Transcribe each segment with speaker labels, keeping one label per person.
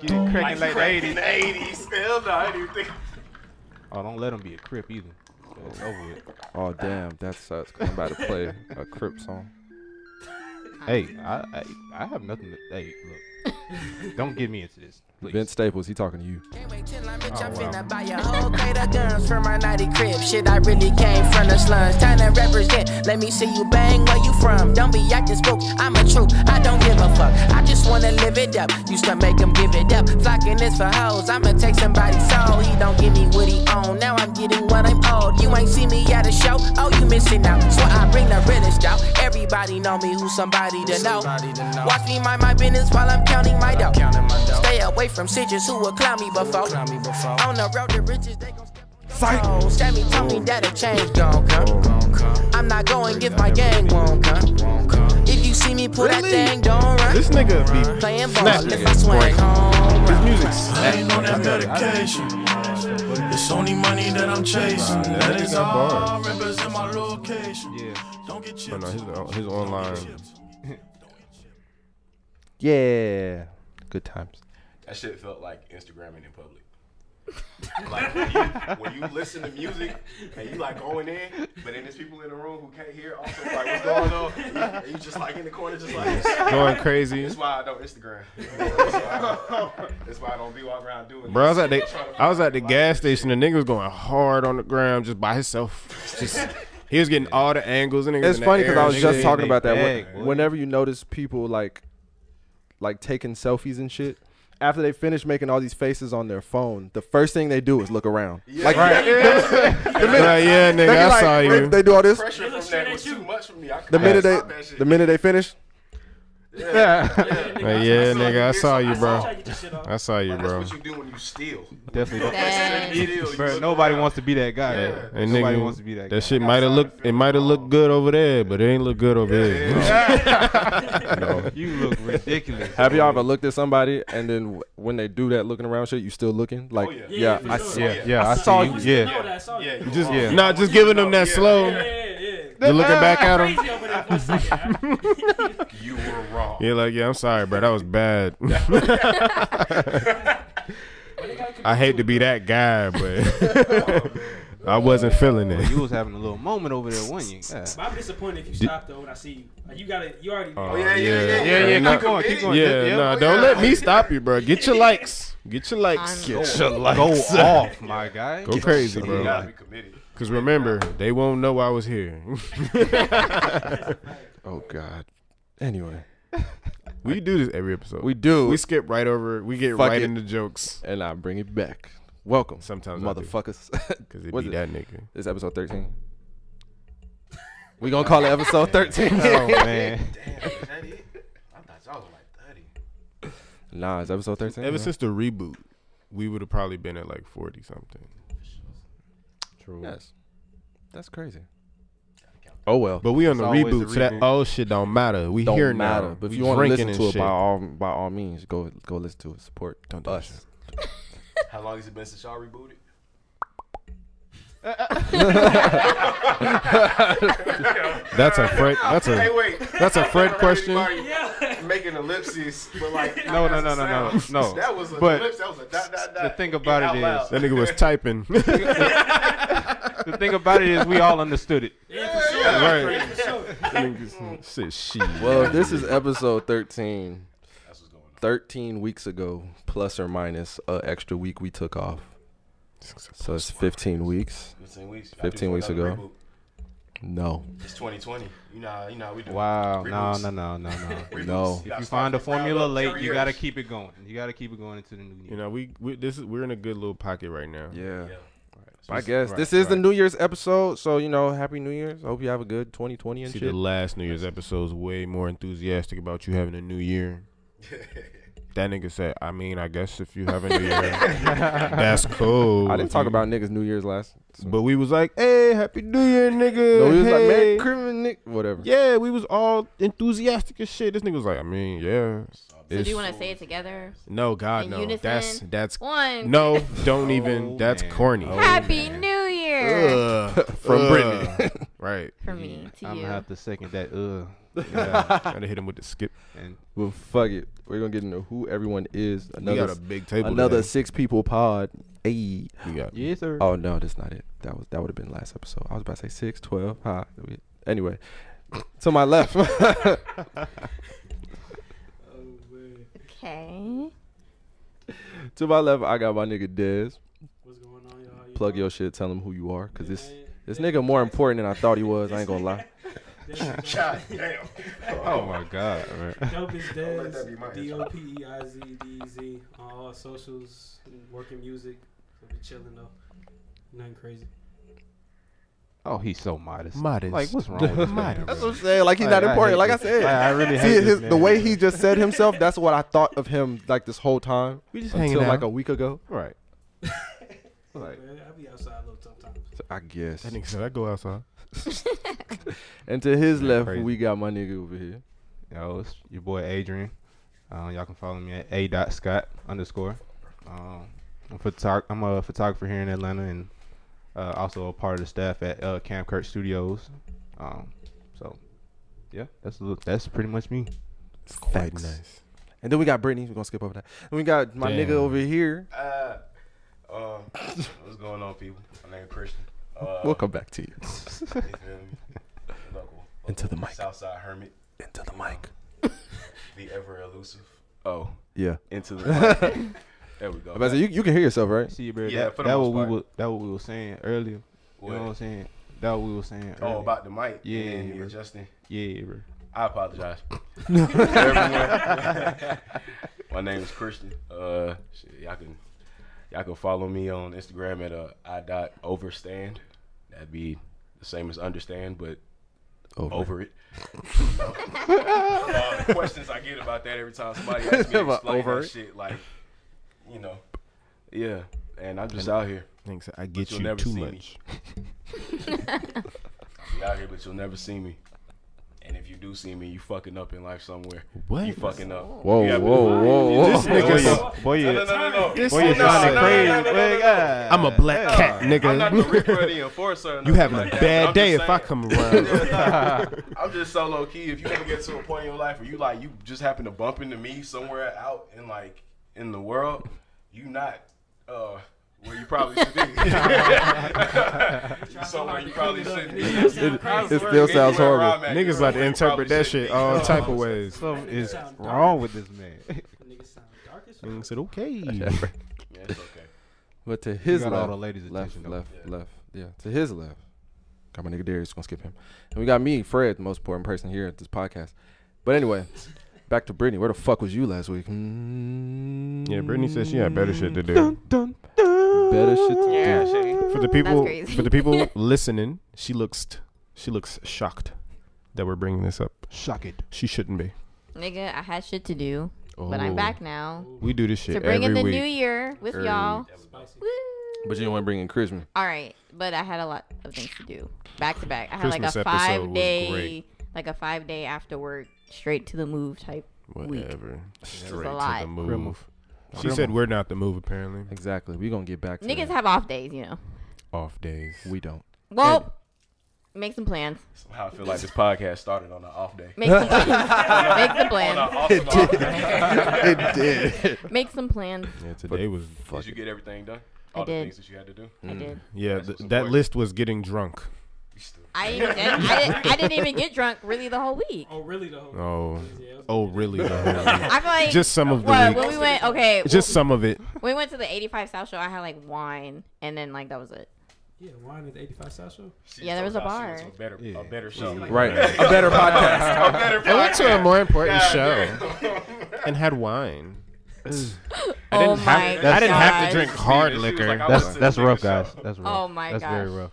Speaker 1: Get it cracking like the
Speaker 2: Crack in
Speaker 1: eighties.
Speaker 2: the 80s. Still, no, I didn't even think.
Speaker 1: Oh, don't let them be a crip either. It's over with.
Speaker 3: Oh damn, that sucks. 'cause I'm about to play a Crip song.
Speaker 1: Hey, I, I I have nothing to. Hey, look. don't get me into this. Please.
Speaker 3: Vince Staples, he talking to you.
Speaker 4: Can't wait till I'm rich, I'm
Speaker 1: wow.
Speaker 4: finna buy a whole crate of guns from my naughty crib. Shit, I really came from the slums. Time to represent. Let me see you bang where you from. Don't be acting spook. I'm a true. I don't give a fuck. I just wanna live it up. Used to make him give it up. Flocking is for hoes. I'ma take somebody's soul. He don't give me what he own. Now I'm getting what I'm owed. You ain't see me at a show. Oh, you missing out. So I bring the realest out. Everybody know me. Who's somebody to know?
Speaker 2: Somebody to know.
Speaker 4: Watch me mind my business while I'm counting my dough.
Speaker 2: Counting my dough.
Speaker 4: Stay away from sitches who will clown me before.
Speaker 2: Clown me before.
Speaker 4: On the road to riches, they gon' step on your toes. Sammy told me that a change gon' come.
Speaker 2: Won't come.
Speaker 4: I'm not going if my gang won't come.
Speaker 2: Won't come.
Speaker 4: If you see me pull that
Speaker 5: Really?
Speaker 4: thing, don't run.
Speaker 5: This nigga be
Speaker 4: Playing
Speaker 5: Snap
Speaker 4: ball if I
Speaker 5: nigga.
Speaker 4: swing home.
Speaker 5: his
Speaker 4: run.
Speaker 5: music. slaps.
Speaker 6: ain't on that medication. It's only money that I'm chasing. That is all. Represent my location. Don't get
Speaker 5: But no,
Speaker 6: chips.
Speaker 5: his, his online.
Speaker 3: Yeah. Good times.
Speaker 2: That shit felt like Instagramming in public. like when you, when you listen to music and you like going in, but then there's people in the room who can't hear also like what's going on. And you just like in the corner, just like
Speaker 5: Going crazy.
Speaker 2: that's why I don't Instagram. That's why I don't, that's why I don't be walking around doing.
Speaker 5: Bro, I was
Speaker 2: this.
Speaker 5: at the I was at the gas station. The nigga was going hard on the ground just by himself. Just he was getting all the angles and
Speaker 3: It's funny because
Speaker 5: because
Speaker 3: I was just
Speaker 1: nigga,
Speaker 3: talking
Speaker 1: they
Speaker 3: about that. When-
Speaker 1: bag, boy.
Speaker 3: whenever you notice people like, like taking selfies and shit, after they finish making all these faces on their phone, the first thing they do is look around. Like,
Speaker 5: the minute, yeah, nigga,
Speaker 3: they,
Speaker 5: I
Speaker 3: like,
Speaker 5: saw you.
Speaker 3: they do all this.
Speaker 2: pressure from that was too much for me. I
Speaker 3: The
Speaker 2: couldn't
Speaker 3: minute they,
Speaker 2: stop that shit.
Speaker 3: the minute they finish,
Speaker 5: Like, yeah, nigga, I
Speaker 2: you.
Speaker 5: saw you,
Speaker 2: I
Speaker 5: bro.
Speaker 2: saw you.
Speaker 5: I saw you,
Speaker 2: that's
Speaker 5: bro.
Speaker 2: what you do when you steal.
Speaker 1: Definitely.
Speaker 2: When you steal, you
Speaker 1: Bro,
Speaker 2: look
Speaker 1: nobody
Speaker 2: around.
Speaker 1: wants to be that guy. bro.
Speaker 5: And
Speaker 1: Nobody
Speaker 5: nigga,
Speaker 1: wants to be that guy.
Speaker 5: That shit might have looked it might have looked good over there, but it ain't look good over here.
Speaker 1: You look ridiculous.
Speaker 3: have y'all ever looked at somebody and then w- when they do that looking around shit, you still looking? Like,
Speaker 2: yeah.
Speaker 3: yeah,
Speaker 7: for
Speaker 3: I
Speaker 7: sure.
Speaker 3: see.
Speaker 1: Yeah, Oh, yeah, I saw you.
Speaker 7: know
Speaker 1: Yeah.
Speaker 7: that. I saw
Speaker 2: Yeah,
Speaker 7: you.
Speaker 2: you
Speaker 5: Just
Speaker 2: are.
Speaker 1: Yeah.
Speaker 5: not just giving them that
Speaker 2: Yeah.
Speaker 5: slow.
Speaker 7: Yeah, yeah.
Speaker 5: You're looking back at them.
Speaker 7: Crazy over there for a second. right?
Speaker 2: You were wrong.
Speaker 5: Yeah, like, yeah, I'm sorry, bro. That was bad. I hate to be that guy, but I wasn't feeling
Speaker 1: You
Speaker 5: it.
Speaker 1: was having a little moment over there, wasn't you? Yeah.
Speaker 7: But I'm disappointed if you stop though when I see you. Like you gotta, you already.
Speaker 2: Oh, yeah, yeah, yeah,
Speaker 5: Yeah,
Speaker 2: yeah,
Speaker 5: yeah,
Speaker 2: yeah.
Speaker 5: keep
Speaker 1: going, keep going.
Speaker 5: Yeah,
Speaker 1: Yeah,
Speaker 5: nah,
Speaker 1: yeah.
Speaker 5: don't let me stop you, bro. Get your likes. Get your likes.
Speaker 8: I'm-
Speaker 5: Get your
Speaker 1: Go off, my guy.
Speaker 5: Go crazy,
Speaker 2: You gotta
Speaker 5: bro.
Speaker 2: be committed.
Speaker 5: Because remember, they won't know I was here.
Speaker 3: Oh God. Anyway,
Speaker 5: we do this every episode.
Speaker 3: we do,
Speaker 5: We skip right over. We get
Speaker 3: Fuck
Speaker 5: right
Speaker 3: it.
Speaker 5: into jokes.
Speaker 3: and I bring it back. Welcome,
Speaker 5: Sometimes I do.
Speaker 3: motherfuckers.
Speaker 5: Because it
Speaker 3: Was
Speaker 5: be
Speaker 3: it-
Speaker 5: that nigga.
Speaker 3: It's episode 13. We gonna call it episode 13.
Speaker 1: Oh man.
Speaker 2: Damn, is that it? I thought y'all was like 30.
Speaker 3: nah, it's episode 13.
Speaker 5: Ever since the reboot, we would have probably been at like 40 something.
Speaker 3: True. Yes. That's crazy. Oh well.
Speaker 5: But we on the
Speaker 1: always
Speaker 5: reboot,
Speaker 1: the
Speaker 5: so that
Speaker 1: reboot.
Speaker 5: old shit don't matter. We
Speaker 3: don't
Speaker 5: here
Speaker 3: matter.
Speaker 5: now.
Speaker 3: But if
Speaker 5: We
Speaker 3: you want to
Speaker 5: drinking
Speaker 3: listen
Speaker 5: and
Speaker 3: to it
Speaker 5: shit.
Speaker 3: by all by all means, go go listen to it. Support
Speaker 5: Don't do
Speaker 3: us.
Speaker 5: that shit.
Speaker 2: How long has it been since y'all rebooted?
Speaker 5: that's a Fred. That's
Speaker 2: Hey,
Speaker 5: a
Speaker 2: wait.
Speaker 5: that's a Fred question.
Speaker 2: Yeah. Making ellipses, but like
Speaker 1: No, no, no, no, no,
Speaker 2: sounds.
Speaker 1: no.
Speaker 2: That was a
Speaker 1: But
Speaker 2: ellipse. That was a dot, dot, dot.
Speaker 1: the thing about
Speaker 2: Out
Speaker 1: it
Speaker 2: loud.
Speaker 1: is-
Speaker 5: That nigga was typing.
Speaker 1: The thing about it is, we all understood it.
Speaker 5: right.
Speaker 7: For sure.
Speaker 5: Shit, shit.
Speaker 3: Well, if this is episode 13.
Speaker 2: That's what's going on.
Speaker 3: 13 weeks ago, plus or minus a extra week we took off. So it's 15 weeks.
Speaker 2: 15 weeks. Y'all
Speaker 3: 15
Speaker 2: do
Speaker 3: weeks
Speaker 2: another
Speaker 3: ago. No.
Speaker 2: Reboot. It's 2020. You know, how- you know how we do. it.
Speaker 1: Wow. No,
Speaker 2: Reboots.
Speaker 1: no, no, no, no.
Speaker 3: No.
Speaker 1: If you find a formula late, you gotta keep it going. You gotta keep it going into the new
Speaker 5: You
Speaker 1: year.
Speaker 5: know, we, we this is we're in a good little pocket right now.
Speaker 3: Yeah.
Speaker 2: Yeah.
Speaker 3: I guess
Speaker 5: Right,
Speaker 3: this is the
Speaker 5: right.
Speaker 3: New Year's episode, so you know, Happy New Year's. Hope you have a good 2020 and
Speaker 5: See,
Speaker 3: shit.
Speaker 5: the last New Year's episode was way more enthusiastic about you having a new year. That nigga said, I mean, I guess if you have a new year, that's cool.
Speaker 3: I didn't talk about niggas New Year's last.
Speaker 5: But we was like, hey, happy new year, nigga.
Speaker 3: No, we was like,
Speaker 5: Hey."
Speaker 3: man, criminal, Nick, whatever.
Speaker 5: Yeah, we was all enthusiastic as shit. This nigga was like, I mean, yeah.
Speaker 8: So do you
Speaker 5: It's-
Speaker 8: want to say it together?
Speaker 5: No, God,
Speaker 8: in
Speaker 5: no.
Speaker 8: unison? Oh,
Speaker 5: That's that's
Speaker 8: One.
Speaker 5: no. Don't
Speaker 1: Oh,
Speaker 5: even. That's
Speaker 1: man.
Speaker 5: corny.
Speaker 8: Oh, Happy New Year
Speaker 5: Ugh.
Speaker 3: From
Speaker 5: Ugh.
Speaker 3: Brittany.
Speaker 5: right.
Speaker 8: for me to
Speaker 1: I'm
Speaker 8: you.
Speaker 1: gonna have to second that. Uh, Yeah.
Speaker 5: Gotta hit him with the skip.
Speaker 1: and
Speaker 3: Well, fuck it. We're gonna get into who everyone is.
Speaker 5: we got
Speaker 3: Another
Speaker 5: a big table.
Speaker 3: another
Speaker 5: today.
Speaker 3: six people pod. Ayy.
Speaker 5: We got
Speaker 1: yes, sir.
Speaker 3: Oh no, that's not it. That was that would have been last episode. I was about to say six, twelve. Hi. We- Anyway, to my left.
Speaker 7: Oh,
Speaker 8: Okay.
Speaker 3: to my left, I got my nigga Dez.
Speaker 7: What's going on, y'all? You
Speaker 3: Plug
Speaker 7: know?
Speaker 3: your shit. Tell him who you are, cause this
Speaker 7: Man,
Speaker 3: this nigga more important than I thought he was. I ain't gonna lie.
Speaker 7: this is
Speaker 9: God damn.
Speaker 1: Oh my god, man.
Speaker 7: Dope is
Speaker 9: Don't let that be my
Speaker 7: Dez,
Speaker 9: intro.
Speaker 7: D O P E I Z D E Z on all socials, working music. I'm chilling though. Nothing crazy.
Speaker 1: Oh, he's so modest.
Speaker 5: Modest.
Speaker 1: Like, what's wrong with this man,
Speaker 5: Modest.
Speaker 1: bro?
Speaker 3: That's what I'm saying. Like he's not
Speaker 1: I- I
Speaker 3: important.
Speaker 1: hate
Speaker 3: like I
Speaker 1: this.
Speaker 3: said.
Speaker 1: I, I really hate
Speaker 3: See
Speaker 1: this
Speaker 3: his,
Speaker 1: man,
Speaker 3: the way
Speaker 1: bro.
Speaker 3: he just said himself. That's what I thought of him like this whole time
Speaker 5: we just hanging
Speaker 3: until
Speaker 5: out.
Speaker 3: like a week ago.
Speaker 1: right. Like,
Speaker 7: Man, I be outside a little sometimes.
Speaker 3: I guess.
Speaker 5: that nigga said I go outside.
Speaker 3: And to his
Speaker 1: Man,
Speaker 3: left,
Speaker 1: crazy.
Speaker 3: we got my nigga over here.
Speaker 1: yo, it's your boy Adrian. Um, y'all can follow me at a dot scott underscore. Um, I'm, photog- I'm a photographer here in Atlanta and uh, also a part of the staff at uh, Camp Kurt Studios. Um, so yeah, that's a little- that's pretty much me.
Speaker 5: It's quite
Speaker 3: Facts.
Speaker 5: nice.
Speaker 3: And then we got Brittany. We're gonna skip over that. And we got my
Speaker 5: Damn.
Speaker 3: nigga over here.
Speaker 9: Uh, uh, what's going on, people? My name is Christian. Uh,
Speaker 3: We'll come back to you.
Speaker 9: you feel me? Local,
Speaker 3: Into the
Speaker 9: local
Speaker 3: mic.
Speaker 9: Southside Hermit,
Speaker 3: Into the mic.
Speaker 9: the ever elusive.
Speaker 5: Oh,
Speaker 3: Yeah.
Speaker 9: Into the mic. there we
Speaker 3: I was about to say, you, you can hear yourself, right?
Speaker 1: See, bro,
Speaker 9: Yeah,
Speaker 1: that,
Speaker 9: for the
Speaker 1: that
Speaker 9: most
Speaker 1: what
Speaker 9: part.
Speaker 1: we were that what we were saying earlier. You
Speaker 9: What?
Speaker 1: know what I'm saying? That what we were saying.
Speaker 9: Oh,
Speaker 1: earlier.
Speaker 9: about the mic.
Speaker 1: Yeah,
Speaker 9: and
Speaker 1: yeah,
Speaker 9: yeah,
Speaker 1: bro.
Speaker 9: Justin.
Speaker 1: yeah, bro.
Speaker 9: I apologize. Everyone. My name is Christian. Uh, shit, y'all can y'all can follow me on Instagram at uh, i dot overstand. That'd be the same as understand, but
Speaker 3: Over.
Speaker 9: over it. uh, the questions I get about that every time somebody asks me to
Speaker 3: About
Speaker 9: explain
Speaker 3: over
Speaker 9: that
Speaker 3: it.
Speaker 9: shit, like you know, yeah. And I'm just out here,
Speaker 5: thanks. I get
Speaker 9: you'll
Speaker 5: you
Speaker 9: never
Speaker 5: too
Speaker 9: see me.
Speaker 5: much.
Speaker 9: you out here, but you'll never see me. And if you do see me, you fucking up in life somewhere.
Speaker 5: What?
Speaker 9: You fucking up.
Speaker 3: Whoa,
Speaker 9: You
Speaker 3: whoa,
Speaker 9: got-
Speaker 3: whoa, whoa.
Speaker 5: This nigga-
Speaker 1: boy,
Speaker 9: No,
Speaker 1: you,
Speaker 9: no, no, no, no.
Speaker 5: This
Speaker 1: boy,
Speaker 5: Boy,
Speaker 1: you
Speaker 5: you
Speaker 1: sounding
Speaker 5: no,
Speaker 1: crazy.
Speaker 9: no, no, no, no,
Speaker 1: boy,
Speaker 9: no.
Speaker 1: God.
Speaker 5: I'm a black cat,
Speaker 9: I'm not the Rick
Speaker 5: nigga.
Speaker 9: Ruddy enforcer. or
Speaker 5: you
Speaker 9: nothing
Speaker 5: having a
Speaker 9: like that, but
Speaker 5: bad
Speaker 9: I'm
Speaker 5: day
Speaker 9: just
Speaker 5: if I
Speaker 9: saying.
Speaker 5: come around.
Speaker 9: I'm just so low key. If you ever get to a point in your life where you like you just happen to bump into me somewhere out in like in the world, you not uh where you probably should be. you somewhere you probably shouldn't be.
Speaker 7: It sound crazy.
Speaker 3: it still sounds
Speaker 9: Anywhere
Speaker 3: horrible.
Speaker 9: I'm at,
Speaker 5: Niggas
Speaker 9: you're where
Speaker 5: about to
Speaker 9: you probably
Speaker 5: interpret that
Speaker 9: shouldn't be.
Speaker 5: shit all
Speaker 9: Uh,
Speaker 5: type of ways.
Speaker 1: Something is
Speaker 7: Sound dark.
Speaker 1: wrong with this man.
Speaker 7: Nigga sound dark as
Speaker 5: Nigga
Speaker 7: fuck.
Speaker 5: said okay.
Speaker 9: Yeah, it's okay.
Speaker 3: But to
Speaker 1: You
Speaker 3: his
Speaker 1: got all
Speaker 3: left,
Speaker 1: the ladies'
Speaker 3: left,
Speaker 1: attention. though.
Speaker 3: left,
Speaker 9: Yeah.
Speaker 3: left. Yeah, to his left. Got my nigga Darius. Gonna skip him. And we got me, Fred, the most important person here at this podcast. But anyway, back to Brittany. Where the fuck was you last week? Mm,
Speaker 5: Yeah, Brittany said she had better shit to do.
Speaker 3: Better shit to
Speaker 8: Yeah,
Speaker 3: do.
Speaker 5: For the people,
Speaker 8: crazy.
Speaker 5: for the people listening, she looks, she looks shocked that we're bringing this up.
Speaker 1: Shock it.
Speaker 5: She shouldn't be.
Speaker 8: Nigga, I had shit to do,
Speaker 5: Oh.
Speaker 8: but I'm back now
Speaker 5: We do this shit
Speaker 8: to bring in
Speaker 5: every
Speaker 8: the
Speaker 5: week.
Speaker 8: new year with y'all.
Speaker 7: Spicy.
Speaker 8: Woo.
Speaker 3: But you didn't want to bring encouragement.
Speaker 8: All right, but I had a lot of things to do back to back. I had
Speaker 5: Christmas
Speaker 8: like a
Speaker 5: episode was
Speaker 8: five day,
Speaker 5: great.
Speaker 8: like a five day after work, straight to the move type.
Speaker 5: Whatever. Straight to
Speaker 8: lot.
Speaker 5: the move.
Speaker 1: Grandma.
Speaker 5: She said we're not the move apparently.
Speaker 3: Exactly. We gonna get back to
Speaker 8: Niggas
Speaker 3: that.
Speaker 8: have off days, you know.
Speaker 5: Off days.
Speaker 3: we don't.
Speaker 8: Well, make some plans.
Speaker 9: Somehow I feel like this podcast started on an off day.
Speaker 8: Make some plans. make some plans.
Speaker 9: Awesome off day.
Speaker 3: it did.
Speaker 8: Make some plans.
Speaker 5: Yeah, today was
Speaker 9: Did you get everything done?
Speaker 8: I
Speaker 9: All the
Speaker 8: did.
Speaker 9: things that you had to do.
Speaker 8: I did.
Speaker 5: Yeah,
Speaker 9: That's what's
Speaker 5: th- that
Speaker 9: important.
Speaker 5: list was getting drunk.
Speaker 9: You still-
Speaker 8: I didn't, even- I, didn't, I didn't even get drunk really the whole week.
Speaker 7: Oh, really though?
Speaker 5: Oh.
Speaker 7: Yeah, it was-
Speaker 5: Oh, really? the whole week.
Speaker 8: I feel like
Speaker 5: Just some of the
Speaker 8: what,
Speaker 5: week.
Speaker 8: when we went okay,
Speaker 5: Just some of it.
Speaker 8: we went to the 85 South Show. I had like wine, and then like that was it.
Speaker 7: yeah, wine at the 85 South Show.
Speaker 9: she
Speaker 8: Yeah, there was
Speaker 9: told
Speaker 8: a
Speaker 9: y'all she went
Speaker 8: bar.
Speaker 9: to A better, a better show.
Speaker 3: Right. A better podcast.
Speaker 9: A better
Speaker 5: I went to a more important
Speaker 9: podcast.
Speaker 5: show and had wine.
Speaker 8: I didn't oh have, my
Speaker 5: I didn't have to
Speaker 8: gosh.
Speaker 5: drink hard
Speaker 9: She was like,
Speaker 5: liquor.
Speaker 9: I
Speaker 1: That's
Speaker 9: was-
Speaker 1: that's rough,
Speaker 9: Nigga
Speaker 1: guys.
Speaker 9: show.
Speaker 1: That's rough.
Speaker 8: Oh my
Speaker 1: That's very
Speaker 8: gosh.
Speaker 1: rough.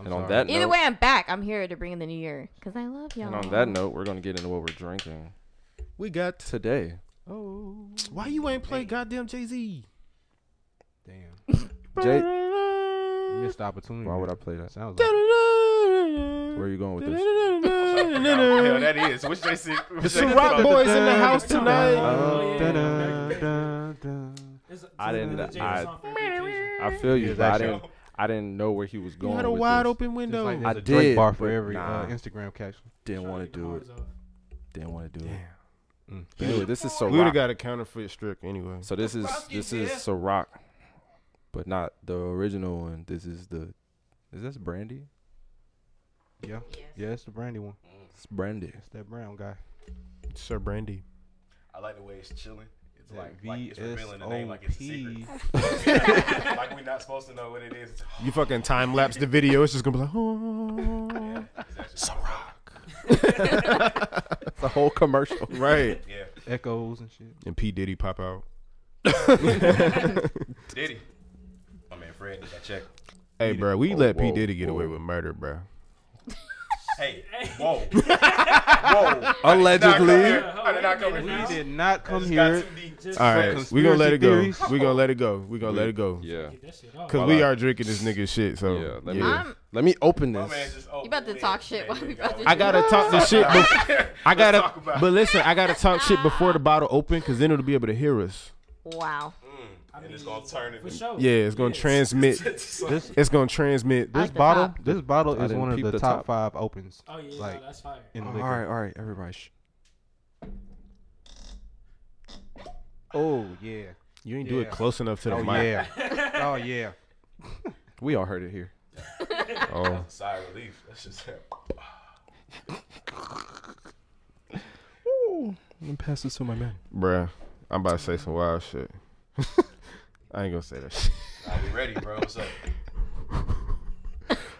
Speaker 1: I'm
Speaker 3: And on
Speaker 1: sorry.
Speaker 3: that
Speaker 8: Either
Speaker 3: note,
Speaker 8: way, I'm back. I'm here to bring in the new year because I love y'all.
Speaker 3: and on that note, we're gonna get into what we're drinking
Speaker 5: we got.
Speaker 3: today.
Speaker 5: Why you ain't play goddamn Jay Z?
Speaker 1: damn,
Speaker 3: Jay,
Speaker 1: you missed the opportunity.
Speaker 3: why would I
Speaker 1: man.
Speaker 3: play that?
Speaker 1: Sounds like
Speaker 3: Where are you going with this?
Speaker 9: Hell,
Speaker 5: The
Speaker 9: that is. Which Jason? Which
Speaker 5: Some
Speaker 9: Jason-
Speaker 5: rock boys in the house tonight.
Speaker 7: Oh, yeah.
Speaker 1: Dun, dun, dun, dun.
Speaker 7: It's- it's
Speaker 3: I didn't-
Speaker 7: another Jada
Speaker 3: I-
Speaker 7: song for every occasion.
Speaker 3: I feel you,
Speaker 1: Here's
Speaker 3: but
Speaker 1: that
Speaker 3: I didn't.
Speaker 1: show.
Speaker 3: I didn't know where he was going.
Speaker 5: You had a
Speaker 3: with
Speaker 5: wide
Speaker 3: this.
Speaker 5: open window.
Speaker 1: Like,
Speaker 3: I
Speaker 1: there's a Drake
Speaker 3: did,
Speaker 1: bar for
Speaker 3: but
Speaker 1: every
Speaker 3: nah.
Speaker 1: uh, Instagram caption.
Speaker 3: Didn't want to do it. Didn't want to do it.
Speaker 1: Mm.
Speaker 3: But Anyway, this is
Speaker 5: we would have
Speaker 3: Ciroc.
Speaker 5: got a counterfeit strip anyway.
Speaker 3: So this is this is Ciroc, but not the original one. This is the is this brandy?
Speaker 1: Yeah, yeah, it's the brandy one.
Speaker 3: It's brandy.
Speaker 1: It's that brown guy.
Speaker 5: Sir Brandy.
Speaker 2: I like the way it's chilling. It's
Speaker 1: That
Speaker 2: like, like it's revealing the name like it's a secret.
Speaker 1: VSOP.
Speaker 2: like we're not supposed to know what it is. It's-
Speaker 5: You fucking time lapse the video. It's just gonna be like, oh.
Speaker 2: it's actually-
Speaker 3: It's a whole commercial.
Speaker 5: right.
Speaker 2: Yeah.
Speaker 1: Echoes and shit.
Speaker 5: And P Diddy pop out.
Speaker 2: Diddy. My man Fred did that check.
Speaker 5: Hey, bro, we let P
Speaker 3: whoa,
Speaker 5: Diddy get away
Speaker 3: whoa.
Speaker 5: with murder, bro.
Speaker 2: Hey, whoa. whoa.
Speaker 3: Allegedly.
Speaker 2: I did not come here.
Speaker 1: We did not come
Speaker 2: This got
Speaker 1: here.
Speaker 2: too deep. Just
Speaker 5: All right, we gonna let it go.
Speaker 1: conspiracy theories.
Speaker 5: We gonna let it go. We gonna let it go.
Speaker 3: Yeah.
Speaker 7: That shit off.
Speaker 5: Cause we are drinking this nigga's shit. So
Speaker 3: Yeah. Let me
Speaker 5: yeah.
Speaker 8: I'm-
Speaker 3: let me open
Speaker 2: my man
Speaker 3: this.
Speaker 2: just opened
Speaker 8: You about to
Speaker 2: it.
Speaker 8: talk shit
Speaker 2: Man,
Speaker 8: while
Speaker 2: there
Speaker 8: we
Speaker 2: you
Speaker 8: about
Speaker 2: go.
Speaker 8: to
Speaker 5: I gotta talk the shit. Before, I gotta,
Speaker 2: talk about it.
Speaker 5: but listen, I gotta talk shit before the bottle open, cause then it'll be able to hear us.
Speaker 8: Wow.
Speaker 2: And it's gonna turn it.
Speaker 7: For sure.
Speaker 5: Yeah, it's gonna transmit.
Speaker 1: This
Speaker 5: It's gonna transmit.
Speaker 1: this
Speaker 8: the
Speaker 1: bottle
Speaker 8: top.
Speaker 1: this bottle
Speaker 3: I
Speaker 1: is
Speaker 3: didn't
Speaker 1: one of
Speaker 3: peep
Speaker 1: the,
Speaker 3: the
Speaker 1: top,
Speaker 3: top.
Speaker 1: five opens.
Speaker 7: Oh yeah,
Speaker 1: Like,
Speaker 7: no, that's fire.
Speaker 1: in
Speaker 3: All
Speaker 1: liquor.
Speaker 3: right, all right, everybody. Shh.
Speaker 1: Oh yeah.
Speaker 5: You ain't do it
Speaker 1: Yeah.
Speaker 5: close enough to the
Speaker 1: Oh
Speaker 5: mic.
Speaker 1: yeah. oh yeah.
Speaker 3: We all heard it here.
Speaker 5: Oh,
Speaker 2: Sigh of relief. That's just
Speaker 3: I'm gonna pass this to my man.
Speaker 5: bruh, I'm about to say some wild shit. I ain't gonna say that shit.
Speaker 2: Are we ready, bro? What's up?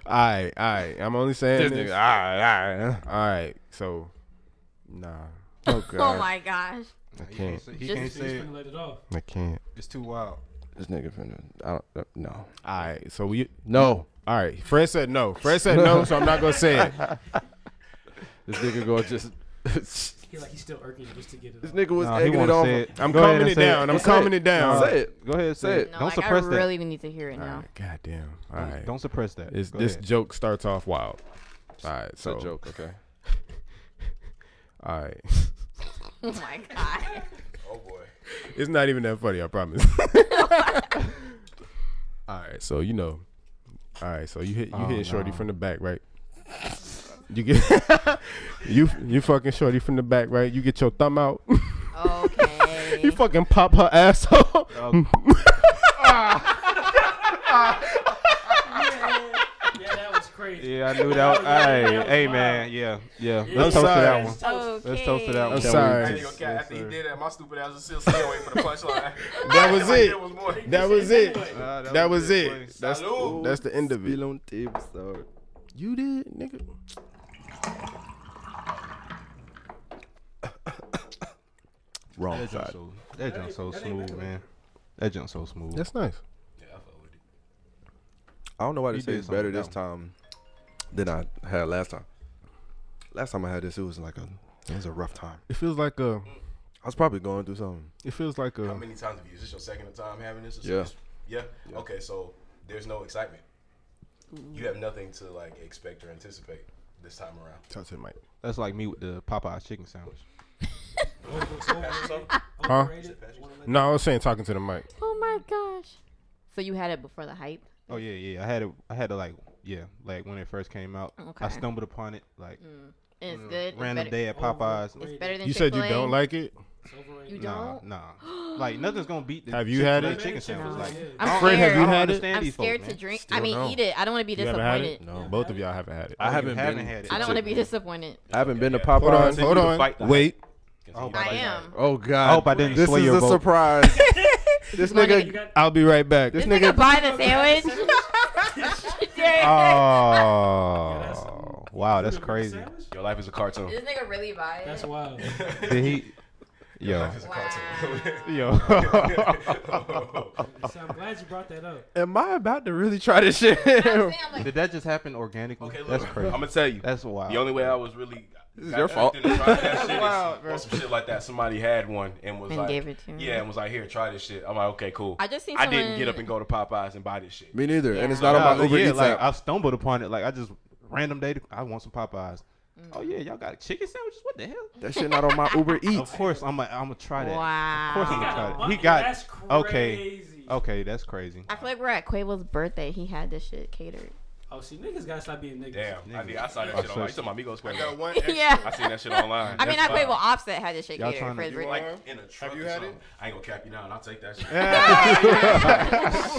Speaker 5: Alright, alright. I'm only saying this.
Speaker 3: alright, alright.
Speaker 5: Alright, so nah.
Speaker 8: Oh my gosh.
Speaker 1: Nah,
Speaker 5: I
Speaker 1: you
Speaker 5: can't.
Speaker 1: can't say, he
Speaker 8: Just-
Speaker 1: can't
Speaker 7: He's
Speaker 1: say it.
Speaker 7: finna let it off.
Speaker 5: I can't.
Speaker 1: It's too wild.
Speaker 3: This nigga finna. I don't. uh, No.
Speaker 5: Alright, so we
Speaker 3: No.
Speaker 5: alright. Fred said no. Fred said no, so I'm not gonna say it.
Speaker 3: This nigga going just. this
Speaker 7: He's like he's still irking you just to get it off.
Speaker 3: nigga was
Speaker 1: Nah, he
Speaker 3: egging it
Speaker 1: wanna
Speaker 3: on.
Speaker 1: say it.
Speaker 5: I'm
Speaker 1: Go ahead
Speaker 5: calming
Speaker 1: and
Speaker 5: it
Speaker 1: say
Speaker 5: down. I'm
Speaker 3: Say it.
Speaker 5: calming it down.
Speaker 3: Nah. Say it.
Speaker 1: Go ahead, and say
Speaker 3: Say
Speaker 1: it.
Speaker 3: it.
Speaker 8: No,
Speaker 1: Don't
Speaker 8: like, I
Speaker 1: suppress that.
Speaker 8: really need to hear it now.
Speaker 5: Alright, god damn.
Speaker 1: Don't-
Speaker 5: Alright.
Speaker 1: Don't suppress that.
Speaker 5: It's,
Speaker 1: Go
Speaker 5: this
Speaker 1: ahead.
Speaker 5: joke starts off wild. Alright,
Speaker 3: It's a
Speaker 5: so
Speaker 3: joke, okay?
Speaker 5: Alright.
Speaker 8: Oh my god.
Speaker 2: Oh boy.
Speaker 5: It's not even that funny, I promise. all right, so you know, all right, so you hit you
Speaker 1: Oh,
Speaker 5: hit Shorty
Speaker 1: no.
Speaker 5: from the back, right? You get you you fucking Shorty from the back, right? You get your thumb out, you
Speaker 8: Okay.
Speaker 5: fucking pop her asshole.
Speaker 7: Yeah, that was crazy.
Speaker 1: Yeah, I knew that. Hey, hey, man. Yeah, yeah. Let's toast to that
Speaker 5: sorry.
Speaker 1: one.
Speaker 8: okay.
Speaker 1: Let's toast to that one.
Speaker 5: I'm
Speaker 1: Can we
Speaker 5: sorry.
Speaker 2: Hey,
Speaker 1: just-
Speaker 2: yo, Cat,
Speaker 1: yes,
Speaker 2: after he
Speaker 1: sir.
Speaker 2: did that, my stupid ass was still sitting waiting for the punchline.
Speaker 5: That was
Speaker 2: Like,
Speaker 5: it.
Speaker 2: there was more.
Speaker 5: That was it.
Speaker 1: Nah,
Speaker 5: That was
Speaker 1: funny.
Speaker 5: it. That's
Speaker 2: Salute.
Speaker 5: that's the end of it.
Speaker 3: on table, so.
Speaker 5: You did, nigga. Wrong
Speaker 1: That jump
Speaker 5: side.
Speaker 1: so, that jump so smooth, man. That jump so smooth.
Speaker 5: That's nice.
Speaker 2: Yeah, I fuck with it.
Speaker 3: I don't know why
Speaker 1: You
Speaker 3: they say
Speaker 1: did
Speaker 3: it's better
Speaker 1: something
Speaker 3: this
Speaker 1: with
Speaker 3: time than I had last time. Last time I had this, it was like a. It was a rough time.
Speaker 5: It feels like a.
Speaker 3: I was probably going through something.
Speaker 5: It feels like
Speaker 2: How
Speaker 5: a.
Speaker 2: many times have you? Is this your second time having this? Or
Speaker 3: Yeah.
Speaker 2: something? yeah. Okay, so there's no excitement. You have nothing to like expect or anticipate this time around.
Speaker 5: Talk to the mic.
Speaker 1: That's like me with the Popeye chicken sandwich.
Speaker 5: Huh? No, I was saying talking to the mic.
Speaker 8: Oh my gosh. So you had it before the hype?
Speaker 1: Oh yeah, yeah. I had it. I had to like, yeah, like when it first came out. I
Speaker 8: Okay.
Speaker 1: stumbled upon it like
Speaker 8: And it's good. It's
Speaker 1: Mm. random
Speaker 8: better,
Speaker 1: day at Popeyes.
Speaker 8: It's better than
Speaker 5: You said you
Speaker 8: Chick-fil-A?
Speaker 5: don't like it.
Speaker 8: You
Speaker 1: Nah,
Speaker 8: don't.
Speaker 1: nah. like nothing's gonna beat the.
Speaker 5: Have you had
Speaker 1: Chick-fil-A
Speaker 5: it?
Speaker 1: Chicken sandwich.
Speaker 8: No.
Speaker 1: Like, I
Speaker 8: I'm
Speaker 1: don't-
Speaker 8: scared.
Speaker 1: I don't
Speaker 5: Have you had it?
Speaker 1: understand
Speaker 8: I'm
Speaker 1: these folks,
Speaker 8: scared
Speaker 1: man.
Speaker 8: to drink. I
Speaker 3: Still
Speaker 8: mean,
Speaker 3: no.
Speaker 8: eat it. I don't want to be
Speaker 5: You haven't had it.
Speaker 8: disappointed.
Speaker 3: No.
Speaker 5: Both of y'all haven't had it.
Speaker 1: Oh, you
Speaker 3: haven't been-
Speaker 1: haven't had it.
Speaker 8: I don't want to be disappointed.
Speaker 3: I haven't been to
Speaker 5: Hold on,
Speaker 3: Popeyes.
Speaker 5: hold on.
Speaker 2: fight the
Speaker 5: Wait.
Speaker 1: hope
Speaker 8: I
Speaker 1: like
Speaker 8: am.
Speaker 3: Oh God!
Speaker 1: I hope I didn't
Speaker 3: This
Speaker 1: sway
Speaker 3: is
Speaker 1: your
Speaker 3: a
Speaker 1: vote.
Speaker 3: surprise. this
Speaker 7: You
Speaker 3: nigga.
Speaker 7: got
Speaker 5: I'll be right back.
Speaker 8: This nigga buy the sandwich. Dang.
Speaker 5: Oh.
Speaker 1: Wow, that's crazy.
Speaker 2: Your life is a cartoon.
Speaker 8: This nigga really buy
Speaker 7: That's
Speaker 8: it.
Speaker 7: wild.
Speaker 1: Did he? Yo,
Speaker 2: It's a
Speaker 5: Yo.
Speaker 2: cartoon.
Speaker 7: So I'm glad you brought that up.
Speaker 3: Am I about to really try this shit?
Speaker 8: I'm saying, I'm like,
Speaker 1: did that just happen organically?
Speaker 2: okay, look.
Speaker 1: that's
Speaker 2: I'm
Speaker 1: crazy.
Speaker 2: gonna tell you.
Speaker 1: That's wild.
Speaker 2: The only way I was really
Speaker 3: is your fault.
Speaker 2: Trying that shit is,
Speaker 1: Wow, bro.
Speaker 2: or some shit like that. Somebody had one and was
Speaker 8: And
Speaker 2: like,
Speaker 8: gave it to me.
Speaker 2: yeah, and was like, here, try this shit. I'm like, okay, cool.
Speaker 8: I just seen
Speaker 2: I didn't
Speaker 8: someone-
Speaker 2: get up and go to Popeyes and buy this shit.
Speaker 3: Me neither, and it's
Speaker 8: Yeah.
Speaker 3: not on
Speaker 1: Nah,
Speaker 3: my Uber
Speaker 1: yeah,
Speaker 3: Eats
Speaker 1: like
Speaker 3: app.
Speaker 1: I stumbled upon it. Like I just random day. I want some Popeyes. Oh yeah, y'all got chicken sandwiches? What the hell?
Speaker 3: That shit not on my Uber
Speaker 1: Of
Speaker 3: Eats.
Speaker 1: course, I'm. i I'm gonna try that. Of course, I'm
Speaker 8: wow.
Speaker 1: gonna try that. He
Speaker 7: Oh, That's
Speaker 1: got
Speaker 7: crazy.
Speaker 1: okay. Oh. Okay, that's crazy.
Speaker 8: I feel like we're at Quavo's birthday. He had this shit catered.
Speaker 7: Oh, see, niggas gotta stop being niggas.
Speaker 2: Damn, I, think I saw that
Speaker 1: Oh,
Speaker 2: shit
Speaker 1: so
Speaker 2: online. You
Speaker 1: she-
Speaker 2: talking about Migos
Speaker 9: I got
Speaker 2: Quavo?
Speaker 9: one. Extra.
Speaker 8: yeah.
Speaker 2: I seen that shit online.
Speaker 8: I mean,
Speaker 2: That's
Speaker 8: not Quavo.
Speaker 2: fine.
Speaker 8: Offset had this shit
Speaker 1: Y'all
Speaker 8: catered
Speaker 1: tryna-
Speaker 8: for his
Speaker 1: You
Speaker 8: birthday.
Speaker 2: Like in a truck.
Speaker 9: you
Speaker 2: or
Speaker 9: had
Speaker 2: something.
Speaker 9: it?
Speaker 2: I ain't gonna cap you down. I'll take that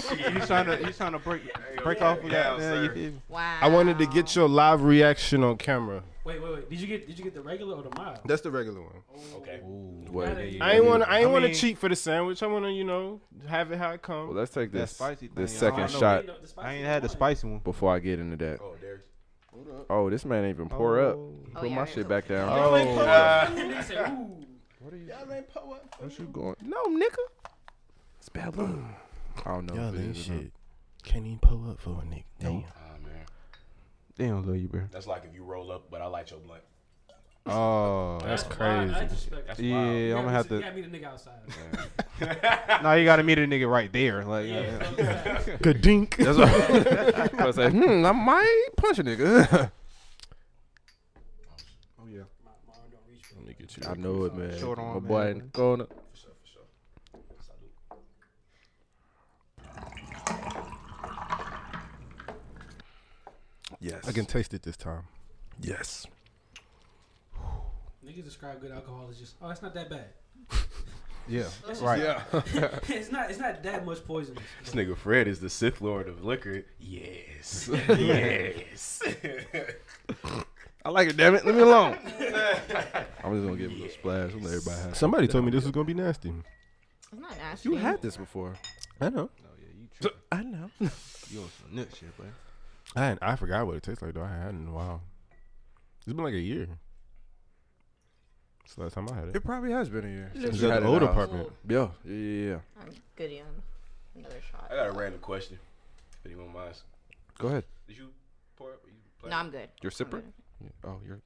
Speaker 2: shit.
Speaker 1: He's trying to he's trying to break break off with
Speaker 2: Yeah,
Speaker 1: that. man, you
Speaker 2: sir.
Speaker 1: feel me?
Speaker 8: Wow.
Speaker 5: I wanted to get your live reaction on camera.
Speaker 7: Wait, wait, wait. Did you get did you get the regular or the mild?
Speaker 5: That's the regular one.
Speaker 2: Okay.
Speaker 3: Well,
Speaker 7: Gotta-
Speaker 5: I ain't want to. I ain't
Speaker 1: I
Speaker 5: want to
Speaker 1: mean-
Speaker 5: cheat for the sandwich. I want to, you know, have it how it comes.
Speaker 3: well, let's take
Speaker 1: That
Speaker 3: this
Speaker 1: spicy thing,
Speaker 3: this
Speaker 1: I
Speaker 3: second
Speaker 1: don't know.
Speaker 3: shot
Speaker 7: The spicy
Speaker 1: I ain't had the
Speaker 7: one.
Speaker 1: spicy one.
Speaker 3: before I get into that.
Speaker 2: Oh, Darius.
Speaker 3: Oh, this man ain't even pour up.
Speaker 8: Oh,
Speaker 3: Put
Speaker 8: yeah,
Speaker 3: my
Speaker 8: I
Speaker 3: shit
Speaker 8: gotta
Speaker 3: back down.
Speaker 7: Oh,
Speaker 1: Oh.
Speaker 7: Niggas say, ooh.
Speaker 3: What you going? No, nigga. It's bad luck. I don't know. if it is or not.
Speaker 5: Can't even pull up for a nigga. Damn.
Speaker 2: Ah, man.
Speaker 1: Damn, love you, bro.
Speaker 2: That's like if you roll up, but I light your blunt.
Speaker 1: Oh,
Speaker 7: That's crazy. I disrespect
Speaker 2: That's
Speaker 7: you.
Speaker 1: yeah.
Speaker 2: wild.
Speaker 1: I'm gonna
Speaker 7: gotta
Speaker 1: have
Speaker 7: meet- You
Speaker 1: to.
Speaker 7: gotta meet a nigga outside.
Speaker 1: Now you gotta meet a nigga right there. Like,
Speaker 7: Yeah,
Speaker 1: yeah.
Speaker 7: fuck that.
Speaker 5: Kadink.
Speaker 3: That's what I was like. Hmm, I might punch a nigga.
Speaker 7: My mom don't reach for me.
Speaker 5: Let me get you.
Speaker 3: I know it, man.
Speaker 1: Short
Speaker 3: My
Speaker 1: arm,
Speaker 3: boy
Speaker 1: man.
Speaker 3: ain't gonna.
Speaker 2: For sure, for sure. Salute.
Speaker 3: Yes.
Speaker 5: I can taste it this time.
Speaker 3: Yes.
Speaker 7: Niggas describe good alcohol as just, oh, it's not that bad.
Speaker 1: yeah.
Speaker 7: That's
Speaker 1: Right.
Speaker 7: just- it's not. It's not that much poisonous.
Speaker 2: This nigga Fred is the Sith Lord of liquor. Yes. yes.
Speaker 3: I like it. Damn it. Leave me alone. I'm just gonna give him a little splash. and let everybody have.
Speaker 5: Somebody told me this was gonna be nasty.
Speaker 8: It's not nasty.
Speaker 3: You had this before.
Speaker 5: I know.
Speaker 1: Oh, yeah, you tripping.
Speaker 3: I know.
Speaker 1: You on some nut shit, boy.
Speaker 5: I hadn't- I forgot what it tastes like though. I hadn't in a while. It's been like a year. It's the last time I had it.
Speaker 3: It probably has been a year.
Speaker 5: It
Speaker 3: since
Speaker 5: was
Speaker 3: you
Speaker 5: at
Speaker 3: had
Speaker 5: the
Speaker 3: it
Speaker 5: old
Speaker 3: in the house.
Speaker 5: apartment.
Speaker 3: Yeah. Yeah. Yeah. yeah.
Speaker 8: I'm goody on another shot.
Speaker 2: I got a random question. If anyone minds,
Speaker 3: Go ahead.
Speaker 2: did you pour? up? Or you
Speaker 8: No, I'm good.
Speaker 3: You're
Speaker 8: I'm
Speaker 3: sipper?
Speaker 8: good.
Speaker 3: Yeah. Oh, you're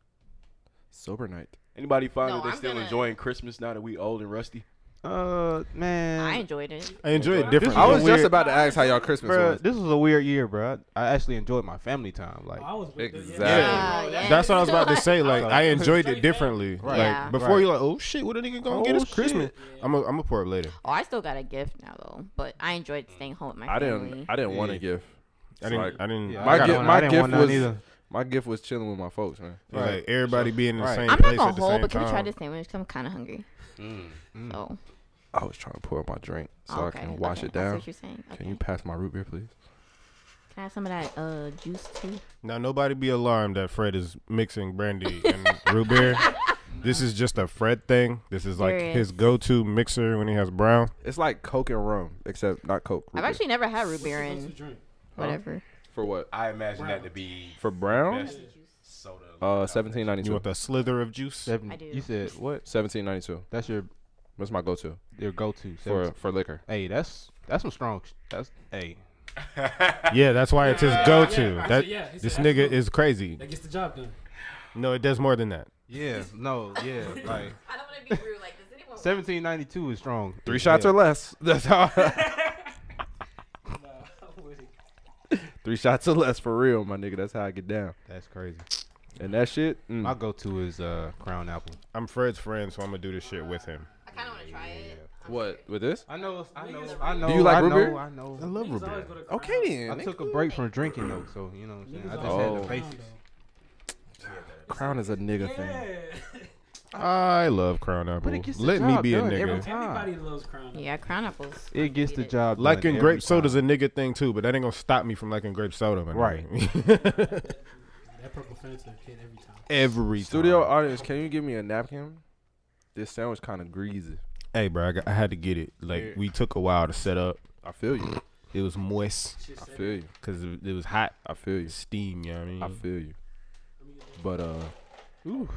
Speaker 3: sober night.
Speaker 2: Anybody find
Speaker 8: No,
Speaker 2: that they
Speaker 8: I'm
Speaker 2: still
Speaker 8: gonna-
Speaker 2: enjoying Christmas now that we old and rusty?
Speaker 1: Uh, man.
Speaker 8: I enjoyed it.
Speaker 5: I enjoy it differently.
Speaker 3: I was just about to ask how y'all Christmas
Speaker 1: Bro,
Speaker 3: was.
Speaker 1: this was a weird year, bro. I, I actually enjoyed my family time. Like,
Speaker 7: I was with the- yeah.
Speaker 3: Exactly.
Speaker 8: Yeah, Uh, yeah.
Speaker 5: That's what I was about to say. Like I enjoyed it differently. Like
Speaker 8: Yeah.
Speaker 5: before,
Speaker 1: Right.
Speaker 5: you're like, "Oh shit, what a nigga gonna get?
Speaker 1: Oh,
Speaker 5: It's Christmas."
Speaker 1: shit.
Speaker 5: I'm gonna I'm pour up later.
Speaker 8: Oh, I still got a gift now though, but I enjoyed staying home with my
Speaker 3: I
Speaker 8: family.
Speaker 3: didn't. I didn't want to give.
Speaker 5: I didn't.
Speaker 3: Like-
Speaker 5: I didn't.
Speaker 1: yeah,
Speaker 3: my
Speaker 1: I got
Speaker 3: gift-
Speaker 1: one.
Speaker 3: my
Speaker 1: I didn't
Speaker 3: gift
Speaker 1: want none
Speaker 3: was-
Speaker 1: either.
Speaker 3: My gift was chilling with my folks, man.
Speaker 5: It's Like everybody being in the
Speaker 1: Right.
Speaker 5: same
Speaker 8: I'm not
Speaker 5: place
Speaker 8: gonna
Speaker 5: at the
Speaker 8: hold,
Speaker 5: same
Speaker 8: but can we try
Speaker 5: time.
Speaker 8: the sandwich? Cause I'm kind of hungry. So, oh,
Speaker 3: I was trying to pour up my drink Mm. so
Speaker 8: okay.
Speaker 3: I can wash
Speaker 8: okay,
Speaker 3: it
Speaker 8: I see
Speaker 3: down.
Speaker 8: what you're saying. Okay.
Speaker 3: Can you pass my root beer, please?
Speaker 8: Can I have some of that uh juice too?
Speaker 5: Now nobody be alarmed that Fred is mixing brandy and root beer. This is just a Fred thing. This is like
Speaker 8: There is.
Speaker 5: his go-to mixer when he has brown.
Speaker 3: It's like Coke and rum, except not Coke. root
Speaker 8: I've
Speaker 3: beer.
Speaker 8: actually never had root beer
Speaker 7: Supposed to
Speaker 8: and
Speaker 7: drink.
Speaker 8: whatever.
Speaker 3: for what?
Speaker 2: I imagine that to be
Speaker 3: For brown?
Speaker 2: best soda.
Speaker 3: Uh, seventeen ninety
Speaker 5: You
Speaker 3: two.
Speaker 5: want the slither of juice?
Speaker 1: Seven,
Speaker 8: I do.
Speaker 1: You said what?
Speaker 3: Seventeen ninety two.
Speaker 1: That's your
Speaker 3: That's my go to
Speaker 1: your go-to.
Speaker 3: for
Speaker 1: seven-
Speaker 3: for liquor.
Speaker 1: hey, that's that's some strong. sh- That's hey.
Speaker 5: Yeah, that's why it's his go-to.
Speaker 7: yeah,
Speaker 5: that
Speaker 7: I said, yeah, he said
Speaker 5: this
Speaker 7: that's
Speaker 5: nigga
Speaker 7: cool.
Speaker 5: is crazy.
Speaker 7: That gets the job done.
Speaker 5: No, it does more than that.
Speaker 1: Yeah. No. Yeah. Like
Speaker 8: I don't want to be rude. Like, does anyone?
Speaker 1: 1792 is strong.
Speaker 3: Three shots or less. That's how.
Speaker 7: Nah, I'm with it.
Speaker 3: Three shots or less for real, my nigga. That's how I get down.
Speaker 1: That's crazy.
Speaker 3: And that shit. mm.
Speaker 1: My go-to is uh Crown Apple.
Speaker 5: I'm Fred's friend, so I'm gonna do this shit with him.
Speaker 8: I kind of want to try it.
Speaker 3: What with this?
Speaker 1: I know. I know.
Speaker 7: Niggas-
Speaker 1: I know.
Speaker 3: Do you like
Speaker 1: I
Speaker 3: root
Speaker 1: know,
Speaker 3: beer?
Speaker 1: I know.
Speaker 5: I love
Speaker 7: Niggas
Speaker 5: root
Speaker 7: always
Speaker 5: beer.
Speaker 7: go to Crown.
Speaker 3: Okay then.
Speaker 1: I took a break from drinking though, so you know. What I'm saying?
Speaker 7: Niggas
Speaker 1: I just
Speaker 7: always
Speaker 1: had
Speaker 7: go
Speaker 1: the
Speaker 7: to
Speaker 3: face.
Speaker 7: Crown,
Speaker 1: basics.
Speaker 3: Crown is a nigga
Speaker 7: though.
Speaker 3: thing.
Speaker 7: Yeah.
Speaker 5: I love Crown Apple.
Speaker 1: But it gets the
Speaker 5: Let me
Speaker 1: job
Speaker 5: be a
Speaker 1: done every
Speaker 5: nigga.
Speaker 1: time.
Speaker 7: Everybody loves Crown.
Speaker 8: Yeah, Crown apples.
Speaker 1: It gets the
Speaker 8: Undefeated.
Speaker 1: job. done
Speaker 5: Liking
Speaker 1: every
Speaker 5: grape
Speaker 1: time.
Speaker 5: soda's a nigga thing too, but that ain't gonna stop me from liking grape soda, man.
Speaker 1: Right.
Speaker 7: That purple Fanta hit every time.
Speaker 5: Every
Speaker 3: Studio
Speaker 5: time.
Speaker 3: audience, can you give me a napkin? This sandwich kind of greasy.
Speaker 5: Hey, bro, I, got, I had to get it. Like we took a while to set up.
Speaker 3: I feel you.
Speaker 5: It was moist
Speaker 7: Shit
Speaker 3: I
Speaker 7: said
Speaker 3: feel you.
Speaker 5: because it, it was hot
Speaker 3: I feel you.
Speaker 5: steam. You know what I mean?
Speaker 3: I feel you. But uh,
Speaker 5: oh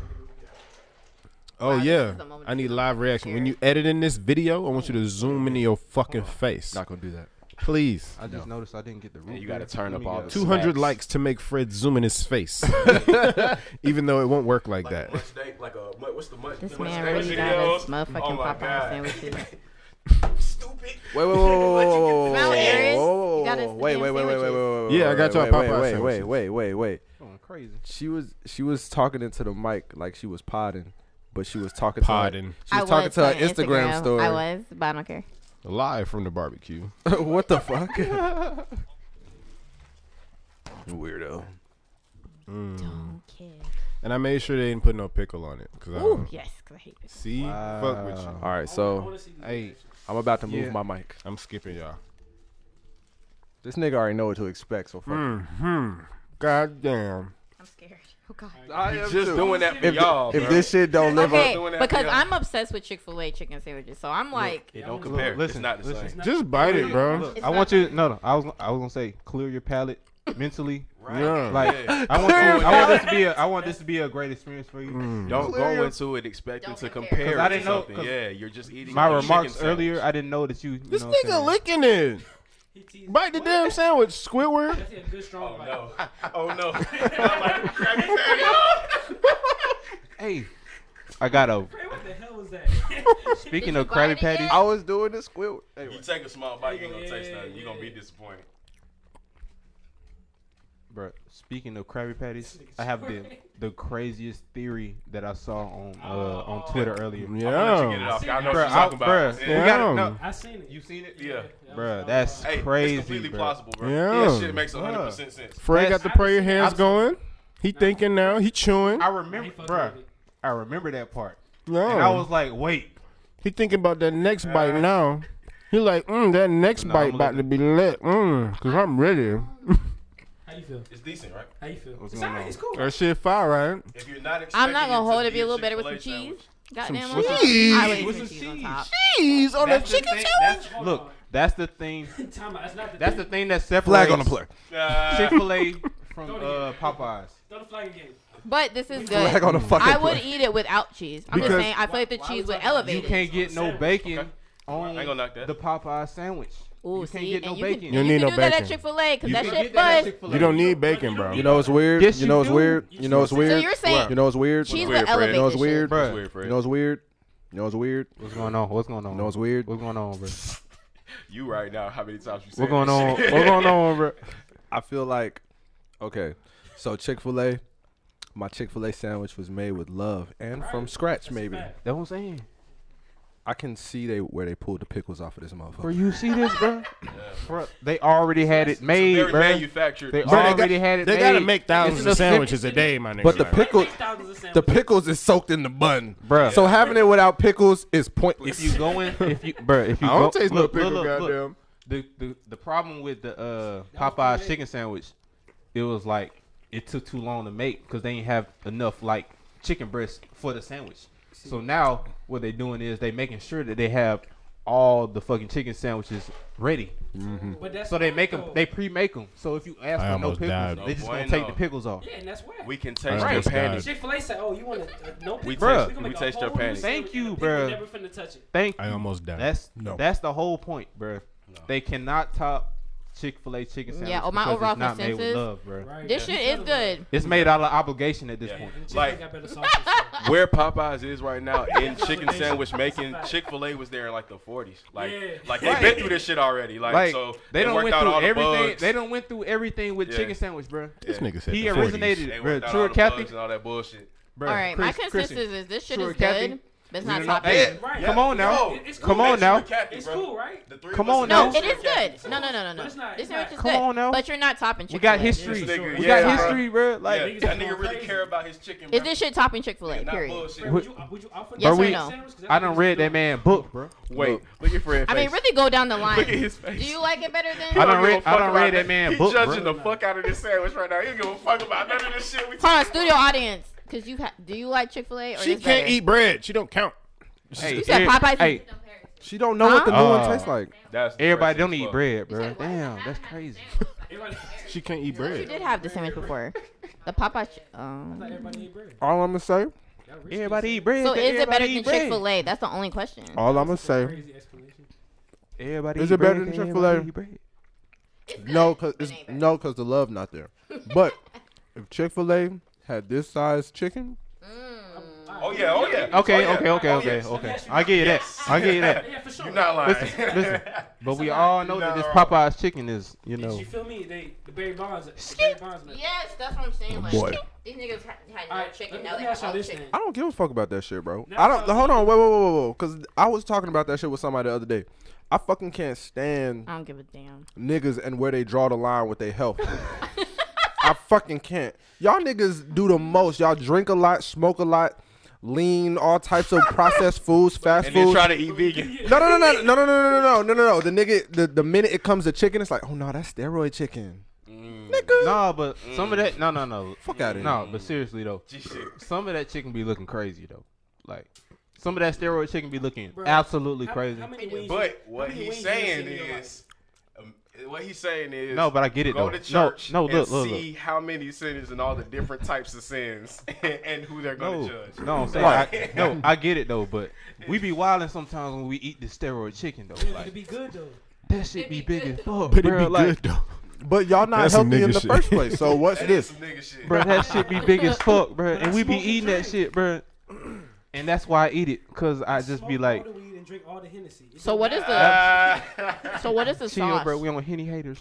Speaker 8: Wow, this
Speaker 5: yeah.
Speaker 8: is the moment
Speaker 5: I need
Speaker 8: you-
Speaker 5: live reaction. When you editing this video, I want you to zoom into your fucking face,
Speaker 3: not gonna do that.
Speaker 5: please.
Speaker 1: I just noticed I didn't get the root.
Speaker 2: you gotta
Speaker 1: beer.
Speaker 2: turn
Speaker 1: Let
Speaker 2: up
Speaker 1: me
Speaker 2: all
Speaker 1: get-
Speaker 2: the-
Speaker 5: Two hundred
Speaker 2: Snacks.
Speaker 5: likes to make Fred zoom in his face, even though it won't work like
Speaker 2: Like,
Speaker 5: that.
Speaker 2: a munch steak, like a mu- what's the munch?
Speaker 8: This
Speaker 2: munch
Speaker 8: man
Speaker 2: steak
Speaker 8: really got
Speaker 2: videos?
Speaker 8: us motherfucking
Speaker 2: Oh my
Speaker 8: Popeye
Speaker 2: God.
Speaker 8: sandwiches.
Speaker 2: Stupid.
Speaker 3: Wait, wait, wait, wait, wait, wait,
Speaker 8: Now it
Speaker 3: wait,
Speaker 8: is.
Speaker 3: whoa,
Speaker 8: You got us
Speaker 3: whoa,
Speaker 8: the
Speaker 3: wait, wait, wait, wait,
Speaker 8: damn
Speaker 3: wait,
Speaker 8: sandwiches.
Speaker 3: wait, wait,
Speaker 5: Yeah, I
Speaker 3: wait,
Speaker 5: got y'all
Speaker 3: wait, wait,
Speaker 5: Popeye
Speaker 3: Wait, wait,
Speaker 5: sandwiches.
Speaker 3: wait, wait, wait.
Speaker 1: Going crazy.
Speaker 3: She was she was talking into the mic like she was podding, but she was talking to her-
Speaker 5: Podding.
Speaker 3: She was talking to her
Speaker 8: on
Speaker 3: Instagram story.
Speaker 8: I was, but I don't care.
Speaker 5: Live from the barbecue.
Speaker 3: what the fuck? Weirdo. Mm.
Speaker 8: Don't care.
Speaker 5: And I made sure they didn't put no pickle on it. Cause
Speaker 3: Oh.
Speaker 5: I
Speaker 8: Ooh,
Speaker 5: don't-
Speaker 8: yes, 'cause I hate pickles.
Speaker 5: See? Fuck with you.
Speaker 3: All right,
Speaker 7: I wanna
Speaker 3: so
Speaker 7: see
Speaker 5: Hey,
Speaker 3: I'm about to move
Speaker 1: Yeah.
Speaker 3: my mic.
Speaker 5: I'm skipping y'all.
Speaker 3: This nigga already know what to expect, so fuck.
Speaker 5: Mm-hmm. God damn.
Speaker 8: I'm scared. Oh God.
Speaker 3: I am
Speaker 5: Just doing that for
Speaker 3: If,
Speaker 5: y'all,
Speaker 3: if
Speaker 5: bro.
Speaker 3: this shit don't live
Speaker 8: Okay,
Speaker 3: up,
Speaker 8: because I'm obsessed with Chick Fil A chicken sandwiches, so I'm like,
Speaker 2: It don't compare. it's
Speaker 1: listen,
Speaker 2: not the
Speaker 1: listen.
Speaker 2: same.
Speaker 5: Just bite it, bro.
Speaker 1: I want you. No, no. I was. I was gonna say, clear your palate mentally.
Speaker 2: Right.
Speaker 5: Yeah.
Speaker 1: Like, I want.
Speaker 3: Clear
Speaker 1: I
Speaker 3: your
Speaker 1: want this to be. A, I want this to be a great experience for you.
Speaker 2: Don't
Speaker 3: Clear
Speaker 2: go
Speaker 3: your-
Speaker 2: into it expecting
Speaker 8: Don't
Speaker 2: to
Speaker 8: compare.
Speaker 2: compare.
Speaker 1: 'Cause
Speaker 2: it
Speaker 1: I
Speaker 2: to
Speaker 1: didn't know-
Speaker 2: something.
Speaker 1: 'cause
Speaker 2: Yeah, you're just eating.
Speaker 1: My
Speaker 2: a chicken
Speaker 1: remarks
Speaker 2: sandwich.
Speaker 1: earlier, I didn't know that you. you
Speaker 5: This
Speaker 1: know what I'm
Speaker 5: nigga
Speaker 1: saying?
Speaker 5: licking it.
Speaker 7: he teased-
Speaker 5: Bite the damn sandwich, Squidward.
Speaker 7: That's a good strong
Speaker 2: Oh
Speaker 7: bite.
Speaker 2: no! Oh no! I'm like, Krabby Patty.
Speaker 1: Hey, I got a.
Speaker 7: Hey, what the hell was that?
Speaker 1: Speaking
Speaker 8: Did you
Speaker 1: of
Speaker 8: buy it
Speaker 1: Krabby Patties,
Speaker 8: again?
Speaker 3: I was doing this squid.
Speaker 2: You
Speaker 3: Anyway,
Speaker 2: take a small bite, you ain't gonna taste
Speaker 7: Yeah,
Speaker 2: nothing. You gonna be
Speaker 7: yeah.
Speaker 2: disappointed.
Speaker 1: bro. Speaking of Krabby Patties, I have the the craziest theory that I saw on uh, on Twitter earlier.
Speaker 2: I'll let you get it
Speaker 5: Yeah.
Speaker 2: off. Y'all know
Speaker 1: Bro,
Speaker 2: what you're talking
Speaker 1: I-
Speaker 2: about.
Speaker 1: bro,
Speaker 2: Yeah.
Speaker 1: we gotta- no,
Speaker 5: Damn.
Speaker 7: I seen it. You
Speaker 1: seen it?
Speaker 2: Yeah.
Speaker 1: Bro, that's
Speaker 2: Hey,
Speaker 1: crazy.
Speaker 2: it's completely
Speaker 1: bro.
Speaker 2: plausible, bro.
Speaker 5: Yeah.
Speaker 2: Yeah, shit makes 100 percent sense.
Speaker 5: Fred got
Speaker 1: That's-
Speaker 5: the prayer hands
Speaker 1: I've-
Speaker 5: going. He thinking now. He chewing.
Speaker 1: I
Speaker 7: He
Speaker 1: remember,
Speaker 7: fucking
Speaker 1: bro.
Speaker 7: with it.
Speaker 1: I remember that part,
Speaker 5: No.
Speaker 1: and I was like, wait.
Speaker 5: He thinking about that next bite now. He like, mm, that next
Speaker 1: Nah,
Speaker 5: bite
Speaker 1: I'm
Speaker 5: about to be lit, mm, cause I'm ready.
Speaker 7: How you feel?
Speaker 2: It's decent, right?
Speaker 7: How you feel?
Speaker 1: What's
Speaker 7: it's
Speaker 1: going
Speaker 7: alright,
Speaker 1: on?
Speaker 7: It's cool.
Speaker 5: That shit fire, right?
Speaker 2: If you're not,
Speaker 8: I'm not gonna hold it. Be
Speaker 2: be
Speaker 8: a little better with some cheese. Goddamn,
Speaker 5: With some
Speaker 8: I would
Speaker 5: cheese.
Speaker 8: eat
Speaker 1: With
Speaker 8: some
Speaker 1: some
Speaker 8: cheese on
Speaker 1: cheese.
Speaker 8: top.
Speaker 5: Cheese on
Speaker 1: That's the thing- that's-
Speaker 7: Hold
Speaker 1: look,
Speaker 7: on.
Speaker 1: that's the thing.
Speaker 7: Time out. That's not the
Speaker 1: That's the
Speaker 7: thing.
Speaker 1: thing that separates
Speaker 3: flag on the player.
Speaker 1: Chick Fil A from
Speaker 7: Don't
Speaker 1: uh,
Speaker 7: again.
Speaker 1: Popeyes.
Speaker 7: Throw the flag again.
Speaker 8: But this is
Speaker 3: Flag
Speaker 8: good.
Speaker 3: on the fucking
Speaker 8: I would
Speaker 3: player.
Speaker 8: eat it without cheese. I'm just
Speaker 5: Because-
Speaker 8: saying, I feel like the cheese would
Speaker 1: You
Speaker 8: elevate it.
Speaker 1: can't get no bacon on
Speaker 2: I ain't gonna knock that.
Speaker 1: the Popeye sandwich.
Speaker 8: Ooh,
Speaker 1: you can't
Speaker 8: see,
Speaker 1: get no
Speaker 8: and
Speaker 1: bacon.
Speaker 8: You,
Speaker 5: You
Speaker 8: can,
Speaker 5: need
Speaker 8: you
Speaker 5: no
Speaker 8: can do that at
Speaker 5: bacon.
Speaker 8: Chick Fil A because that
Speaker 1: You
Speaker 8: shit
Speaker 1: get that at
Speaker 8: buzz.
Speaker 1: Chick-fil-A.
Speaker 5: You don't need bacon,
Speaker 7: You don't
Speaker 5: bro.
Speaker 3: You know what's weird?
Speaker 1: Yes,
Speaker 3: you
Speaker 1: you
Speaker 3: know what's
Speaker 1: do.
Speaker 3: weird?
Speaker 7: You
Speaker 3: You know what's
Speaker 8: So
Speaker 3: weird?
Speaker 8: you're saying
Speaker 3: You know what's weird?
Speaker 8: cheese
Speaker 2: Weird,
Speaker 8: would
Speaker 2: Fred.
Speaker 8: elevate
Speaker 3: You know
Speaker 8: this
Speaker 3: what's
Speaker 8: shit.
Speaker 3: weird?
Speaker 1: Bruh.
Speaker 2: Weird, Fred.
Speaker 3: You know what's weird? You know what's weird?
Speaker 1: What's going on? What's going on?
Speaker 3: You know what's weird?
Speaker 1: What's going on, bro?
Speaker 2: You right now? How many times you said
Speaker 1: What's going on?
Speaker 2: that
Speaker 1: What's
Speaker 2: shit?
Speaker 1: going on, bro?
Speaker 3: I feel like, okay, so Chick Fil A, my Chick Fil A sandwich was made with love and from scratch. Maybe
Speaker 7: fact.
Speaker 1: That's what I'm saying.
Speaker 3: I can see they where they pulled the pickles off of this
Speaker 1: Bro,
Speaker 3: motherfucker.
Speaker 1: you see this, bro? Bro, they already had it made,
Speaker 2: Very
Speaker 1: bro.
Speaker 2: manufactured.
Speaker 1: They
Speaker 5: Bro,
Speaker 1: already had it
Speaker 5: They
Speaker 1: made.
Speaker 5: gotta make thousands
Speaker 1: It's
Speaker 5: of
Speaker 1: the
Speaker 5: sandwiches a day, my nigga.
Speaker 3: But the pickle,
Speaker 7: Six thousands of
Speaker 3: the
Speaker 7: sandwiches.
Speaker 3: pickles is soaked in the bun,
Speaker 1: Bruh.
Speaker 3: So having it without pickles is
Speaker 1: If
Speaker 3: pointless.
Speaker 1: you go in, if you, bro, if you
Speaker 5: I don't
Speaker 1: go,
Speaker 5: taste no
Speaker 1: look,
Speaker 5: pickle,
Speaker 1: look, look, look.
Speaker 5: goddamn.
Speaker 1: The, the the problem with the uh, Popeye's chicken sandwich, it was like it took too long to make because they didn't have enough like chicken breast for the sandwich. So now what they're doing is they making sure that they have all the fucking chicken sandwiches ready.
Speaker 7: But that's
Speaker 1: So they
Speaker 7: whack,
Speaker 1: make them,
Speaker 7: though.
Speaker 1: they pre-make them. So if you ask
Speaker 5: I
Speaker 1: for no
Speaker 5: almost
Speaker 1: pickles,
Speaker 5: died.
Speaker 1: they just
Speaker 2: No
Speaker 1: gonna
Speaker 2: bueno.
Speaker 1: take the pickles off.
Speaker 7: Yeah, and that's whack.
Speaker 2: We can taste
Speaker 5: Right.
Speaker 2: your panties.
Speaker 7: Chick Fil A said, "Oh, you want to uh, no
Speaker 2: We
Speaker 7: pickles?
Speaker 1: Bruh.
Speaker 7: gonna
Speaker 2: we
Speaker 7: make a
Speaker 2: taste
Speaker 7: whole
Speaker 2: your
Speaker 7: new
Speaker 2: panties.
Speaker 7: sandwich
Speaker 1: Thank you,
Speaker 7: and the
Speaker 1: bruh.
Speaker 7: pickles Never finna touch it.
Speaker 1: Thank
Speaker 5: I
Speaker 1: you.
Speaker 5: almost died.
Speaker 1: That's
Speaker 5: No.
Speaker 1: that's the whole point, bro. They cannot top Chick Fil A chicken sandwich.
Speaker 8: Yeah, oh, my
Speaker 1: because
Speaker 8: overall
Speaker 1: it's not made with
Speaker 8: consensus-
Speaker 1: love, bro.
Speaker 7: Right.
Speaker 8: This shit is good.
Speaker 1: It's made out of obligation at this
Speaker 2: Yeah.
Speaker 1: point.
Speaker 7: And Chick Fil A
Speaker 2: Like-
Speaker 7: got better sauces. so-
Speaker 2: Where Popeyes is right now in chicken
Speaker 7: That's a
Speaker 2: sandwich making,
Speaker 7: fact.
Speaker 2: Chick Fil A was there in like the 40s. Like,
Speaker 7: Yeah.
Speaker 2: like they've been through this shit already. Like,
Speaker 1: Like
Speaker 2: so
Speaker 1: they don't
Speaker 2: worked
Speaker 1: went
Speaker 2: out
Speaker 1: through
Speaker 2: all the
Speaker 1: everything.
Speaker 2: bugs.
Speaker 1: They don't went through everything with
Speaker 2: Yeah.
Speaker 1: chicken sandwich, bro.
Speaker 5: This nigga said
Speaker 1: He
Speaker 5: the 40s.
Speaker 1: originated
Speaker 2: They
Speaker 1: it, bro.
Speaker 2: worked out all
Speaker 1: True
Speaker 2: the
Speaker 1: Kathy,
Speaker 2: bugs and all that bullshit.
Speaker 1: bro.
Speaker 8: All right, my
Speaker 1: Chris-
Speaker 8: consensus
Speaker 1: Christian.
Speaker 8: is this shit
Speaker 1: Sure,
Speaker 8: is
Speaker 1: Kathy.
Speaker 8: good, but it's
Speaker 1: You
Speaker 8: not
Speaker 1: know-
Speaker 8: top
Speaker 1: Hey,
Speaker 8: tier.
Speaker 7: Right.
Speaker 1: Come on now,
Speaker 2: Yo,
Speaker 7: it's
Speaker 1: come
Speaker 7: cool.
Speaker 1: on now.
Speaker 2: Sure, Kathy,
Speaker 7: It's
Speaker 2: bro.
Speaker 7: cool, right?
Speaker 2: The three of
Speaker 1: Come
Speaker 2: us
Speaker 1: on
Speaker 2: is
Speaker 1: now.
Speaker 8: No,
Speaker 2: doing
Speaker 8: it is
Speaker 2: Kathy.
Speaker 8: good. No, no, no, no,
Speaker 7: But it's
Speaker 8: no.
Speaker 7: not-
Speaker 8: This
Speaker 7: it's not.
Speaker 8: sandwich is
Speaker 1: Come on
Speaker 8: good,
Speaker 1: now.
Speaker 8: but you're not topping Chick-fil-A.
Speaker 1: We got history.
Speaker 2: This nigga-
Speaker 1: We
Speaker 2: yeah,
Speaker 1: got
Speaker 2: bro.
Speaker 1: history, bro. Like,
Speaker 2: Yeah,
Speaker 7: Niggas
Speaker 2: that
Speaker 7: going
Speaker 2: nigga really
Speaker 7: crazy.
Speaker 2: care about his chicken, bro.
Speaker 8: Is this shit topping Chick-fil-A?
Speaker 2: Not
Speaker 8: Period.
Speaker 2: bullshit.
Speaker 7: Bruh, Would you, uh, would you offer
Speaker 8: Yes
Speaker 7: that
Speaker 8: or
Speaker 7: to
Speaker 8: no?
Speaker 7: the sandwich? 'Cause that's
Speaker 1: I
Speaker 7: what
Speaker 1: done
Speaker 7: this
Speaker 1: read that
Speaker 7: is doing.
Speaker 1: man book, bro.
Speaker 2: Wait, look at Fred's
Speaker 8: I
Speaker 2: face.
Speaker 8: mean, really go down the line.
Speaker 2: Look at his face.
Speaker 8: Do you like it better than?
Speaker 1: I done
Speaker 2: He
Speaker 1: read-
Speaker 2: give a fuck
Speaker 1: I done read
Speaker 2: about
Speaker 1: that man
Speaker 2: He
Speaker 1: book,
Speaker 2: judging
Speaker 1: bro.
Speaker 2: the fuck out of this sandwich right now. He don't give a fuck about none of this shit. We
Speaker 8: Hold on, studio audience, because you ha- do you like Chick Fil A or
Speaker 5: She
Speaker 8: this
Speaker 5: can't
Speaker 8: better?
Speaker 5: eat bread. She don't count.
Speaker 1: Hey,
Speaker 8: You said
Speaker 1: every-
Speaker 8: Popeyes.
Speaker 1: Hey,
Speaker 3: she don't know what the new
Speaker 1: Huh? Uh.
Speaker 3: one tastes like.
Speaker 2: That's
Speaker 1: everybody don't
Speaker 2: depressing
Speaker 1: eat
Speaker 2: as
Speaker 1: bread, bro. Damn, that's crazy.
Speaker 7: Everybody,
Speaker 5: She can't eat
Speaker 8: You
Speaker 5: bread.
Speaker 8: did have the sandwich before. The Popeye. ch- Um,
Speaker 7: everybody eat bread.
Speaker 3: All I'm gonna say,
Speaker 7: Y'all rich
Speaker 1: Everybody
Speaker 7: kids
Speaker 1: eat bread.
Speaker 8: so
Speaker 1: they-
Speaker 8: is it better
Speaker 1: everybody
Speaker 8: than
Speaker 1: eat bread.
Speaker 8: Chick Fil A? That's the only question.
Speaker 3: all I'm gonna
Speaker 7: have
Speaker 3: say,
Speaker 7: Crazy explanation.
Speaker 1: Everybody
Speaker 3: Is
Speaker 1: eat
Speaker 3: it better
Speaker 1: bread,
Speaker 3: than
Speaker 1: everybody
Speaker 3: Chick-fil-A?
Speaker 1: eat bread.
Speaker 3: no, cause it's, no, cause the love not there. But if Chick Fil A had this size chicken,
Speaker 2: Oh yeah, oh yeah.
Speaker 1: Okay,
Speaker 2: Oh, yeah.
Speaker 1: okay, okay,
Speaker 2: Oh,
Speaker 1: okay,
Speaker 2: yes.
Speaker 1: okay. I get you that. I get you that.
Speaker 7: Yeah, for sure.
Speaker 2: You're not lying.
Speaker 1: Listen, listen. But we all know that this
Speaker 2: No.
Speaker 1: Popeyes chicken is, you
Speaker 7: Did
Speaker 1: know.
Speaker 7: you feel me? They the Barry Bonds. The Barry Bonds man.
Speaker 8: Yes, that's what I'm saying. Like,
Speaker 3: boy.
Speaker 8: These niggas had, had
Speaker 7: All right, let me, let me ask y'all this thing.
Speaker 3: I don't give a fuck about that shit, bro.
Speaker 7: Now
Speaker 3: I don't.
Speaker 7: tell
Speaker 3: Hold
Speaker 7: me-
Speaker 3: on, wait, wait, wait, wait, wait. Cause I was talking about that shit with somebody the other day. I fucking can't stand
Speaker 8: I don't give a damn.
Speaker 3: niggas and where they draw the line with their health. I fucking can't. Y'all niggas do the most. Y'all drink a lot, smoke a lot, lean, all types of processed foods, fast
Speaker 10: And then
Speaker 3: food.
Speaker 10: try to eat vegan.
Speaker 3: No, no, no, no, no, no, no, no, no, no, no, no. The nigga, the, the minute it comes to chicken, it's like, oh no, that's steroid chicken. Nigga,
Speaker 1: No, but some of that. No, no, no.
Speaker 3: fuck out of here.
Speaker 1: No, but seriously though, some of that chicken be looking crazy though. Like some of that steroid chicken be looking
Speaker 7: Bruh,
Speaker 1: absolutely
Speaker 7: How-
Speaker 1: crazy.
Speaker 7: how many wings you-
Speaker 10: But
Speaker 7: how
Speaker 10: what
Speaker 7: many
Speaker 10: he's
Speaker 7: wings you ever
Speaker 10: saying
Speaker 7: seen in your life?
Speaker 10: is, um, what he's saying is,
Speaker 1: No, but I get it,
Speaker 10: Go
Speaker 1: though.
Speaker 10: to
Speaker 1: No,
Speaker 10: church.
Speaker 1: no, look,
Speaker 10: and
Speaker 1: look,
Speaker 10: see how many sinners and all the different types of sins and who they're going
Speaker 1: No,
Speaker 10: to judge.
Speaker 1: Oh. no, I'm saying I, no. I get it though, but we be wilding sometimes when we eat the steroid chicken though.
Speaker 7: It'd
Speaker 1: Like
Speaker 7: be good though.
Speaker 1: that shit be big as fuck,
Speaker 5: But it
Speaker 1: bro.
Speaker 5: be
Speaker 1: Like,
Speaker 5: good though.
Speaker 3: But y'all not
Speaker 5: That's some
Speaker 3: healthy in
Speaker 5: nigga
Speaker 3: the
Speaker 5: shit.
Speaker 3: first place. So what's
Speaker 10: That is
Speaker 3: this?
Speaker 10: some nigga shit.
Speaker 1: bro, that shit be big as fuck, bro. And we be eating that shit, bro. And that's why I eat it, cause I just be
Speaker 7: Smoke
Speaker 1: like,
Speaker 7: all the weed and drink all the Hennessy. It
Speaker 8: So
Speaker 7: don't
Speaker 8: what is
Speaker 7: matter.
Speaker 8: the
Speaker 10: Ah.
Speaker 8: so what is the
Speaker 1: chill,
Speaker 8: sauce?
Speaker 1: bro. We on Henny haters.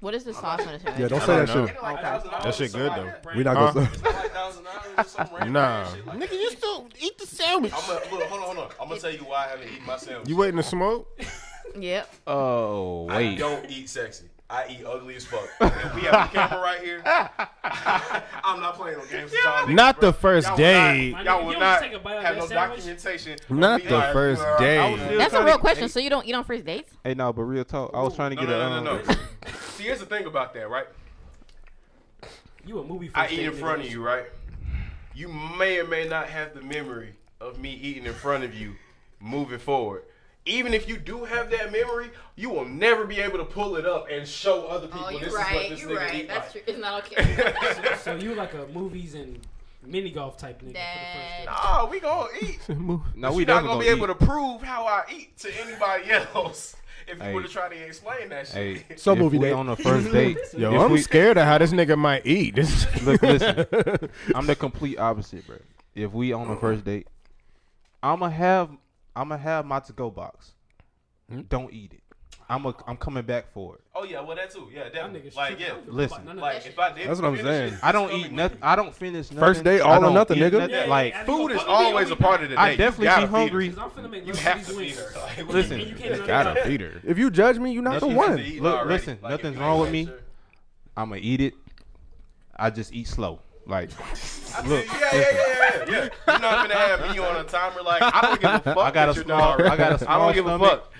Speaker 8: What is the sauce when it's
Speaker 3: Yeah,
Speaker 8: heavy?
Speaker 3: don't Uh-huh. say that
Speaker 5: know.
Speaker 3: shit.
Speaker 9: Like $1,000
Speaker 5: That shit
Speaker 9: or
Speaker 5: good
Speaker 9: something like
Speaker 5: though.
Speaker 3: We not gonna.
Speaker 5: Nah.
Speaker 9: Nigga, you still eat the sandwich. I'm gonna, look, hold on, hold on. I'm gonna tell you why I haven't eaten my sandwich.
Speaker 5: You waiting to smoke?
Speaker 8: Yep.
Speaker 1: Oh
Speaker 9: I
Speaker 1: wait,
Speaker 9: don't eat sexy. I eat ugly as fuck. And we have a camera right here. I'm not playing no games with y'all. niggas,
Speaker 5: Not
Speaker 9: bro.
Speaker 5: the first
Speaker 9: Y'all will
Speaker 5: date.
Speaker 7: My
Speaker 9: not-
Speaker 7: nigga,
Speaker 9: Y'all
Speaker 7: you
Speaker 9: will
Speaker 7: don't
Speaker 9: not
Speaker 7: take a bite out
Speaker 9: have
Speaker 7: of
Speaker 9: no
Speaker 7: that sandwich?
Speaker 9: documentation. of
Speaker 5: Not
Speaker 9: me.
Speaker 5: the
Speaker 9: Alright,
Speaker 5: first
Speaker 9: well, I
Speaker 5: date.
Speaker 9: was still
Speaker 8: That's a
Speaker 9: trying
Speaker 8: real
Speaker 9: to-
Speaker 8: question. So you don't eat on first dates?
Speaker 1: hey no, but real talk, I was trying to
Speaker 9: No,
Speaker 1: get
Speaker 9: no,
Speaker 1: a
Speaker 9: no,
Speaker 1: um,
Speaker 9: no, no. See, here's the thing about that, right?
Speaker 7: You a movie?
Speaker 9: I
Speaker 7: first
Speaker 9: eat
Speaker 7: date,
Speaker 9: in
Speaker 7: nigga.
Speaker 9: front of you, right? You may or may not have the memory of me eating in front of you moving forward. Even if you do have that memory, you will never be able to pull it up and show other
Speaker 8: Oh,
Speaker 9: people this is what this nigga eat like.
Speaker 8: true. It's not okay.
Speaker 7: So you like a movies and mini golf type nigga for
Speaker 9: Oh, we gonna eat.
Speaker 1: No,
Speaker 9: we
Speaker 1: we
Speaker 9: are not
Speaker 1: never
Speaker 9: gonna,
Speaker 1: gonna
Speaker 9: be able to prove how I eat to anybody else if you
Speaker 1: Hey.
Speaker 9: were to try to explain that shit.
Speaker 1: Hey,
Speaker 3: So
Speaker 1: if
Speaker 3: movie
Speaker 1: we
Speaker 3: date.
Speaker 1: on the first date.
Speaker 5: Yo,
Speaker 1: if
Speaker 5: I'm
Speaker 1: we-
Speaker 5: scared of how this nigga might eat. This
Speaker 1: Look, listen. I'm the complete opposite, bro. If we on
Speaker 3: Uh-uh.
Speaker 1: the first date, I'ma have I'ma have my to go box.
Speaker 3: Hmm?
Speaker 1: Don't eat it. I'm a, I'm coming back for it.
Speaker 9: Oh yeah, well that too. Yeah,
Speaker 7: the first
Speaker 9: definitely.
Speaker 7: date.
Speaker 9: Like yeah,
Speaker 1: Listen.
Speaker 9: like if I did.
Speaker 3: That's what I'm
Speaker 9: finish
Speaker 3: saying.
Speaker 9: it,
Speaker 1: I don't
Speaker 9: it's
Speaker 1: eat
Speaker 9: coming with
Speaker 1: nothing. I don't finish nothing.
Speaker 3: First date, all
Speaker 1: I
Speaker 3: or
Speaker 1: don't
Speaker 3: nothing,
Speaker 1: eat
Speaker 3: nigga.
Speaker 1: nothing. Like
Speaker 9: Food is always a part of the day.
Speaker 1: I
Speaker 9: You
Speaker 1: definitely
Speaker 9: gotta
Speaker 1: be
Speaker 9: feed her.
Speaker 1: hungry.
Speaker 7: I'm finna make
Speaker 9: You
Speaker 7: love
Speaker 9: have
Speaker 7: these
Speaker 9: to feed
Speaker 7: wings.
Speaker 9: her. Like, what
Speaker 1: Listen,
Speaker 9: you
Speaker 7: You
Speaker 9: mean?
Speaker 7: can't even
Speaker 5: gotta
Speaker 7: eat
Speaker 5: feed her.
Speaker 3: If you judge me, you're not the
Speaker 1: Nothing's
Speaker 3: one.
Speaker 9: eating
Speaker 1: Look,
Speaker 9: already.
Speaker 1: listen,
Speaker 9: Like,
Speaker 1: nothing's
Speaker 9: if
Speaker 1: wrong
Speaker 9: you
Speaker 1: with me.
Speaker 9: ain't got
Speaker 1: I'ma eat it. I just eat slow. Like look.
Speaker 9: your- Yeah, yeah, yeah, yeah, yeah. You're not gonna have me on a timer. Like I don't give a fuck.
Speaker 1: I got a
Speaker 9: that you're
Speaker 1: small-
Speaker 9: not-
Speaker 1: I got a
Speaker 9: I don't give
Speaker 1: small
Speaker 9: a fuck.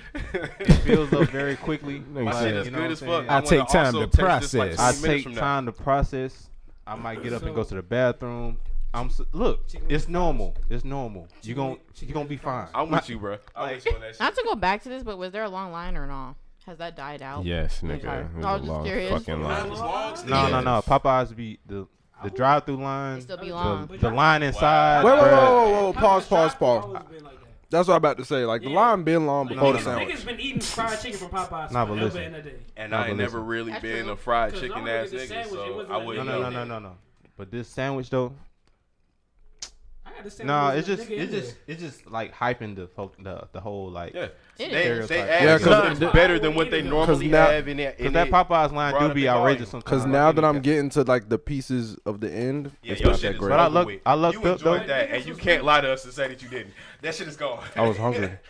Speaker 1: Fills up very quickly.
Speaker 9: My
Speaker 1: Like,
Speaker 9: shit is
Speaker 1: you know
Speaker 9: good
Speaker 1: what
Speaker 9: as
Speaker 1: I'm saying?
Speaker 9: fuck. I
Speaker 5: I take
Speaker 9: wanna
Speaker 5: time
Speaker 9: also
Speaker 5: to
Speaker 9: taste this, like, 20
Speaker 5: process.
Speaker 1: I
Speaker 9: minutes
Speaker 1: take
Speaker 9: from now.
Speaker 1: time to process. I might get up and go
Speaker 7: So-
Speaker 1: to the bathroom. I'm s look.
Speaker 7: Chicken
Speaker 1: It's
Speaker 7: wings.
Speaker 1: normal. It's normal. You gon'
Speaker 7: chicken
Speaker 1: you gonna be
Speaker 7: wings.
Speaker 1: fine.
Speaker 9: I'm with you, bro. I'm with you on that shit.
Speaker 8: not to go back to this, but was there a long line or no? Has that died out?
Speaker 5: Yes,
Speaker 8: Okay.
Speaker 5: nigga. It was
Speaker 8: I was
Speaker 5: a
Speaker 8: just
Speaker 5: long
Speaker 8: curious.
Speaker 5: fucking
Speaker 9: That
Speaker 5: line.
Speaker 9: was long. Steve.
Speaker 1: No, no, no. Popeyes be the the drive through line.
Speaker 8: It still be
Speaker 1: the-
Speaker 8: long.
Speaker 1: The, line inside.
Speaker 3: Wait, wait, wait,
Speaker 1: bruh.
Speaker 3: whoa, whoa, whoa, pause, pause, pause.
Speaker 7: Always been like that.
Speaker 3: That's what I'm about to say. Like the
Speaker 7: Yeah.
Speaker 3: line been long
Speaker 7: Like,
Speaker 3: before the
Speaker 7: niggas-
Speaker 3: sandwich.
Speaker 7: Niggas been eating fried chicken from Popeyes
Speaker 1: Nah, but
Speaker 7: forever
Speaker 1: listen.
Speaker 7: and a day.
Speaker 9: And I ain't
Speaker 1: That's
Speaker 9: never really
Speaker 8: true.
Speaker 9: been a fried
Speaker 7: 'Cause
Speaker 9: chicken
Speaker 7: I'm a
Speaker 9: ass
Speaker 7: nigga
Speaker 9: nigga,
Speaker 7: sandwich, it
Speaker 9: so
Speaker 7: wasn't
Speaker 9: I
Speaker 7: like
Speaker 1: No,
Speaker 9: wouldn't
Speaker 1: no,
Speaker 9: know.
Speaker 1: no, no, no, no. But this sandwich though,
Speaker 7: I got to say,
Speaker 1: no,
Speaker 7: it
Speaker 1: it's
Speaker 7: was a
Speaker 1: just
Speaker 7: nigga
Speaker 1: it's
Speaker 7: in
Speaker 1: just it's just like hyping the folk- the the whole like.
Speaker 9: Yeah.
Speaker 8: It
Speaker 9: They,
Speaker 8: is.
Speaker 9: they
Speaker 1: Stereotype.
Speaker 9: add
Speaker 3: Yeah,
Speaker 9: something
Speaker 7: 'cause-
Speaker 9: better than what they
Speaker 7: 'cause
Speaker 9: normally
Speaker 3: now-
Speaker 9: have in it.
Speaker 1: Cause
Speaker 9: in
Speaker 1: that
Speaker 9: it.
Speaker 1: Popeyes line
Speaker 9: brought
Speaker 1: do
Speaker 9: up
Speaker 1: be
Speaker 9: the
Speaker 1: outrageous
Speaker 9: volume.
Speaker 1: sometimes.
Speaker 3: Cause
Speaker 1: like
Speaker 3: now that
Speaker 1: any
Speaker 3: I'm
Speaker 1: cat.
Speaker 3: getting to like the pieces of the end,
Speaker 9: Yeah,
Speaker 3: it's
Speaker 9: your
Speaker 3: not
Speaker 9: shit
Speaker 3: that
Speaker 9: is
Speaker 3: great.
Speaker 1: But I
Speaker 9: over
Speaker 1: look-
Speaker 9: with.
Speaker 1: I looked
Speaker 9: you
Speaker 1: up, though.
Speaker 9: enjoyed that, and you can't lie to us and say that you didn't. That shit is gone.
Speaker 3: I was hungry.
Speaker 7: there.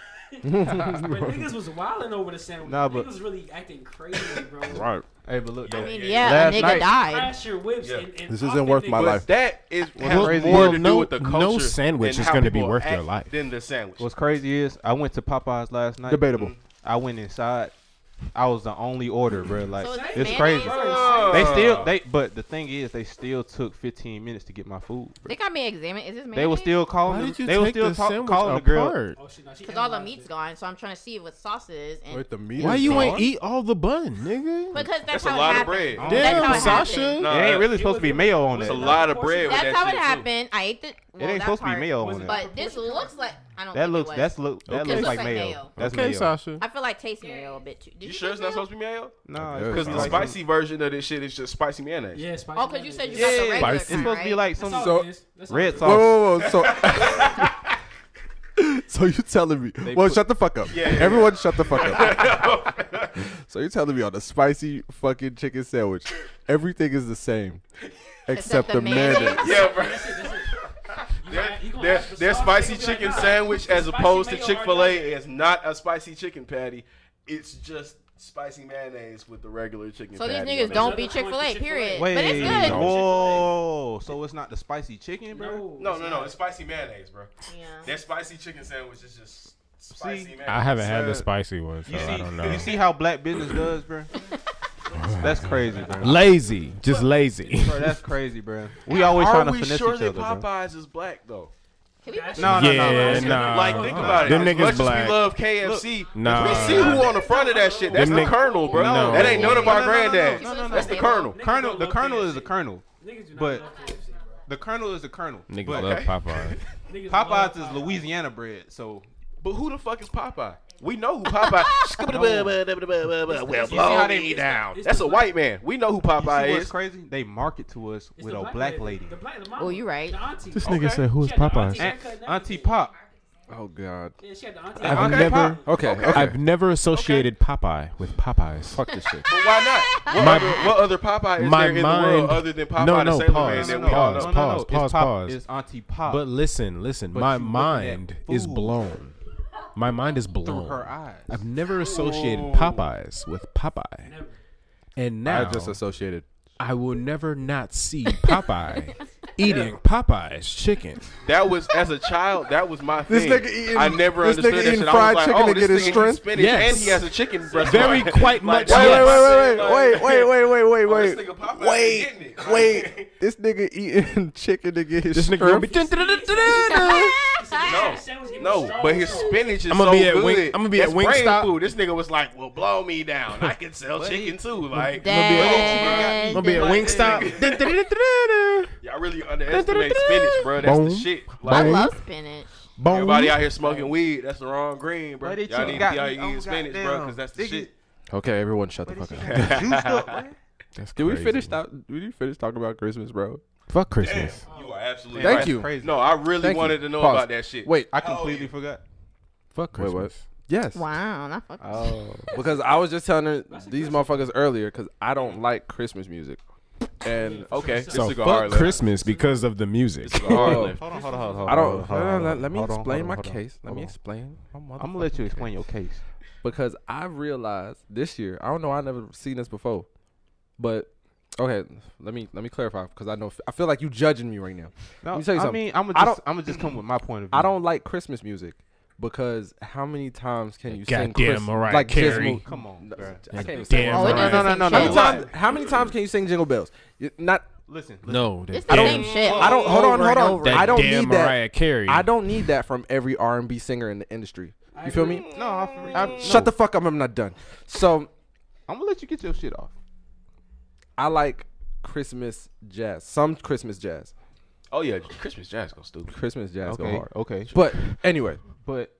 Speaker 7: But niggas was wilding over the sandwich.
Speaker 1: Nah, but-
Speaker 7: niggas really acting crazy, bro.
Speaker 3: Right.
Speaker 1: Hey, but look,
Speaker 7: I
Speaker 1: though,
Speaker 8: I mean,
Speaker 9: Yeah,
Speaker 8: yeah,
Speaker 1: Last
Speaker 8: a nigga
Speaker 1: night-
Speaker 8: died.
Speaker 7: Crash your whips.
Speaker 9: Yeah.
Speaker 7: And, and
Speaker 3: This isn't
Speaker 7: often
Speaker 3: worth
Speaker 7: they-
Speaker 3: my
Speaker 9: but
Speaker 3: life.
Speaker 9: that is has
Speaker 1: crazy
Speaker 9: more
Speaker 1: is-
Speaker 9: to
Speaker 5: no-
Speaker 9: do with the
Speaker 5: no
Speaker 9: culture.
Speaker 5: sandwich
Speaker 9: and
Speaker 5: is
Speaker 9: how
Speaker 5: gonna be
Speaker 9: people
Speaker 5: worth your
Speaker 9: act
Speaker 5: life.
Speaker 9: Than the sandwich.
Speaker 1: what's crazy is I went to Popeyes last night.
Speaker 3: Debatable.
Speaker 1: I went inside. I was the only order, bro. Like
Speaker 8: So is this
Speaker 1: it's
Speaker 8: mayonnaise
Speaker 1: crazy.
Speaker 8: or-
Speaker 9: Uh,
Speaker 1: They still they but the thing is they still took 15 minutes to get my food. Bro.
Speaker 8: They got me examined. Is this mayonnaise?
Speaker 1: They were still calling. the- they were still ta- calling the girl.
Speaker 7: Oh, shit, nah, she
Speaker 8: because all the
Speaker 7: analyzed
Speaker 8: meat's
Speaker 7: it.
Speaker 8: gone. So I'm trying to see what sauce it is. And
Speaker 3: Wait, the meat.
Speaker 5: Why
Speaker 3: is
Speaker 5: you
Speaker 3: gone?
Speaker 5: ain't eat all the bun, nigga?
Speaker 8: because that's,
Speaker 9: That's a
Speaker 8: how
Speaker 9: lot
Speaker 8: it
Speaker 9: of
Speaker 8: happened.
Speaker 9: bread.
Speaker 8: That's how
Speaker 5: Damn,
Speaker 8: it happened.
Speaker 5: Sasha.
Speaker 9: Nah,
Speaker 1: it ain't really
Speaker 7: it
Speaker 1: supposed to be
Speaker 7: was-
Speaker 1: mayo on
Speaker 9: It's
Speaker 1: that.
Speaker 9: a lot of bread with
Speaker 8: That's
Speaker 9: that
Speaker 8: how
Speaker 9: shit
Speaker 8: it
Speaker 9: too.
Speaker 8: happened. I ate the. Well,
Speaker 1: It ain't
Speaker 8: that
Speaker 1: supposed to be
Speaker 8: part.
Speaker 1: mayo
Speaker 7: Was
Speaker 1: on
Speaker 7: it-
Speaker 1: it.
Speaker 8: But this looks like I don't.
Speaker 1: That
Speaker 8: think
Speaker 1: looks
Speaker 8: It was.
Speaker 1: that's look that
Speaker 5: Okay.
Speaker 1: looks
Speaker 5: Looks
Speaker 1: like
Speaker 8: like
Speaker 1: mayo.
Speaker 8: mayo.
Speaker 1: That's
Speaker 5: okay,
Speaker 1: mayo.
Speaker 5: Sasha.
Speaker 8: I feel like taste mayo a bit too. Did
Speaker 9: You
Speaker 8: you
Speaker 9: sure it's
Speaker 8: taste
Speaker 9: not
Speaker 8: mayo?
Speaker 9: supposed to be mayo?
Speaker 1: No,
Speaker 3: Yeah,
Speaker 9: Because the
Speaker 3: Like-
Speaker 9: spicy version of this shit is just spicy mayonnaise.
Speaker 7: Yeah, spicy.
Speaker 8: Oh, because you said you
Speaker 9: Yeah.
Speaker 8: got the regular
Speaker 1: It's
Speaker 8: kind,
Speaker 1: supposed to be
Speaker 8: right?
Speaker 1: like some
Speaker 7: That's all
Speaker 3: So-
Speaker 7: it is. That's all it
Speaker 1: red
Speaker 7: is.
Speaker 1: sauce.
Speaker 3: Whoa, whoa, whoa. So, so you telling me? well,
Speaker 1: put-
Speaker 3: shut the fuck up.
Speaker 9: Yeah, yeah,
Speaker 3: Everyone, shut the fuck up. so you're telling me on a spicy fucking chicken sandwich, everything is the same except,
Speaker 8: the
Speaker 3: the
Speaker 8: mayonnaise.
Speaker 3: mayonnaise.
Speaker 9: Yeah, bro.
Speaker 7: That's it, that's it. You
Speaker 9: There-
Speaker 7: add- he gonna
Speaker 9: Their,
Speaker 7: ask for
Speaker 9: their
Speaker 7: sauce,
Speaker 9: spicy
Speaker 7: they gonna be like,
Speaker 9: chicken
Speaker 7: "Nah,
Speaker 9: sandwich, as
Speaker 7: spicy
Speaker 9: opposed to
Speaker 7: mayo
Speaker 9: Chick Fil A,
Speaker 7: already
Speaker 9: is not a spicy chicken patty. It's just spicy mayonnaise with the regular chicken.
Speaker 8: So these
Speaker 9: patty
Speaker 8: niggas
Speaker 9: on it.
Speaker 8: don't be
Speaker 7: Another
Speaker 8: Chick
Speaker 7: point
Speaker 8: Fil
Speaker 7: for
Speaker 8: A,
Speaker 7: Chick-fil-A.
Speaker 8: period.
Speaker 1: Wait,
Speaker 8: but it's good.
Speaker 1: whoa! So it's not the spicy chicken,
Speaker 7: on-
Speaker 1: bro.
Speaker 7: No,
Speaker 9: No,
Speaker 7: it's
Speaker 9: no,
Speaker 7: not.
Speaker 9: no. It's spicy mayonnaise, bro.
Speaker 8: Yeah.
Speaker 9: Their spicy chicken sandwich is just spicy
Speaker 1: See,
Speaker 9: mayonnaise.
Speaker 5: I haven't had the
Speaker 1: Sad.
Speaker 5: spicy one, so
Speaker 1: You see,
Speaker 5: Oh, I don't know.
Speaker 1: you see how black business does, bro. that's crazy, bro.
Speaker 5: lazy, just lazy.
Speaker 1: Bro, that's crazy, bro. We always trying to finesse each other, bro.
Speaker 9: Popeyes is black though?
Speaker 8: Can we push
Speaker 1: No, no, no, no.
Speaker 5: Yeah,
Speaker 1: it's-
Speaker 5: nah.
Speaker 9: like, think about it.
Speaker 5: Them
Speaker 9: as
Speaker 5: niggas
Speaker 9: much
Speaker 5: black.
Speaker 9: as we love KFC,
Speaker 5: Nah.
Speaker 9: we see who on the front of that shit. That's
Speaker 5: Them
Speaker 9: the
Speaker 5: nigg-
Speaker 9: Colonel, bro.
Speaker 5: No.
Speaker 9: That ain't none of our
Speaker 1: No, no, no, no,
Speaker 9: granddad.
Speaker 1: no, no, no,
Speaker 9: That's the
Speaker 8: no.
Speaker 9: Colonel.
Speaker 7: Niggas
Speaker 1: Colonel,
Speaker 7: don't
Speaker 1: the
Speaker 7: love
Speaker 1: Colonel is
Speaker 7: KFC.
Speaker 1: a colonel.
Speaker 7: Niggas do not
Speaker 1: but-
Speaker 7: love KFC, bro.
Speaker 1: The colonel is a colonel.
Speaker 5: Niggas
Speaker 1: but
Speaker 5: love Popeyes.
Speaker 7: Niggas love
Speaker 1: Popeyes is
Speaker 7: Popeyes.
Speaker 1: Louisiana bread, so
Speaker 9: But who the fuck is Popeye? We know who Popeye. well, blow
Speaker 1: they-
Speaker 9: me down.
Speaker 7: it's
Speaker 9: That's
Speaker 7: the
Speaker 9: a white man. We know who
Speaker 1: you see
Speaker 9: Popeye
Speaker 1: what's
Speaker 9: is.
Speaker 1: crazy? They market to us
Speaker 7: It's
Speaker 1: with
Speaker 7: the
Speaker 1: a black lady.
Speaker 7: The black, the
Speaker 8: Oh,
Speaker 7: mama,
Speaker 8: you right.
Speaker 7: The auntie. Oh,
Speaker 5: nigga said, "Who
Speaker 7: She had the auntie
Speaker 1: Aunt,
Speaker 7: haircut and
Speaker 1: Auntie
Speaker 7: everything.
Speaker 1: Pop.
Speaker 3: Oh God.
Speaker 7: Yeah, she had the auntie.
Speaker 5: I've
Speaker 1: Okay,
Speaker 5: never,
Speaker 3: Okay. Okay.
Speaker 5: I've never associated Popeye with Popeyes.
Speaker 3: Fuck this shit.
Speaker 9: But why not? What,
Speaker 5: My-
Speaker 9: other, what other Popeye is
Speaker 5: my
Speaker 9: there in the world
Speaker 5: mind-
Speaker 9: other than Popeye
Speaker 5: No,
Speaker 9: the
Speaker 5: no,
Speaker 9: Sailor Man
Speaker 5: pause,
Speaker 9: that we all
Speaker 5: pause,
Speaker 9: know?
Speaker 5: pause. pause,
Speaker 1: it's Pop-
Speaker 5: pause.
Speaker 1: It's Auntie Pop
Speaker 5: But listen, listen,
Speaker 1: But
Speaker 5: my
Speaker 1: you looking at
Speaker 5: mind
Speaker 1: food.
Speaker 5: is blown. My mind is blown.
Speaker 1: through her eyes.
Speaker 5: I've never associated Popeyes with Popeye,
Speaker 7: Never.
Speaker 5: and now
Speaker 3: I just associated.
Speaker 5: I will never not see Popeye eating Popeye's chicken.
Speaker 9: That was as a child. That was my thing.
Speaker 3: nigga eating-
Speaker 9: I never
Speaker 3: this nigga
Speaker 9: understood that
Speaker 3: eating
Speaker 9: shit. I
Speaker 3: fried
Speaker 9: was like,
Speaker 3: chicken to
Speaker 9: oh, this
Speaker 3: get his
Speaker 9: nigga eats
Speaker 3: strength?
Speaker 9: spinach
Speaker 5: Yes.
Speaker 9: and he has a chicken breast.
Speaker 5: Very
Speaker 9: bun.
Speaker 5: quite
Speaker 9: Like,
Speaker 5: much.
Speaker 9: why-
Speaker 3: Wait, wait,
Speaker 5: yes.
Speaker 3: wait, wait, wait, wait, wait,
Speaker 9: Oh, this
Speaker 3: wait,
Speaker 9: nigga Popeye
Speaker 3: wait,
Speaker 9: is getting
Speaker 3: wait,
Speaker 9: it.
Speaker 3: wait. This nigga eating chicken to get his
Speaker 5: This nigga gonna be.
Speaker 3: strength?
Speaker 9: No, no, but his spinach is
Speaker 5: I'ma
Speaker 9: so
Speaker 5: be at
Speaker 9: good.
Speaker 5: Wing- I'ma be at
Speaker 9: That's brain
Speaker 5: Wingstop.
Speaker 9: food. This nigga was like, "Well, blow me down. I can sell chicken too." Like,
Speaker 8: Dad.
Speaker 5: Gonna be at Wingstop.
Speaker 9: y'all really underestimate spinach, bro. That's the
Speaker 5: Boom.
Speaker 9: shit.
Speaker 8: I
Speaker 9: Like,
Speaker 8: love spinach.
Speaker 9: everybody
Speaker 5: Boom.
Speaker 9: out here smoking weed. That's the wrong green, bro.
Speaker 1: Why did
Speaker 9: Y'all
Speaker 1: you
Speaker 9: need to
Speaker 1: got
Speaker 9: be out here
Speaker 1: me? Oh,
Speaker 9: eating spinach, bro,
Speaker 1: goddamn.
Speaker 9: because that's the
Speaker 1: Nigga.
Speaker 9: shit.
Speaker 3: Okay, everyone, shut the fuck up.
Speaker 1: Juiced up, man.
Speaker 5: That's
Speaker 3: Did we
Speaker 5: crazy.
Speaker 3: finish? Talk, did we finish talking about Christmas, bro?
Speaker 5: Fuck Christmas.
Speaker 9: You are absolutely
Speaker 3: Thank
Speaker 9: right.
Speaker 3: you.
Speaker 1: Crazy.
Speaker 9: No, I really
Speaker 3: Thank you.
Speaker 9: wanted to know
Speaker 3: Pause.
Speaker 9: about that shit.
Speaker 3: Wait.
Speaker 1: I completely forgot.
Speaker 5: Fuck
Speaker 3: Wait,
Speaker 5: Christmas.
Speaker 3: what? Yes.
Speaker 8: Wow, not fucking.
Speaker 3: Oh, because I was just telling her these motherfuckers earlier because I don't like Christmas music, and
Speaker 9: Okay, this
Speaker 5: So
Speaker 9: is a
Speaker 5: fuck
Speaker 9: hard left.
Speaker 5: Christmas because of the music.
Speaker 9: This is a hard
Speaker 3: Oh.
Speaker 9: left.
Speaker 1: Hold on, hold on, hold on.
Speaker 3: I don't.
Speaker 1: hold on,
Speaker 3: no,
Speaker 1: hold
Speaker 3: no,
Speaker 1: on,
Speaker 3: no,
Speaker 1: hold
Speaker 3: let me
Speaker 1: on, hold
Speaker 3: explain
Speaker 1: on,
Speaker 3: my
Speaker 1: hold on.
Speaker 3: case. Let
Speaker 1: Hold
Speaker 3: me
Speaker 1: on.
Speaker 3: explain. My
Speaker 1: I'm gonna let you
Speaker 3: motherfucking
Speaker 1: explain your case.
Speaker 3: because I realized this year, I don't know, I never seen this before, but okay, let me let me clarify because I know I feel like you judging me right now.
Speaker 1: No,
Speaker 3: Let me tell you
Speaker 1: I
Speaker 3: something.
Speaker 1: mean, I'm
Speaker 3: I
Speaker 1: gonna
Speaker 3: don't-
Speaker 1: just, I'm gonna just come with my point of view.
Speaker 3: I don't like Christmas music because how many times can you sing
Speaker 5: Goddamn
Speaker 3: Christmas
Speaker 5: Mariah
Speaker 3: like just
Speaker 5: Carey.
Speaker 3: mo-
Speaker 1: Come on,
Speaker 3: No,
Speaker 1: bro.
Speaker 3: I can't even sing.
Speaker 5: Damn
Speaker 8: Oh, it
Speaker 5: right.
Speaker 8: doesn't
Speaker 1: No, no, no,
Speaker 8: seem
Speaker 3: How
Speaker 1: no,
Speaker 3: many,
Speaker 8: shit.
Speaker 1: no.
Speaker 3: times, how many times can you sing Jingle Bells? You- Not
Speaker 1: Listen, listen.
Speaker 5: No, that
Speaker 8: It's the same
Speaker 5: damn-
Speaker 8: shit.
Speaker 3: I don't hold
Speaker 8: over
Speaker 3: on, hold
Speaker 8: and
Speaker 3: on.
Speaker 8: over.
Speaker 5: That
Speaker 3: I don't
Speaker 5: damn
Speaker 3: need that.
Speaker 5: Mariah Carey.
Speaker 3: I don't need that from every R and B singer in the industry. You feel me?
Speaker 1: No, I, I, no.
Speaker 3: Shut the fuck up! I'm not done. So
Speaker 1: I'm gonna let you get your shit off.
Speaker 3: I like Christmas jazz. Some Christmas jazz.
Speaker 9: Oh yeah, Christmas jazz go stupid.
Speaker 3: Christmas jazz go
Speaker 1: Okay,
Speaker 3: hard.
Speaker 1: okay.
Speaker 3: But anyway,
Speaker 1: But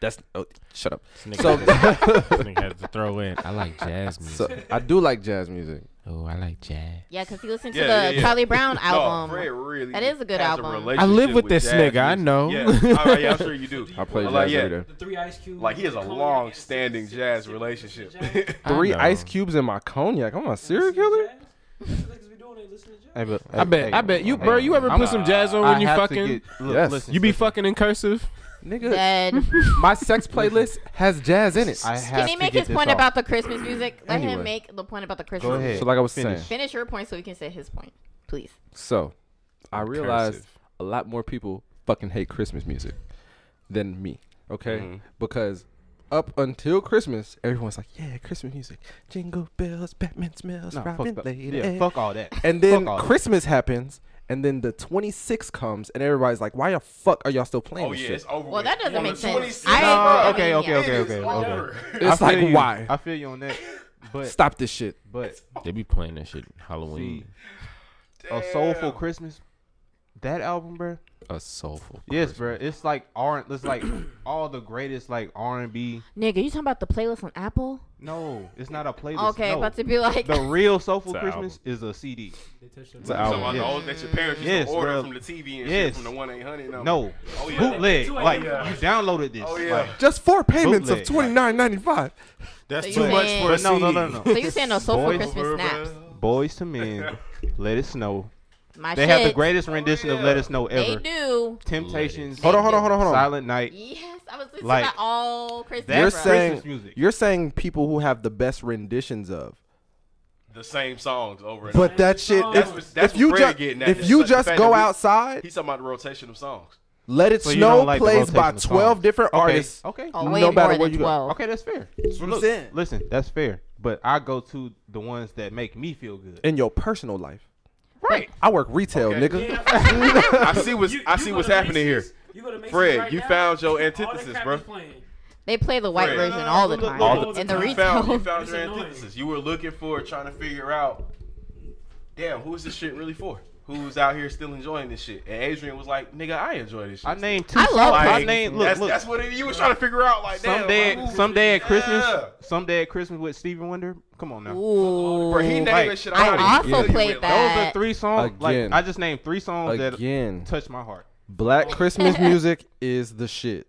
Speaker 3: that's oh, shut up.
Speaker 5: This nigga
Speaker 3: So,
Speaker 5: had to- this nigga had to throw in. I like jazz music.
Speaker 3: so I do like jazz music.
Speaker 5: oh, I like jazz.
Speaker 8: Yeah, because he listened to
Speaker 9: Yeah,
Speaker 8: the
Speaker 9: yeah, yeah.
Speaker 8: Charlie Brown
Speaker 9: No,
Speaker 8: album.
Speaker 9: Fred really
Speaker 8: That is a good
Speaker 9: has
Speaker 8: album.
Speaker 9: relationship
Speaker 5: I live with this
Speaker 9: jazz
Speaker 5: nigga, I
Speaker 9: music.
Speaker 5: know.
Speaker 9: Yeah, all right, yeah, I'm sure you do.
Speaker 3: I play jazz
Speaker 9: Well, like, yeah.
Speaker 3: every day.
Speaker 7: The three Ice Cubes.
Speaker 9: Like
Speaker 8: Oh,
Speaker 9: he has a
Speaker 7: Cognac and
Speaker 9: long-standing
Speaker 7: sip, sip,
Speaker 9: jazz
Speaker 7: sip,
Speaker 9: relationship.
Speaker 7: sip, sip, jazz.
Speaker 3: Three
Speaker 5: know.
Speaker 3: ice cubes in my cognac. I'm a serial killer.
Speaker 7: Jazz? That's what niggas be doing, they listen to jazz.
Speaker 1: hey, but,
Speaker 5: I bet, I bet you, bro. You ever put some jazz on when you fucking?
Speaker 3: Yes.
Speaker 5: you be fucking in cursive.
Speaker 3: Nigga,
Speaker 8: Dead.
Speaker 3: my sex playlist has jazz in it.
Speaker 1: I have
Speaker 8: Can he
Speaker 1: to
Speaker 8: make
Speaker 1: get
Speaker 8: his
Speaker 1: this
Speaker 8: point
Speaker 1: off.
Speaker 8: about the Christmas music? Let
Speaker 3: Anyway.
Speaker 8: him make the point about the Christmas
Speaker 1: Go ahead.
Speaker 8: music.
Speaker 3: So like I was
Speaker 1: Finish.
Speaker 3: saying.
Speaker 8: Finish your point so we can say his point, please.
Speaker 3: So I realized
Speaker 5: Cursive.
Speaker 3: a lot more people fucking hate Christmas music than me. Okay,
Speaker 1: Mm-hmm.
Speaker 3: because up until Christmas, everyone's like, "Yeah, Christmas music, jingle bells, Batman smells,
Speaker 1: Nah,
Speaker 3: Robin
Speaker 1: fuck, that.
Speaker 3: lady."
Speaker 1: yeah, fuck all that.
Speaker 3: And then
Speaker 1: Fuck all that.
Speaker 3: Christmas happens, and then the 26th comes, and everybody's like, "Why the fuck are y'all still playing
Speaker 9: Oh
Speaker 3: this
Speaker 9: yeah,
Speaker 3: shit?"
Speaker 9: it's over.
Speaker 8: Well,
Speaker 9: with.
Speaker 8: that doesn't
Speaker 9: On
Speaker 8: make
Speaker 9: the
Speaker 8: sense.
Speaker 9: 26th,
Speaker 8: I
Speaker 1: No,
Speaker 8: agree
Speaker 1: okay,
Speaker 8: with
Speaker 1: okay,
Speaker 8: you.
Speaker 1: okay,
Speaker 9: It is
Speaker 1: okay,
Speaker 9: over.
Speaker 1: okay.
Speaker 3: It's,
Speaker 1: I
Speaker 3: like,
Speaker 1: feel you.
Speaker 3: why?
Speaker 1: I feel you on that. But
Speaker 3: Stop this shit.
Speaker 1: but
Speaker 5: They be playing that shit Halloween.
Speaker 1: see, a soulful Christmas. That album, bro.
Speaker 3: A soulful.
Speaker 1: Yes, bro. It's like R. It's like all the greatest like R and B.
Speaker 8: Nigga, you talking about the playlist on Apple?
Speaker 1: No, it's not a playlist.
Speaker 8: Okay,
Speaker 1: no.
Speaker 8: about to be like.
Speaker 1: the real soulful
Speaker 5: It's a
Speaker 1: Christmas is a CD.
Speaker 7: They touch their-
Speaker 9: So
Speaker 1: album.
Speaker 9: about
Speaker 1: Yeah.
Speaker 9: the old that your parents used
Speaker 1: Yes,
Speaker 9: to order
Speaker 1: bro.
Speaker 9: from the TV and shit
Speaker 1: Yes.
Speaker 9: from the one eight hundred number.
Speaker 1: No,
Speaker 9: Oh, yeah.
Speaker 1: bootleg.
Speaker 7: Two AM.
Speaker 1: Like
Speaker 7: Yeah.
Speaker 1: you downloaded this.
Speaker 9: Oh, yeah.
Speaker 1: Like,
Speaker 3: Just four payments
Speaker 1: Bootleg.
Speaker 3: of twenty nine ninety five.
Speaker 5: That's
Speaker 8: So you saying-
Speaker 1: but no, no, no, no.
Speaker 8: So you saying no soulful
Speaker 1: Boys
Speaker 8: Christmas snaps?
Speaker 1: Boys to men, let it snow.
Speaker 8: My
Speaker 1: They
Speaker 8: shit.
Speaker 1: have the greatest rendition
Speaker 9: Oh,
Speaker 1: of "Let Us Know"
Speaker 8: They
Speaker 1: ever.
Speaker 8: do.
Speaker 1: Temptations.
Speaker 3: Hold on, hold on, hold on, hold on.
Speaker 1: Silent Night.
Speaker 8: Yes, I was listening
Speaker 1: Like,
Speaker 8: to that all Christmas.
Speaker 1: That's
Speaker 3: you're
Speaker 8: bro.
Speaker 3: saying
Speaker 1: Christmas music.
Speaker 3: you're saying people who have the best renditions of,
Speaker 9: The same songs over and
Speaker 3: but
Speaker 9: over.
Speaker 3: that shit.
Speaker 7: That's
Speaker 3: If,
Speaker 9: what- that's
Speaker 3: if you
Speaker 9: what Fred
Speaker 3: just
Speaker 9: getting at.
Speaker 3: if
Speaker 9: It's
Speaker 3: you
Speaker 9: like the
Speaker 3: just
Speaker 9: fact
Speaker 3: go
Speaker 9: that we-
Speaker 3: outside,
Speaker 9: He's talking about the rotation of songs.
Speaker 3: "Let It
Speaker 1: So you
Speaker 3: Snow"
Speaker 1: don't like the
Speaker 3: plays by
Speaker 1: rotation of
Speaker 3: twelve
Speaker 1: songs.
Speaker 3: different
Speaker 1: Okay,
Speaker 3: artists.
Speaker 1: Okay.
Speaker 8: Oh,
Speaker 3: no
Speaker 8: way
Speaker 3: matter
Speaker 8: more
Speaker 3: where
Speaker 8: than
Speaker 3: you go.
Speaker 8: 12.
Speaker 1: Okay, that's fair.
Speaker 3: what I'm
Speaker 1: Look,
Speaker 3: saying.
Speaker 1: Listen, that's fair. But I go to the ones that make me feel good.
Speaker 3: In your personal life,
Speaker 1: right.
Speaker 3: I work retail,
Speaker 9: Okay.
Speaker 3: nigga.
Speaker 9: I see what's I see what's happening here. Fred, you found your antithesis, bro.
Speaker 8: They play the white
Speaker 9: Right.
Speaker 8: version
Speaker 7: No, no,
Speaker 8: all the
Speaker 7: no, no,
Speaker 8: time.
Speaker 7: no,
Speaker 9: All
Speaker 7: no,
Speaker 9: the,
Speaker 8: and the
Speaker 7: no.
Speaker 9: you found, you
Speaker 8: retail.
Speaker 9: found
Speaker 7: It's
Speaker 9: your
Speaker 7: annoying.
Speaker 9: antithesis. You were looking for, it, trying to figure out, damn, who is this shit really for? Who's out here still enjoying this shit? And Adrian was like, nigga, I enjoy this shit.
Speaker 1: I named two.
Speaker 8: I love
Speaker 1: songs. I
Speaker 8: Christmas
Speaker 1: named.
Speaker 8: music.
Speaker 1: Look,
Speaker 9: that's,
Speaker 1: look.
Speaker 9: that's what it, you were trying to figure out. Like, damn,
Speaker 1: someday,
Speaker 9: like, ooh,
Speaker 1: someday at
Speaker 9: yeah.
Speaker 1: Christmas, someday at Christmas with Stevie Wonder. Come on now.
Speaker 8: Ooh.
Speaker 9: Bro, he named
Speaker 1: Like,
Speaker 9: that shit. I'm not even
Speaker 8: I also
Speaker 9: familiar
Speaker 8: played
Speaker 9: with, like,
Speaker 1: Those are
Speaker 8: that.
Speaker 1: three songs.
Speaker 3: Again.
Speaker 1: Like I just named three songs
Speaker 3: Again,
Speaker 1: that touched my heart.
Speaker 3: Black Christmas music is the shit.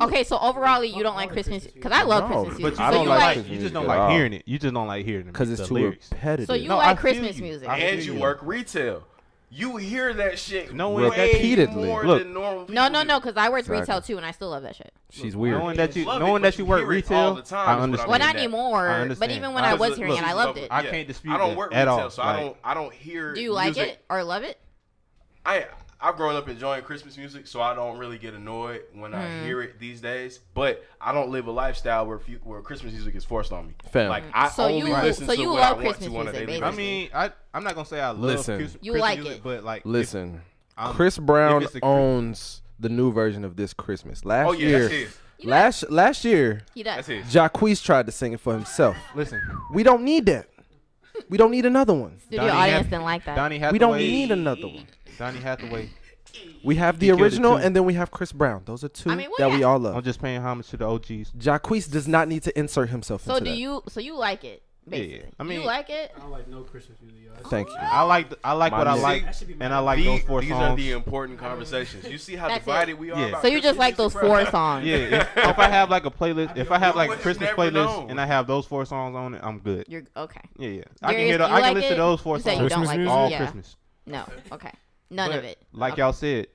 Speaker 8: Okay, so overall, you don't like Christmas because I love
Speaker 3: No, but
Speaker 8: Christmas music.
Speaker 3: you
Speaker 8: So
Speaker 3: don't
Speaker 8: you
Speaker 3: like
Speaker 8: like,
Speaker 3: Christmas
Speaker 1: you just don't
Speaker 3: music at
Speaker 1: like
Speaker 3: all.
Speaker 1: hearing it. You just don't like hearing it
Speaker 3: Cause it's
Speaker 1: the
Speaker 3: too
Speaker 1: lyrics.
Speaker 3: repetitive.
Speaker 8: So you
Speaker 1: No, I
Speaker 8: like
Speaker 1: feel
Speaker 8: Christmas
Speaker 1: you.
Speaker 8: music.
Speaker 1: I-
Speaker 9: And you work retail. You hear that shit
Speaker 1: No
Speaker 9: way
Speaker 1: one-
Speaker 3: Repeatedly.
Speaker 9: more
Speaker 1: Look.
Speaker 9: than normal.
Speaker 8: No,
Speaker 9: people
Speaker 8: no,
Speaker 9: do.
Speaker 8: no, because I worked
Speaker 3: Exactly.
Speaker 8: retail too, and I still love that shit.
Speaker 3: She's weird.
Speaker 1: Knowing that you,
Speaker 9: Love it,
Speaker 1: knowing
Speaker 9: but
Speaker 1: that you
Speaker 9: you
Speaker 1: work
Speaker 9: hear it all
Speaker 1: retail,
Speaker 9: the time, is
Speaker 1: I
Speaker 9: what
Speaker 1: understand.
Speaker 9: I
Speaker 8: Well,
Speaker 9: mean
Speaker 8: not
Speaker 9: that.
Speaker 1: I
Speaker 8: anymore. But
Speaker 1: understand.
Speaker 8: even when
Speaker 1: I
Speaker 8: I
Speaker 1: just-
Speaker 8: was hearing
Speaker 1: look,
Speaker 8: it, I loved it.
Speaker 1: I can't dispute
Speaker 9: I don't
Speaker 1: it
Speaker 9: work
Speaker 1: at
Speaker 9: retail,
Speaker 1: all.
Speaker 9: so I
Speaker 1: Like,
Speaker 9: don't. I don't hear.
Speaker 8: Do you like
Speaker 9: music.
Speaker 8: it or love it?
Speaker 9: I I've grown up enjoying Christmas music, so I don't really get annoyed when
Speaker 8: Hmm.
Speaker 9: I hear it these days. But I don't live a lifestyle where few, where Christmas music is forced on me.
Speaker 3: Fam.
Speaker 9: Like I
Speaker 8: So
Speaker 9: only
Speaker 8: you-
Speaker 9: listen
Speaker 8: so
Speaker 9: to
Speaker 8: you
Speaker 9: what
Speaker 8: love
Speaker 9: I want
Speaker 8: Christmas
Speaker 9: to on a
Speaker 8: music,
Speaker 9: daily
Speaker 1: I
Speaker 8: basically.
Speaker 9: basis.
Speaker 1: mean, I I'm not gonna say I love
Speaker 3: Listen.
Speaker 1: Chris-
Speaker 8: You
Speaker 1: Christmas
Speaker 8: like
Speaker 1: music,
Speaker 8: it.
Speaker 1: but like if
Speaker 3: Listen,
Speaker 1: I'm-
Speaker 3: Chris
Speaker 1: if
Speaker 3: Brown
Speaker 1: it's a Chris-
Speaker 3: owns the new version of this Christmas. Last
Speaker 9: Oh, yeah,
Speaker 3: year,
Speaker 9: that's his.
Speaker 3: last last year,
Speaker 8: He does.
Speaker 9: That's it.
Speaker 3: Jacquees tried to sing it for himself.
Speaker 1: Listen,
Speaker 3: We don't need that. We don't need another one.
Speaker 8: Studio
Speaker 1: Donny
Speaker 8: audience
Speaker 1: Hath-
Speaker 8: didn't like that.
Speaker 1: Donny Hathaway.
Speaker 3: We don't need another one.
Speaker 1: Donny Hathaway.
Speaker 3: We have the
Speaker 1: He killed it
Speaker 3: original,
Speaker 1: too.
Speaker 3: and then we have Chris Brown. Those are two
Speaker 8: I mean, well,
Speaker 3: that we
Speaker 8: yeah.
Speaker 3: all
Speaker 1: I'm
Speaker 3: love.
Speaker 1: just paying homage to the OGs.
Speaker 3: Jacquees does not need to insert himself
Speaker 8: so
Speaker 3: into
Speaker 8: do
Speaker 3: that.
Speaker 8: you? So you like it? Basically.
Speaker 1: I mean-
Speaker 8: you like it?
Speaker 7: I don't like no Christmas music, y'all. That's-
Speaker 3: Thank you.
Speaker 1: I like th- I like what I
Speaker 9: music.
Speaker 1: like,
Speaker 7: That should be my
Speaker 1: and I like
Speaker 9: The-
Speaker 1: those four
Speaker 9: these
Speaker 1: songs.
Speaker 9: are the important conversations. You see how
Speaker 8: That's it.
Speaker 9: divided we are.
Speaker 1: Yeah.
Speaker 9: about
Speaker 8: So you just
Speaker 9: Christmas
Speaker 8: like those
Speaker 9: music, bro?
Speaker 8: four songs?
Speaker 1: yeah, if, if I have like a playlist, if I have like a
Speaker 9: would've
Speaker 1: Christmas
Speaker 9: never
Speaker 1: playlist,
Speaker 9: known.
Speaker 1: and I have those four songs on it, I'm good.
Speaker 8: You're okay.
Speaker 1: Yeah, yeah. I can
Speaker 8: Darius,
Speaker 1: hear. The,
Speaker 8: you
Speaker 1: I can
Speaker 8: like
Speaker 1: listen
Speaker 8: it?
Speaker 1: to those four
Speaker 8: You said
Speaker 1: songs
Speaker 8: you don't like it.
Speaker 1: all
Speaker 8: Yeah.
Speaker 1: Christmas.
Speaker 8: No. Okay. None of
Speaker 1: But,
Speaker 8: it.
Speaker 1: Like y'all said,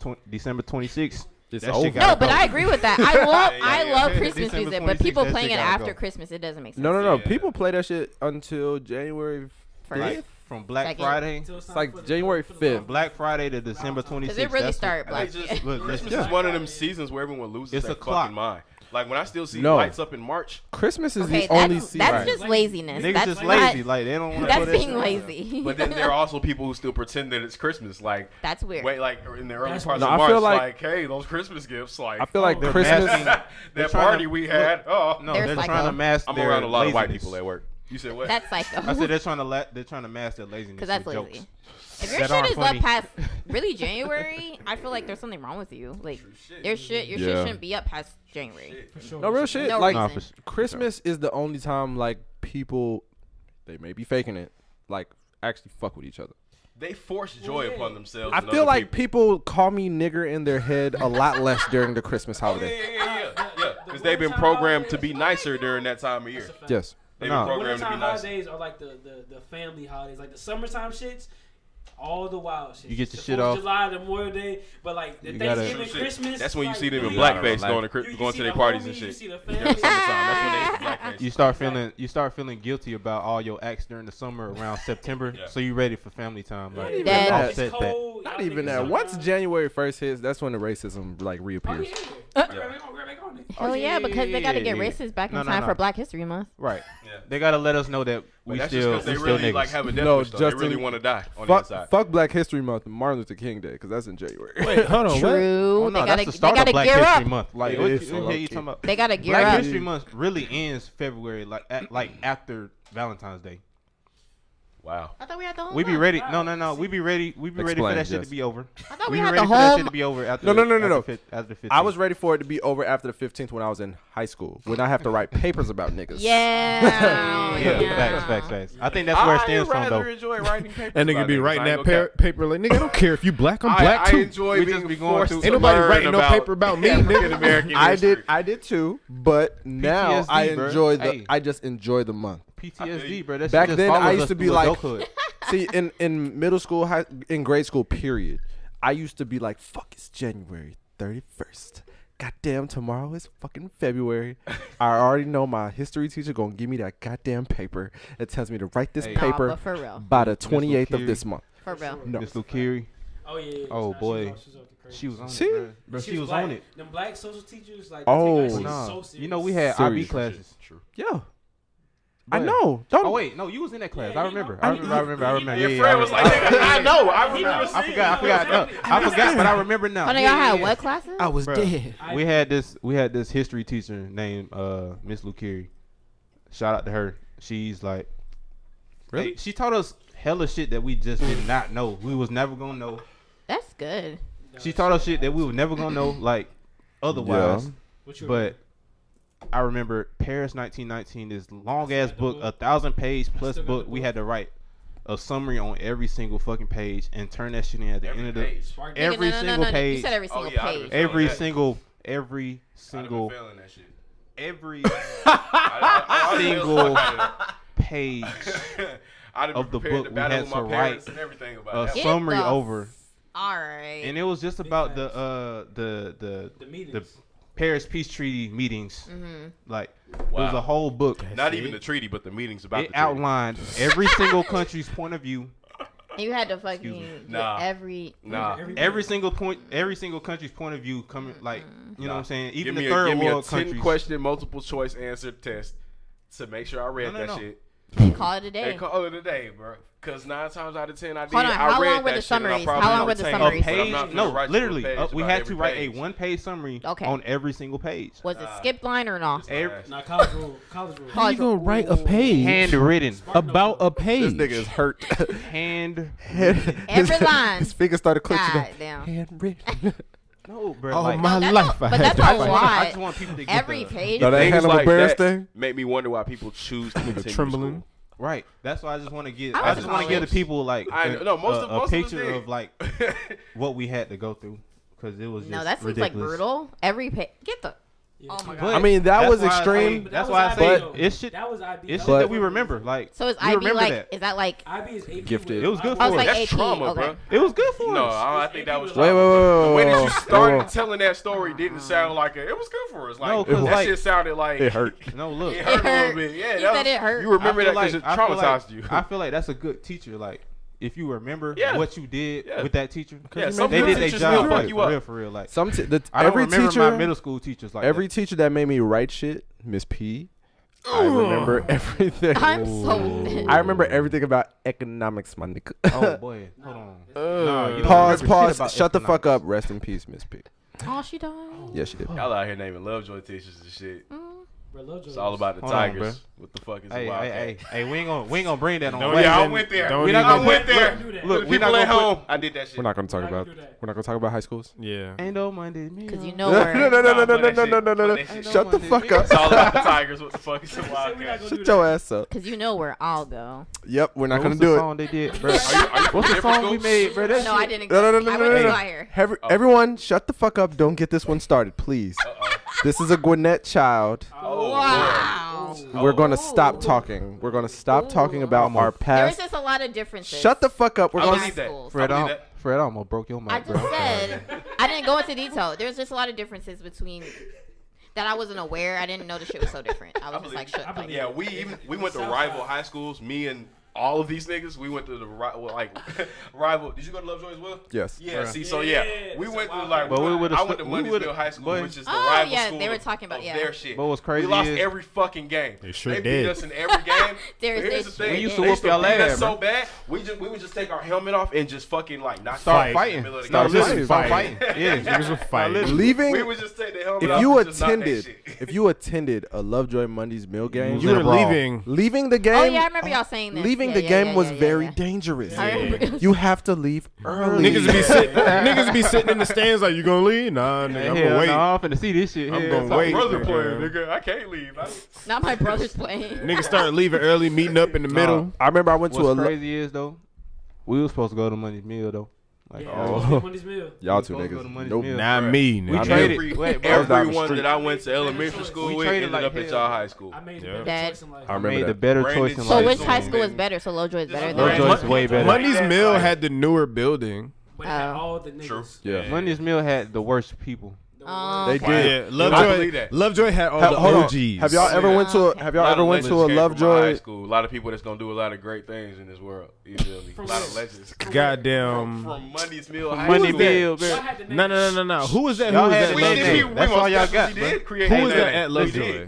Speaker 1: tw- December 26th.
Speaker 3: It's
Speaker 1: that
Speaker 3: over.
Speaker 1: Shit
Speaker 8: No,
Speaker 1: gotta
Speaker 8: but
Speaker 1: go.
Speaker 8: I agree with that. I love
Speaker 9: Yeah,
Speaker 8: I
Speaker 9: yeah,
Speaker 8: love
Speaker 9: yeah.
Speaker 8: Christmas
Speaker 1: December
Speaker 8: music, but people
Speaker 1: 26th,
Speaker 8: playing
Speaker 1: that
Speaker 8: it
Speaker 1: shit gotta
Speaker 8: after
Speaker 1: go.
Speaker 8: Christmas, it doesn't make sense.
Speaker 3: No, no, no.
Speaker 9: Yeah.
Speaker 3: People play that shit until January.
Speaker 8: for
Speaker 1: Like,
Speaker 8: us.
Speaker 1: from Black
Speaker 8: Second.
Speaker 1: Friday,
Speaker 7: Till time
Speaker 3: It's like
Speaker 7: for the-
Speaker 3: January
Speaker 7: for the-
Speaker 3: 5th.
Speaker 1: Black Friday to December 26th.
Speaker 8: 'Cause it really
Speaker 1: that's
Speaker 8: started
Speaker 9: I
Speaker 8: black.
Speaker 9: think just
Speaker 1: Look, let's-
Speaker 9: Christmas
Speaker 1: yeah.
Speaker 9: is one of them seasons where everyone loses
Speaker 1: It's
Speaker 9: their
Speaker 1: a clock.
Speaker 9: fucking mind. Like when I still see
Speaker 3: No.
Speaker 9: lights up in March,
Speaker 3: Christmas is
Speaker 8: Okay,
Speaker 3: the only
Speaker 8: that's,
Speaker 3: season.
Speaker 8: that's just laziness.
Speaker 1: Niggas
Speaker 8: that's
Speaker 1: just
Speaker 8: not-
Speaker 1: lazy. Like they don't want to.
Speaker 8: that's being lazy.
Speaker 9: but then there are also people who still pretend that it's Christmas. Like
Speaker 8: That's weird.
Speaker 9: Wait, like in the early
Speaker 7: That's
Speaker 9: parts
Speaker 3: No,
Speaker 9: of
Speaker 3: I
Speaker 9: March,
Speaker 3: feel
Speaker 9: like,
Speaker 3: like-
Speaker 9: hey, those Christmas gifts, like
Speaker 3: I feel like
Speaker 1: they're
Speaker 3: Christmas.
Speaker 1: masking- they're
Speaker 9: that
Speaker 1: trying
Speaker 9: party
Speaker 1: to-
Speaker 9: we
Speaker 1: look,
Speaker 9: had. oh
Speaker 1: No,
Speaker 8: They're
Speaker 1: they're, trying
Speaker 8: psycho.
Speaker 1: to mask.
Speaker 9: I'm
Speaker 1: their
Speaker 9: around a lot of white
Speaker 1: laziness.
Speaker 9: people at work. You said what?
Speaker 8: That's psycho.
Speaker 1: I said they're trying to la- they're trying to mask their laziness.
Speaker 8: Because that's
Speaker 1: with
Speaker 8: lazy.
Speaker 1: jokes.
Speaker 8: If your
Speaker 1: That
Speaker 8: shit
Speaker 1: aren't
Speaker 8: is
Speaker 1: funny.
Speaker 8: up past really January, I feel like there's something wrong with you. Like your shit, your shit
Speaker 3: Yeah.
Speaker 8: shouldn't be up past January.
Speaker 7: for sure.
Speaker 3: No real shit.
Speaker 8: No
Speaker 3: like
Speaker 8: reason.
Speaker 1: Nah, for sure.
Speaker 3: Christmas is the only time like people, they may be faking it, like actually fuck with each other.
Speaker 9: They force joy upon themselves.
Speaker 3: I
Speaker 9: and
Speaker 3: feel
Speaker 9: other
Speaker 3: like people
Speaker 9: people.
Speaker 3: call me nigger in their head a lot less during the Christmas holiday.
Speaker 9: Yeah, yeah, yeah, yeah. Because they've been programmed to be nicer during that time of year.
Speaker 3: Yes.
Speaker 9: They've
Speaker 1: No.
Speaker 9: been programmed to be
Speaker 7: Wintertime
Speaker 9: nicer.
Speaker 7: holidays are like the, the, the family holidays, like the summertime shits, all the wild shit.
Speaker 1: You get
Speaker 7: the
Speaker 1: your shit
Speaker 7: Fourth of
Speaker 1: off.
Speaker 7: July, the Memorial Day, but like the
Speaker 1: You gotta-
Speaker 7: Thanksgiving,
Speaker 9: Shit.
Speaker 7: Christmas.
Speaker 9: That's when you
Speaker 7: like,
Speaker 9: see them in
Speaker 7: you-
Speaker 9: blackface
Speaker 1: Like-
Speaker 9: going to
Speaker 7: you-
Speaker 9: cri-
Speaker 7: you
Speaker 9: going
Speaker 7: see
Speaker 9: to their
Speaker 7: the
Speaker 9: parties
Speaker 7: homies,
Speaker 9: and
Speaker 7: You
Speaker 9: shit.
Speaker 7: see the
Speaker 9: During the
Speaker 7: family.
Speaker 9: summertime, that's when they
Speaker 1: You
Speaker 9: blackface.
Speaker 1: start feeling you start feeling guilty about all your acts during the summer around September,
Speaker 9: Yeah.
Speaker 1: so you ready for family time. Like
Speaker 7: even
Speaker 8: Dead.
Speaker 1: offset
Speaker 7: It's
Speaker 1: that.
Speaker 7: cold,
Speaker 3: Not
Speaker 7: y'all
Speaker 3: even
Speaker 7: niggas
Speaker 3: that.
Speaker 7: are-
Speaker 3: Once January first hits, that's when the racism like
Speaker 7: Oh,
Speaker 3: reappears.
Speaker 7: yeah. Right, right, right, right, right, right.
Speaker 8: Hell yeah, because they got to get
Speaker 1: yeah, yeah.
Speaker 8: racists back in
Speaker 1: No, no,
Speaker 8: time
Speaker 1: no.
Speaker 8: for Black History Month.
Speaker 1: Right.
Speaker 9: Yeah.
Speaker 1: They gotta let us know that
Speaker 9: But
Speaker 1: we
Speaker 9: that's
Speaker 1: still
Speaker 9: just
Speaker 1: we
Speaker 9: because they
Speaker 1: still
Speaker 9: really
Speaker 1: niggas.
Speaker 9: like have a death
Speaker 3: No,
Speaker 9: wish. though. They really
Speaker 3: Justin,
Speaker 9: want to die on the inside.
Speaker 3: Fuck, fuck Black History Month and Martin Luther King Day because that's in January.
Speaker 1: hold on.
Speaker 8: what? True.
Speaker 1: Oh, no, that's
Speaker 8: They gotta-
Speaker 1: the
Speaker 8: they
Speaker 1: start
Speaker 8: gotta
Speaker 1: of Black
Speaker 8: gear
Speaker 1: History
Speaker 8: up.
Speaker 1: Month. Like
Speaker 3: It
Speaker 1: what,
Speaker 3: is
Speaker 1: you-
Speaker 3: so
Speaker 1: what you
Speaker 3: low-key.
Speaker 1: talking about?
Speaker 8: They got to gear
Speaker 1: Black
Speaker 8: up.
Speaker 1: History Month really ends February, like at, like after Valentine's Day.
Speaker 9: Wow.
Speaker 8: I thought we had the whole.
Speaker 1: We be
Speaker 8: month.
Speaker 1: ready. No, no, no. We be ready. We be ready for
Speaker 3: Explain,
Speaker 1: that shit
Speaker 3: yes.
Speaker 1: to be over.
Speaker 8: I thought
Speaker 1: We be
Speaker 8: we, had
Speaker 1: ready
Speaker 8: the
Speaker 1: for that
Speaker 8: whole.
Speaker 1: shit to be over after.
Speaker 3: No, no, no,
Speaker 1: after
Speaker 3: no, no.
Speaker 1: fif- After the 15th.
Speaker 3: I was ready for it to be over after the 15th when I was in high school when I have to write papers about niggas.
Speaker 8: Yeah.
Speaker 1: Yeah,
Speaker 8: yeah.
Speaker 1: facts, facts, facts. I think that's where it stands from, though.
Speaker 9: enjoy writing papers.
Speaker 5: That nigga
Speaker 9: about
Speaker 5: be
Speaker 9: it, 'cause
Speaker 5: writing
Speaker 9: I ain't
Speaker 5: that
Speaker 9: gonna
Speaker 5: pa-
Speaker 9: cap.
Speaker 5: paper like nigga. I don't care if you black. I'm
Speaker 9: I-
Speaker 5: black
Speaker 9: I
Speaker 5: too.
Speaker 9: enjoy
Speaker 1: We
Speaker 9: being
Speaker 1: just be going
Speaker 9: forced
Speaker 1: through-
Speaker 9: to
Speaker 5: Ain't nobody
Speaker 9: learn
Speaker 5: writing no
Speaker 9: about
Speaker 5: paper about me,
Speaker 9: African
Speaker 5: nigga.
Speaker 9: American
Speaker 3: I
Speaker 9: history.
Speaker 3: did, I did too, but now I
Speaker 1: PTSD, bruh.
Speaker 3: enjoy the.
Speaker 1: Hey.
Speaker 3: I just enjoy the month.
Speaker 1: PTSD, bro. That shit
Speaker 3: Back
Speaker 1: just
Speaker 3: then, I
Speaker 1: follows
Speaker 3: used
Speaker 1: us
Speaker 3: to be
Speaker 1: through
Speaker 3: like-
Speaker 1: adulthood.
Speaker 3: See, in in middle school, high, in grade school, period, I used to be like, "Fuck, it's January thirty first. Goddamn, tomorrow is fucking February. I already know my history teacher gonna give me that goddamn paper that tells me to write this
Speaker 1: Hey.
Speaker 8: Nah,
Speaker 3: paper
Speaker 8: but for real,
Speaker 3: by the twenty eighth of
Speaker 1: Lakiri.
Speaker 3: this month."
Speaker 8: for real.
Speaker 3: No.
Speaker 1: Miss Lukiri,
Speaker 7: Oh yeah. yeah, yeah.
Speaker 1: Oh,
Speaker 7: Nah, she
Speaker 1: boy.
Speaker 7: was off- she
Speaker 1: she was
Speaker 7: was off the crazy.
Speaker 1: on
Speaker 3: See?
Speaker 1: it. Bro. She, was
Speaker 7: black.
Speaker 1: on it.
Speaker 7: Them black social teachers like.
Speaker 3: Oh,
Speaker 7: Oh
Speaker 1: nah.
Speaker 7: no. So
Speaker 1: you know we had IB
Speaker 3: Serious.
Speaker 1: classes.
Speaker 3: Yeah, I
Speaker 1: But-
Speaker 3: know. Don't
Speaker 1: Oh wait, no, you was in that class.
Speaker 7: Yeah,
Speaker 1: I
Speaker 7: you
Speaker 1: remember.
Speaker 7: know.
Speaker 1: I remember. I remember. I remember. Yeah,
Speaker 11: Your
Speaker 1: yeah,
Speaker 11: friend was
Speaker 1: I
Speaker 11: like,
Speaker 1: remember.
Speaker 11: "Nigga, I know, I remember.
Speaker 7: was-
Speaker 1: I forgot. I forgot. No, I forgot, but I remember now.
Speaker 8: Oh, no, y'all
Speaker 1: Yeah, yeah,
Speaker 8: had
Speaker 1: yeah.
Speaker 8: what classes?
Speaker 3: Oh,
Speaker 12: I was
Speaker 1: Bruh.
Speaker 12: dead.
Speaker 1: We had this. We had this history teacher named uh, Miss Lukiri. Shout out to her. She's like,
Speaker 3: Really?
Speaker 1: Hey, She taught us hella shit that we just did not know. We was never gonna know.
Speaker 8: That's good.
Speaker 1: She taught us shit that we were never gonna know. Like otherwise,
Speaker 7: What you
Speaker 1: but. I remember Paris 1919, this long ass book, a thousand page plus
Speaker 7: still got
Speaker 1: book.
Speaker 7: the
Speaker 1: We
Speaker 7: book.
Speaker 1: had to write a summary on every single fucking page and turn that shit in at the end of the
Speaker 9: page.
Speaker 7: Spark-
Speaker 1: every
Speaker 8: Nigga, no, no, no,
Speaker 1: single
Speaker 8: no, no. You
Speaker 1: page.
Speaker 8: said every
Speaker 9: Oh,
Speaker 8: single
Speaker 9: yeah, I
Speaker 8: page.
Speaker 9: understand.
Speaker 1: every
Speaker 9: Yeah.
Speaker 1: single every single
Speaker 9: failing that shit.
Speaker 1: every
Speaker 9: I'd have been
Speaker 1: Single-
Speaker 9: failing.
Speaker 1: page
Speaker 9: I'd have
Speaker 1: of the
Speaker 9: been
Speaker 1: book
Speaker 9: prepared to
Speaker 1: we
Speaker 9: battle
Speaker 1: had
Speaker 9: with
Speaker 1: to
Speaker 9: my parents
Speaker 1: write
Speaker 9: and everything about
Speaker 1: a
Speaker 9: that.
Speaker 8: Get
Speaker 1: uh, summary
Speaker 8: the-
Speaker 1: over
Speaker 8: All right.
Speaker 1: and it was just about the uh the the
Speaker 7: The meetings.
Speaker 1: Paris Peace Treaty meetings
Speaker 8: Mm-hmm.
Speaker 1: like it was
Speaker 9: Wow.
Speaker 1: a whole book
Speaker 9: Not even the treaty, but the meetings about
Speaker 1: it
Speaker 9: the treaty.
Speaker 1: outlined every single country's point of view
Speaker 8: And you had to fucking get
Speaker 9: Nah. Mm.
Speaker 8: every.
Speaker 9: Nah,
Speaker 1: every single point every single country's point of view coming like you know what I'm saying even
Speaker 9: give me
Speaker 1: the
Speaker 9: a,
Speaker 1: third
Speaker 9: give me a
Speaker 1: world
Speaker 9: ten
Speaker 1: countries
Speaker 9: question multiple choice answer test to make sure I read
Speaker 1: No, no,
Speaker 9: that
Speaker 1: no.
Speaker 9: shit.
Speaker 8: Call it a day.
Speaker 9: And call it a day, bro. Cause nine times out of ten, I did.
Speaker 8: Hold on,
Speaker 9: I
Speaker 8: how
Speaker 9: read
Speaker 8: long were
Speaker 9: that
Speaker 8: the
Speaker 9: shit and I
Speaker 8: summaries?
Speaker 9: probably
Speaker 8: How long were
Speaker 9: retained
Speaker 8: the
Speaker 9: it,
Speaker 1: a
Speaker 8: summaries?
Speaker 9: but I'm
Speaker 1: page
Speaker 9: not gonna
Speaker 1: no
Speaker 9: write you a
Speaker 1: literally
Speaker 9: page
Speaker 1: uh, we
Speaker 9: about
Speaker 1: had
Speaker 9: every
Speaker 1: to write
Speaker 9: page.
Speaker 1: a one page summary
Speaker 8: Okay.
Speaker 1: on every single page
Speaker 8: Was it skipped line or not?
Speaker 1: every,
Speaker 7: Nah, college rule. College rule.
Speaker 8: College
Speaker 13: you gonna write a page
Speaker 1: handwritten
Speaker 13: about a
Speaker 3: This
Speaker 13: page?
Speaker 3: nigga is hurt.
Speaker 1: hand
Speaker 8: Every
Speaker 3: His-
Speaker 8: line.
Speaker 3: His fingers started
Speaker 8: God
Speaker 3: clenching.
Speaker 8: damn.
Speaker 3: Handwritten.
Speaker 1: no bro
Speaker 13: All
Speaker 1: like,
Speaker 13: my
Speaker 8: that's
Speaker 13: life,
Speaker 8: a-
Speaker 13: I
Speaker 8: but
Speaker 13: had
Speaker 8: that's
Speaker 13: to
Speaker 8: a
Speaker 13: write.
Speaker 8: lot.
Speaker 1: I just want people to get
Speaker 8: Every
Speaker 1: the-
Speaker 8: page.
Speaker 3: No, that
Speaker 9: Things
Speaker 3: Hannibal
Speaker 9: like
Speaker 3: Buress
Speaker 9: that
Speaker 3: thing.
Speaker 9: make me wonder why people choose to continue
Speaker 5: trembling.
Speaker 9: trembling.
Speaker 1: Right. That's why I just want to get.
Speaker 8: I
Speaker 1: I,
Speaker 8: was
Speaker 1: just
Speaker 8: in
Speaker 1: want to give the
Speaker 8: college.
Speaker 1: people like
Speaker 9: I
Speaker 1: a,
Speaker 9: know, most of-
Speaker 1: a- a
Speaker 9: most of the
Speaker 1: picture
Speaker 9: thing.
Speaker 1: of like what we had to go through because it was just
Speaker 8: No, that seems like
Speaker 1: ridiculous.
Speaker 8: brutal. Every page. Get the. Oh my god.
Speaker 1: But
Speaker 3: I mean, that
Speaker 1: that's
Speaker 3: was
Speaker 1: why I say-
Speaker 3: extreme.
Speaker 7: But that
Speaker 1: that's
Speaker 7: was
Speaker 1: why I
Speaker 7: IB
Speaker 1: say
Speaker 7: though.
Speaker 1: it's shit.
Speaker 7: That was IB.
Speaker 1: It's shit
Speaker 7: was
Speaker 1: that we
Speaker 7: IB.
Speaker 1: remember. Like
Speaker 8: So is
Speaker 1: we
Speaker 8: IB
Speaker 1: remember
Speaker 8: like? Is
Speaker 1: that.
Speaker 8: that like?
Speaker 7: IB is AP.
Speaker 3: Gifted.
Speaker 7: with-
Speaker 1: It was good
Speaker 7: I
Speaker 8: I
Speaker 1: for
Speaker 8: was
Speaker 1: us.
Speaker 8: like
Speaker 9: That's
Speaker 8: AP.
Speaker 9: trauma,
Speaker 8: okay.
Speaker 9: bro.
Speaker 1: It was good for
Speaker 9: No,
Speaker 1: us.
Speaker 9: I don't think that was.
Speaker 7: Wait,
Speaker 3: Wait, wait, wait,
Speaker 9: trauma.
Speaker 3: wait,
Speaker 9: The
Speaker 3: wait,
Speaker 9: way that
Speaker 3: wait,
Speaker 9: you
Speaker 3: wait,
Speaker 9: started
Speaker 3: wait.
Speaker 9: telling that story didn't sound like a, it was good for us. Like
Speaker 1: No, 'cause
Speaker 9: that
Speaker 1: like-
Speaker 9: shit sounded like
Speaker 3: It hurt.
Speaker 1: No, look.
Speaker 9: It
Speaker 1: I
Speaker 9: hurt, a
Speaker 8: hurt.
Speaker 9: little bit. Yeah,
Speaker 8: He
Speaker 9: that was-
Speaker 8: said it hurt.
Speaker 9: You remember
Speaker 1: feel
Speaker 9: that because
Speaker 1: I
Speaker 9: it
Speaker 1: feel
Speaker 9: traumatized
Speaker 1: like-
Speaker 9: you.
Speaker 1: I feel like that's a good teacher. Like if you remember
Speaker 9: Yeah.
Speaker 1: what you did
Speaker 9: Yeah.
Speaker 1: with that teacher,
Speaker 9: Yeah,
Speaker 1: they
Speaker 9: some
Speaker 1: did
Speaker 9: good
Speaker 1: their
Speaker 9: teachers
Speaker 1: job.
Speaker 9: will fuck
Speaker 1: like,
Speaker 9: you
Speaker 1: for
Speaker 9: up.
Speaker 1: real, for real. Like
Speaker 3: Some t- the,
Speaker 1: I don't
Speaker 3: every
Speaker 1: remember
Speaker 3: teacher,
Speaker 1: my middle school teachers like
Speaker 3: every
Speaker 1: that.
Speaker 3: teacher that made me write shit, Miss P. I remember everything.
Speaker 8: I'm so.
Speaker 3: I remember everything about economics, my nigga.
Speaker 1: Oh boy, hold on. Nah, you don't remember
Speaker 3: pause,
Speaker 1: shit
Speaker 3: pause.
Speaker 1: about
Speaker 3: Shut the fuck up.
Speaker 1: economics.
Speaker 3: Rest in peace, Miss P.
Speaker 8: oh, she died.
Speaker 3: Yes, she did.
Speaker 9: Y'all out here naming Lovejoy t-shirts and shit.
Speaker 1: Mm.
Speaker 7: Bro, Lojo
Speaker 9: It's all
Speaker 7: was-
Speaker 9: about the
Speaker 1: Hold on,
Speaker 9: Tigers. what the fuck is
Speaker 1: Hey,
Speaker 9: a wildcat?
Speaker 1: hey, hey, hey, we ain't gonna we ain't gonna bring that on.
Speaker 5: Don't
Speaker 1: Wait,
Speaker 5: y'all
Speaker 9: Yeah, I
Speaker 5: Don't
Speaker 9: went there.
Speaker 5: even-
Speaker 9: We not
Speaker 5: don't
Speaker 9: I went
Speaker 1: even-
Speaker 9: there.
Speaker 7: look,
Speaker 9: Look,
Speaker 1: we're
Speaker 9: people
Speaker 1: not
Speaker 9: at
Speaker 1: gonna
Speaker 9: home. I did that shit.
Speaker 3: We're not gonna talk
Speaker 7: Why you
Speaker 3: about.
Speaker 7: do that?
Speaker 3: We're not gonna talk about high schools.
Speaker 5: Yeah.
Speaker 1: Ain't no minded me.
Speaker 8: Because you
Speaker 1: up.
Speaker 8: know
Speaker 3: No, no, no, no, no,
Speaker 9: Nah,
Speaker 8: where.
Speaker 3: no,
Speaker 9: fuck
Speaker 3: no,
Speaker 9: that
Speaker 3: no, no, no,
Speaker 9: shit. Fuck that
Speaker 3: no.
Speaker 9: shit.
Speaker 3: Shut the fuck
Speaker 9: It's all
Speaker 3: up.
Speaker 9: about the Tigers. What the fuck is a
Speaker 7: We're not
Speaker 9: wildcat?
Speaker 7: gonna do
Speaker 3: Shut
Speaker 7: that.
Speaker 3: your ass up.
Speaker 8: Because you know where I'll go.
Speaker 3: Yep, we're not
Speaker 1: What's
Speaker 3: gonna
Speaker 1: the
Speaker 3: do
Speaker 1: song
Speaker 3: it.
Speaker 1: they did, bro?
Speaker 9: Are you, are you from
Speaker 1: What's the
Speaker 9: different
Speaker 1: song we
Speaker 9: schools?
Speaker 1: made, bro? That
Speaker 8: No, I didn't.
Speaker 3: No, no, no, no,
Speaker 8: I
Speaker 3: no,
Speaker 8: went
Speaker 3: no,
Speaker 8: to
Speaker 3: no.
Speaker 8: Dwyer.
Speaker 3: Every, Everyone, shut the fuck up. Don't get this one started, please. This is a Gwinnett child.
Speaker 9: Oh,
Speaker 8: Wow.
Speaker 3: We're going to
Speaker 8: Ooh.
Speaker 3: stop talking. We're going to stop talking about our
Speaker 8: There's
Speaker 3: past.
Speaker 8: just a lot of differences.
Speaker 3: Shut the fuck up. We're
Speaker 9: I
Speaker 3: going
Speaker 9: believe
Speaker 3: to.
Speaker 9: that.
Speaker 8: schools.
Speaker 1: Fred,
Speaker 9: I
Speaker 1: I
Speaker 9: believe
Speaker 1: al- Fred I almost broke your mic,
Speaker 8: I
Speaker 1: bro.
Speaker 8: just said I didn't go into detail. There's just a lot of differences between that I wasn't aware. I didn't know the shit was so different. I was just like, shut.
Speaker 9: believe-
Speaker 8: Like,
Speaker 9: yeah, we even we went to rival high schools. Me and all of these niggas, we went to the ri- well, like rival. Did you go to Lovejoy as well?
Speaker 3: Yes.
Speaker 9: Yeah.
Speaker 1: Bruh.
Speaker 9: See, so yeah,
Speaker 7: Yeah,
Speaker 9: we
Speaker 7: it's
Speaker 9: went
Speaker 7: a
Speaker 9: to
Speaker 7: wild
Speaker 9: like.
Speaker 1: But we would've
Speaker 9: I went to
Speaker 1: sli- we would've-
Speaker 9: Mundiesville High School,
Speaker 1: but-
Speaker 9: which is the
Speaker 8: Oh,
Speaker 9: rival
Speaker 8: yeah,
Speaker 9: school.
Speaker 8: they were talking about-
Speaker 9: of
Speaker 8: yeah.
Speaker 9: their shit.
Speaker 1: But what's crazy
Speaker 9: We lost
Speaker 1: is-
Speaker 9: every fucking game. They
Speaker 5: sure
Speaker 9: beat
Speaker 5: did.
Speaker 9: us in every game.
Speaker 8: There's-
Speaker 9: Here's
Speaker 8: they
Speaker 9: the
Speaker 8: sure
Speaker 9: thing.
Speaker 8: We used
Speaker 1: to
Speaker 9: they
Speaker 1: whoop y'all
Speaker 9: beat us
Speaker 1: ass,
Speaker 9: so
Speaker 1: bruh.
Speaker 9: bad. We just we would just take our helmet off and just fucking like knock
Speaker 1: Start
Speaker 9: fight
Speaker 1: fighting.
Speaker 9: In the middle of the
Speaker 1: No,
Speaker 9: game.
Speaker 5: Start
Speaker 1: listen, start
Speaker 5: fighting.
Speaker 1: fighting. Yeah,
Speaker 5: Niggas were fighting.
Speaker 3: Leaving.
Speaker 9: We would just take the helmet
Speaker 3: If
Speaker 9: off
Speaker 3: you
Speaker 9: and just knock that
Speaker 3: attended,
Speaker 9: shit.
Speaker 3: if you attended a Lovejoy Monday's meal game,
Speaker 5: You were
Speaker 1: Liberal.
Speaker 5: leaving.
Speaker 3: leaving the game.
Speaker 8: oh yeah, I remember y'all saying this.
Speaker 3: Leaving
Speaker 8: Yeah,
Speaker 3: the
Speaker 8: yeah,
Speaker 3: game
Speaker 8: yeah,
Speaker 3: was
Speaker 8: yeah, yeah,
Speaker 3: very
Speaker 8: yeah.
Speaker 3: dangerous.
Speaker 8: I remember.
Speaker 3: You have to leave early.
Speaker 5: Niggas be sitting. niggas be sitting in the stands like, "You gonna leave? Nah, nigga,
Speaker 1: Hell
Speaker 5: I'm gonna wait."
Speaker 1: no, I'm finna see this shit.
Speaker 5: I'm
Speaker 1: Hell,
Speaker 5: gonna
Speaker 1: it's all-
Speaker 5: wait.
Speaker 9: brother
Speaker 5: nigga.
Speaker 9: playing, nigga. I can't leave. I,
Speaker 8: Not my brother's playing.
Speaker 5: Niggas start leaving early, meeting up in the middle.
Speaker 3: I remember I went to a
Speaker 1: What's
Speaker 3: lo-
Speaker 1: crazy is though, we was supposed to go to Money's Meal though. Like,
Speaker 7: yeah,
Speaker 1: oh,
Speaker 7: oh. on his meal.
Speaker 3: Y'all two
Speaker 1: both go to
Speaker 3: niggas.
Speaker 1: Money's
Speaker 3: Nope.
Speaker 1: Mill.
Speaker 5: Not me.
Speaker 1: We
Speaker 5: nigga.
Speaker 1: traded.
Speaker 9: Every-
Speaker 1: Wait,
Speaker 3: I was down the
Speaker 9: Everyone
Speaker 3: street.
Speaker 9: that I went to elementary
Speaker 7: choice.
Speaker 9: school
Speaker 1: We
Speaker 9: with
Speaker 1: traded
Speaker 9: ended
Speaker 1: like
Speaker 9: up at
Speaker 1: hell.
Speaker 9: y'all high school.
Speaker 7: I made
Speaker 5: Yeah.
Speaker 7: a better
Speaker 8: That-
Speaker 7: choice in life.
Speaker 3: I
Speaker 1: I
Speaker 3: remember
Speaker 1: made the
Speaker 3: that.
Speaker 1: better
Speaker 9: Brandon
Speaker 1: choice in
Speaker 9: Johnson.
Speaker 8: So
Speaker 1: life.
Speaker 8: which
Speaker 9: so
Speaker 8: high school is
Speaker 9: then-
Speaker 8: better? So Lovejoy is better
Speaker 1: Lovejoy
Speaker 8: than
Speaker 1: is way better.
Speaker 5: Money's Mill had the newer building.
Speaker 7: But it had
Speaker 8: Oh.
Speaker 7: all the niggas.
Speaker 9: True.
Speaker 3: Yeah.
Speaker 1: Money's Mill had the worst people.
Speaker 7: The
Speaker 8: Um,
Speaker 7: worst.
Speaker 3: They
Speaker 5: Yeah,
Speaker 3: did.
Speaker 9: believe that.
Speaker 5: Lovejoy had all
Speaker 3: Ha-
Speaker 5: the
Speaker 3: hold on.
Speaker 5: OGs.
Speaker 3: Have y'all ever went to a, have y'all ever
Speaker 9: of
Speaker 3: went to a
Speaker 9: legends came from my High
Speaker 3: Lovejoy?
Speaker 9: school. A lot of people that's gonna do a lot of great things in this world. You feel me? A
Speaker 7: From
Speaker 9: lot of
Speaker 7: where?
Speaker 9: legends. From,
Speaker 5: Goddamn.
Speaker 9: from Money's Mill. High
Speaker 1: Money
Speaker 9: School.
Speaker 1: Bill,
Speaker 7: Y'all
Speaker 1: bro.
Speaker 7: had the
Speaker 5: No, no, no, no, no. Who was that?
Speaker 1: Y'all
Speaker 5: Who was
Speaker 1: had
Speaker 5: that?
Speaker 1: we
Speaker 9: We
Speaker 1: didn't
Speaker 5: Lovejoy?
Speaker 1: be-
Speaker 9: did.
Speaker 1: That's
Speaker 9: We
Speaker 1: all
Speaker 9: most
Speaker 1: y'all got,
Speaker 9: definitely
Speaker 1: bro.
Speaker 9: did create
Speaker 5: Who was
Speaker 9: that.
Speaker 5: that at
Speaker 9: We did.
Speaker 5: Lovejoy?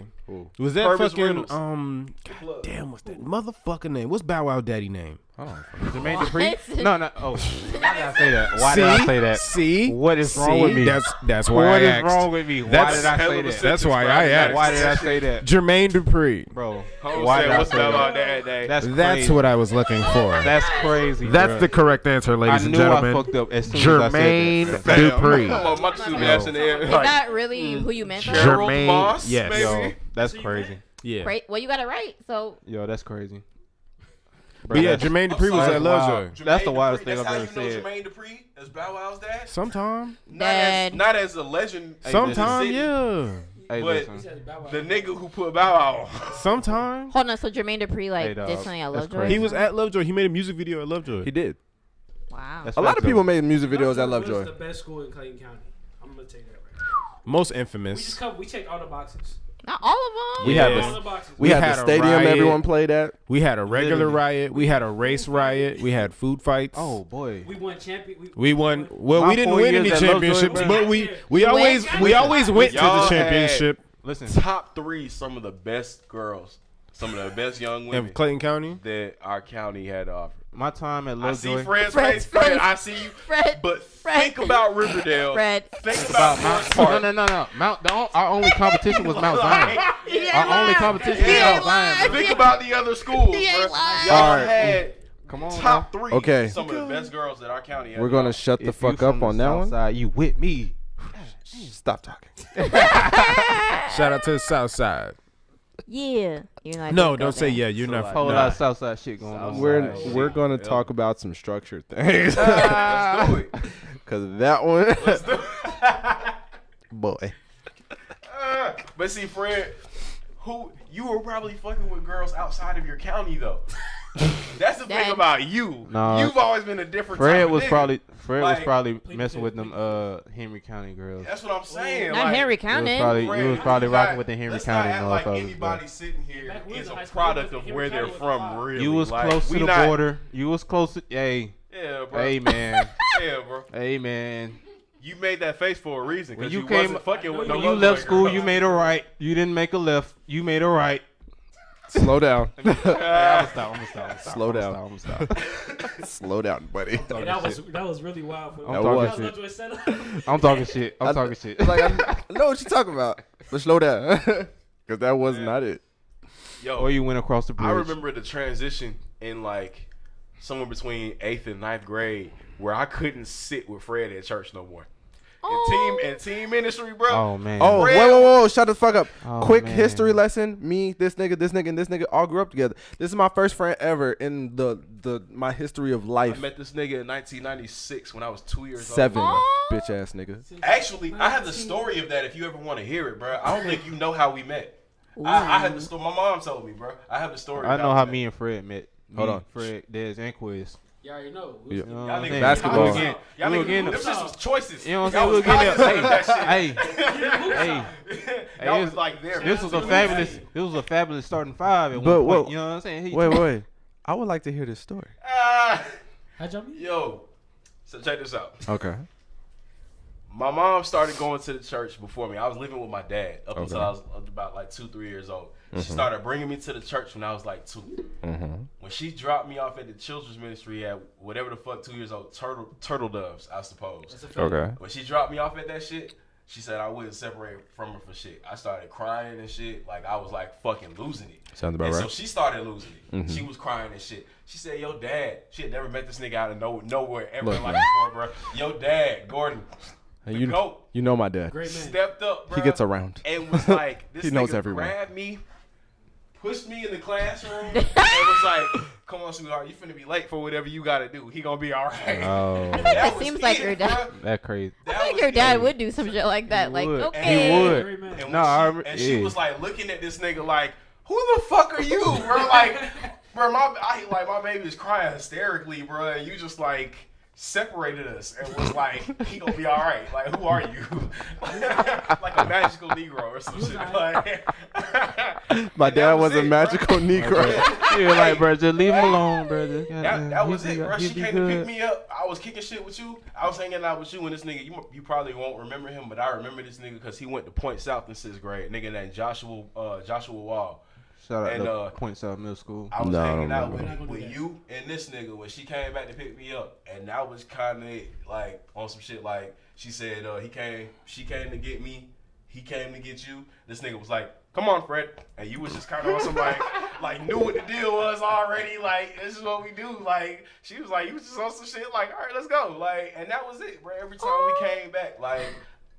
Speaker 5: Was that
Speaker 9: Purvis
Speaker 5: fucking
Speaker 9: Reynolds.
Speaker 5: um? God damn, what's that motherfucker name? What's Bow Wow Daddy name?
Speaker 1: Jermaine
Speaker 8: What?
Speaker 1: Dupri? No, no. Oh, why did I say that? Why did I say that?
Speaker 5: See,
Speaker 1: What is wrong with me?
Speaker 5: That's that's why
Speaker 1: What
Speaker 5: I
Speaker 1: is
Speaker 5: asked.
Speaker 1: wrong with me? Why
Speaker 5: That's
Speaker 1: did I
Speaker 9: hell
Speaker 1: say
Speaker 9: of a
Speaker 1: that?
Speaker 9: sentence.
Speaker 5: That's why
Speaker 9: bro.
Speaker 5: I
Speaker 9: I'm
Speaker 5: asked.
Speaker 9: not-
Speaker 1: Why did I say that,
Speaker 5: Jermaine Dupri.
Speaker 1: bro?
Speaker 9: Home
Speaker 1: Why
Speaker 9: said,
Speaker 1: did I
Speaker 9: what's
Speaker 1: say
Speaker 9: up
Speaker 1: that?
Speaker 9: out there that day?
Speaker 1: That's
Speaker 5: That's
Speaker 1: crazy.
Speaker 5: what I was looking for.
Speaker 1: That's crazy.
Speaker 5: That's
Speaker 1: bruh.
Speaker 5: the correct answer,
Speaker 1: I
Speaker 5: ladies and
Speaker 1: knew I
Speaker 5: gentlemen.
Speaker 1: fucked up as soon as I
Speaker 5: Jermaine
Speaker 1: said that.
Speaker 9: I'm
Speaker 5: Dupri.
Speaker 9: on my stupid ass in the air.
Speaker 8: Is
Speaker 9: Like,
Speaker 8: that really who you meant? Though?
Speaker 5: Jermaine-
Speaker 9: Gerald Moss,
Speaker 5: yes.
Speaker 9: maybe?
Speaker 1: Yo, that's crazy.
Speaker 5: Yeah,
Speaker 8: Right? Well, you got it right. So
Speaker 1: Yo, that's crazy. Bro,
Speaker 5: but yeah,
Speaker 1: that's-
Speaker 5: Jermaine Dupri was
Speaker 1: sorry.
Speaker 5: at
Speaker 1: Wow.
Speaker 5: Lovejoy.
Speaker 1: That's the
Speaker 9: Jermaine
Speaker 1: wildest
Speaker 9: Dupri,
Speaker 1: thing I've
Speaker 9: that's how
Speaker 1: ever
Speaker 9: you
Speaker 1: said.
Speaker 9: know Jermaine Dupri as Bow Wow's dad.
Speaker 5: Sometime,
Speaker 9: Not as,
Speaker 8: Dad.
Speaker 9: not as a legend. in the
Speaker 5: sometime,
Speaker 9: city.
Speaker 5: yeah,
Speaker 1: Hey,
Speaker 9: But-
Speaker 1: listen.
Speaker 9: The nigga who put Bow Wow. on.
Speaker 5: sometime.
Speaker 8: hold on. So Jermaine Dupri
Speaker 1: Hey,
Speaker 8: like
Speaker 1: dog.
Speaker 8: did something I
Speaker 1: That's
Speaker 8: love.
Speaker 1: crazy.
Speaker 5: He was at Lovejoy. He made a music video at Lovejoy.
Speaker 3: He did.
Speaker 8: Wow.
Speaker 1: That's
Speaker 3: A lot
Speaker 1: facts,
Speaker 3: of people
Speaker 1: though.
Speaker 3: made music videos at
Speaker 7: Lovejoy was
Speaker 3: Lovejoy.
Speaker 7: the best school in Clayton County. I'm gonna take that right. now.
Speaker 5: Most
Speaker 7: We just
Speaker 5: infamous.
Speaker 7: covered. We checked all the boxes.
Speaker 8: Not all of them.
Speaker 3: We
Speaker 5: Yeah.
Speaker 3: had
Speaker 7: All
Speaker 3: the
Speaker 7: the boxes.
Speaker 3: we
Speaker 5: We
Speaker 3: had
Speaker 5: had
Speaker 3: the
Speaker 5: a
Speaker 3: stadium
Speaker 5: riot.
Speaker 3: everyone played at.
Speaker 5: We had a regular
Speaker 1: Literally.
Speaker 5: riot. We had a race riot. We had food fights.
Speaker 1: Oh boy.
Speaker 7: we won champion. We,
Speaker 5: We won. Well,
Speaker 1: My
Speaker 5: we didn't
Speaker 1: four
Speaker 5: win
Speaker 1: years
Speaker 5: any
Speaker 1: at Lovejoy,
Speaker 5: championships,
Speaker 1: bro.
Speaker 5: but we we always we always went to the
Speaker 9: Y'all
Speaker 5: championship
Speaker 1: Listen,
Speaker 9: Top three, some of the best girls, some of the best young
Speaker 5: in
Speaker 9: women
Speaker 5: Clayton County.
Speaker 9: that our county had to offer.
Speaker 1: my time at
Speaker 9: I see
Speaker 1: Lovejoy.
Speaker 9: Fred's
Speaker 8: Fred,
Speaker 9: face,
Speaker 8: Fred,
Speaker 9: Fred. I see you.
Speaker 8: Fred,
Speaker 9: But
Speaker 8: Fred.
Speaker 9: think about Riverdale.
Speaker 8: Fred.
Speaker 9: Think about
Speaker 1: About
Speaker 9: Forest
Speaker 1: Mount, no,
Speaker 9: Park.
Speaker 1: no, no, no. Mount. The, on- our only competition was Mount Zion.
Speaker 8: He ain't
Speaker 1: Our only
Speaker 8: lying.
Speaker 1: competition was
Speaker 8: He ain't
Speaker 1: Mount Zion.
Speaker 8: lying.
Speaker 1: bro.
Speaker 9: Think about the other schools.
Speaker 8: He
Speaker 9: bruh.
Speaker 8: ain't lying.
Speaker 9: Y'all
Speaker 3: All right.
Speaker 9: had
Speaker 1: Come on,
Speaker 9: top
Speaker 1: bro.
Speaker 9: three.
Speaker 3: Okay.
Speaker 9: Some of the best girls that our county. had
Speaker 3: We're
Speaker 9: to
Speaker 3: gonna
Speaker 9: offer.
Speaker 3: shut the
Speaker 1: If you
Speaker 3: fuck up
Speaker 1: from
Speaker 3: on
Speaker 1: the
Speaker 3: that
Speaker 1: south
Speaker 3: one.
Speaker 1: Side, you with me?
Speaker 3: Stop talking.
Speaker 5: Shout out to the South Side.
Speaker 8: Yeah. You're like
Speaker 5: No,
Speaker 8: that girl
Speaker 5: don't say
Speaker 8: band.
Speaker 5: yeah. You're not.
Speaker 1: Whole
Speaker 5: nah.
Speaker 1: lot of Southside shit going on.
Speaker 3: We're
Speaker 9: Alright.
Speaker 3: we're gonna talk about some structured things
Speaker 9: Let's do it.
Speaker 3: because that one, boy.
Speaker 9: Uh, but see, Fred, who you were probably fucking with girls outside of your county though. That's the thing
Speaker 8: Dad.
Speaker 9: about you.
Speaker 1: Nah.
Speaker 9: You've always been a different. type
Speaker 1: Fred
Speaker 9: of
Speaker 1: was
Speaker 9: nigga.
Speaker 1: probably Fred was
Speaker 9: Like-
Speaker 1: probably messing with them uh Henry County girls.
Speaker 9: That's what I'm saying.
Speaker 8: Not
Speaker 9: like,
Speaker 8: Henry
Speaker 1: He was
Speaker 8: County.
Speaker 1: probably
Speaker 9: Fred,
Speaker 1: he was
Speaker 9: let's
Speaker 1: probably
Speaker 9: not-
Speaker 1: rocking with the Henry
Speaker 9: let's not
Speaker 1: County
Speaker 9: act like
Speaker 1: motherfuckers. bro.
Speaker 9: anybody sitting here
Speaker 7: Back when we
Speaker 9: is
Speaker 7: was in
Speaker 9: a
Speaker 7: high school,
Speaker 9: product of
Speaker 7: Henry
Speaker 9: where
Speaker 7: County
Speaker 9: they're
Speaker 7: was
Speaker 9: from,
Speaker 7: fine.
Speaker 9: really.
Speaker 1: You was
Speaker 9: Like,
Speaker 1: close
Speaker 9: we
Speaker 1: to the
Speaker 9: not-
Speaker 1: border. You was close to hey
Speaker 9: Yeah, bro.
Speaker 1: hey man
Speaker 9: Yeah, bro.
Speaker 1: hey man.
Speaker 9: You made that face for a reason.
Speaker 1: When
Speaker 9: Because
Speaker 1: you
Speaker 9: you,
Speaker 1: came-
Speaker 9: wasn't fucking with
Speaker 7: I
Speaker 9: no
Speaker 7: know
Speaker 1: When you
Speaker 9: Lovejoy
Speaker 1: left school,
Speaker 9: girls.
Speaker 1: you made a right. You didn't make a left. You made a right.
Speaker 3: Slow down,
Speaker 1: I'm gonna stop. I'm gonna stop. I'm gonna stop.
Speaker 3: Slow
Speaker 1: I'm gonna
Speaker 3: down.
Speaker 1: Stop, I'm gonna stop.
Speaker 3: slow down, buddy.
Speaker 7: And that was that was really wild. For me.
Speaker 1: I'm
Speaker 3: That was-
Speaker 1: talking
Speaker 7: That was
Speaker 1: shit.
Speaker 7: Lovejoy setup.
Speaker 1: I'm talking shit. I'm
Speaker 3: I-
Speaker 1: talking shit.
Speaker 3: Like I know what you're talking about, but slow down because that was not it.
Speaker 9: Yo,
Speaker 1: or you went across the bridge.
Speaker 9: I remember the transition in like somewhere between eighth and ninth grade where I couldn't sit with Fred at church no more.
Speaker 8: Oh.
Speaker 9: And team and team ministry, bro.
Speaker 1: Oh man.
Speaker 3: Oh,
Speaker 9: Fred-
Speaker 3: whoa, whoa, whoa, shut the fuck up.
Speaker 1: Oh,
Speaker 3: Quick
Speaker 1: man.
Speaker 3: history lesson. Me, this nigga, this nigga, and this nigga all grew up together. This is my first friend ever in the the my history of
Speaker 9: I
Speaker 3: life.
Speaker 9: met this nigga in 1996 when I was two years
Speaker 3: Seven,
Speaker 9: old.
Speaker 8: Oh.
Speaker 3: bitch ass nigga.
Speaker 9: Actually, I have the story of that if you ever want to hear it, bro. I don't think you know how we met. I, I had the story. My mom told me, bro. I have the story.
Speaker 1: I
Speaker 9: of
Speaker 1: know
Speaker 9: we
Speaker 1: how
Speaker 9: met.
Speaker 1: me and Fred met. Me,
Speaker 3: Hold on.
Speaker 1: Fred, Dez, and Quiz.
Speaker 7: Y'all already know. We was-
Speaker 1: You know what
Speaker 9: Y'all
Speaker 1: I'm
Speaker 9: niggas-
Speaker 1: saying?
Speaker 3: Basketball.
Speaker 9: Y'all niggas getting- y'all
Speaker 1: We were
Speaker 9: niggas-
Speaker 1: getting
Speaker 9: them shits was choices.
Speaker 1: You know what
Speaker 9: Y'all
Speaker 1: I'm saying? We were
Speaker 9: was
Speaker 1: getting
Speaker 9: cognizant of that
Speaker 1: up.
Speaker 9: shit.
Speaker 1: Hey, hey,
Speaker 7: Yeah.
Speaker 1: hey.
Speaker 9: Y'all
Speaker 1: hey,
Speaker 9: was like there.
Speaker 1: This
Speaker 9: bro.
Speaker 1: was a fabulous. This was a fabulous starting five. At one
Speaker 3: But
Speaker 1: point,
Speaker 3: whoa.
Speaker 1: you know what I'm saying? He-
Speaker 3: Wait, wait, wait. I would like to hear this story.
Speaker 9: Ah,
Speaker 7: How'd y'all meet?
Speaker 9: yo, so check this out.
Speaker 3: Okay.
Speaker 9: My mom started going to the church before me. I was living with my dad up until I was about like two, three years old. She started bringing me to the church when I was like 2 When she dropped me off at the children's ministry at whatever the fuck, two years old, turtle turtle doves, I suppose.
Speaker 3: Okay.
Speaker 9: When she dropped me off at that shit, she said I wouldn't separate from her for shit. I started crying and shit. Like I was like fucking losing it.
Speaker 3: Sounds about
Speaker 9: and So
Speaker 3: right. Mm-hmm.
Speaker 9: she started losing it. She was crying and shit. She said, "Yo, dad." She had never met this nigga out of no, nowhere ever
Speaker 3: Look,
Speaker 9: in life
Speaker 3: man.
Speaker 9: before, bro. Yo, dad, Gordon,
Speaker 3: Hey,
Speaker 9: The
Speaker 3: you,
Speaker 9: goat.
Speaker 3: you know my dad.
Speaker 7: Great man.
Speaker 9: stepped up. Bro,
Speaker 3: He gets around.
Speaker 9: and was like, "This
Speaker 3: He
Speaker 9: nigga
Speaker 3: knows everyone.
Speaker 9: grabbed me, pushed me in the classroom, and was like." come on, sweetheart, you finna be late for whatever you gotta do. He gonna be all right.
Speaker 1: Oh,
Speaker 9: That
Speaker 8: It
Speaker 9: was
Speaker 8: seems like
Speaker 9: it,
Speaker 8: your dad-
Speaker 9: bruh.
Speaker 1: that crazy.
Speaker 9: That
Speaker 8: I think
Speaker 9: was
Speaker 8: your dad
Speaker 9: it.
Speaker 8: would do some shit like that. Like,
Speaker 1: would. He
Speaker 8: okay.
Speaker 1: would.
Speaker 7: Three minutes.
Speaker 9: And,
Speaker 1: No,
Speaker 9: when
Speaker 1: I
Speaker 9: she,
Speaker 1: rem-
Speaker 9: and she
Speaker 1: yeah.
Speaker 9: was like looking at this nigga like, "Who the fuck are you, bro?" Like, bro, my I, like my baby is crying hysterically, bro. And you just like separated us and was like, "He gonna be all right." Like, who are you? like a magical Negro or some shit. Like,
Speaker 3: My
Speaker 9: And that
Speaker 3: dad was,
Speaker 9: it,
Speaker 3: a
Speaker 9: bruh.
Speaker 3: magical Negro.
Speaker 1: Yeah, like, bro, just leave him alone, bro. Just,
Speaker 9: That, that was it, bro.
Speaker 1: bruh.
Speaker 9: She came to pick me up. I was kicking shit with you. I was hanging out with you and this nigga. You, you probably won't remember him, but I remember this nigga because he went to Point South in sixth grade. Nigga named Joshua uh, Joshua Wall.
Speaker 1: Shout out
Speaker 9: And,
Speaker 1: to
Speaker 9: uh,
Speaker 1: Point South Middle School.
Speaker 9: I was
Speaker 3: No, I don't
Speaker 9: hanging out
Speaker 3: remember.
Speaker 9: with, with you and this nigga when she came back to pick me up, and I was kind of like on some shit. Like she said, uh, he came, she came to get me, he came to get you. This nigga was like, "Come on, Fred," and you was just kind of on some like, like knew what the deal was already. Like this is what we do. Like she was like, you was just on some shit. Like all right, let's go. Like and that was it, bro. Every time we came back, like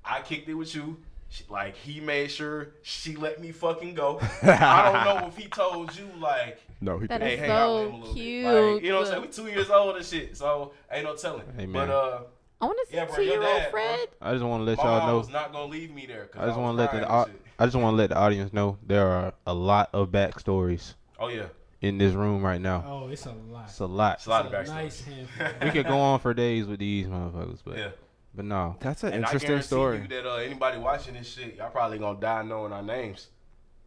Speaker 9: I kicked it with you. She, like he made sure she let me fucking go. I don't know if he told you like
Speaker 3: no, he
Speaker 8: That
Speaker 3: didn't.
Speaker 8: is-
Speaker 9: hey, hang out with
Speaker 8: so
Speaker 9: him a little bit. Like, you know what I'm saying? We
Speaker 8: cute.
Speaker 9: two years old and shit, so ain't no telling.
Speaker 1: Hey, man.
Speaker 9: but uh,
Speaker 8: I want to see
Speaker 9: Yeah, bro,
Speaker 8: two
Speaker 9: your
Speaker 8: year old
Speaker 9: dad, bro.
Speaker 8: Fred.
Speaker 1: I just want to let
Speaker 9: my
Speaker 1: y'all
Speaker 9: mom
Speaker 1: know.
Speaker 9: was not gonna leave me there. 'cause
Speaker 1: I just
Speaker 9: was
Speaker 1: want to let the
Speaker 9: crying
Speaker 1: au-
Speaker 9: and shit.
Speaker 1: I just want to let the audience know there are a lot of backstories
Speaker 9: Oh yeah,
Speaker 1: in this room right now.
Speaker 7: Oh, it's a lot.
Speaker 1: It's a lot.
Speaker 9: it's a lot of
Speaker 7: It's
Speaker 9: backstory.
Speaker 7: a nice handful.
Speaker 1: we could go on for days with these motherfuckers, but
Speaker 9: Yeah,
Speaker 1: but no.
Speaker 3: That's an
Speaker 9: and I
Speaker 3: interesting
Speaker 9: guarantee
Speaker 3: story.
Speaker 9: you that uh, anybody watching this shit, y'all probably gonna die knowing our names,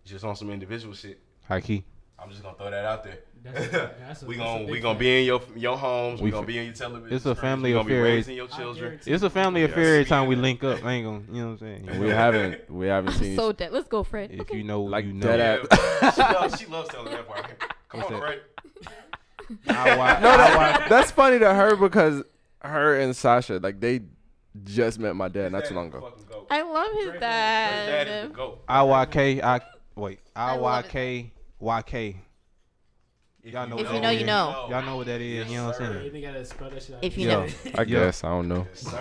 Speaker 9: just on some individual shit.
Speaker 1: High key.
Speaker 9: I'm just gonna throw that out there.
Speaker 7: That's a- that's a-
Speaker 9: we
Speaker 7: that's a
Speaker 9: gonna we
Speaker 7: big
Speaker 9: gonna
Speaker 7: fact.
Speaker 9: be in your your homes. We,
Speaker 1: We
Speaker 9: gonna
Speaker 1: fa-
Speaker 9: be in your television.
Speaker 1: It's a
Speaker 9: screens,
Speaker 1: family
Speaker 9: we gonna be
Speaker 1: affair.
Speaker 9: raising your
Speaker 7: I
Speaker 9: children.
Speaker 7: guarantee
Speaker 1: It's a family affair every time we
Speaker 9: Yeah.
Speaker 1: link up. I ain't gonna, you know what I'm saying?
Speaker 3: We haven't, we haven't seen.
Speaker 8: I'm so dead. Let's go, Fred.
Speaker 1: If
Speaker 8: okay.
Speaker 1: you know,
Speaker 3: Like
Speaker 1: you know.
Speaker 3: dead
Speaker 9: Yeah,
Speaker 3: ass.
Speaker 9: she, loves, she loves telling that part. Come
Speaker 1: What's that?
Speaker 9: on, Fred.
Speaker 1: I watch,
Speaker 3: No, that, that's funny to her because her and Sasha, like they just met my dad not too long ago.
Speaker 9: Fucking goat.
Speaker 8: I love his
Speaker 9: That is
Speaker 8: dad.
Speaker 9: the goat.
Speaker 1: IYK, I wait,
Speaker 8: I love it.
Speaker 1: IYK, YK. Y'all know
Speaker 8: If
Speaker 1: what
Speaker 8: you
Speaker 1: that
Speaker 8: know,
Speaker 1: is.
Speaker 8: you know.
Speaker 1: Y'all know what that is. you know what I'm
Speaker 7: You
Speaker 1: saying?
Speaker 7: ain't gotta spell that shit out.
Speaker 8: If you
Speaker 1: Yo,
Speaker 8: know.
Speaker 3: I
Speaker 1: Yeah.
Speaker 3: guess I don't know.
Speaker 9: Sir.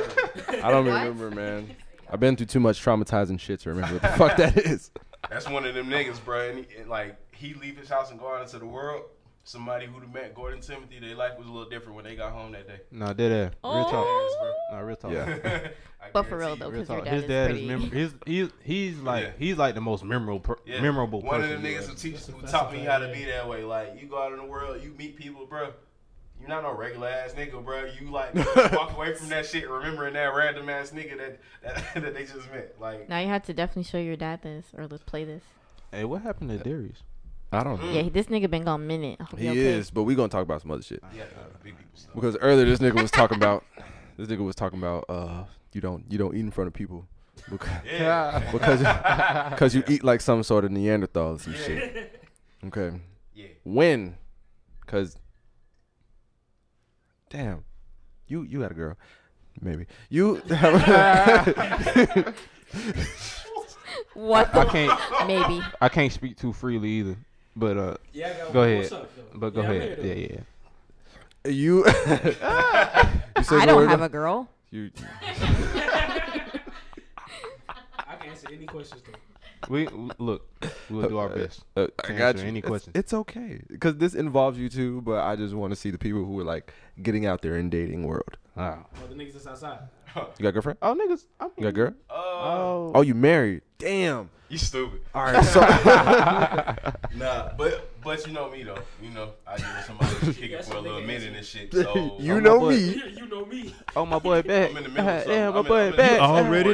Speaker 3: I don't
Speaker 8: What?
Speaker 3: remember, man. I've been through too much traumatizing shit to remember what the fuck that is.
Speaker 9: That's one of them niggas, bro. And, he- and, like he leave his house and go out into the world. Somebody who'd have met Gordon Timothy, their life was a little different when they got home that day.
Speaker 1: No, dead ass. Real talk.
Speaker 8: Oh.
Speaker 1: No, real talk.
Speaker 3: Yeah.
Speaker 9: I
Speaker 8: But for
Speaker 9: guarantee
Speaker 8: real, though,
Speaker 1: Real
Speaker 9: you.
Speaker 8: Because your
Speaker 1: talk.
Speaker 8: dad
Speaker 1: His
Speaker 8: is
Speaker 1: dad is
Speaker 8: pretty.
Speaker 1: mem- his, he's he's like
Speaker 9: Yeah.
Speaker 1: he's like the most memorable per-
Speaker 9: Yeah.
Speaker 1: memorable
Speaker 9: One of
Speaker 1: person.
Speaker 9: them
Speaker 1: you
Speaker 9: niggas
Speaker 1: ever-
Speaker 9: who teach who
Speaker 7: That's a
Speaker 9: taught me how to
Speaker 7: fact,
Speaker 9: be
Speaker 7: yeah.
Speaker 9: that way. Like you go out in the world, you meet people, bro. You're not no regular ass nigga, bro. You like walk away from that shit, remembering that random ass nigga that, that that they just met. Like
Speaker 8: Now you have to definitely show your dad this or let's play this.
Speaker 1: Hey, what happened to Darius?
Speaker 3: I don't
Speaker 1: Hmm.
Speaker 3: know.
Speaker 8: Yeah, this nigga been gone a minute. I hope
Speaker 3: He
Speaker 8: you okay.
Speaker 3: is, but we gonna talk about some other shit.
Speaker 9: yeah, big people stuff.
Speaker 3: Because earlier this nigga was talking about this nigga was talking about uh you don't you don't eat in front of people because
Speaker 9: Yeah,
Speaker 3: because because you eat like some sort of Neanderthal or some shit. Okay.
Speaker 9: yeah.
Speaker 3: When? Cause damn, you you got a girl, maybe you.
Speaker 8: What
Speaker 1: I
Speaker 8: the
Speaker 1: can't
Speaker 8: maybe.
Speaker 1: I can't speak too freely either. But uh,
Speaker 7: Yeah, I got
Speaker 1: Go
Speaker 7: one.
Speaker 1: ahead.
Speaker 7: What's up, though?
Speaker 1: but go
Speaker 7: Yeah, I'm
Speaker 1: ahead.
Speaker 7: here,
Speaker 1: Yeah,
Speaker 7: though.
Speaker 1: yeah.
Speaker 3: you. you said
Speaker 8: I
Speaker 3: you were
Speaker 8: don't have
Speaker 3: go-
Speaker 8: a girl.
Speaker 3: You,
Speaker 7: I can answer any questions though.
Speaker 1: We we- look. We'll do our best.
Speaker 3: uh, I
Speaker 1: To
Speaker 3: got
Speaker 1: answer
Speaker 3: you.
Speaker 1: any
Speaker 3: It's-
Speaker 1: questions.
Speaker 3: It's, okay because this involves you too, but I just want to see the people who are like getting out there in dating world.
Speaker 9: Uh,
Speaker 1: Oh,
Speaker 7: Well, the niggas that's outside.
Speaker 3: You got a girlfriend?
Speaker 1: oh niggas. I mean,
Speaker 3: You got a girl?
Speaker 1: Oh,
Speaker 3: Oh, you married? Damn.
Speaker 9: You stupid.
Speaker 3: All right. So
Speaker 9: Nah, but but you know me though. You know I deal with somebody who's kicking for a little minute and shit. So
Speaker 3: you
Speaker 9: Oh, I'm-
Speaker 3: know
Speaker 1: boy.
Speaker 3: me.
Speaker 7: You, you know me.
Speaker 1: oh my boy back.
Speaker 9: I'm in the middle of something.
Speaker 1: Damn, my
Speaker 9: I'm in- I'm
Speaker 1: boy
Speaker 9: in the-
Speaker 1: back.
Speaker 9: You already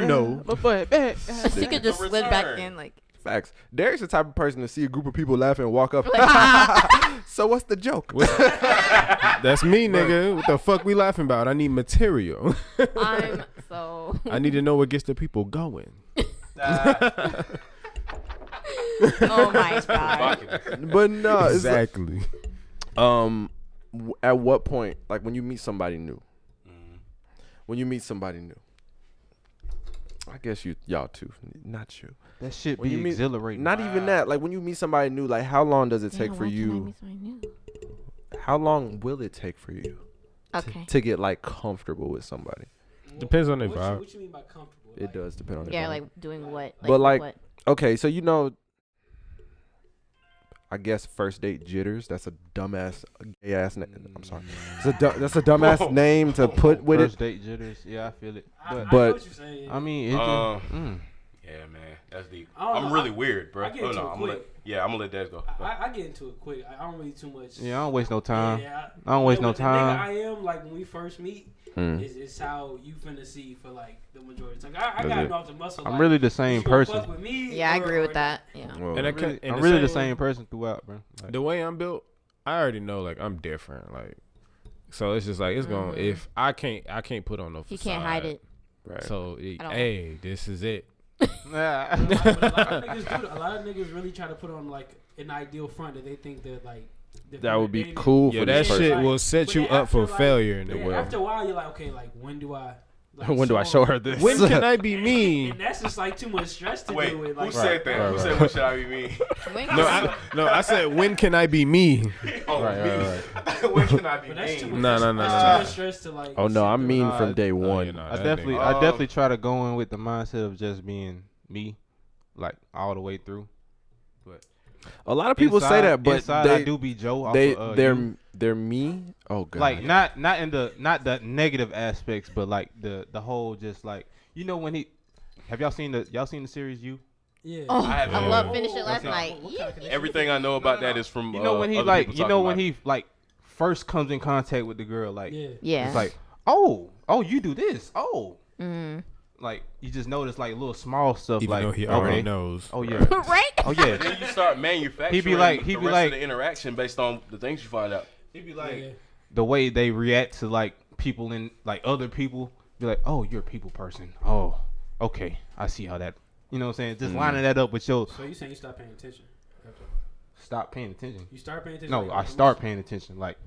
Speaker 1: Damn,
Speaker 5: know.
Speaker 1: My boy back.
Speaker 8: she could just slid back
Speaker 9: return.
Speaker 8: in like
Speaker 3: Facts. Derek's the type of person to see a group of people laughing and walk up. so what's the joke?
Speaker 5: That's me, nigga. What the fuck we laughing about? I need material.
Speaker 8: I'm so
Speaker 5: I need to know what gets the people going.
Speaker 9: Nah,
Speaker 8: Oh my god.
Speaker 9: fuck it.
Speaker 3: But no, it's like,
Speaker 5: Exactly.
Speaker 3: um, w- at what point, like when you meet somebody new, when you meet somebody new, I guess you y'all too, not you,
Speaker 1: That shit
Speaker 3: When
Speaker 1: be
Speaker 3: you meet-
Speaker 1: exhilarating.
Speaker 3: not even that. Like when you meet somebody new, like how long does it
Speaker 8: Damn,
Speaker 3: take for
Speaker 8: why can't I
Speaker 3: you?
Speaker 8: be so new?
Speaker 3: How long will it take for you
Speaker 8: Okay.
Speaker 3: to get like comfortable with somebody?
Speaker 5: Depends on their
Speaker 7: what You,
Speaker 5: vibe.
Speaker 7: what you mean by comfortable?
Speaker 3: It does depend on the
Speaker 8: Yeah,
Speaker 3: vibe.
Speaker 8: like doing what?
Speaker 3: But, like,
Speaker 8: what?
Speaker 3: okay, so you know, I guess first date jitters. That's a dumbass, gay ass. Na- I'm sorry. It's a du- that's a dumbass name to put with
Speaker 1: First
Speaker 3: it.
Speaker 1: date jitters. Yeah, I feel it.
Speaker 7: I, I
Speaker 1: But
Speaker 7: know
Speaker 3: but-
Speaker 7: what you're saying.
Speaker 1: I mean, it just,
Speaker 9: Uh,
Speaker 1: mm.
Speaker 9: Yeah, man, that's deep.
Speaker 7: I don't
Speaker 9: I'm
Speaker 7: know,
Speaker 9: really
Speaker 7: I-
Speaker 9: weird, bro.
Speaker 7: I get
Speaker 9: Hold
Speaker 7: too
Speaker 9: on, I'm gonna let,
Speaker 7: quick.
Speaker 9: yeah, I'm gonna let that go.
Speaker 7: I, I- I get into it quick. I, I don't really too much.
Speaker 1: yeah, I don't waste no
Speaker 7: Yeah,
Speaker 1: time.
Speaker 7: yeah,
Speaker 1: I don't waste
Speaker 7: yeah,
Speaker 1: no
Speaker 7: with the nigga
Speaker 1: time.
Speaker 7: I am like when we first meet, it's, it's how you finna see for like the majority. It's like I, I
Speaker 5: That's
Speaker 7: got
Speaker 5: it.
Speaker 7: it off the muscle.
Speaker 1: I'm
Speaker 7: like,
Speaker 1: really the
Speaker 7: you
Speaker 1: same
Speaker 7: gonna
Speaker 1: person.
Speaker 7: Fuck with me
Speaker 8: Yeah, I
Speaker 7: or-
Speaker 8: agree with
Speaker 7: or-
Speaker 8: that. Yeah.
Speaker 3: Well,
Speaker 5: And I
Speaker 1: I'm really,
Speaker 5: can, and
Speaker 1: I'm
Speaker 5: the
Speaker 1: really the
Speaker 5: same-
Speaker 1: same person throughout, bro. Like,
Speaker 5: the way I'm built, I already know like I'm different. Like, so it's just like it's going. to If I can't, I Mm-hmm. can't put on no.
Speaker 8: You can't hide
Speaker 5: facade.
Speaker 8: it.
Speaker 3: Right.
Speaker 5: So it,
Speaker 8: I don't-
Speaker 5: hey, this is it.
Speaker 1: yeah.
Speaker 7: But a lot of niggas do that. A lot of niggas really try to put on like an ideal front that they think that like the
Speaker 3: That would be
Speaker 7: they-
Speaker 3: cool
Speaker 5: Yeah,
Speaker 3: for
Speaker 5: that
Speaker 3: this
Speaker 7: But
Speaker 5: shit
Speaker 3: person.
Speaker 7: then
Speaker 5: will set
Speaker 7: but
Speaker 5: you
Speaker 7: then
Speaker 5: up for
Speaker 7: after, like-
Speaker 5: failure in the
Speaker 7: yeah,
Speaker 5: world.
Speaker 7: After a while, you're like, okay, like when do I? Like,
Speaker 3: when do I show her this?
Speaker 5: when can I be
Speaker 7: And
Speaker 5: mean?
Speaker 7: that's just like too much stress to
Speaker 9: Wait,
Speaker 7: deal
Speaker 9: who
Speaker 7: with. Like,
Speaker 9: said that?
Speaker 3: right,
Speaker 9: who
Speaker 3: right.
Speaker 9: said what should I be mean?
Speaker 8: When
Speaker 5: No,
Speaker 8: can-
Speaker 5: I, no, I said when can I be me?
Speaker 9: Oh,
Speaker 3: Right, right,
Speaker 9: me. what should I be
Speaker 7: But that's too
Speaker 9: mean?
Speaker 7: much.
Speaker 5: No, no, no,
Speaker 7: that's
Speaker 5: no,
Speaker 7: too
Speaker 5: no.
Speaker 7: much stress to like.
Speaker 3: oh no,
Speaker 7: sit
Speaker 3: I'm
Speaker 7: through.
Speaker 3: mean
Speaker 1: Nah,
Speaker 3: from
Speaker 1: I-
Speaker 3: day
Speaker 5: Oh,
Speaker 3: one.
Speaker 5: yeah, nah,
Speaker 1: I
Speaker 5: that
Speaker 1: definitely,
Speaker 5: nigga-
Speaker 1: I
Speaker 9: Uh,
Speaker 1: definitely try to go in with the mindset of just being me, like all the way through.
Speaker 3: A lot of people say
Speaker 1: Inside-
Speaker 3: that, but
Speaker 1: inside I
Speaker 3: they
Speaker 1: do be Joe. off
Speaker 3: they
Speaker 1: of, uh,
Speaker 3: they're
Speaker 1: you.
Speaker 3: they're me. Oh god.
Speaker 1: like not not in the not the negative aspects, but like the the whole just like you know when he. Have y'all seen the y'all seen the series you?
Speaker 7: Yeah.
Speaker 8: Oh,
Speaker 9: I
Speaker 8: I,
Speaker 9: haven't-
Speaker 8: love finishing
Speaker 1: That's
Speaker 8: last
Speaker 1: not-
Speaker 8: night.
Speaker 9: Everything I know about that is from
Speaker 1: You know
Speaker 9: uh,
Speaker 1: when he
Speaker 9: other
Speaker 1: like
Speaker 9: people
Speaker 1: you know
Speaker 9: talking
Speaker 1: when
Speaker 9: about it.
Speaker 1: he like first comes in contact with the girl like
Speaker 7: Yeah.
Speaker 8: Yeah.
Speaker 1: it's like oh oh you do this oh
Speaker 8: Mm.
Speaker 1: like you just notice like little small stuff
Speaker 5: Even
Speaker 1: like
Speaker 5: though he
Speaker 1: okay.
Speaker 5: already knows.
Speaker 1: oh yeah
Speaker 8: right?
Speaker 1: oh yeah
Speaker 9: Then you start manufacturing.
Speaker 1: He be like- he
Speaker 9: the
Speaker 1: be
Speaker 9: rest
Speaker 1: like-
Speaker 9: of the interaction based on the things you find out.
Speaker 1: It'd be
Speaker 7: Yeah.
Speaker 1: like the way they react to like people and like other people. Be like, oh, you're a people person. Oh, okay, I see how that. You know what I'm saying? Just
Speaker 9: Mm.
Speaker 1: lining that up with your
Speaker 7: So you saying you stop paying attention? after-
Speaker 1: stop paying attention.
Speaker 7: You start paying attention.
Speaker 1: No,
Speaker 7: like,
Speaker 1: I
Speaker 7: after
Speaker 1: start
Speaker 7: most-
Speaker 1: paying attention. Like,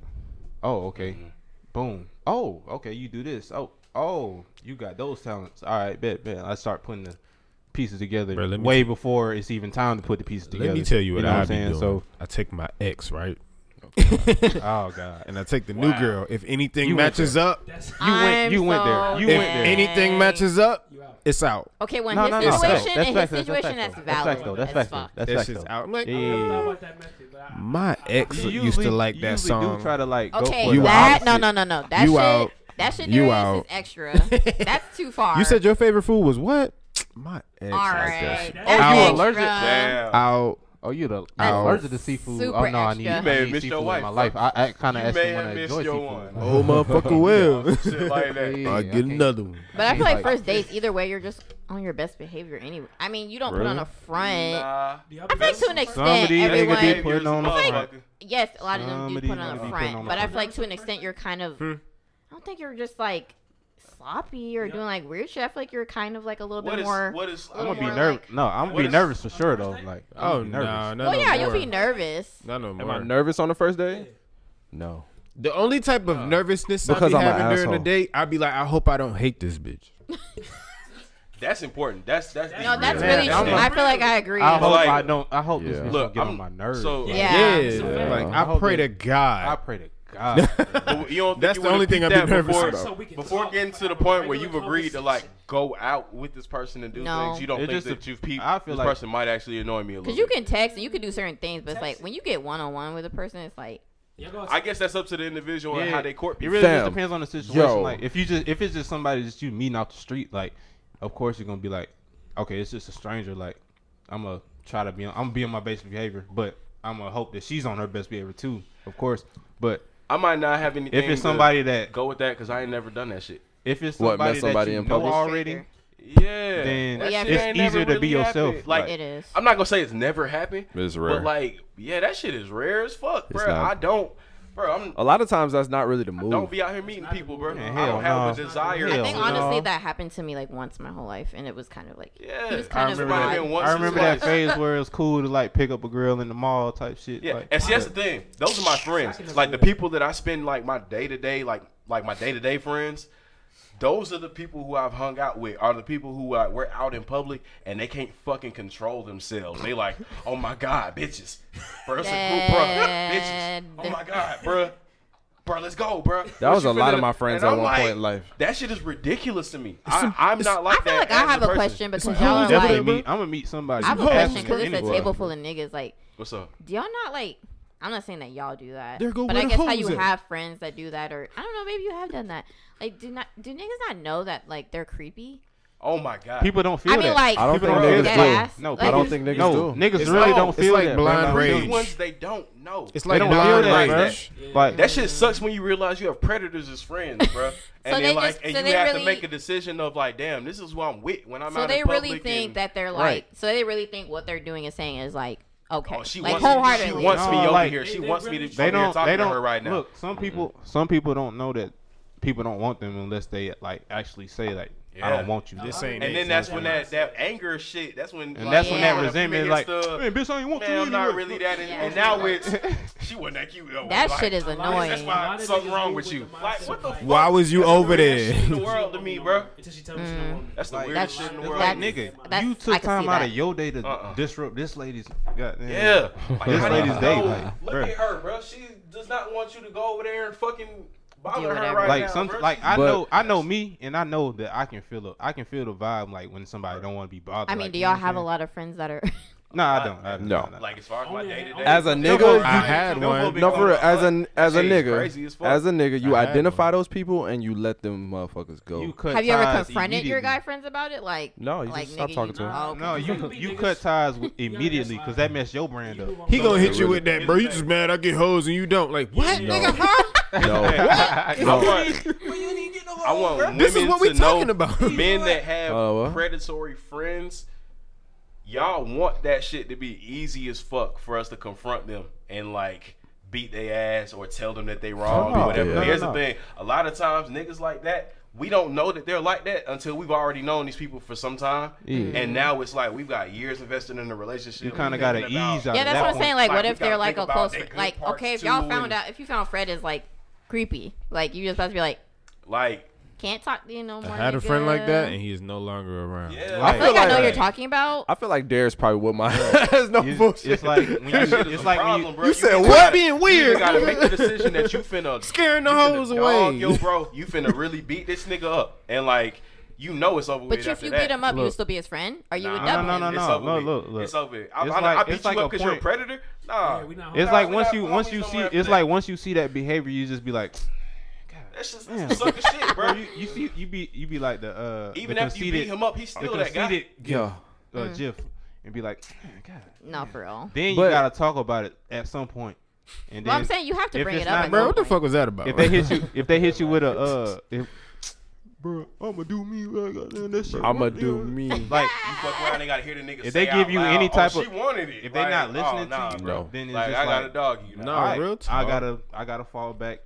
Speaker 1: oh, okay,
Speaker 9: Mm-hmm.
Speaker 1: boom. Oh, okay, you do this. Oh, oh, you got those talents. All right, bet, bet. I start putting the pieces together
Speaker 5: Bruh, let me-
Speaker 1: way before it's even time to put the pieces together.
Speaker 5: Let me tell you what,
Speaker 1: know
Speaker 5: I
Speaker 1: I'm
Speaker 5: be
Speaker 1: saying?
Speaker 5: doing.
Speaker 1: So,
Speaker 5: I take my ex right,
Speaker 1: oh god,
Speaker 5: and I take the new girl. If anything
Speaker 1: You went
Speaker 5: matches up,
Speaker 7: That's
Speaker 1: you went, you went there, you
Speaker 5: if
Speaker 1: went there.
Speaker 5: anything matches up,
Speaker 7: you out.
Speaker 5: it's out.
Speaker 8: Okay, when
Speaker 1: No,
Speaker 8: his
Speaker 1: no, no.
Speaker 8: situation
Speaker 1: That's
Speaker 8: and
Speaker 1: fact,
Speaker 8: his
Speaker 1: that's
Speaker 8: situation,
Speaker 1: fact,
Speaker 8: that's,
Speaker 1: though.
Speaker 8: valid.
Speaker 1: fact though. That's
Speaker 8: as
Speaker 1: fact though.
Speaker 8: fuck.
Speaker 1: That's
Speaker 5: That
Speaker 1: fact
Speaker 5: shit's
Speaker 1: though.
Speaker 5: out. I'm like,
Speaker 7: I
Speaker 1: Yeah.
Speaker 7: never thought about that method, but I,
Speaker 5: my ex
Speaker 1: You
Speaker 5: used to
Speaker 1: usually-
Speaker 5: like
Speaker 1: you
Speaker 5: that
Speaker 1: usually
Speaker 5: song.
Speaker 1: Do try to like
Speaker 8: Okay,
Speaker 1: go for the
Speaker 8: that no
Speaker 1: opposite.
Speaker 8: no no no. That
Speaker 5: You
Speaker 8: shit
Speaker 5: out.
Speaker 8: that shit
Speaker 5: You
Speaker 8: there is
Speaker 5: out.
Speaker 8: is extra. That's too far.
Speaker 5: you said your favorite food was what? My ex.
Speaker 8: all
Speaker 5: I
Speaker 8: right.
Speaker 5: guess.
Speaker 8: That's
Speaker 1: Oh, you
Speaker 8: extra.
Speaker 1: allergic?
Speaker 9: Damn.
Speaker 5: Out.
Speaker 1: Oh, you the I'm
Speaker 8: That's
Speaker 1: allergic to seafood.
Speaker 8: super
Speaker 1: oh no, I need,
Speaker 8: extra.
Speaker 1: I
Speaker 8: You
Speaker 9: may have
Speaker 1: need
Speaker 9: missed
Speaker 1: seafood
Speaker 9: your
Speaker 1: in
Speaker 9: wife.
Speaker 1: my life. I, E I kind
Speaker 9: You
Speaker 1: of actually
Speaker 9: may
Speaker 1: want
Speaker 9: have
Speaker 1: to
Speaker 9: missed
Speaker 1: enjoy
Speaker 9: your
Speaker 1: seafood.
Speaker 9: one.
Speaker 1: Like,
Speaker 5: Oh motherfucker will.
Speaker 9: Shit like that.
Speaker 1: yeah,
Speaker 5: I
Speaker 1: I
Speaker 5: get
Speaker 1: can't-
Speaker 5: another one.
Speaker 8: But I feel like
Speaker 1: like-
Speaker 8: first dates, either way, you're just on your best behavior anyway. I mean, you don't put on a front.
Speaker 9: Nah.
Speaker 7: do y'all
Speaker 8: I feel like to an
Speaker 1: Some of
Speaker 8: extent,
Speaker 1: these
Speaker 8: everyone.
Speaker 1: niggas be putting on a
Speaker 9: Like-
Speaker 1: front.
Speaker 8: yes, a lot of them do
Speaker 1: Somebody
Speaker 8: put on
Speaker 1: might be
Speaker 8: a
Speaker 1: putting
Speaker 8: front,
Speaker 1: on a
Speaker 8: but I
Speaker 1: front.
Speaker 8: feel like to an extent, you're kind of. I don't think you're just like sloppy or doing like weird shit. I feel like you're kind of like a little
Speaker 9: What
Speaker 8: bit
Speaker 9: is,
Speaker 8: more.
Speaker 9: what is,
Speaker 1: I'm
Speaker 8: Or
Speaker 1: gonna be
Speaker 8: more
Speaker 1: nervous.
Speaker 8: like-
Speaker 1: no, I'm gonna
Speaker 9: What
Speaker 1: be
Speaker 9: is-
Speaker 1: nervous for sure though. Like,
Speaker 5: Oh
Speaker 1: I'm nervous.
Speaker 5: no, no.
Speaker 8: well, yeah, you'll be nervous.
Speaker 5: Not no
Speaker 3: Am
Speaker 5: more.
Speaker 3: I nervous on the first day? No.
Speaker 5: the only type of nervousness I
Speaker 3: Because
Speaker 5: be
Speaker 3: I'm an
Speaker 5: having during the
Speaker 3: asshole.
Speaker 5: date, I'd be like, I hope I don't hate this bitch.
Speaker 9: That's important. That's that's deep.
Speaker 8: No, that's
Speaker 1: Yeah,
Speaker 8: really.
Speaker 1: I'm
Speaker 8: true.
Speaker 1: a-
Speaker 8: I feel like I agree.
Speaker 1: I hope
Speaker 9: like-
Speaker 1: I don't. I hope this
Speaker 3: Yeah.
Speaker 1: bitch don't
Speaker 9: Look,
Speaker 1: get
Speaker 9: I'm-
Speaker 1: on my nerves.
Speaker 9: So
Speaker 8: Yeah.
Speaker 5: Yeah,
Speaker 3: Yeah.
Speaker 5: like
Speaker 1: I
Speaker 5: I
Speaker 1: hope
Speaker 5: pray
Speaker 1: they-
Speaker 5: to God.
Speaker 1: I pray to God.
Speaker 9: But you don't think
Speaker 5: That's
Speaker 9: you
Speaker 5: the
Speaker 9: would've
Speaker 5: only thing
Speaker 9: peeped
Speaker 5: I'd be
Speaker 9: that
Speaker 5: nervous
Speaker 9: before,
Speaker 5: about. So
Speaker 7: we can
Speaker 9: before
Speaker 7: talk,
Speaker 9: getting to
Speaker 7: like,
Speaker 9: the
Speaker 7: have a
Speaker 9: point where
Speaker 7: regular
Speaker 9: you've agreed to like go out with this person and do
Speaker 8: No.
Speaker 9: things, you don't
Speaker 1: It
Speaker 9: think
Speaker 1: just
Speaker 9: that
Speaker 1: de-
Speaker 9: you've peeped.
Speaker 1: I feel
Speaker 9: this
Speaker 1: like-
Speaker 9: person might actually annoy me a little.
Speaker 8: Cause you
Speaker 9: bit.
Speaker 8: can text and you can do certain things, but it's like when you get one on one with a person, it's like
Speaker 7: Y'all go
Speaker 9: I guess that's up to the individual and
Speaker 1: Yeah.
Speaker 9: how they court
Speaker 1: It
Speaker 9: people.
Speaker 1: really
Speaker 3: Fam,
Speaker 1: just depends on the situation.
Speaker 3: yo.
Speaker 1: Like if you just if it's just somebody just you meeting off the street, like of course you're gonna be like, okay, it's just a stranger. Like I'm gonna try to be on, I'm gonna be on my basic behavior, but I'm gonna hope that she's on her best behavior too, of course. But
Speaker 9: I might not have anything.
Speaker 1: if it's somebody
Speaker 9: to
Speaker 1: that
Speaker 9: go with that because I ain't never done that shit.
Speaker 1: if it's
Speaker 3: What,
Speaker 1: somebody,
Speaker 3: met somebody
Speaker 1: that you
Speaker 3: in
Speaker 1: know
Speaker 3: public?
Speaker 1: already,
Speaker 9: Yeah,
Speaker 1: Then
Speaker 9: That
Speaker 8: Yeah,
Speaker 9: shit
Speaker 8: it's
Speaker 9: ain't never
Speaker 1: easier to be
Speaker 9: really
Speaker 1: yourself.
Speaker 9: happened. Like
Speaker 8: it is.
Speaker 9: I'm not gonna say it's never happened.
Speaker 3: It's
Speaker 9: But
Speaker 3: rare.
Speaker 9: like, yeah, that shit is rare as fuck, bro.
Speaker 3: not.
Speaker 9: I don't, bro. I'm
Speaker 3: A lot of times that's not really the
Speaker 9: don't
Speaker 3: move.
Speaker 9: be out here meeting people, bro.
Speaker 1: Man,
Speaker 9: I
Speaker 1: hell
Speaker 9: don't have a
Speaker 1: no.
Speaker 9: desire.
Speaker 1: Hell
Speaker 8: I think
Speaker 1: no.
Speaker 8: honestly that happened to me like once my whole life, and it was kind of like
Speaker 9: Yeah,
Speaker 8: he was
Speaker 1: I
Speaker 8: kind of
Speaker 1: remember,
Speaker 9: Might have
Speaker 8: odd.
Speaker 9: been once
Speaker 1: that,
Speaker 9: or
Speaker 1: I remember that
Speaker 9: twice.
Speaker 1: phase where it was cool to like pick up a girl in the mall type shit.
Speaker 9: Yeah, E
Speaker 1: like,
Speaker 9: and see that's the thing. Those are my friends. Like the people that I spend like my day to day, like like my day to day friends. Those are the people who I've hung out with. Are the people who uh, we're out in public and they can't fucking control themselves. They like, oh my god, bitches, bro, it's a group, bro, bitches. Oh my god, bro, bro, let's go, bro.
Speaker 3: That was a lot of my friends at one point in life.
Speaker 9: That shit is ridiculous to me. I, I'm not like
Speaker 8: I feel
Speaker 9: that.
Speaker 8: like I
Speaker 9: as
Speaker 8: have a
Speaker 9: person.
Speaker 8: question because
Speaker 5: whole
Speaker 8: y'all are
Speaker 1: I'm
Speaker 5: different
Speaker 1: gonna
Speaker 5: bro.
Speaker 8: like,
Speaker 1: meet, I'm gonna meet somebody.
Speaker 8: I have a
Speaker 1: Ask
Speaker 8: question
Speaker 1: me
Speaker 8: because it's a
Speaker 1: anyway.
Speaker 8: table full of niggas. Like,
Speaker 9: What's up?
Speaker 8: Do y'all not like? I'm not saying that y'all do that.
Speaker 5: There go
Speaker 8: but
Speaker 5: where
Speaker 8: I
Speaker 5: the
Speaker 8: guess how
Speaker 5: hoes
Speaker 8: you
Speaker 5: at.
Speaker 8: have friends that do that, or I don't know, maybe you have done that. Like, do not do niggas not know that like they're creepy?
Speaker 9: Oh my god.
Speaker 1: People don't feel
Speaker 8: I mean,
Speaker 1: that.
Speaker 8: like,
Speaker 3: I don't
Speaker 1: people
Speaker 3: think
Speaker 1: don't feel
Speaker 3: niggas
Speaker 8: dead
Speaker 3: do.
Speaker 8: ass.
Speaker 1: No,
Speaker 8: Like,
Speaker 1: I
Speaker 3: don't think niggas
Speaker 1: no,
Speaker 3: do.
Speaker 1: Niggas
Speaker 9: It's
Speaker 1: really
Speaker 9: all-
Speaker 1: don't
Speaker 9: it's
Speaker 1: feel
Speaker 5: like
Speaker 1: that.
Speaker 5: blind
Speaker 1: bro.
Speaker 5: rage.
Speaker 9: The ones they don't know.
Speaker 5: It's
Speaker 1: They
Speaker 5: like
Speaker 1: don't feel
Speaker 5: blind
Speaker 1: that, bro.
Speaker 5: rage.
Speaker 1: Like
Speaker 9: That shit sucks when you realize you have predators as friends, bro. And
Speaker 8: they
Speaker 9: then like,
Speaker 8: just-
Speaker 9: and
Speaker 8: so
Speaker 9: you
Speaker 8: they
Speaker 9: have
Speaker 8: really-
Speaker 9: to make a decision of like, damn, this is who I'm with when I'm
Speaker 8: so
Speaker 9: out
Speaker 8: they
Speaker 9: in public.
Speaker 8: really think
Speaker 9: and-
Speaker 8: that they're like.
Speaker 5: Right.
Speaker 8: So they really think what they're doing and saying is like okay,
Speaker 9: Oh, she
Speaker 8: like
Speaker 9: wants me. She
Speaker 8: wholeheartedly.
Speaker 9: wants me
Speaker 1: No,
Speaker 9: over
Speaker 1: like-
Speaker 9: here. She
Speaker 7: They- they
Speaker 9: wants me
Speaker 7: really-
Speaker 9: to.
Speaker 1: they
Speaker 9: They
Speaker 1: don't.
Speaker 9: Talking
Speaker 1: They don't.
Speaker 9: to her right now.
Speaker 1: Look, some people. Some people don't know that people don't want them unless they like actually say like, I
Speaker 9: Yeah.
Speaker 1: don't want you.
Speaker 5: This ain't
Speaker 9: and
Speaker 5: it.
Speaker 9: then that's when that, that anger shit. That's when.
Speaker 1: And
Speaker 9: like,
Speaker 1: that's when
Speaker 8: Yeah.
Speaker 1: that
Speaker 9: when a
Speaker 1: resentment,
Speaker 9: female
Speaker 1: like,
Speaker 9: hits the-
Speaker 1: man, bitch, I ain't want you.
Speaker 9: Man, I'm not
Speaker 1: anyway."
Speaker 9: really that. And,
Speaker 8: Yeah.
Speaker 9: and now it's she wasn't that cute. though.
Speaker 8: That
Speaker 9: Like,
Speaker 8: shit is
Speaker 7: A lot of-
Speaker 8: annoying.
Speaker 9: That's why
Speaker 7: a lot of
Speaker 9: something
Speaker 7: niggas
Speaker 9: wrong
Speaker 7: move
Speaker 9: with you.
Speaker 7: the mindset,
Speaker 9: Like, what the
Speaker 7: like,
Speaker 5: Why was you over there?
Speaker 9: in the world to me, bro.
Speaker 7: Until she tells me she's
Speaker 3: Mm.
Speaker 7: a woman.
Speaker 9: That's the
Speaker 1: Like,
Speaker 9: weirdest
Speaker 8: that's-
Speaker 9: shit in the
Speaker 1: It's
Speaker 9: world.
Speaker 1: like,
Speaker 8: That's-
Speaker 1: nigga,
Speaker 8: that's-
Speaker 1: you
Speaker 8: I
Speaker 1: took
Speaker 8: can see
Speaker 1: time out
Speaker 8: that.
Speaker 1: of your day to
Speaker 9: Uh-uh.
Speaker 1: disrupt this lady's. Goddamn.
Speaker 9: Yeah. Like,
Speaker 1: This
Speaker 9: how do you
Speaker 1: lady's day,
Speaker 9: know?
Speaker 1: like,
Speaker 9: Look
Speaker 1: bruh.
Speaker 9: at her, bro. She does not want you to go over there and fucking
Speaker 8: Do
Speaker 9: bother her
Speaker 8: whatever.
Speaker 9: right
Speaker 1: like
Speaker 9: now,
Speaker 1: some
Speaker 9: bruh.
Speaker 1: like
Speaker 9: She-
Speaker 1: I
Speaker 3: But-
Speaker 1: know I know me and I know that I can feel a, I can feel the vibe like when somebody don't want to be bothered.
Speaker 8: I mean,
Speaker 1: like,
Speaker 8: do
Speaker 1: you know
Speaker 8: y'all
Speaker 1: what I'm
Speaker 8: have a
Speaker 1: saying?
Speaker 8: lot of friends that are?
Speaker 1: No, I don't. I,
Speaker 3: No.
Speaker 1: no.
Speaker 9: like as far as my
Speaker 7: Only-
Speaker 9: day to day.
Speaker 3: As a nigga,
Speaker 5: I
Speaker 3: you
Speaker 5: had
Speaker 9: no,
Speaker 5: one.
Speaker 3: No, for real, as a as a
Speaker 9: Shit is crazy
Speaker 3: nigga,
Speaker 9: as fuck.
Speaker 3: as a nigga, you
Speaker 5: I had
Speaker 3: identify those people and you let them motherfuckers go.
Speaker 1: you cut
Speaker 8: have you ever
Speaker 1: ties
Speaker 8: confronted your
Speaker 1: immediately.
Speaker 8: guy friends about it? Like,
Speaker 3: No, you
Speaker 8: like,
Speaker 3: just stop
Speaker 8: nigga,
Speaker 3: talking
Speaker 8: you,
Speaker 3: to him.
Speaker 8: oh, okay.
Speaker 1: No, you
Speaker 7: Niggas-
Speaker 1: you cut ties with
Speaker 7: that's
Speaker 1: immediately because that messed your brand up.
Speaker 5: He gonna hit you with that, bro. You just mad I get hoes and you don't. Like what, nigga? Huh?
Speaker 3: no,
Speaker 9: I
Speaker 3: no.
Speaker 9: want, I want women
Speaker 5: This is what we
Speaker 9: to know
Speaker 5: talking about.
Speaker 9: Men that have
Speaker 3: Uh, what?
Speaker 9: predatory friends, y'all want that shit to be easy as fuck for us to confront them and like beat their ass or tell them that they wrong
Speaker 1: No,
Speaker 9: or whatever.
Speaker 1: no,
Speaker 9: But Here's
Speaker 1: no.
Speaker 9: the thing: a lot of times niggas like that. We don't know that they're like that until we've already known these people for some time, and now it's like we've got years invested in the relationship.
Speaker 1: You kind
Speaker 9: We
Speaker 1: of got to
Speaker 9: thinking about-
Speaker 1: ease out.
Speaker 8: Yeah,
Speaker 1: of
Speaker 8: that's
Speaker 1: that
Speaker 8: what I'm
Speaker 1: point.
Speaker 8: saying. Like,
Speaker 9: Like,
Speaker 8: what
Speaker 9: we
Speaker 8: if they're
Speaker 9: gotta
Speaker 8: like
Speaker 9: think
Speaker 8: a
Speaker 9: about
Speaker 8: close,
Speaker 9: their good
Speaker 8: like,
Speaker 9: parts
Speaker 8: okay, if
Speaker 9: too,
Speaker 8: y'all found
Speaker 9: and-
Speaker 8: out, if you found Fred is like creepy, like you just supposed to be like,
Speaker 9: Like,
Speaker 8: can't talk to you no more.
Speaker 5: I had a friend like that,
Speaker 8: nigga.
Speaker 5: and he is no longer around.
Speaker 9: yeah,
Speaker 8: I feel
Speaker 3: feel
Speaker 8: like I know
Speaker 3: like-
Speaker 8: you're talking about.
Speaker 3: I feel like Darius probably with my ass. No
Speaker 1: It's,
Speaker 3: bullshit.
Speaker 1: it's like when you, it's like when you,
Speaker 3: You said
Speaker 9: what?
Speaker 3: what?
Speaker 5: being
Speaker 9: You gotta make the decision that you finna
Speaker 5: Scaring the
Speaker 9: you finna
Speaker 5: hoes
Speaker 9: dog
Speaker 5: away.
Speaker 9: Yo, bro, you finna really beat this nigga up, and like you know it's over. with
Speaker 8: But if
Speaker 9: after
Speaker 8: you
Speaker 9: that.
Speaker 8: beat him up, you would
Speaker 1: Look.
Speaker 8: still be his friend, or you would
Speaker 1: no,
Speaker 8: double
Speaker 1: no,
Speaker 8: him?
Speaker 1: no,
Speaker 9: It's
Speaker 1: no,
Speaker 9: over
Speaker 1: no,
Speaker 9: with.
Speaker 1: look, look.
Speaker 9: It's over. with. I,
Speaker 1: It's
Speaker 9: I, I
Speaker 1: like-
Speaker 9: beat
Speaker 1: it's
Speaker 9: you
Speaker 1: like
Speaker 9: up
Speaker 1: a
Speaker 9: because you're a
Speaker 1: point.
Speaker 9: predator. Nah,
Speaker 7: Yeah, we not-
Speaker 1: it's
Speaker 9: Nah,
Speaker 1: like
Speaker 9: we
Speaker 1: once
Speaker 9: not
Speaker 1: you
Speaker 9: homies
Speaker 1: once you see
Speaker 9: somewhere
Speaker 1: it's
Speaker 9: after
Speaker 1: like
Speaker 9: that.
Speaker 1: once you see that behavior, you just be like,
Speaker 9: that's just
Speaker 1: Damn.
Speaker 9: some sucker shit,
Speaker 1: bro,
Speaker 9: bro.
Speaker 1: you, you see you be you be like the uh
Speaker 9: Even
Speaker 1: the
Speaker 9: after you beat
Speaker 1: conceited-
Speaker 9: him up, he's
Speaker 1: the
Speaker 9: still that guy.
Speaker 1: conceited gif,
Speaker 3: Yeah.
Speaker 1: uh,
Speaker 8: Mm.
Speaker 1: gif, and be like, God.
Speaker 8: No, for real.
Speaker 1: Then you
Speaker 3: But-
Speaker 1: gotta talk about it at some point, and then
Speaker 8: Well, I'm saying you have to
Speaker 1: if
Speaker 8: bring
Speaker 1: it's
Speaker 8: it up.
Speaker 1: not-
Speaker 8: at
Speaker 5: bro.
Speaker 8: some
Speaker 5: What the
Speaker 8: point.
Speaker 5: fuck was that about?
Speaker 1: if they hit you if they hit you with a uh, if, bro, I'ma do me, bro, goddamn, that shit.
Speaker 3: I'ma
Speaker 1: right
Speaker 3: do
Speaker 1: there."
Speaker 3: me.
Speaker 1: Like
Speaker 9: You fuck around, they gotta hear the nigga.
Speaker 1: If they
Speaker 9: say
Speaker 1: give
Speaker 9: out
Speaker 1: you
Speaker 9: loud,
Speaker 1: any type
Speaker 9: oh,
Speaker 1: of-
Speaker 9: she wanted it.
Speaker 1: if they
Speaker 9: Like,
Speaker 1: not listening
Speaker 9: oh, nah,
Speaker 1: to you,
Speaker 9: bro.
Speaker 1: then it's
Speaker 9: Like
Speaker 1: just
Speaker 9: I got
Speaker 1: like-
Speaker 9: a dog. You
Speaker 5: No,
Speaker 1: all right,
Speaker 5: real
Speaker 1: I
Speaker 5: talk.
Speaker 1: gotta I gotta fall back.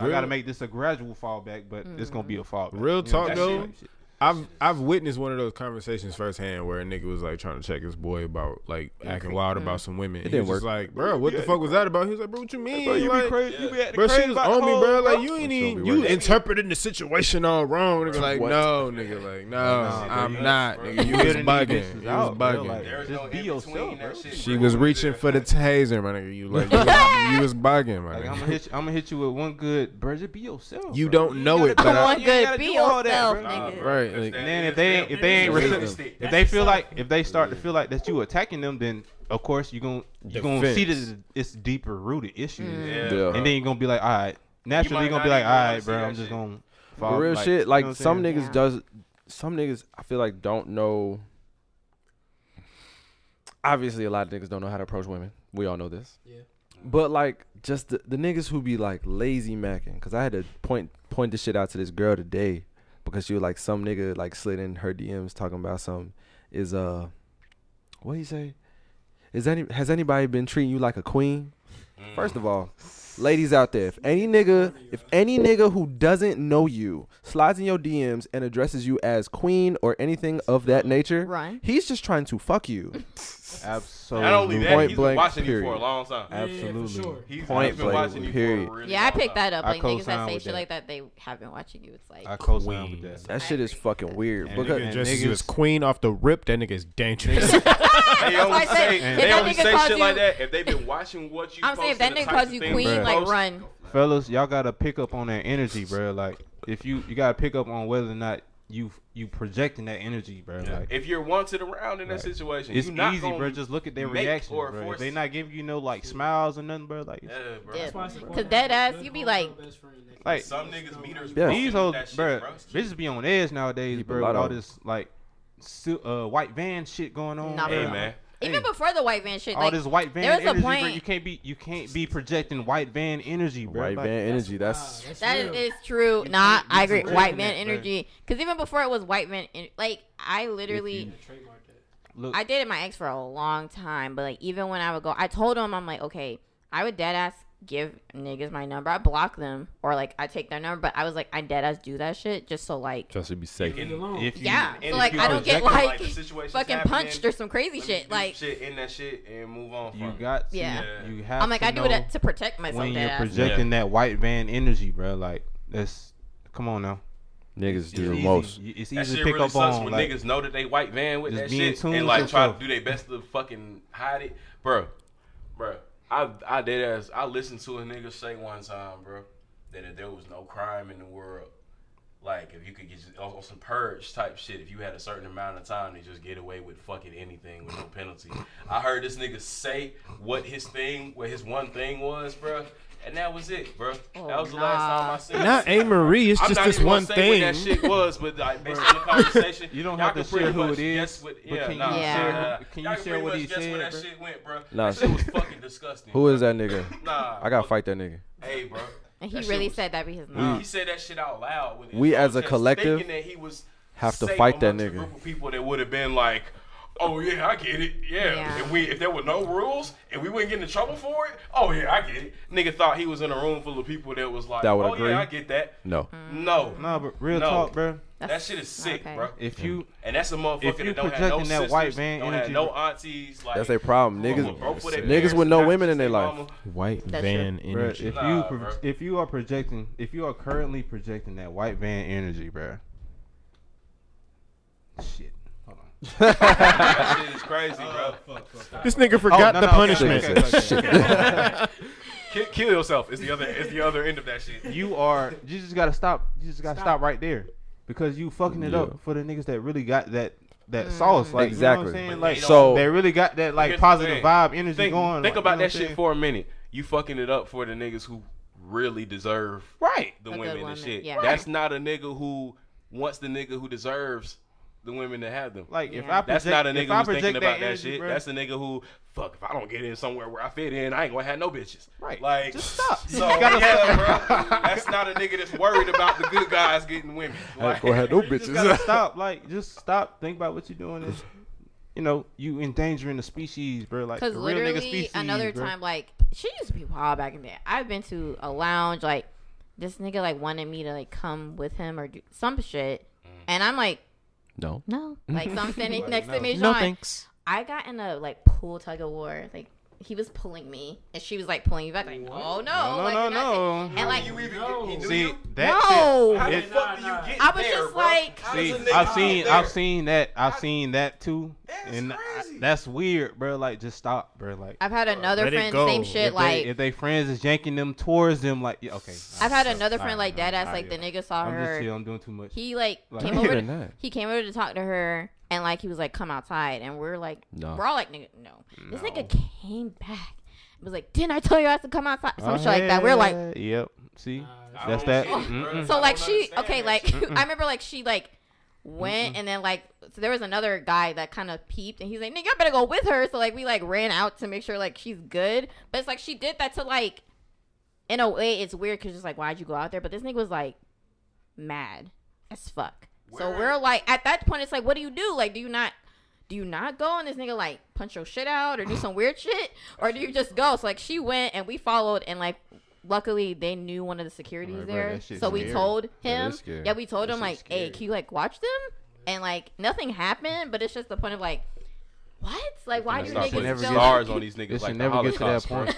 Speaker 1: I
Speaker 5: Real-
Speaker 1: gotta make this a gradual fallback, but it's gonna
Speaker 9: Mm.
Speaker 1: be a fallback.
Speaker 5: Real
Speaker 1: You know what
Speaker 5: talk
Speaker 1: I'm
Speaker 5: though,
Speaker 1: saying?
Speaker 5: I've I've witnessed one of those conversations firsthand where a nigga was like trying to check his boy about like acting wild about some women. It
Speaker 3: didn't
Speaker 5: was just
Speaker 3: work.
Speaker 5: like, bro, what the fuck was that about? He was like, bro, what you mean?
Speaker 1: Bro, you be
Speaker 5: Like,
Speaker 1: crazy. You be at the
Speaker 5: Bro, she
Speaker 1: crib
Speaker 5: was
Speaker 1: by
Speaker 5: on me,
Speaker 1: the
Speaker 5: bro.
Speaker 1: hole,
Speaker 5: Like you ain't even you interpreting the situation all wrong. Nigga, like
Speaker 3: What?
Speaker 5: no, nigga, like no,
Speaker 1: Nah,
Speaker 5: I'm
Speaker 1: bro.
Speaker 5: not.
Speaker 9: Bro,
Speaker 5: Nigga, you
Speaker 1: you
Speaker 5: was
Speaker 1: getting these bitches
Speaker 5: bugging. You was
Speaker 1: out, bro,
Speaker 5: bugging.
Speaker 1: like-
Speaker 9: There's
Speaker 1: Just
Speaker 9: no
Speaker 1: be
Speaker 9: in
Speaker 1: yourself,
Speaker 9: between
Speaker 1: bro.
Speaker 9: that shit.
Speaker 5: She
Speaker 9: bro.
Speaker 5: was reaching for the taser, my nigga. You like you was, you was bugging, my
Speaker 1: Like I'm gonna
Speaker 5: nigga.
Speaker 1: hit you, I'm gonna hit you with one good, bro. Just be yourself.
Speaker 5: You
Speaker 1: bro.
Speaker 5: don't know it, but
Speaker 8: Come
Speaker 5: I,
Speaker 8: on,
Speaker 1: ain't
Speaker 8: good,
Speaker 1: gotta
Speaker 8: be
Speaker 1: do all that,
Speaker 8: yourself,
Speaker 1: bro.
Speaker 8: nigga.
Speaker 5: right. Like,
Speaker 1: And then if they ain't- if they ain't
Speaker 9: That's
Speaker 1: reciproc-
Speaker 9: yourself.
Speaker 1: if they feel like if they start to feel like that you attacking them, then of course you gonna you gonna see
Speaker 5: Defense.
Speaker 1: that it's deeper rooted issues,
Speaker 8: Mm.
Speaker 9: Yeah,
Speaker 3: Yeah.
Speaker 9: bro.
Speaker 1: and then you are gonna be like, all right, naturally
Speaker 9: might
Speaker 1: you are gonna
Speaker 9: not
Speaker 1: be like,
Speaker 9: even
Speaker 1: all right,
Speaker 9: wanna see
Speaker 1: bro,
Speaker 9: that
Speaker 1: I'm just
Speaker 9: shit.
Speaker 1: gonna
Speaker 3: For
Speaker 1: fall,
Speaker 3: real
Speaker 1: you
Speaker 3: shit.
Speaker 1: know what I'm
Speaker 3: Like some
Speaker 1: saying?
Speaker 3: niggas
Speaker 8: Yeah.
Speaker 3: does. Some niggas I feel like don't know. Obviously, a lot of niggas don't know how to approach women. We all know this.
Speaker 7: Yeah.
Speaker 3: But like, just the, the niggas who be like lazy macking. Cause I had to point point this shit out to this girl today because she was like some nigga like slid in her DMs talking about something. Is uh, what do you say? Is any has anybody been treating you like a queen? First of all, ladies out there, if any nigga, if any nigga who doesn't know you slides in your DMs and addresses you as queen or anything of that nature,
Speaker 8: Run.
Speaker 3: he's just trying to fuck you.
Speaker 1: absolutely.
Speaker 9: Not only that,
Speaker 3: Point
Speaker 9: he's been
Speaker 3: blank,
Speaker 9: watching you for a
Speaker 3: period.
Speaker 9: long time.
Speaker 7: Yeah,
Speaker 1: Absolutely.
Speaker 7: for sure.
Speaker 9: He's,
Speaker 3: Point
Speaker 9: he's been
Speaker 3: blank,
Speaker 9: watching you
Speaker 3: period.
Speaker 9: for a really
Speaker 8: Yeah, I
Speaker 9: long
Speaker 8: picked
Speaker 9: time.
Speaker 8: that up.
Speaker 1: I
Speaker 8: Like niggas that
Speaker 1: co-sign
Speaker 8: say
Speaker 1: with
Speaker 8: shit
Speaker 1: that.
Speaker 8: like that, they have been watching you. It's like
Speaker 1: I co-sign with that.
Speaker 3: That shit is fucking weird.
Speaker 1: And
Speaker 3: Because
Speaker 5: nigga
Speaker 1: And
Speaker 5: dresses you
Speaker 1: niggas-
Speaker 5: as queen off the rip. That nigga is dangerous.
Speaker 9: They only
Speaker 8: That's why I
Speaker 9: say,
Speaker 8: said,
Speaker 1: if
Speaker 9: they
Speaker 1: that
Speaker 9: only
Speaker 8: nigga
Speaker 9: say
Speaker 8: calls
Speaker 9: shit like
Speaker 8: you-
Speaker 9: that if they've been watching what you.
Speaker 8: I'm saying if
Speaker 9: post and
Speaker 8: that
Speaker 9: the
Speaker 8: nigga
Speaker 9: types
Speaker 8: calls
Speaker 9: of
Speaker 8: you
Speaker 9: things
Speaker 8: queen,
Speaker 9: you
Speaker 8: like
Speaker 9: post,
Speaker 8: run.
Speaker 1: fellas, y'all gotta pick up on that energy, bro. Like if you you gotta pick up on whether or not you you projecting that energy, bro. Like,
Speaker 9: If you're wanted around in that
Speaker 1: Right.
Speaker 9: situation,
Speaker 1: it's
Speaker 9: you not
Speaker 1: easy,
Speaker 9: gonna
Speaker 1: bro. Just look at their
Speaker 9: make
Speaker 1: reaction,
Speaker 9: or
Speaker 1: bro. If
Speaker 9: force-
Speaker 1: they not giving you no like smiles or nothing, bro. Like
Speaker 9: Yeah, bro.
Speaker 8: Yeah.
Speaker 7: Why I support
Speaker 8: Cause
Speaker 7: that.
Speaker 8: dead ass,
Speaker 7: Good
Speaker 8: you be
Speaker 7: homegirl
Speaker 8: like-
Speaker 7: best friend that
Speaker 1: Like-
Speaker 9: Some niggas meters
Speaker 3: Yeah.
Speaker 1: these
Speaker 9: broken
Speaker 1: hoes,
Speaker 9: with that shit,
Speaker 1: bro,
Speaker 9: bro.
Speaker 1: Bitches be on edge nowadays,
Speaker 3: Keep a
Speaker 1: bro.
Speaker 3: lot
Speaker 1: With all
Speaker 3: on.
Speaker 1: this like su- uh, white van shit going on.
Speaker 8: Nah,
Speaker 1: bro.
Speaker 9: Hey man,
Speaker 8: Even before the white van shit,
Speaker 1: all
Speaker 8: like,
Speaker 1: this white van
Speaker 8: there was a
Speaker 1: energy, bro.
Speaker 8: point-
Speaker 1: You can't be you can't be projecting white van energy, bro.
Speaker 3: Right,
Speaker 1: Like,
Speaker 3: man. Energy. That's
Speaker 7: That's
Speaker 8: That is
Speaker 7: real.
Speaker 8: true. Nah, I agree.
Speaker 1: real
Speaker 8: White
Speaker 1: in
Speaker 8: man
Speaker 1: that, bro.
Speaker 8: energy. Because even before it was white man, en- like I literally,
Speaker 7: I trademarked that.
Speaker 1: Look,
Speaker 8: I dated my ex for a long time, but like even when I would go, I told him I'm like, okay, I would dead ass give niggas my number. I block them or like I take their number, but I was like, I dead ass do that shit just so like,
Speaker 5: Just to be safe.
Speaker 7: Leave it alone.
Speaker 1: if you,
Speaker 8: yeah,
Speaker 9: and
Speaker 8: so
Speaker 9: if
Speaker 8: like
Speaker 9: you
Speaker 8: I don't
Speaker 9: project
Speaker 8: get
Speaker 9: it,
Speaker 8: like
Speaker 9: like, the situation's
Speaker 8: fucking
Speaker 9: happening,
Speaker 8: punched or some crazy
Speaker 9: Let me
Speaker 8: shit.
Speaker 9: do
Speaker 8: Like
Speaker 9: shit in that shit and move on. From
Speaker 1: you
Speaker 9: it.
Speaker 1: got to,
Speaker 8: Yeah.
Speaker 1: you have.
Speaker 8: I'm like
Speaker 1: to
Speaker 8: I do it
Speaker 1: know
Speaker 8: to protect myself.
Speaker 1: when you're
Speaker 8: Dead ass.
Speaker 1: projecting that white van energy, bro. Like that's come on now.
Speaker 5: Niggas
Speaker 1: It's
Speaker 5: do the
Speaker 1: easy.
Speaker 5: most.
Speaker 1: You- It's easy
Speaker 9: That
Speaker 1: to
Speaker 9: shit
Speaker 1: pick
Speaker 9: really
Speaker 1: up
Speaker 9: sucks
Speaker 1: on.
Speaker 9: when
Speaker 1: like,
Speaker 9: niggas know that they white van with
Speaker 1: just
Speaker 9: that
Speaker 1: be in
Speaker 9: shit
Speaker 1: tune
Speaker 9: and
Speaker 1: with
Speaker 9: like try to
Speaker 1: yourself.
Speaker 9: do their best to fucking hide it, bro. Bro, I I did as I listened to a nigga say one time, bro, that if there was no crime in the world, like if you could get on on some purge type shit, if you had a certain amount of time to just get away with fucking anything with no penalty. I heard this nigga say what his thing, what his one thing was, bro, and that was it, bro. that was the last time I seen.
Speaker 5: Not A. Marie. It's
Speaker 9: I'm
Speaker 5: just
Speaker 9: not
Speaker 5: this
Speaker 9: even
Speaker 5: one
Speaker 9: gonna say
Speaker 5: thing.
Speaker 9: What that shit was, but like, based on the conversation,
Speaker 1: You don't
Speaker 9: y'all
Speaker 1: have to
Speaker 9: can pretty
Speaker 1: share who
Speaker 9: much
Speaker 1: it is,
Speaker 9: guess what-
Speaker 1: but
Speaker 9: yeah,
Speaker 1: can you
Speaker 9: nah,
Speaker 8: share
Speaker 9: nah,
Speaker 1: who- can
Speaker 9: y'all
Speaker 1: you share
Speaker 9: pretty
Speaker 1: what
Speaker 9: much
Speaker 1: he
Speaker 9: guess
Speaker 1: said,
Speaker 9: where that
Speaker 1: bro?
Speaker 9: shit went, bro.
Speaker 3: Nah.
Speaker 9: That shit was fucking disgusting.
Speaker 3: who is that nigga?
Speaker 9: Nah,
Speaker 3: I gotta fight that nigga.
Speaker 9: Hey, bro.
Speaker 8: And
Speaker 9: That
Speaker 8: he
Speaker 9: shit
Speaker 8: really
Speaker 9: was-
Speaker 8: said that because
Speaker 9: He said that shit out loud. With his
Speaker 3: We as a
Speaker 9: protest,
Speaker 3: collective
Speaker 9: thinking that he was
Speaker 3: have to
Speaker 9: safe
Speaker 3: fight that
Speaker 9: amongst a
Speaker 3: nigga.
Speaker 9: Group of people that would have been like. Oh yeah, I get it. Yeah.
Speaker 8: Yeah.
Speaker 9: if we if there were no rules and we wouldn't get into trouble for it, oh yeah, I get it. Nigga thought he was in a room full of people that was like,
Speaker 3: That would
Speaker 9: oh
Speaker 3: agree?
Speaker 9: yeah, I get that.
Speaker 3: No.
Speaker 9: No,
Speaker 1: nah, but real
Speaker 9: No.
Speaker 1: talk, bro.
Speaker 9: that shit is sick,
Speaker 8: okay.
Speaker 9: bro.
Speaker 1: If you
Speaker 9: And that's a motherfucker
Speaker 1: If you
Speaker 9: that don't have no
Speaker 1: projecting
Speaker 9: sisters,
Speaker 1: that white man
Speaker 9: don't
Speaker 1: energy-
Speaker 9: have no aunties. Like
Speaker 3: That's a problem.
Speaker 9: come on,
Speaker 3: Niggas,
Speaker 9: bro, for their
Speaker 3: niggas
Speaker 9: parents,
Speaker 3: with no
Speaker 9: not
Speaker 3: women
Speaker 9: just
Speaker 3: in their life.
Speaker 9: mama.
Speaker 5: White
Speaker 8: That's
Speaker 5: van
Speaker 1: Bruh,
Speaker 5: energy.
Speaker 1: if
Speaker 9: Nah,
Speaker 1: you pro-
Speaker 9: bruh.
Speaker 1: if you are projecting, if you are currently projecting that white van energy, bruh. Shit. Hold on.
Speaker 9: That shit is crazy,
Speaker 8: Oh,
Speaker 9: bro.
Speaker 5: This nigga forgot
Speaker 1: Oh, no,
Speaker 5: the
Speaker 1: no, okay,
Speaker 5: punishment.
Speaker 1: okay, okay, okay.
Speaker 9: Kill, kill yourself is the other is the other end of that shit.
Speaker 1: you are. You just gotta stop. You just gotta stop, right there, because you fucking it
Speaker 3: Yeah.
Speaker 1: up for the niggas that really got that that
Speaker 8: Mm-hmm.
Speaker 1: sauce. Like
Speaker 3: Exactly.
Speaker 1: You know what I'm
Speaker 9: But
Speaker 1: saying?
Speaker 9: they
Speaker 1: Like
Speaker 9: don't-
Speaker 3: So-
Speaker 1: they really got that like
Speaker 9: Here's the
Speaker 1: positive
Speaker 9: thing.
Speaker 1: vibe energy
Speaker 9: Think,
Speaker 1: going. like,
Speaker 9: think about
Speaker 1: you know
Speaker 9: that
Speaker 1: what I'm
Speaker 9: shit for a minute. You fucking it up for the niggas who really deserve
Speaker 1: Right.
Speaker 9: the
Speaker 8: A good
Speaker 9: women
Speaker 8: woman,
Speaker 9: and shit.
Speaker 8: yeah.
Speaker 9: That's not a nigga who wants the nigga who deserves the women to have them.
Speaker 1: Like if
Speaker 8: Yeah.
Speaker 1: I project,
Speaker 9: That's not a
Speaker 1: if
Speaker 9: nigga
Speaker 1: I
Speaker 9: who's thinking
Speaker 1: project
Speaker 9: about that
Speaker 1: energy,
Speaker 9: shit.
Speaker 1: bruh,
Speaker 9: That's a nigga who, fuck, if I don't get in somewhere where I fit in, I ain't gonna have no bitches.
Speaker 1: Right.
Speaker 9: Like,
Speaker 1: Just stop.
Speaker 9: So,
Speaker 1: You gotta
Speaker 9: yeah, bro. That's not a nigga that's worried about the good guys getting women. Like,
Speaker 3: Or had no
Speaker 1: just
Speaker 3: bitches.
Speaker 1: gotta stop. Like just stop. Think about what you're doing. Is you know you endangering the species, bro. Like the
Speaker 8: Because
Speaker 1: real nigga
Speaker 8: literally,
Speaker 1: species.
Speaker 8: another
Speaker 1: bruh.
Speaker 8: time, like, she used to be wild back in the day. I've been to a lounge, like, this nigga, like, wanted me to, like, come with him or do some shit. And I'm like,
Speaker 5: No.
Speaker 8: no. Like, so I'm standing next to
Speaker 1: no.
Speaker 8: me, Sean.
Speaker 5: No thanks.
Speaker 8: I got in a, like, pool tug of war. Like, he was pulling me, and she was, like, pulling me back. Like, oh, no.
Speaker 1: No,
Speaker 8: like,
Speaker 1: no,
Speaker 8: and I
Speaker 1: no.
Speaker 8: said- And, like,
Speaker 9: you even
Speaker 7: No.
Speaker 9: he knew
Speaker 1: See
Speaker 9: you?
Speaker 1: that
Speaker 8: No.
Speaker 9: How
Speaker 1: shit.
Speaker 9: the
Speaker 1: it-
Speaker 9: fuck do you
Speaker 7: Nah,
Speaker 9: get
Speaker 8: I was
Speaker 9: there,
Speaker 8: just
Speaker 9: bro?
Speaker 8: like-
Speaker 9: How
Speaker 1: See,
Speaker 9: does a nigga
Speaker 1: I've seen,
Speaker 9: get
Speaker 1: I've
Speaker 9: there?
Speaker 1: seen that, I've seen that too, and I-
Speaker 9: crazy.
Speaker 1: that's weird, bro. Like, just stop, bro. Like,
Speaker 8: I've had another
Speaker 5: let it
Speaker 8: friend,
Speaker 5: go.
Speaker 8: same shit,
Speaker 1: if, they,
Speaker 8: like,
Speaker 1: if they friends is yanking them towards them, like, yeah, okay.
Speaker 8: I've had another
Speaker 1: Nah,
Speaker 8: friend, like,
Speaker 1: nah,
Speaker 8: that ass,
Speaker 1: nah,
Speaker 8: like, the
Speaker 1: yeah.
Speaker 8: nigga saw
Speaker 1: I'm just chill.
Speaker 8: her.
Speaker 1: I'm doing too much.
Speaker 8: He, like,
Speaker 1: Like-
Speaker 8: came
Speaker 1: I'm
Speaker 8: over.
Speaker 5: hearing that.
Speaker 8: He came over to talk to her, and, like, he was like, come outside. And we're like,
Speaker 5: No.
Speaker 8: We're all like, nigga, no. This nigga came back. It was like, didn't I tell you I had to come outside?
Speaker 1: Oh,
Speaker 8: Some shit like that. We're like,
Speaker 1: Yeah, yep. See,
Speaker 9: I
Speaker 1: that's
Speaker 9: don't
Speaker 1: that.
Speaker 9: get it, bro.
Speaker 1: Mm-mm.
Speaker 8: so
Speaker 9: I
Speaker 8: like
Speaker 9: don't
Speaker 8: she,
Speaker 9: understand
Speaker 8: okay,
Speaker 9: that
Speaker 8: like
Speaker 9: shit.
Speaker 8: I remember like she like went and then like so there was another guy that kind of peeped and he's like, nigga, I better go with her. So like we like ran out to make sure like she's good. But it's like she did that to like, in a way, it's weird because just like why'd you go out there? But this nigga was like mad as fuck. So
Speaker 9: Where-
Speaker 8: we're like at that point, it's like, what do you do? Like, do you not? do you not go and this nigga like punch your shit out or do some weird shit or do you just go so like she went and we followed and like luckily they knew one of the securities
Speaker 1: Right, bro,
Speaker 8: there
Speaker 1: that shit's
Speaker 8: so we
Speaker 1: scary.
Speaker 8: told
Speaker 3: that
Speaker 8: him
Speaker 3: is
Speaker 8: yeah,
Speaker 3: scary.
Speaker 8: we told him like hey can you like watch them and like nothing happened but it's just the point of like what like why do
Speaker 1: Stop putting
Speaker 8: niggas still
Speaker 1: never get-
Speaker 9: stars on these
Speaker 1: It
Speaker 9: niggas. like
Speaker 1: should
Speaker 9: the
Speaker 1: never get to that
Speaker 9: Holocaust, bro.
Speaker 1: point.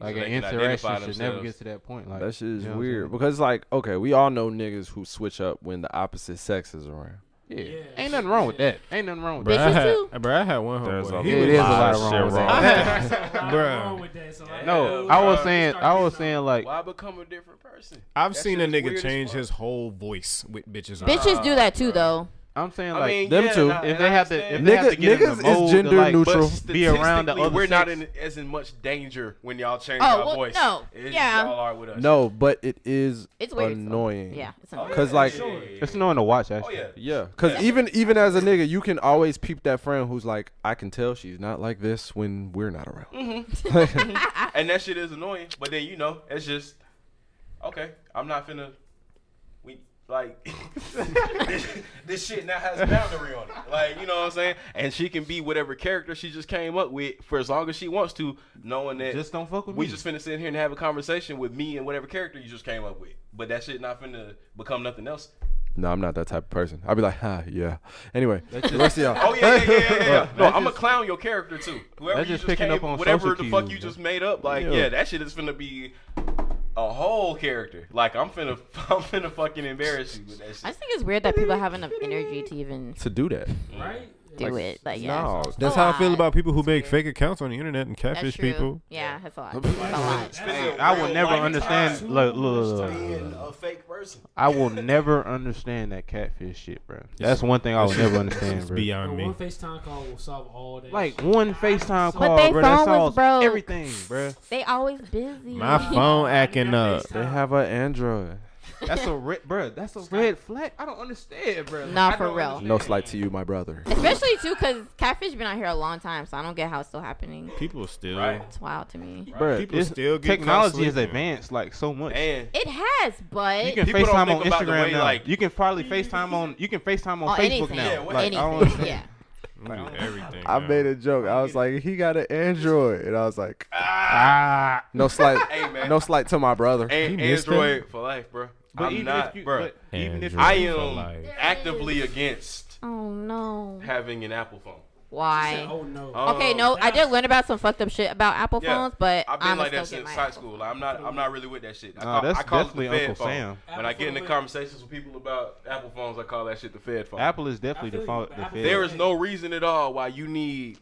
Speaker 1: Like
Speaker 9: So
Speaker 1: an
Speaker 9: they can identify
Speaker 1: interaction should never
Speaker 9: themselves.
Speaker 1: get to that point. Like
Speaker 3: That shit is
Speaker 1: you know what I'm
Speaker 3: weird
Speaker 1: saying?
Speaker 3: because, like, okay, we all know niggas who switch up when the opposite sex is around.
Speaker 1: Yeah.
Speaker 7: Yeah.
Speaker 1: Ain't nothing wrong with that. Ain't nothing wrong with
Speaker 5: Bruh, I
Speaker 8: Bitches
Speaker 5: had,
Speaker 8: too.
Speaker 5: bruh, I had one
Speaker 9: There's
Speaker 5: homeboy.
Speaker 9: a
Speaker 5: He
Speaker 1: It
Speaker 5: was
Speaker 1: is a
Speaker 5: lying.
Speaker 1: lot wrong with
Speaker 9: of shit
Speaker 1: that.
Speaker 7: There's a lot
Speaker 5: Bruh.
Speaker 7: wrong with that. So I
Speaker 1: No,
Speaker 7: know
Speaker 1: I was
Speaker 7: how
Speaker 1: saying,
Speaker 7: you start
Speaker 1: I was
Speaker 7: getting
Speaker 1: saying like,
Speaker 9: Why become a different person?
Speaker 5: I've
Speaker 9: That
Speaker 5: seen a
Speaker 9: shit is
Speaker 5: nigga
Speaker 9: weird as
Speaker 5: change
Speaker 9: fuck.
Speaker 5: his whole voice with bitches.
Speaker 8: Bitches do that too, though.
Speaker 1: I'm saying
Speaker 9: I
Speaker 1: like,
Speaker 9: mean,
Speaker 3: them
Speaker 9: yeah,
Speaker 3: two.
Speaker 9: and I-
Speaker 1: if
Speaker 9: and
Speaker 1: they
Speaker 9: I
Speaker 1: have to, if
Speaker 3: Niggas
Speaker 9: understand
Speaker 1: they have to get in
Speaker 3: is
Speaker 1: the mold to
Speaker 3: gender
Speaker 1: like,
Speaker 3: neutral.
Speaker 9: that.
Speaker 1: be around the
Speaker 9: Statistically,
Speaker 1: other.
Speaker 9: We're not
Speaker 1: sex.
Speaker 9: in as in much danger when y'all change
Speaker 8: Oh,
Speaker 9: our
Speaker 8: well,
Speaker 9: voice.
Speaker 8: no.
Speaker 9: It's-
Speaker 8: Yeah.
Speaker 9: y'all are with us.
Speaker 3: No, but it is
Speaker 8: It's weird. so-
Speaker 3: annoying.
Speaker 8: Yeah, it's
Speaker 9: Oh, yeah,
Speaker 8: annoying.
Speaker 3: Cause, like-
Speaker 9: yeah, yeah, yeah,
Speaker 1: It's annoying to watch
Speaker 9: Oh
Speaker 1: actually.
Speaker 9: yeah.
Speaker 3: Yeah, cause even even as a nigga, you can always peep that friend who's like, I can tell she's not like this when we're not
Speaker 8: Mm-hmm.
Speaker 3: around.
Speaker 9: And that shit is annoying. But then you know, it's just okay. I'm not finna. We like this, this shit now has a boundary on it. Like you know what I'm saying. And she can be whatever character she just came up with for as long as she wants to, knowing that
Speaker 1: Just don't fuck with
Speaker 9: we
Speaker 1: me.
Speaker 9: just finna sit here and have a conversation with me and whatever character you just came up with. But that shit not finna become nothing else.
Speaker 3: No, I'm not that type of person. I'd be like, ha, yeah. Anyway, the rest of y'all.
Speaker 9: Oh yeah, yeah, yeah, yeah. yeah, yeah. No,
Speaker 1: That's
Speaker 9: I'm gonna
Speaker 1: just-
Speaker 9: clown your character too. Whoever
Speaker 1: that's
Speaker 9: you
Speaker 1: just picking
Speaker 9: came,
Speaker 1: up on
Speaker 9: whatever
Speaker 1: social
Speaker 9: the fuck
Speaker 1: cues,
Speaker 9: you
Speaker 1: bro.
Speaker 9: just made up. Like, yeah.
Speaker 3: Yeah.
Speaker 9: that shit is finna be a whole character. Like, I'm finna, I'm finna fucking embarrass you with that
Speaker 8: I
Speaker 9: shit.
Speaker 8: just think it's weird that people have enough energy to even
Speaker 3: To do that,
Speaker 7: old, right?
Speaker 8: do it. Like, yeah.
Speaker 3: no,
Speaker 5: That's
Speaker 8: a
Speaker 5: how I feel
Speaker 8: lot.
Speaker 5: about people who make fake accounts on the internet and
Speaker 8: Oh, That's
Speaker 5: catfish
Speaker 8: true.
Speaker 5: people.
Speaker 8: Yeah, that's a lot. That's a lot.
Speaker 9: Spending
Speaker 1: I
Speaker 9: real
Speaker 1: will never
Speaker 9: life
Speaker 1: understand.
Speaker 9: time
Speaker 1: Look, look, look, look,
Speaker 9: being
Speaker 1: look.
Speaker 9: a fake person.
Speaker 1: I will never understand that catfish shit, bro. That's one thing I will never understand,
Speaker 5: It's
Speaker 1: bro.
Speaker 5: beyond
Speaker 7: No,
Speaker 5: me.
Speaker 7: one FaceTime call will solve all that.
Speaker 1: Like
Speaker 7: shit.
Speaker 1: one FaceTime
Speaker 8: But
Speaker 1: call,
Speaker 8: they
Speaker 1: bro. That
Speaker 8: phone was
Speaker 1: solves
Speaker 8: broke.
Speaker 1: everything, bro.
Speaker 8: They always busy.
Speaker 5: My phone acting up.
Speaker 3: they have an Android.
Speaker 1: That's a red, bro. That's a red flag. I don't understand, bro.
Speaker 8: Nah, for real.
Speaker 3: No slight to you, my brother.
Speaker 8: Especially too, cause catfish been out here a long time, so I don't get how it's still happening.
Speaker 5: People still.
Speaker 9: Right.
Speaker 8: It's wild to me.
Speaker 1: Bro,
Speaker 5: People
Speaker 1: it's-
Speaker 5: still get
Speaker 1: technology
Speaker 5: caught
Speaker 1: is
Speaker 5: sleeping.
Speaker 1: advanced like so much.
Speaker 9: And
Speaker 8: It has, but
Speaker 1: you can
Speaker 9: People don't
Speaker 1: FaceTime
Speaker 9: think
Speaker 1: on
Speaker 9: about the
Speaker 1: Instagram
Speaker 9: way,
Speaker 1: now.
Speaker 9: like-
Speaker 1: you can probably FaceTime on. You can FaceTime on Facebook
Speaker 8: on Oh, anything,
Speaker 1: now.
Speaker 9: Yeah, what-
Speaker 1: like, I don't
Speaker 8: anything,
Speaker 1: understand.
Speaker 8: yeah.
Speaker 5: We do everything.
Speaker 3: I
Speaker 5: now.
Speaker 3: made a joke. I was like, he got an Android, and I was like,
Speaker 1: Ah,
Speaker 3: no slight,
Speaker 9: Hey, man.
Speaker 3: no slight to my brother.
Speaker 9: and
Speaker 5: He missed
Speaker 9: Android for life, bro.
Speaker 1: but
Speaker 9: I'm
Speaker 1: even
Speaker 9: not,
Speaker 1: if you,
Speaker 9: bro.
Speaker 1: but even if
Speaker 5: Android.
Speaker 9: I
Speaker 5: For
Speaker 9: am
Speaker 5: life.
Speaker 9: actively against
Speaker 8: Oh no.
Speaker 9: having an Apple phone.
Speaker 8: Why?
Speaker 7: oh no.
Speaker 8: Okay,
Speaker 9: Um,
Speaker 8: no, I did learn about some fucked up shit about Apple
Speaker 9: Yeah.
Speaker 8: phones, but
Speaker 9: I've been
Speaker 8: I'm
Speaker 9: like that
Speaker 8: still get
Speaker 9: since
Speaker 8: my
Speaker 9: high
Speaker 8: Apple.
Speaker 9: school. I'm not. I'm not really with that shit. I
Speaker 1: Nah,
Speaker 9: call,
Speaker 1: that's
Speaker 9: I call
Speaker 1: definitely
Speaker 9: it the Fed
Speaker 1: Uncle
Speaker 9: phone.
Speaker 1: Sam.
Speaker 9: When I get into
Speaker 7: Apple phone.
Speaker 9: conversations with people about Apple phones, I call that shit the Fed phone.
Speaker 1: Apple is definitely
Speaker 7: I
Speaker 1: the
Speaker 7: feel
Speaker 1: fault. The
Speaker 7: you, but Apple-
Speaker 1: Fed.
Speaker 9: There is no reason at all why you need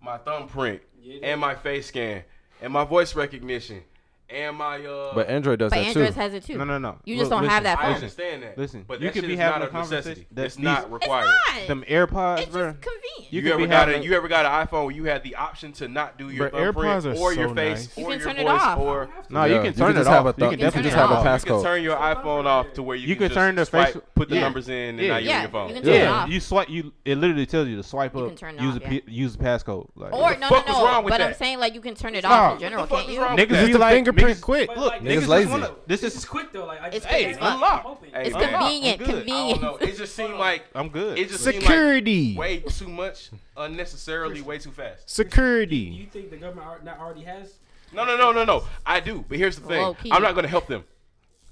Speaker 9: my thumbprint
Speaker 7: Yeah.
Speaker 9: and my face scan and my voice recognition and my. Uh,
Speaker 3: But Android does
Speaker 8: But
Speaker 3: that
Speaker 8: Android
Speaker 3: too.
Speaker 8: has it too.
Speaker 1: No, no, no.
Speaker 8: You just
Speaker 1: Look,
Speaker 8: don't have
Speaker 1: listen,
Speaker 8: that
Speaker 9: I
Speaker 8: phone.
Speaker 9: understand that.
Speaker 1: Listen,
Speaker 9: but
Speaker 1: you
Speaker 9: that
Speaker 1: could
Speaker 9: shit
Speaker 1: be
Speaker 9: is
Speaker 1: having
Speaker 9: not
Speaker 1: a
Speaker 9: a necessity.
Speaker 1: conversation that
Speaker 9: It's
Speaker 1: these-
Speaker 9: not
Speaker 8: It's
Speaker 9: required.
Speaker 8: not.
Speaker 1: Them AirPods,
Speaker 8: it's
Speaker 1: bro.
Speaker 8: just convenient.
Speaker 1: You
Speaker 9: You,
Speaker 1: could
Speaker 9: ever
Speaker 1: be
Speaker 9: got
Speaker 1: having-
Speaker 9: a, you ever got an iPhone where you had the option to not do your
Speaker 5: Bruh, AirPods
Speaker 9: thumbprint
Speaker 5: are
Speaker 9: or
Speaker 5: so
Speaker 9: your face
Speaker 5: nice.
Speaker 8: You
Speaker 9: or
Speaker 8: can
Speaker 9: your
Speaker 8: turn it
Speaker 9: voice
Speaker 8: off.
Speaker 9: or
Speaker 1: No,
Speaker 3: Yeah,
Speaker 1: you can
Speaker 3: you
Speaker 1: turn
Speaker 3: can
Speaker 1: it
Speaker 3: just have
Speaker 1: off.
Speaker 3: a
Speaker 1: You can
Speaker 3: thumb-
Speaker 8: you can
Speaker 1: definitely
Speaker 8: turn
Speaker 1: just
Speaker 8: it
Speaker 1: have a
Speaker 8: off.
Speaker 9: You
Speaker 3: passcode.
Speaker 9: can turn your iPhone off to where you,
Speaker 1: You
Speaker 9: can,
Speaker 1: can turn
Speaker 9: just
Speaker 1: the face-
Speaker 9: swipe, put the
Speaker 1: Yeah.
Speaker 9: numbers in, and
Speaker 1: Yeah.
Speaker 9: now you're
Speaker 8: Yeah,
Speaker 9: in your phone.
Speaker 8: you can turn it
Speaker 1: Yeah,
Speaker 8: off.
Speaker 1: you swipe. You it literally tells you to swipe
Speaker 8: You
Speaker 1: up.
Speaker 8: can turn it
Speaker 1: use
Speaker 8: off,
Speaker 1: a
Speaker 8: yeah.
Speaker 1: p- use the passcode. Like,
Speaker 8: Or
Speaker 9: the
Speaker 8: no,
Speaker 9: fuck
Speaker 8: no,
Speaker 9: was
Speaker 8: no.
Speaker 9: wrong with
Speaker 8: but I'm
Speaker 9: that?
Speaker 8: saying like you can turn it
Speaker 1: Nah,
Speaker 8: off
Speaker 1: what
Speaker 8: in general,
Speaker 9: the fuck
Speaker 8: can't
Speaker 9: is
Speaker 8: you?
Speaker 9: wrong?
Speaker 1: niggas
Speaker 9: That's
Speaker 1: be
Speaker 5: the
Speaker 1: like,
Speaker 5: fingerprint
Speaker 1: niggas-
Speaker 5: quick.
Speaker 7: But,
Speaker 1: Look,
Speaker 7: like,
Speaker 1: niggas,
Speaker 3: niggas
Speaker 1: just
Speaker 3: lazy.
Speaker 1: wanna- this
Speaker 7: This is
Speaker 1: is
Speaker 7: quick though. Like I just
Speaker 8: It's quick as fuck.
Speaker 9: Hey,
Speaker 8: It's
Speaker 9: man.
Speaker 8: convenient,
Speaker 1: I'm good.
Speaker 9: I don't know.
Speaker 8: convenient.
Speaker 9: It just seemed like
Speaker 1: I'm good.
Speaker 9: it just seemed
Speaker 5: Security.
Speaker 9: like way too much, unnecessarily way too fast.
Speaker 7: You
Speaker 5: Security.
Speaker 7: think the government al- not already has?
Speaker 9: No, no, no, no, no. I do, but here's the thing:
Speaker 8: Low key.
Speaker 9: I'm not gonna help them.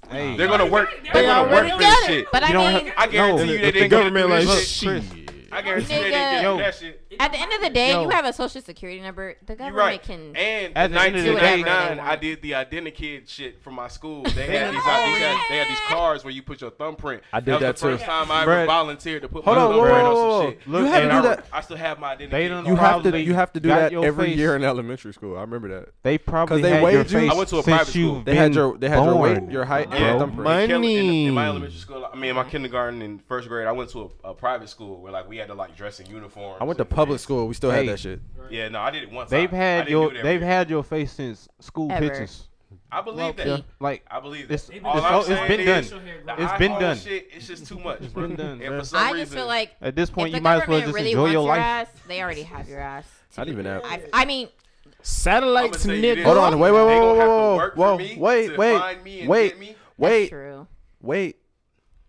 Speaker 1: hey,
Speaker 9: They're gonna work.
Speaker 7: They
Speaker 9: They're gonna work
Speaker 8: already
Speaker 9: for
Speaker 8: got
Speaker 9: this
Speaker 8: it,
Speaker 9: shit.
Speaker 8: But I
Speaker 1: you don't
Speaker 8: mean,
Speaker 1: have-
Speaker 9: I guarantee
Speaker 1: No,
Speaker 9: you
Speaker 1: the
Speaker 9: they
Speaker 5: The
Speaker 9: didn't get to
Speaker 5: government
Speaker 9: do
Speaker 5: like
Speaker 9: this
Speaker 1: Look,
Speaker 9: shit.
Speaker 5: shit.
Speaker 9: I guarantee you they didn't get to
Speaker 8: Nigga.
Speaker 9: do that shit.
Speaker 8: at the end of the day,
Speaker 1: Yo.
Speaker 8: you have a social security number. The
Speaker 9: You're
Speaker 8: government
Speaker 9: right.
Speaker 8: can.
Speaker 9: And
Speaker 1: At
Speaker 9: in
Speaker 1: the end of the day-
Speaker 9: 1989, I did the identikid shit from my school. They had these,
Speaker 8: Oh,
Speaker 9: these had, they had these
Speaker 8: yeah.
Speaker 9: cards where you put your thumbprint.
Speaker 3: I did
Speaker 9: that was
Speaker 3: that
Speaker 9: the
Speaker 3: too.
Speaker 9: first time I ever
Speaker 1: Bruh.
Speaker 9: volunteered to put
Speaker 3: Hold
Speaker 9: my
Speaker 3: on, whoa,
Speaker 9: thumbprint
Speaker 3: whoa,
Speaker 9: on
Speaker 3: whoa.
Speaker 9: some shit.
Speaker 1: Look,
Speaker 3: you had
Speaker 1: and
Speaker 9: And
Speaker 3: to
Speaker 9: I,
Speaker 3: do
Speaker 9: re-
Speaker 3: that.
Speaker 9: I still have my identikid.
Speaker 1: They done
Speaker 3: You have to.
Speaker 1: probably
Speaker 3: You have to do
Speaker 1: got
Speaker 3: that
Speaker 1: your
Speaker 3: every
Speaker 1: face-
Speaker 3: year in elementary school. I remember that.
Speaker 1: They probably
Speaker 3: 'Cause they
Speaker 1: had your
Speaker 3: weighed you.
Speaker 1: face
Speaker 9: I went to a
Speaker 1: since
Speaker 9: private
Speaker 1: you've
Speaker 9: school.
Speaker 3: They had
Speaker 1: been
Speaker 3: your. They had your weight,
Speaker 1: born.
Speaker 3: your height, and
Speaker 9: Yeah.
Speaker 3: your
Speaker 9: In
Speaker 3: thumbprint.
Speaker 5: Mine-
Speaker 9: Kelly- in- In,
Speaker 5: Money.
Speaker 9: my elementary school, I mean, in my kindergarten and first grade, I went to a, a private school where like we had to like dress in uniform.
Speaker 3: I went to public school. We still
Speaker 1: Hey.
Speaker 3: had that shit.
Speaker 9: Yeah, no, I did it once.
Speaker 1: They've had your. They've
Speaker 9: had.
Speaker 1: had your face since school
Speaker 8: Ever.
Speaker 1: pictures.
Speaker 9: I believe
Speaker 8: Low
Speaker 9: that.
Speaker 8: key.
Speaker 1: Like
Speaker 9: I believe
Speaker 1: It's-
Speaker 9: that.
Speaker 1: it's
Speaker 9: All
Speaker 1: so-
Speaker 9: I'm
Speaker 1: it's
Speaker 9: saying
Speaker 1: been done.
Speaker 9: is the
Speaker 1: It's been
Speaker 9: iPhone
Speaker 1: done.
Speaker 9: Shit, it's just too much. bro.
Speaker 1: been done,
Speaker 9: And
Speaker 1: bro.
Speaker 9: for some
Speaker 8: I just
Speaker 9: reason,
Speaker 8: feel like
Speaker 1: at this
Speaker 8: if
Speaker 1: point,
Speaker 8: the
Speaker 1: you might as well
Speaker 8: government
Speaker 1: just
Speaker 8: really
Speaker 1: enjoy
Speaker 8: wants
Speaker 1: your
Speaker 8: your
Speaker 1: life.
Speaker 8: ass, they already have your ass.
Speaker 3: I didn't even have.
Speaker 8: I, I mean,
Speaker 9: I'ma
Speaker 5: Satellites,
Speaker 9: tell you this.
Speaker 5: nigga.
Speaker 3: Hold on, wait, wait,
Speaker 9: They
Speaker 3: wait,
Speaker 9: gonna
Speaker 3: wait,
Speaker 9: have to
Speaker 3: whoa,
Speaker 9: work for
Speaker 3: whoa,
Speaker 9: me
Speaker 3: wait,
Speaker 9: to find me
Speaker 3: wait,
Speaker 9: and
Speaker 3: wait,
Speaker 9: get me?
Speaker 8: that's
Speaker 3: wait,
Speaker 8: true.
Speaker 3: wait.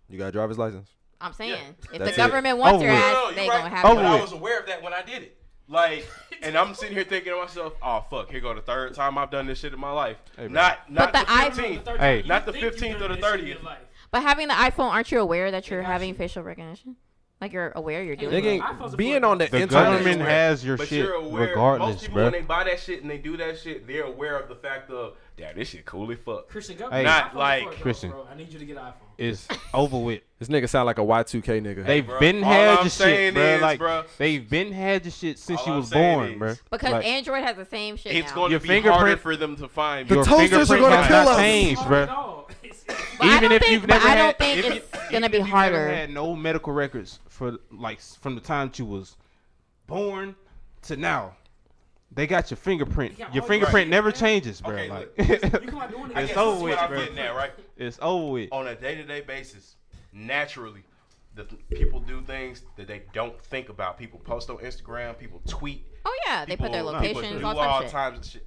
Speaker 3: You got a driver's license.
Speaker 8: I'm saying if
Speaker 3: That's
Speaker 8: the
Speaker 3: it.
Speaker 8: government wants your
Speaker 1: Over with.
Speaker 8: ass,
Speaker 9: No, no,
Speaker 8: they
Speaker 9: you're
Speaker 8: gonna
Speaker 9: right.
Speaker 8: have
Speaker 9: But
Speaker 1: Over
Speaker 8: your
Speaker 9: I
Speaker 1: with.
Speaker 9: was aware of that when I did it. Like, and I'm sitting here thinking to myself, "Oh fuck, here go the third time I've done this shit in my life." not, not
Speaker 8: But
Speaker 9: the
Speaker 8: the iPhone-
Speaker 9: 15th.
Speaker 1: Hey.
Speaker 9: Not the 15th or the 30th.
Speaker 8: But having the iPhone, aren't you aware that you're having facial recognition? Like you're aware you're doing it.
Speaker 3: Nigga, being on the,
Speaker 1: The
Speaker 3: internet.
Speaker 1: government has your
Speaker 9: but
Speaker 1: shit
Speaker 9: you're aware.
Speaker 1: regardless,
Speaker 9: most people,
Speaker 1: bro.
Speaker 9: when they buy that shit and they do that shit, they're aware of the fact of Damn, this shit cool as fuck.
Speaker 7: Christian, go
Speaker 1: Hey.
Speaker 9: Not
Speaker 7: iPhone
Speaker 9: like-
Speaker 7: before it goes,
Speaker 1: Christian.
Speaker 7: Bro. I need you to get an iPhone.
Speaker 1: It's over with.
Speaker 3: This nigga sound like a Y2K nigga.
Speaker 1: They've
Speaker 9: bruh,
Speaker 1: been
Speaker 9: all
Speaker 1: had
Speaker 9: I'm
Speaker 1: your shit,
Speaker 9: saying
Speaker 1: bro.
Speaker 9: is,
Speaker 1: like
Speaker 9: bruh,
Speaker 1: they've been had your shit since
Speaker 9: all
Speaker 1: you
Speaker 9: I'm
Speaker 1: was
Speaker 9: saying
Speaker 1: born,
Speaker 9: is-
Speaker 1: bro.
Speaker 8: Because
Speaker 1: like,
Speaker 8: Android has the same shit
Speaker 9: It's
Speaker 8: now.
Speaker 9: going
Speaker 1: Your
Speaker 9: to be
Speaker 1: fingerprint-
Speaker 9: harder for them to find.
Speaker 3: The
Speaker 1: your
Speaker 9: you.
Speaker 3: toasters are
Speaker 1: fingerprint
Speaker 3: gonna
Speaker 1: has
Speaker 3: kill
Speaker 1: not
Speaker 3: us.
Speaker 1: changed,
Speaker 7: Oh,
Speaker 1: bro.
Speaker 7: no.
Speaker 8: But I don't
Speaker 1: even if
Speaker 8: think,
Speaker 1: you've
Speaker 8: but
Speaker 1: never
Speaker 8: I don't
Speaker 1: had-
Speaker 8: think
Speaker 1: if
Speaker 8: it's
Speaker 1: you-
Speaker 8: gonna
Speaker 1: even
Speaker 8: be
Speaker 1: if you never
Speaker 8: harder.
Speaker 1: Had no medical records for like s- from the time that you was born to now. They got your fingerprint.
Speaker 7: got all
Speaker 1: Your
Speaker 7: your
Speaker 1: fingerprint
Speaker 7: shit,
Speaker 1: never
Speaker 7: man.
Speaker 1: changes, bro.
Speaker 9: Okay,
Speaker 1: like
Speaker 7: You come out doing
Speaker 9: I guess
Speaker 7: it.
Speaker 1: It's
Speaker 9: this
Speaker 1: over
Speaker 9: is
Speaker 1: with,
Speaker 9: what I'm
Speaker 1: bro.
Speaker 9: getting at, right?
Speaker 1: it's over with.
Speaker 9: On a day-to-day basis, naturally, the th- people do things that they don't think about. People post on Instagram. People tweet.
Speaker 8: oh yeah, they put their
Speaker 9: people-
Speaker 8: locations,
Speaker 9: people
Speaker 8: all
Speaker 9: do all
Speaker 8: types of shit.
Speaker 9: types of shit.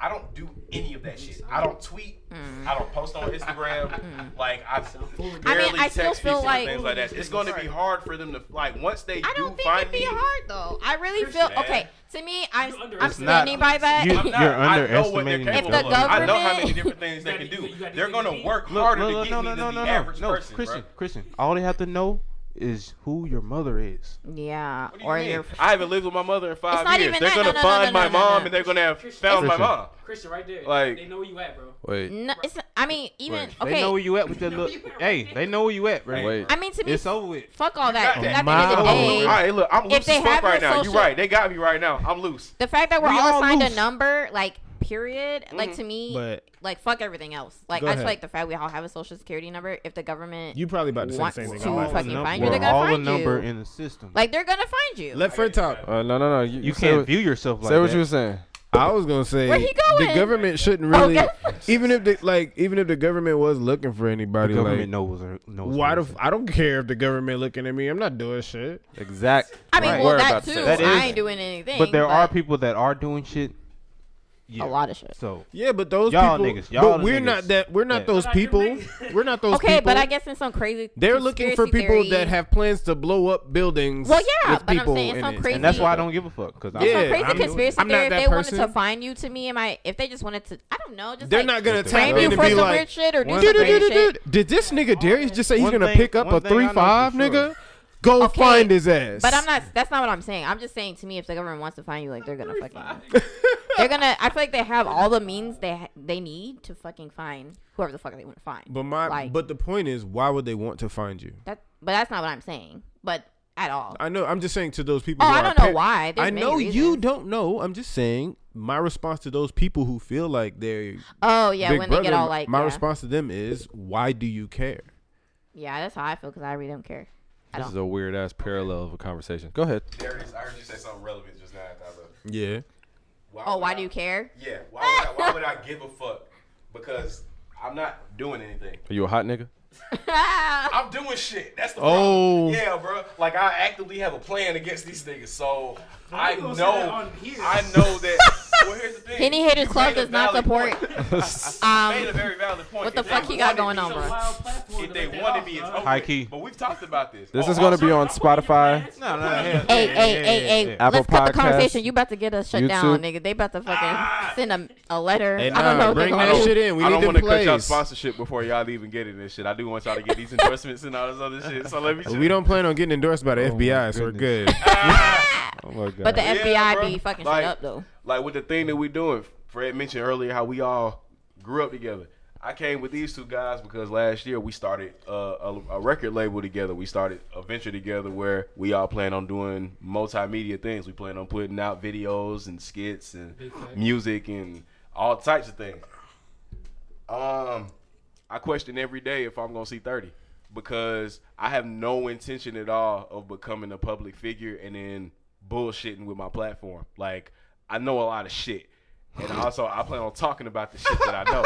Speaker 9: I don't do any of that shit. I don't tweet.
Speaker 8: Mm.
Speaker 9: I don't post on Instagram. like I barely
Speaker 8: I mean, I
Speaker 9: text
Speaker 8: still feel
Speaker 9: people
Speaker 8: like-
Speaker 9: and things like that. It's going to be hard for them to like once they
Speaker 8: I don't
Speaker 9: do
Speaker 8: think
Speaker 9: find
Speaker 8: it'd be
Speaker 9: me.
Speaker 8: hard though. I really
Speaker 7: Christian,
Speaker 8: feel
Speaker 9: man.
Speaker 8: okay. To me, I'm
Speaker 7: You underestimate-
Speaker 8: I'm
Speaker 7: It's
Speaker 1: not-
Speaker 8: standing by that.
Speaker 1: you-
Speaker 9: I'm not,
Speaker 1: You're
Speaker 9: I know what they're
Speaker 1: underestimating
Speaker 9: capable
Speaker 8: the
Speaker 9: of. I know how many
Speaker 8: government-
Speaker 9: different things they can
Speaker 7: You
Speaker 9: do.
Speaker 7: gotta- you gotta
Speaker 9: They're
Speaker 7: get the
Speaker 9: gonna
Speaker 7: beat.
Speaker 9: work
Speaker 1: Look,
Speaker 9: harder
Speaker 1: look,
Speaker 9: to
Speaker 1: look,
Speaker 9: get
Speaker 1: no,
Speaker 9: me
Speaker 1: no,
Speaker 9: than
Speaker 1: no,
Speaker 9: the
Speaker 1: no, no,
Speaker 9: average
Speaker 1: no,
Speaker 9: person,
Speaker 1: Christian,
Speaker 9: bruh.
Speaker 1: Christian. All they have to know is who your mother is.
Speaker 8: yeah,
Speaker 9: What do you
Speaker 8: or
Speaker 9: mean?
Speaker 8: your
Speaker 9: I haven't lived with my mother in five
Speaker 8: It's not
Speaker 9: years.
Speaker 8: even
Speaker 9: They're
Speaker 8: that.
Speaker 9: gonna
Speaker 8: No, no, no,
Speaker 9: find
Speaker 8: no,
Speaker 9: my
Speaker 8: no, no,
Speaker 9: mom
Speaker 8: no.
Speaker 9: and they're gonna have
Speaker 7: Christian.
Speaker 9: found my
Speaker 1: Christian.
Speaker 9: mom.
Speaker 7: Christian, right there.
Speaker 9: Like-
Speaker 7: they know where you at, bro.
Speaker 5: Wait,
Speaker 8: no, it's. I mean, even
Speaker 5: Wait.
Speaker 1: They know where
Speaker 8: okay.
Speaker 1: you at with that look.
Speaker 7: you at
Speaker 1: Hey,
Speaker 7: right
Speaker 1: they know where you at, bro.
Speaker 5: wait.
Speaker 8: I mean, to me,
Speaker 1: It's over with.
Speaker 8: fuck all
Speaker 9: Got
Speaker 8: that. 'cause
Speaker 9: that.
Speaker 8: At the end of the
Speaker 1: Mom.
Speaker 8: day,
Speaker 9: All right, look, I'm loose
Speaker 8: they
Speaker 9: as fuck
Speaker 8: have your
Speaker 9: right now. You
Speaker 8: social-
Speaker 9: right. They got me right now. I'm loose.
Speaker 8: the fact that we're
Speaker 1: We
Speaker 8: all
Speaker 1: all
Speaker 8: assigned
Speaker 1: loose.
Speaker 8: a number, like period, like to me,
Speaker 14: But-
Speaker 8: like fuck everything else. Like
Speaker 14: Go
Speaker 8: I just
Speaker 14: ahead.
Speaker 8: feel like the fact we all have a social security number, if the government
Speaker 14: You probably about to say the
Speaker 8: wants
Speaker 14: same
Speaker 8: to
Speaker 14: thing. I'm about to
Speaker 8: fucking
Speaker 14: say.
Speaker 8: find you,
Speaker 1: We're
Speaker 8: they're gonna
Speaker 1: all a
Speaker 8: find
Speaker 1: number
Speaker 8: you.
Speaker 1: in the system.
Speaker 8: Like they're gonna find you.
Speaker 14: Let Fred talk.
Speaker 3: Uh, no, no, no. You,
Speaker 1: you
Speaker 3: say
Speaker 1: can't
Speaker 3: what-
Speaker 1: view yourself like
Speaker 3: Say what
Speaker 1: that.
Speaker 3: you were saying.
Speaker 5: I was gonna say
Speaker 8: Where he
Speaker 5: the
Speaker 8: going?
Speaker 5: government shouldn't really,
Speaker 8: Okay.
Speaker 5: even if the like, even if the government was looking for
Speaker 1: The
Speaker 5: anybody,
Speaker 1: government
Speaker 5: like,
Speaker 1: knows. Or, knows
Speaker 5: why the?
Speaker 1: knows.
Speaker 5: F- I don't care if the government looking at me. I'm not doing shit.
Speaker 3: Exact.
Speaker 8: I mean,
Speaker 3: Right.
Speaker 8: well,
Speaker 3: Word
Speaker 8: that
Speaker 3: about to
Speaker 8: too.
Speaker 3: say
Speaker 1: That
Speaker 8: I
Speaker 1: is-
Speaker 8: ain't doing anything.
Speaker 1: But there are people that are doing shit. Yeah.
Speaker 8: A lot of shit.
Speaker 1: So
Speaker 5: Yeah, but those
Speaker 1: Y'all
Speaker 5: people,
Speaker 1: niggas, y'all
Speaker 5: but we're
Speaker 1: niggas.
Speaker 5: not that. We're not
Speaker 1: Yeah.
Speaker 5: those
Speaker 7: Like, you're
Speaker 5: people.
Speaker 7: making-
Speaker 5: We're not those
Speaker 8: Okay,
Speaker 5: people.
Speaker 8: but I guess in some crazy.
Speaker 5: they're looking for
Speaker 8: conspiracy
Speaker 5: people
Speaker 8: theory-
Speaker 5: that have plans to blow up buildings.
Speaker 8: Well, yeah,
Speaker 5: with
Speaker 8: but I'm
Speaker 5: people
Speaker 8: saying it's
Speaker 5: in
Speaker 8: not
Speaker 5: it.
Speaker 8: crazy.
Speaker 1: and that's why I don't give a fuck because
Speaker 5: Yeah,
Speaker 8: Some crazy
Speaker 5: I'm-
Speaker 8: conspiracy
Speaker 5: I'm not
Speaker 8: theory. If
Speaker 5: that
Speaker 8: they wanted
Speaker 5: person.
Speaker 8: to find you to me, am I? If they just wanted to, I don't know. Just
Speaker 5: They're
Speaker 8: like,
Speaker 5: not gonna tap
Speaker 8: frame
Speaker 5: in
Speaker 8: you
Speaker 5: and
Speaker 8: for
Speaker 5: be
Speaker 8: some
Speaker 5: like,
Speaker 8: weird shit or do some crazy shit.
Speaker 5: "Dude, did this nigga Darius just say he's
Speaker 1: One
Speaker 5: gonna
Speaker 1: thing-
Speaker 5: pick up
Speaker 1: one
Speaker 5: a
Speaker 1: thing I know
Speaker 5: three
Speaker 1: for
Speaker 5: five,
Speaker 1: sure.
Speaker 5: nigga? Go
Speaker 8: Okay,
Speaker 5: find his ass."
Speaker 8: But I'm not. That's not what I'm saying. I'm just saying to me, if the government wants to find you, like they're gonna fucking. they're gonna. I feel like they have all the means they ha- they need to fucking find whoever the fuck they want to find.
Speaker 5: But my,
Speaker 8: Like-
Speaker 5: but the point is, why would they want to find you?
Speaker 8: That. But that's not what I'm saying. But at all.
Speaker 5: I know. I'm just saying to those people.
Speaker 8: Oh,
Speaker 5: who
Speaker 8: I
Speaker 5: are
Speaker 8: don't know
Speaker 5: par-
Speaker 8: why. There's
Speaker 5: I
Speaker 8: many
Speaker 5: know you
Speaker 8: reasons.
Speaker 5: don't know. I'm just saying my response to those people who feel like they're
Speaker 8: Oh yeah,
Speaker 5: big
Speaker 8: when
Speaker 5: brother.
Speaker 8: they get all
Speaker 5: my-
Speaker 8: like.
Speaker 5: my
Speaker 8: yeah.
Speaker 5: response to them is, why do you care?
Speaker 8: Yeah, that's how I feel because I really don't care. I
Speaker 3: This
Speaker 8: don't.
Speaker 3: is a weird ass parallel of a conversation. Go ahead.
Speaker 9: There is. I heard you say something relevant just now. I thought, of-
Speaker 5: Yeah.
Speaker 8: Oh,
Speaker 9: would
Speaker 8: why
Speaker 9: I-
Speaker 8: do you care?
Speaker 9: Yeah. Why would, I, why would I give a fuck? Because I'm not doing anything.
Speaker 3: Are you a hot nigga?
Speaker 8: Ah!
Speaker 9: I'm doing shit. That's the
Speaker 5: Oh.
Speaker 9: problem. Yeah, bro. Like I actively have a plan against these niggas. So I know.
Speaker 7: you gonna say that on here?
Speaker 9: I know that. well, here's the thing.
Speaker 8: Penny Haters
Speaker 9: You
Speaker 8: Club
Speaker 9: made a
Speaker 8: does not
Speaker 9: valid
Speaker 8: support.
Speaker 9: point. You made a
Speaker 8: um,
Speaker 9: very valid point.
Speaker 8: what the
Speaker 9: If
Speaker 8: fuck
Speaker 9: they
Speaker 8: he got
Speaker 9: wanted
Speaker 8: going on,
Speaker 9: me-
Speaker 8: bro?
Speaker 7: Wild platform
Speaker 9: If
Speaker 7: to
Speaker 9: they
Speaker 7: let that
Speaker 9: wanted
Speaker 7: off,
Speaker 9: me, it's
Speaker 7: huh?
Speaker 9: over.
Speaker 1: High
Speaker 9: with.
Speaker 1: key.
Speaker 9: But we've talked about this.
Speaker 3: This
Speaker 9: Oh,
Speaker 3: is gonna
Speaker 9: also-
Speaker 3: be on
Speaker 7: Don't put it in your
Speaker 3: Spotify.
Speaker 7: plans.
Speaker 1: No, no, yeah.
Speaker 8: hey,
Speaker 1: yeah,
Speaker 8: hey,
Speaker 1: yeah,
Speaker 8: hey,
Speaker 1: yeah,
Speaker 8: hey,
Speaker 1: yeah.
Speaker 3: Apple
Speaker 8: Let's cut the
Speaker 3: Podcasts,
Speaker 8: conversation. You about to get us shut down,
Speaker 3: YouTube.
Speaker 8: nigga. They about to
Speaker 1: Ah.
Speaker 8: fucking send a, a letter.
Speaker 5: Hey,
Speaker 8: I don't know
Speaker 5: nah,
Speaker 8: what they're
Speaker 5: bring
Speaker 8: gonna
Speaker 5: that
Speaker 8: do.
Speaker 5: shit in. We
Speaker 9: I
Speaker 5: need
Speaker 9: don't
Speaker 5: them
Speaker 9: want to cut y'all
Speaker 5: plays.
Speaker 9: sponsorship before y'all even get in this shit. I do want y'all to get these endorsements and all this other shit. So let me.
Speaker 5: We don't plan on getting endorsed
Speaker 3: Oh
Speaker 5: by the FBI, so we're good.
Speaker 1: Oh my god.
Speaker 8: But the
Speaker 9: Yeah,
Speaker 8: FBI
Speaker 9: bro.
Speaker 8: be fucking
Speaker 9: Like-
Speaker 8: shut up though.
Speaker 9: like with the thing that we doing. Fred mentioned earlier how we all grew up together. I came with these two guys because last year we started uh, a, a record label together. We started a venture together where we all plan on doing multimedia things. We plan on putting out videos and skits and music and all types of things. Um, I question every day if I'm gonna see 30 because I have no intention at all of becoming a public figure and then bullshitting with my platform. Like I know a lot of shit, and also I plan on talking about the shit that I know,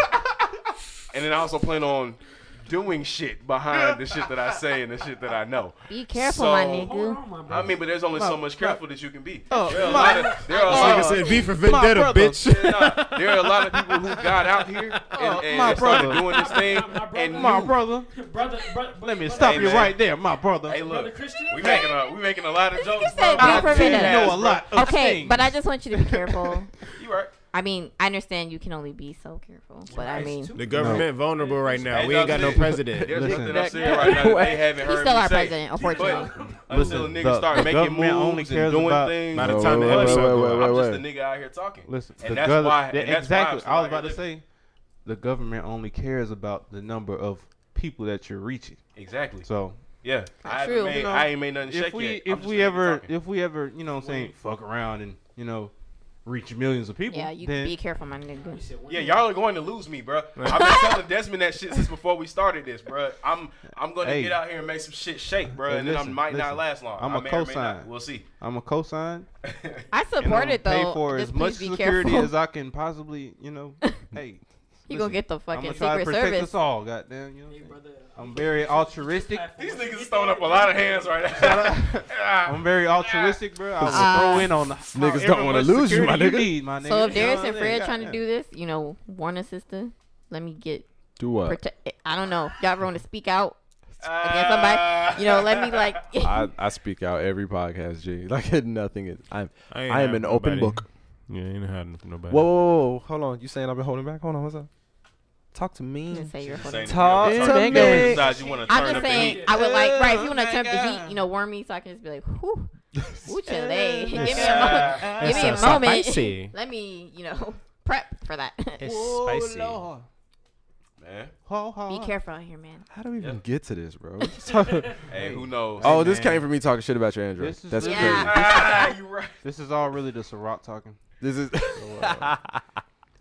Speaker 9: and then I also plan on doing shit behind the shit that I say and the shit that I know.
Speaker 8: Be careful,
Speaker 9: So-
Speaker 8: my
Speaker 7: Hold
Speaker 8: nigga.
Speaker 7: on, my
Speaker 9: I
Speaker 7: brother.
Speaker 9: mean, but there's only so much careful that you can be. there are a
Speaker 1: oh, my- Oh,
Speaker 9: lot of, there are a
Speaker 5: Like I
Speaker 9: lot of-
Speaker 5: said, V for Vendetta,
Speaker 1: brother.
Speaker 5: bitch.
Speaker 9: yeah, nah, there are a lot of people who got out here and, and
Speaker 1: Oh, my
Speaker 9: started
Speaker 1: brother.
Speaker 9: doing this thing.
Speaker 7: My brother.
Speaker 9: And
Speaker 1: my
Speaker 9: knew-
Speaker 1: brother,
Speaker 7: brother, brother,
Speaker 1: let me
Speaker 7: brother,
Speaker 1: stop
Speaker 9: Hey,
Speaker 1: you
Speaker 9: man.
Speaker 1: right there, my brother.
Speaker 9: Hey,
Speaker 7: Brother
Speaker 9: look,
Speaker 7: Christian.
Speaker 9: we making a we making a lot of jokes.
Speaker 8: said
Speaker 9: bro.
Speaker 8: V for
Speaker 9: Podcast,
Speaker 8: Vendetta.
Speaker 1: know a
Speaker 9: bro.
Speaker 1: lot of
Speaker 8: Okay,
Speaker 1: things.
Speaker 8: but I just want you to be careful.
Speaker 9: You right?
Speaker 8: I mean, I understand you can only be so careful, but I mean,
Speaker 5: The government vulnerable right now. we ain't got no
Speaker 9: There's
Speaker 5: president.
Speaker 9: There's
Speaker 1: Listen.
Speaker 9: nothing I'm saying right now that they haven't heard
Speaker 8: he's still
Speaker 9: me
Speaker 8: our
Speaker 9: say.
Speaker 8: president, unfortunately.
Speaker 9: But until a
Speaker 1: Listen,
Speaker 9: nigga
Speaker 1: the-
Speaker 9: start
Speaker 1: the
Speaker 9: making moves
Speaker 1: government only
Speaker 9: and
Speaker 1: cares
Speaker 9: doing
Speaker 1: about-
Speaker 9: things,
Speaker 5: By the
Speaker 3: Wait,
Speaker 5: time the
Speaker 3: wait, wait,
Speaker 5: episode
Speaker 3: wait,
Speaker 5: go
Speaker 3: wait,
Speaker 5: out.
Speaker 9: I'm
Speaker 3: wait,
Speaker 9: just a
Speaker 3: wait.
Speaker 9: nigga out here talking.
Speaker 1: Listen,
Speaker 9: and
Speaker 1: the
Speaker 9: that's
Speaker 1: gov-
Speaker 9: why.
Speaker 1: yeah,
Speaker 9: and that's why I'm
Speaker 1: exactly.
Speaker 9: still
Speaker 1: I was
Speaker 9: out
Speaker 1: about to
Speaker 9: here
Speaker 1: say, the government only cares about the number of people that you're reaching.
Speaker 9: living. Exactly.
Speaker 1: So
Speaker 9: Yeah, I,
Speaker 8: True.
Speaker 9: haven't made,
Speaker 1: You know,
Speaker 9: I ain't made nothing
Speaker 1: if
Speaker 9: shake
Speaker 1: we
Speaker 9: yet. I'm
Speaker 1: if
Speaker 9: just
Speaker 1: we
Speaker 9: a nigga
Speaker 1: ever
Speaker 9: talking.
Speaker 1: if we ever you know what I'm saying fuck around and you know reach millions of people,
Speaker 8: yeah, you
Speaker 1: then
Speaker 8: be careful, my nigga.
Speaker 9: Yeah, y'all are going to lose me, bro. I've been telling Desmond that shit since before we started this, bro. I'm I'm gonna
Speaker 1: Hey.
Speaker 9: get out here and make some shit shake, bro,
Speaker 1: Hey,
Speaker 9: and then I
Speaker 1: listen,
Speaker 9: might not
Speaker 1: listen.
Speaker 9: last long.
Speaker 1: I'm
Speaker 9: I
Speaker 1: a
Speaker 9: may or may not.
Speaker 1: cosign.
Speaker 9: We'll see.
Speaker 1: I'm a cosign.
Speaker 8: I
Speaker 1: and
Speaker 8: support
Speaker 1: I'ma
Speaker 8: it though.
Speaker 1: Pay for
Speaker 8: Just
Speaker 1: as much
Speaker 8: please be
Speaker 1: security
Speaker 8: careful.
Speaker 1: as I can possibly. You know, hey.
Speaker 8: You gonna get the
Speaker 1: I'm
Speaker 8: fucking
Speaker 1: gonna try to
Speaker 8: secret
Speaker 1: protect
Speaker 8: service.
Speaker 1: us all. Goddamn, you know. what
Speaker 7: Hey,
Speaker 1: I'm saying?
Speaker 7: brother.
Speaker 1: I'm very altruistic.
Speaker 9: These niggas is throwing up a lot of hands right now.
Speaker 1: I'm very altruistic, bro. I
Speaker 8: Ah.
Speaker 1: will throw in on the niggas
Speaker 3: don't wanna lose you, my nigga.
Speaker 1: Need, my nigga.
Speaker 8: So if
Speaker 1: You know
Speaker 8: Darius
Speaker 1: what
Speaker 8: and
Speaker 1: I
Speaker 8: Fred
Speaker 1: mean?
Speaker 8: trying to
Speaker 1: Goddamn.
Speaker 8: do this, you know, warn a sister. Let me get
Speaker 3: Do what?
Speaker 8: protect. eh, I don't know. Y'all ever want to speak out against somebody? You know, let me like.
Speaker 3: I, I speak out every podcast, G. Like nothing is. I'm
Speaker 5: I,
Speaker 3: I am an open book.
Speaker 5: Yeah, ain't hiding from nobody.
Speaker 3: Whoa, whoa, whoa, whoa, hold on. You saying I've been holding back? Hold on, what's up? Talk to me.
Speaker 8: Just say you're fucking-
Speaker 3: Talk
Speaker 9: Turn
Speaker 3: to
Speaker 9: up the
Speaker 3: me.
Speaker 9: nigga. Besides, you wanna
Speaker 8: I'm
Speaker 9: turn
Speaker 8: just
Speaker 9: up the
Speaker 8: saying,
Speaker 9: heat.
Speaker 8: I would like, right, if
Speaker 1: Oh
Speaker 8: you want to
Speaker 1: my
Speaker 8: turn up the heat,
Speaker 1: God.
Speaker 8: you know, warm me so I can just be like, whoo, whoo, chile.
Speaker 1: Yeah,
Speaker 8: Give me a
Speaker 1: yeah.
Speaker 8: moment. Give me
Speaker 5: so
Speaker 8: a moment.
Speaker 5: spicy.
Speaker 8: Let me, you know, prep for that. Be
Speaker 1: Oh,
Speaker 5: spicy.
Speaker 1: Lord.
Speaker 9: Man,
Speaker 1: Ho, ho.
Speaker 8: careful out here, man.
Speaker 3: How do we even get to this, bro?
Speaker 9: hey, who knows?
Speaker 3: oh, this
Speaker 1: man.
Speaker 3: came from me talking shit about your Android.
Speaker 1: This is
Speaker 3: That's
Speaker 1: literally-
Speaker 3: crazy.
Speaker 8: Yeah.
Speaker 9: Ah, you right.
Speaker 1: This is all really just a rock talking. uh,
Speaker 3: This is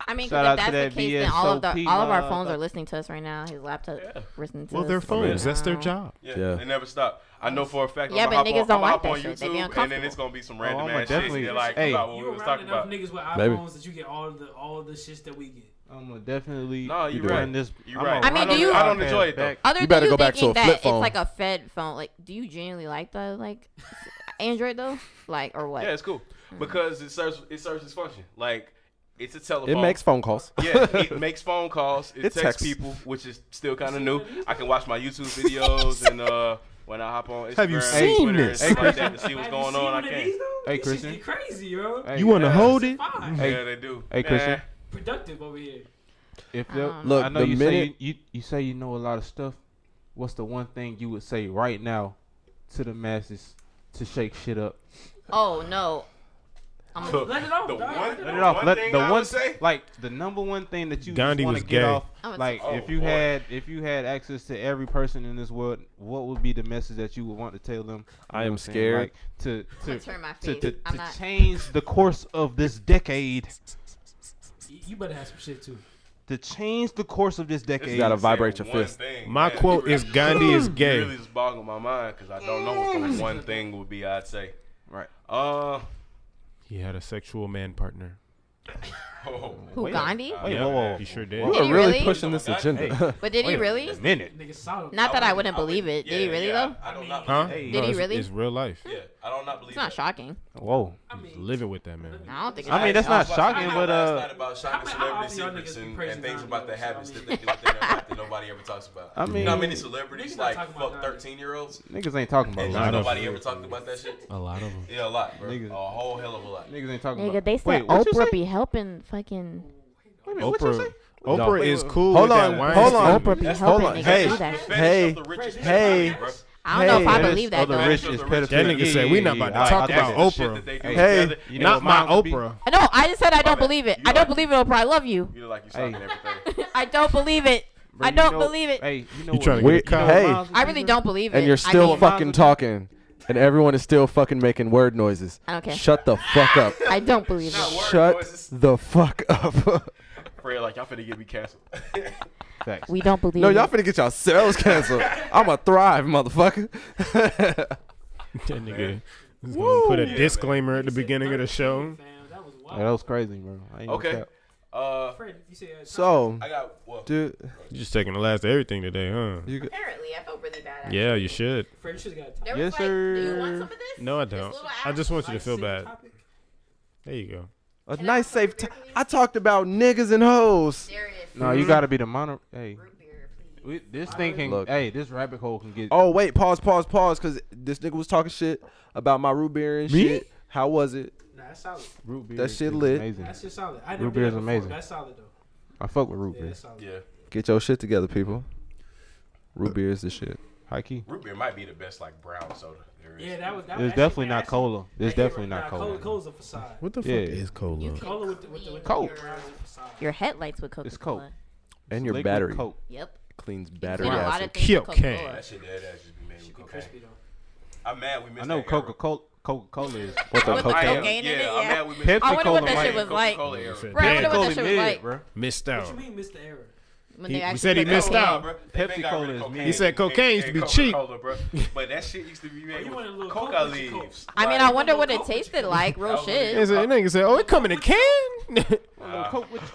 Speaker 8: I mean, 'cause
Speaker 1: Shout out
Speaker 8: if
Speaker 1: to
Speaker 8: that's the
Speaker 1: that
Speaker 8: case, then all of, the,
Speaker 1: VSOP,
Speaker 8: all of our
Speaker 1: uh,
Speaker 8: phones
Speaker 1: uh,
Speaker 8: are listening to us right now. His laptop listening to
Speaker 5: Well,
Speaker 8: us.
Speaker 5: their phones. That's their
Speaker 8: now.
Speaker 5: job.
Speaker 9: Yeah,
Speaker 3: Yeah.
Speaker 9: they never stop. I know for a fact.
Speaker 8: Yeah,
Speaker 9: I'm
Speaker 8: but
Speaker 9: gonna hop
Speaker 8: niggas
Speaker 9: on,
Speaker 8: don't
Speaker 9: I'm
Speaker 8: like
Speaker 9: hop
Speaker 8: that
Speaker 9: on
Speaker 8: shit. They be
Speaker 9: YouTube, and then
Speaker 8: uncomfortable.
Speaker 9: it's gonna be
Speaker 5: Oh,
Speaker 9: some
Speaker 1: I'ma
Speaker 9: random ass shit.
Speaker 1: definitely-
Speaker 9: They're like,
Speaker 1: Hey.
Speaker 9: about what
Speaker 7: You
Speaker 9: we was
Speaker 7: around
Speaker 9: talking
Speaker 7: enough
Speaker 9: about.
Speaker 7: niggas with
Speaker 3: Baby.
Speaker 7: iPhones that you get all the all the shits that we get.
Speaker 1: I'm gonna definitely.
Speaker 9: No, you
Speaker 1: run
Speaker 9: right.
Speaker 1: This,
Speaker 9: You
Speaker 1: I'm
Speaker 9: right.
Speaker 1: gonna
Speaker 8: I mean,
Speaker 1: run
Speaker 8: do
Speaker 1: this
Speaker 8: you-
Speaker 9: I don't enjoy it,
Speaker 1: podcast
Speaker 9: though.
Speaker 1: back.
Speaker 8: Other
Speaker 3: You better
Speaker 8: than
Speaker 3: go back to
Speaker 8: thinking
Speaker 3: a flip
Speaker 8: that
Speaker 3: phone.
Speaker 8: It's like a Fed phone. Like, do you genuinely like the like Android though? Like or what?
Speaker 9: Yeah, it's cool because it serves it serves its function. Like it's a telephone.
Speaker 3: it makes phone calls.
Speaker 9: yeah, it makes phone calls. It,
Speaker 3: It
Speaker 9: texts,
Speaker 3: texts.
Speaker 9: people, which is still kind of new. I can watch my YouTube videos and uh, when I hop on Instagram,
Speaker 5: Have you
Speaker 9: and
Speaker 5: seen
Speaker 9: Twitter,
Speaker 5: this?
Speaker 9: and stuff like that to see what's
Speaker 7: Have you
Speaker 9: going
Speaker 7: seen
Speaker 9: on. I
Speaker 7: one of
Speaker 9: can.
Speaker 7: these, though?
Speaker 1: Hey,
Speaker 7: These shits
Speaker 1: Christian.
Speaker 7: get crazy, yo.
Speaker 1: Hey,
Speaker 5: You want to
Speaker 9: Yeah.
Speaker 5: hold it?
Speaker 7: Fine.
Speaker 1: Hey.
Speaker 9: Yeah, they do.
Speaker 1: Hey, Christian.
Speaker 7: Productive over here.
Speaker 1: If
Speaker 8: I
Speaker 1: the-
Speaker 8: don't
Speaker 1: I
Speaker 3: Look,
Speaker 1: know
Speaker 3: the
Speaker 1: you
Speaker 3: minute
Speaker 1: say you, you you say you know a lot of stuff. What's the one thing you would say right now to the masses to shake shit up?
Speaker 8: Oh no. Um, I'm
Speaker 9: Look,
Speaker 7: Let it off,
Speaker 9: the
Speaker 7: dog.
Speaker 9: one,
Speaker 7: Let it
Speaker 1: Let it off. Let
Speaker 9: thing
Speaker 1: the
Speaker 9: I
Speaker 1: one
Speaker 9: would say.
Speaker 1: like the number one thing that you
Speaker 5: Gandhi
Speaker 1: want
Speaker 5: was
Speaker 1: to get
Speaker 5: gay.
Speaker 1: off.
Speaker 8: I'm gonna
Speaker 1: Like
Speaker 9: say-
Speaker 1: if
Speaker 9: Oh,
Speaker 1: you
Speaker 9: boy.
Speaker 1: had if you had access to every person in this world, what would be the message that you would want to tell them?
Speaker 3: I am
Speaker 1: saying,
Speaker 3: scared.
Speaker 1: Like, to to
Speaker 8: gonna turn my
Speaker 1: to,
Speaker 8: face.
Speaker 1: to,
Speaker 8: I'm
Speaker 1: to
Speaker 8: not.
Speaker 1: change the course of this decade.
Speaker 7: You you better have some shit too.
Speaker 1: To change the course of this decade.
Speaker 3: gotta
Speaker 9: Say
Speaker 3: vibrate your
Speaker 9: one
Speaker 3: fist.
Speaker 9: thing,
Speaker 5: My
Speaker 9: man.
Speaker 5: quote is Gandhi is
Speaker 9: You
Speaker 5: gay.
Speaker 9: really just boggled my mind because I don't know what the one thing would be. I'd say.
Speaker 1: Right.
Speaker 9: Uh.
Speaker 5: He had a sexual man partner.
Speaker 9: Oh,
Speaker 8: Who Gandhi?
Speaker 1: Wait,
Speaker 5: Yeah,
Speaker 1: whoa, whoa.
Speaker 5: He sure did.
Speaker 3: you are
Speaker 8: he
Speaker 3: really,
Speaker 8: really?
Speaker 3: pushing this
Speaker 9: Hey.
Speaker 3: agenda.
Speaker 8: But did he really?
Speaker 1: a minute.
Speaker 7: Nigga solid.
Speaker 8: Not that I wouldn't
Speaker 9: I would-
Speaker 8: believe it. Did he
Speaker 9: yeah,
Speaker 8: really
Speaker 9: yeah,
Speaker 8: though?
Speaker 9: I don't not.
Speaker 5: Huh?
Speaker 1: Hey.
Speaker 8: Did he
Speaker 5: it's-
Speaker 8: really?
Speaker 5: It's real life.
Speaker 9: Yeah, I don't not believe.
Speaker 8: It's not
Speaker 9: that.
Speaker 8: shocking.
Speaker 1: Whoa.
Speaker 7: I
Speaker 5: He's
Speaker 7: mean,
Speaker 5: living with that man.
Speaker 8: I don't think. It's
Speaker 1: I mean, that's not shocking,
Speaker 9: I
Speaker 1: but uh,
Speaker 9: about shocking
Speaker 7: I mean,
Speaker 9: celebrity
Speaker 7: I often y'all niggas
Speaker 9: secrets
Speaker 7: be
Speaker 9: and,
Speaker 7: praising
Speaker 9: and things
Speaker 7: Gandhi,
Speaker 9: about the
Speaker 7: so I
Speaker 9: habits
Speaker 7: mean-
Speaker 9: that they do within their life that nobody ever talks about.
Speaker 1: I
Speaker 9: you know how
Speaker 1: mean-
Speaker 9: many celebrities
Speaker 7: Niggas
Speaker 9: like
Speaker 7: not talking
Speaker 9: fuck
Speaker 7: about
Speaker 9: 13 year olds?
Speaker 1: niggas ain't talking about
Speaker 9: And
Speaker 5: lot
Speaker 9: just
Speaker 1: that.
Speaker 5: of-
Speaker 9: nobody ever talked about that shit?
Speaker 5: A lot of them.
Speaker 9: Yeah, a lot, bro.
Speaker 1: Niggas-
Speaker 9: A whole hell of a lot.
Speaker 1: Niggas ain't talking about.
Speaker 8: Nigga, they said
Speaker 1: Wait, what you
Speaker 8: Oprah
Speaker 1: say?
Speaker 8: be helping fucking.
Speaker 1: Wait a minute, what you
Speaker 5: Oprah.
Speaker 1: say?
Speaker 5: Oprah
Speaker 1: No.
Speaker 5: is cool.
Speaker 3: Hold
Speaker 5: with that
Speaker 3: on,
Speaker 5: wine
Speaker 3: hold on.
Speaker 5: statement.
Speaker 8: Oprah be
Speaker 3: That's-
Speaker 8: helping
Speaker 3: hold on,
Speaker 8: niggas
Speaker 3: hey.
Speaker 8: do that. shit.
Speaker 3: Hey,
Speaker 9: Fetish of the richest
Speaker 3: hey.
Speaker 9: pedophiles, bro.
Speaker 8: I don't know if I
Speaker 1: Hey,
Speaker 8: believe that
Speaker 1: of the
Speaker 8: though.
Speaker 1: richest
Speaker 9: That
Speaker 1: pedophiles.
Speaker 5: nigga said, we not about to
Speaker 1: I-
Speaker 5: talk
Speaker 1: I-
Speaker 5: about
Speaker 1: that's-
Speaker 9: That's the shit
Speaker 5: Oprah.
Speaker 9: that they do
Speaker 1: Hey,
Speaker 9: together.
Speaker 1: you know
Speaker 5: Not
Speaker 1: what
Speaker 5: my
Speaker 1: mine would be?
Speaker 5: Oprah.
Speaker 8: No, I just said I don't
Speaker 9: bad.
Speaker 8: believe it.
Speaker 9: You
Speaker 8: I don't
Speaker 9: right.
Speaker 8: believe it, Oprah. I love you.
Speaker 9: You look like you
Speaker 1: Hey.
Speaker 9: sucking everything.
Speaker 8: I don't believe it. I
Speaker 1: You
Speaker 8: don't
Speaker 1: know-
Speaker 8: believe it.
Speaker 1: Hey, you know
Speaker 5: You
Speaker 1: what-
Speaker 5: tryna
Speaker 1: you
Speaker 5: get
Speaker 1: know
Speaker 5: caught.
Speaker 1: what
Speaker 3: Hey.
Speaker 1: Miles would
Speaker 8: I
Speaker 1: be,
Speaker 8: really
Speaker 1: bro?
Speaker 8: don't believe it.
Speaker 3: and you're
Speaker 8: I
Speaker 3: still
Speaker 8: mean,
Speaker 3: fucking talking, and everyone is still fucking making word noises.
Speaker 8: I don't care.
Speaker 3: Shut the fuck up.
Speaker 8: I don't believe
Speaker 9: Not
Speaker 8: it.
Speaker 9: word
Speaker 3: Shut
Speaker 9: noises.
Speaker 3: the fuck up.
Speaker 9: Fred, like y'all finna get me canceled.
Speaker 1: Facts.
Speaker 8: We don't believe
Speaker 3: no,
Speaker 8: it.
Speaker 3: y'all finna get yourselves canceled. I'ma thrive, motherfucker.
Speaker 5: That nigga is gonna put a disclaimer at the beginning of the show.
Speaker 7: Fam, that was
Speaker 1: Yeah,
Speaker 7: wild.
Speaker 1: that was crazy, bro. I ain't
Speaker 9: Okay.
Speaker 1: gonna cap.
Speaker 9: Uh,
Speaker 7: Fred, you said uh,
Speaker 3: so,
Speaker 9: I got well.
Speaker 3: dude,
Speaker 5: You just taking the last of everything today, huh?
Speaker 3: you g-
Speaker 8: Apparently, I felt really bad.
Speaker 5: Yeah, you should.
Speaker 7: Fred, you should have got a
Speaker 8: There
Speaker 1: Yes,
Speaker 8: was like, do you
Speaker 1: sir.
Speaker 8: want some of this?
Speaker 5: No, I
Speaker 8: This
Speaker 5: don't.
Speaker 8: little
Speaker 5: I just want you to
Speaker 7: topic.
Speaker 5: feel
Speaker 7: Sick
Speaker 5: bad.
Speaker 7: topic.
Speaker 5: There you go.
Speaker 3: a
Speaker 8: Can I
Speaker 3: nice
Speaker 8: have
Speaker 3: safe
Speaker 8: some
Speaker 3: time.
Speaker 8: root beer,
Speaker 3: I talked about niggas and hoes.
Speaker 8: There it is.
Speaker 1: No, you gotta be the mono. Hey,
Speaker 8: Root beer, please.
Speaker 1: we, this thing can.
Speaker 3: Look.
Speaker 1: Hey, this rabbit hole can get.
Speaker 3: Oh wait, pause, pause, pause, cause this nigga was talking shit about my root beer and
Speaker 1: Me?
Speaker 3: shit. How was it?
Speaker 7: Nah, that's solid.
Speaker 1: Root beer.
Speaker 3: That
Speaker 1: is
Speaker 3: shit lit.
Speaker 1: Amazing.
Speaker 7: That's just solid. I never
Speaker 1: Root
Speaker 7: did
Speaker 1: beer
Speaker 7: that
Speaker 1: is
Speaker 7: before.
Speaker 1: amazing.
Speaker 7: That's solid though.
Speaker 1: I fuck with root
Speaker 7: Yeah,
Speaker 1: beer.
Speaker 7: that's solid.
Speaker 9: Yeah,
Speaker 3: Get your shit together, people. Root beer is the shit.
Speaker 1: High key.
Speaker 9: root beer might be the best like brown soda there is.
Speaker 7: Yeah, that was. That was
Speaker 1: It's
Speaker 7: actually-
Speaker 1: definitely not
Speaker 7: actually-
Speaker 1: cola. It's
Speaker 7: Nah,
Speaker 1: definitely
Speaker 7: nah,
Speaker 1: not
Speaker 7: Cola,
Speaker 1: cola.
Speaker 7: cola's a facade.
Speaker 5: What the
Speaker 1: Yeah.
Speaker 5: fuck is cola?
Speaker 7: Cola with the with the with the
Speaker 1: Coke.
Speaker 7: brown is a facade.
Speaker 8: Your headlights with Coca
Speaker 1: It's
Speaker 8: Cola.
Speaker 1: Coke.
Speaker 3: And your
Speaker 1: Liquid
Speaker 3: battery
Speaker 1: Coke.
Speaker 8: Yep.
Speaker 3: cleans
Speaker 8: Clean
Speaker 3: battery
Speaker 8: a lot
Speaker 3: acid.
Speaker 8: of things with
Speaker 5: Coke can.
Speaker 8: Coca-Cola.
Speaker 9: That shit dead ass just be made with
Speaker 7: Should be
Speaker 9: cocaine.
Speaker 7: crispy though.
Speaker 9: I'm mad we missed.
Speaker 1: I know
Speaker 9: that era.
Speaker 1: Coca Cola. Coca Cola is.
Speaker 3: What the
Speaker 8: With
Speaker 3: coke?
Speaker 8: the
Speaker 9: I am,
Speaker 8: Cocaine
Speaker 9: yeah,
Speaker 8: in it,
Speaker 9: I'm
Speaker 8: yeah.
Speaker 9: mad we missed
Speaker 1: Pepsi
Speaker 8: I wonder what
Speaker 1: Cola
Speaker 8: that shit
Speaker 1: might-
Speaker 8: was like.
Speaker 9: Coca-Cola era.
Speaker 5: Said
Speaker 8: Bro, I
Speaker 5: Damn.
Speaker 8: wonder what that shit was like.
Speaker 1: bro.
Speaker 5: Missed
Speaker 7: What
Speaker 5: out.
Speaker 7: you mean, Missed the Era?
Speaker 8: When
Speaker 5: He-
Speaker 8: they
Speaker 5: he
Speaker 8: actually
Speaker 5: said he
Speaker 8: put
Speaker 5: missed
Speaker 8: Coke in.
Speaker 5: out.
Speaker 9: Bro, they
Speaker 1: Pepsi
Speaker 9: got
Speaker 1: Cola
Speaker 9: rid of
Speaker 1: is
Speaker 9: cocaine.
Speaker 1: mid. He
Speaker 5: said cocaine used to be cheap.
Speaker 9: Coca-Cola, bro. But that shit used to be made
Speaker 7: you want a
Speaker 9: with
Speaker 7: little
Speaker 9: coca
Speaker 7: Coke with your
Speaker 9: leaves.
Speaker 8: I mean, I
Speaker 9: Like,
Speaker 8: wonder what it
Speaker 7: Coke with
Speaker 8: tasted like. Real
Speaker 9: That was
Speaker 8: shit.
Speaker 9: it.
Speaker 5: Is it? And nigga said, "Oh, it come in a can."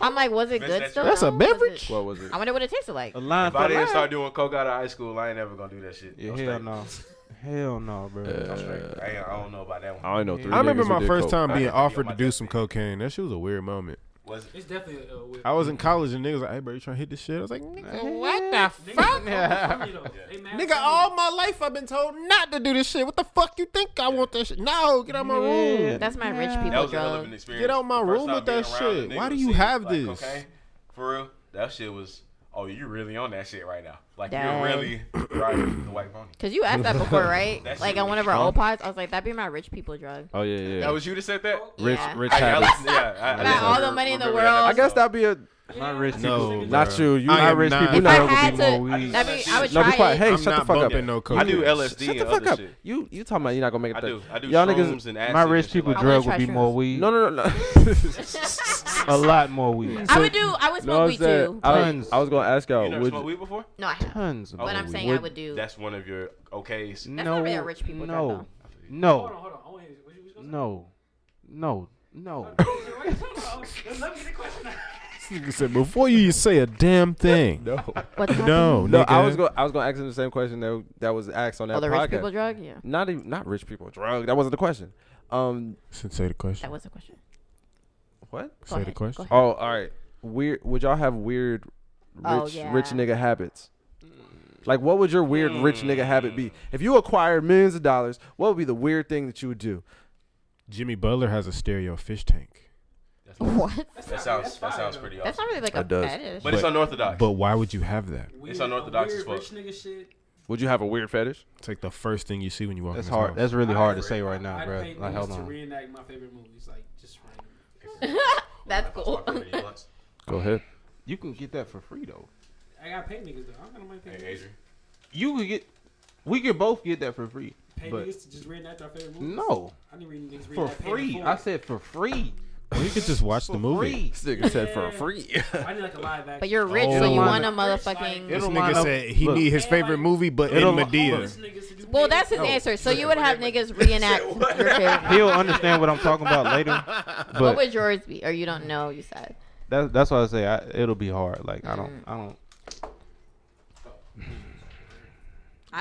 Speaker 8: I'm like, was it
Speaker 9: Bitch,
Speaker 8: good
Speaker 9: that's
Speaker 8: still?
Speaker 9: your-
Speaker 5: That's a
Speaker 8: though? Was
Speaker 5: beverage?
Speaker 8: it-
Speaker 3: What was it?
Speaker 8: I wonder what it tasted like.
Speaker 1: A line
Speaker 9: If
Speaker 1: for
Speaker 9: I didn't
Speaker 1: line.
Speaker 9: start doing coke out of high school, I ain't never gonna do that shit.
Speaker 1: Yeah,
Speaker 9: I'm
Speaker 1: hell
Speaker 9: straight.
Speaker 1: no. Hell no, bro.
Speaker 9: I'm straight. I, ain't- I don't know about that one.
Speaker 3: I only know three.
Speaker 5: I remember
Speaker 3: niggas who
Speaker 5: my
Speaker 3: did
Speaker 5: first
Speaker 3: coke.
Speaker 5: time being
Speaker 9: I-
Speaker 5: offered to do some cocaine. That shit was a weird moment.
Speaker 9: Was it?
Speaker 7: It's definitely a, a weird.
Speaker 5: I was in college and niggas like, "Hey, bro, you trying to hit this shit?" I was like, "Nigga, what the
Speaker 7: Nigga,
Speaker 5: fuck?"
Speaker 7: funny, though. They mad funny.
Speaker 5: Nigga, all my life I've been told not to do this shit. What the fuck you think I want that shit? No, get out my room.
Speaker 8: That's my rich
Speaker 9: That
Speaker 8: people
Speaker 9: was an relevant
Speaker 8: drug.
Speaker 9: experience.
Speaker 5: Get out my
Speaker 9: The first
Speaker 5: room
Speaker 9: time
Speaker 5: with
Speaker 9: being
Speaker 5: that
Speaker 9: around a
Speaker 5: shit.
Speaker 9: nigga
Speaker 5: Why do
Speaker 9: who
Speaker 5: you
Speaker 9: sees,
Speaker 5: have
Speaker 9: like,
Speaker 5: this?
Speaker 9: cocaine, for real, that shit was. Oh, you really on that shit right now? Like
Speaker 8: Dang.
Speaker 9: you're really riding the white pony.
Speaker 8: Cause you asked that before, right?
Speaker 9: That shit
Speaker 8: like on
Speaker 9: was
Speaker 8: one of our old pods, I was like, that'd be my rich people drug.
Speaker 3: Oh yeah, yeah.
Speaker 9: That was you that said that.
Speaker 3: rich,
Speaker 8: Yeah.
Speaker 3: rich
Speaker 9: I, I,
Speaker 3: habits.
Speaker 9: listened- yeah, I, I
Speaker 8: Got all
Speaker 9: listened-
Speaker 8: the money in the
Speaker 9: remember that
Speaker 8: world.
Speaker 3: I guess
Speaker 9: episode.
Speaker 3: that'd be a
Speaker 1: Not rich
Speaker 5: No,
Speaker 1: people.
Speaker 5: bro.
Speaker 3: not you. You
Speaker 5: I
Speaker 1: Not
Speaker 5: am
Speaker 1: rich
Speaker 5: not-
Speaker 1: people.
Speaker 5: If
Speaker 1: not
Speaker 8: I
Speaker 1: gonna be
Speaker 8: had
Speaker 1: more
Speaker 8: to-
Speaker 1: weed.
Speaker 9: I
Speaker 8: That'd be,
Speaker 9: shit.
Speaker 8: I would
Speaker 3: no,
Speaker 8: try
Speaker 3: be quiet.
Speaker 8: it.
Speaker 3: Hey,
Speaker 5: I'm
Speaker 3: shut the
Speaker 5: not
Speaker 3: fuck up.
Speaker 5: bumping no coke.
Speaker 9: I do LSD
Speaker 3: Shut the
Speaker 9: and
Speaker 3: fuck
Speaker 9: other
Speaker 3: up.
Speaker 9: shit.
Speaker 3: You you talking about you're not gonna make
Speaker 9: I
Speaker 3: it?
Speaker 9: do. I do
Speaker 3: Y'all
Speaker 9: shrooms
Speaker 3: niggas.
Speaker 9: and acid.
Speaker 1: My
Speaker 9: and
Speaker 1: rich
Speaker 9: shit
Speaker 1: people
Speaker 9: like
Speaker 8: I
Speaker 9: that.
Speaker 1: drug
Speaker 8: wanna
Speaker 1: would be
Speaker 8: try
Speaker 1: more
Speaker 8: shrooms.
Speaker 1: weed.
Speaker 3: No, no, no, no.
Speaker 1: a lot more weed.
Speaker 8: I would do. I would
Speaker 3: No,
Speaker 8: smoke
Speaker 3: I'm
Speaker 8: weed
Speaker 3: saying-
Speaker 8: too.
Speaker 3: I,
Speaker 8: but-
Speaker 3: was, I was gonna ask y'all.
Speaker 9: You never
Speaker 3: would
Speaker 9: smoked weed before?
Speaker 8: No, I haven't.
Speaker 1: Tons. Of
Speaker 8: But I'm
Speaker 1: weed.
Speaker 8: saying I would do.
Speaker 9: That's one of your okays.
Speaker 1: no,
Speaker 8: not really a rich people drug,
Speaker 1: No,
Speaker 8: though.
Speaker 7: Hold on,
Speaker 1: no,
Speaker 7: hold on. I wanna hear what you was gonna say.
Speaker 1: no, no, no.
Speaker 7: What you talking about? Let me get the question out.
Speaker 5: Nigga said, before you say a damn thing. no,
Speaker 8: What's
Speaker 5: no,
Speaker 3: no, I
Speaker 5: nigga.
Speaker 3: was gonna I was gonna ask him the same question that that was asked on that
Speaker 8: Oh, the rich people
Speaker 3: podcast.
Speaker 8: drug? Yeah.
Speaker 3: Not even not rich people drug. That wasn't the question. Um,
Speaker 5: Should say the question.
Speaker 8: That was the question.
Speaker 3: what?
Speaker 8: Go
Speaker 5: Say the
Speaker 8: ahead,
Speaker 5: question.
Speaker 8: go ahead.
Speaker 3: Oh, all right. Weird. Would y'all have weird, rich,
Speaker 8: Oh,
Speaker 3: rich
Speaker 8: yeah.
Speaker 3: nigga habits? Like, what would your weird rich nigga habit be? If you acquired millions of dollars, what would be the weird thing that you would do?
Speaker 5: Jimmy Butler has a stereo fish tank.
Speaker 8: What?
Speaker 9: That sounds that sounds pretty
Speaker 8: That's
Speaker 9: awesome.
Speaker 8: not really like
Speaker 5: Oh,
Speaker 8: a
Speaker 3: That does.
Speaker 8: fetish.
Speaker 9: But it's unorthodox.
Speaker 5: But why would you have that?
Speaker 7: Weird-
Speaker 9: unorthodox
Speaker 7: weird
Speaker 9: as fuck.
Speaker 7: Rich nigga shit.
Speaker 3: Would you have a weird fetish?
Speaker 5: It's like the first thing you see when you walk
Speaker 1: That's
Speaker 5: in this
Speaker 1: hard.
Speaker 5: house.
Speaker 1: That's really
Speaker 7: I'd
Speaker 1: hard to
Speaker 7: rate-
Speaker 1: say right now,
Speaker 7: I'd
Speaker 1: bro.
Speaker 7: pay
Speaker 1: Like,
Speaker 7: niggas
Speaker 1: hold
Speaker 7: To
Speaker 1: on.
Speaker 7: reenact my favorite movies, like just random.
Speaker 8: That's cool.
Speaker 3: Go ahead.
Speaker 1: You can get that for free though.
Speaker 7: I got paid niggas though. I don't got no money to pay
Speaker 9: Hey,
Speaker 7: niggas.
Speaker 9: Adrian.
Speaker 1: You could get. We could both get that for free.
Speaker 7: Pay
Speaker 1: But
Speaker 7: niggas to just reenact our favorite movies.
Speaker 1: no,
Speaker 7: I need reading niggas
Speaker 1: for
Speaker 7: reenact Pay in
Speaker 1: free.
Speaker 7: Full.
Speaker 1: I said for free.
Speaker 5: Or you could just watch
Speaker 1: For
Speaker 5: the movie.
Speaker 1: free.
Speaker 3: This nigga said for free.
Speaker 7: Yeah. I need like a live action.
Speaker 8: But you're rich,
Speaker 5: Oh.
Speaker 8: so you
Speaker 5: It'll
Speaker 8: want a
Speaker 7: line up. It'll
Speaker 8: motherfucking.
Speaker 5: This
Speaker 1: It'll
Speaker 5: nigga
Speaker 1: line up.
Speaker 5: said he
Speaker 1: Look.
Speaker 5: need his
Speaker 7: And
Speaker 5: favorite
Speaker 7: like-
Speaker 5: movie, but
Speaker 1: It'll-
Speaker 5: in Medea.
Speaker 7: Homeless niggas to do
Speaker 8: Well,
Speaker 7: paid-
Speaker 8: that's his answer. So you would have niggas reenact your favorite.
Speaker 1: He'll understand what I'm talking about later.
Speaker 8: What
Speaker 1: But
Speaker 8: would yours be? Or you don't know? You said.
Speaker 1: that's that's why I say I, it'll be hard. Like I don't I don't
Speaker 8: I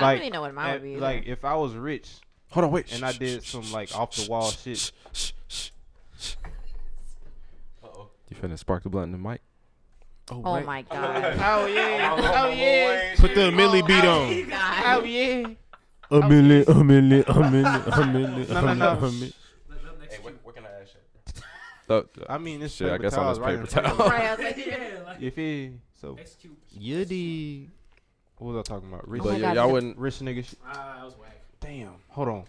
Speaker 1: like
Speaker 8: don't really know what mine
Speaker 1: at-
Speaker 8: would be. either.
Speaker 1: eh, Like if I was rich
Speaker 3: Hold on, wait.
Speaker 1: and I did some like off the wall shit.
Speaker 3: You finna spark the blunt in the mic.
Speaker 8: oh my god.
Speaker 1: Oh yeah.
Speaker 9: Oh yeah.
Speaker 5: Put the Millie beat
Speaker 8: Oh,
Speaker 5: on.
Speaker 8: God.
Speaker 1: Oh yeah.
Speaker 5: A Millie, a Millie, a Millie, a Millie,
Speaker 1: No, no,
Speaker 5: a
Speaker 1: no.
Speaker 5: Millie.
Speaker 7: Let them
Speaker 9: Hey, where,
Speaker 7: execute.
Speaker 9: where can I ask
Speaker 3: Oh,
Speaker 9: you?
Speaker 1: I mean this
Speaker 3: shit, I guess
Speaker 1: towels
Speaker 3: on this
Speaker 1: right
Speaker 3: paper
Speaker 1: in front of
Speaker 3: towel.
Speaker 8: Right, I was like,
Speaker 7: Yeah, like
Speaker 1: me. You feel? So
Speaker 7: execute.
Speaker 5: Yudi.
Speaker 1: what was I talking about? Rich
Speaker 3: But yeah,
Speaker 8: Oh God,
Speaker 3: y'all
Speaker 8: it's-
Speaker 3: wouldn't.
Speaker 1: rich nigga shit.
Speaker 7: Ah, that was whack.
Speaker 1: Damn. Hold on.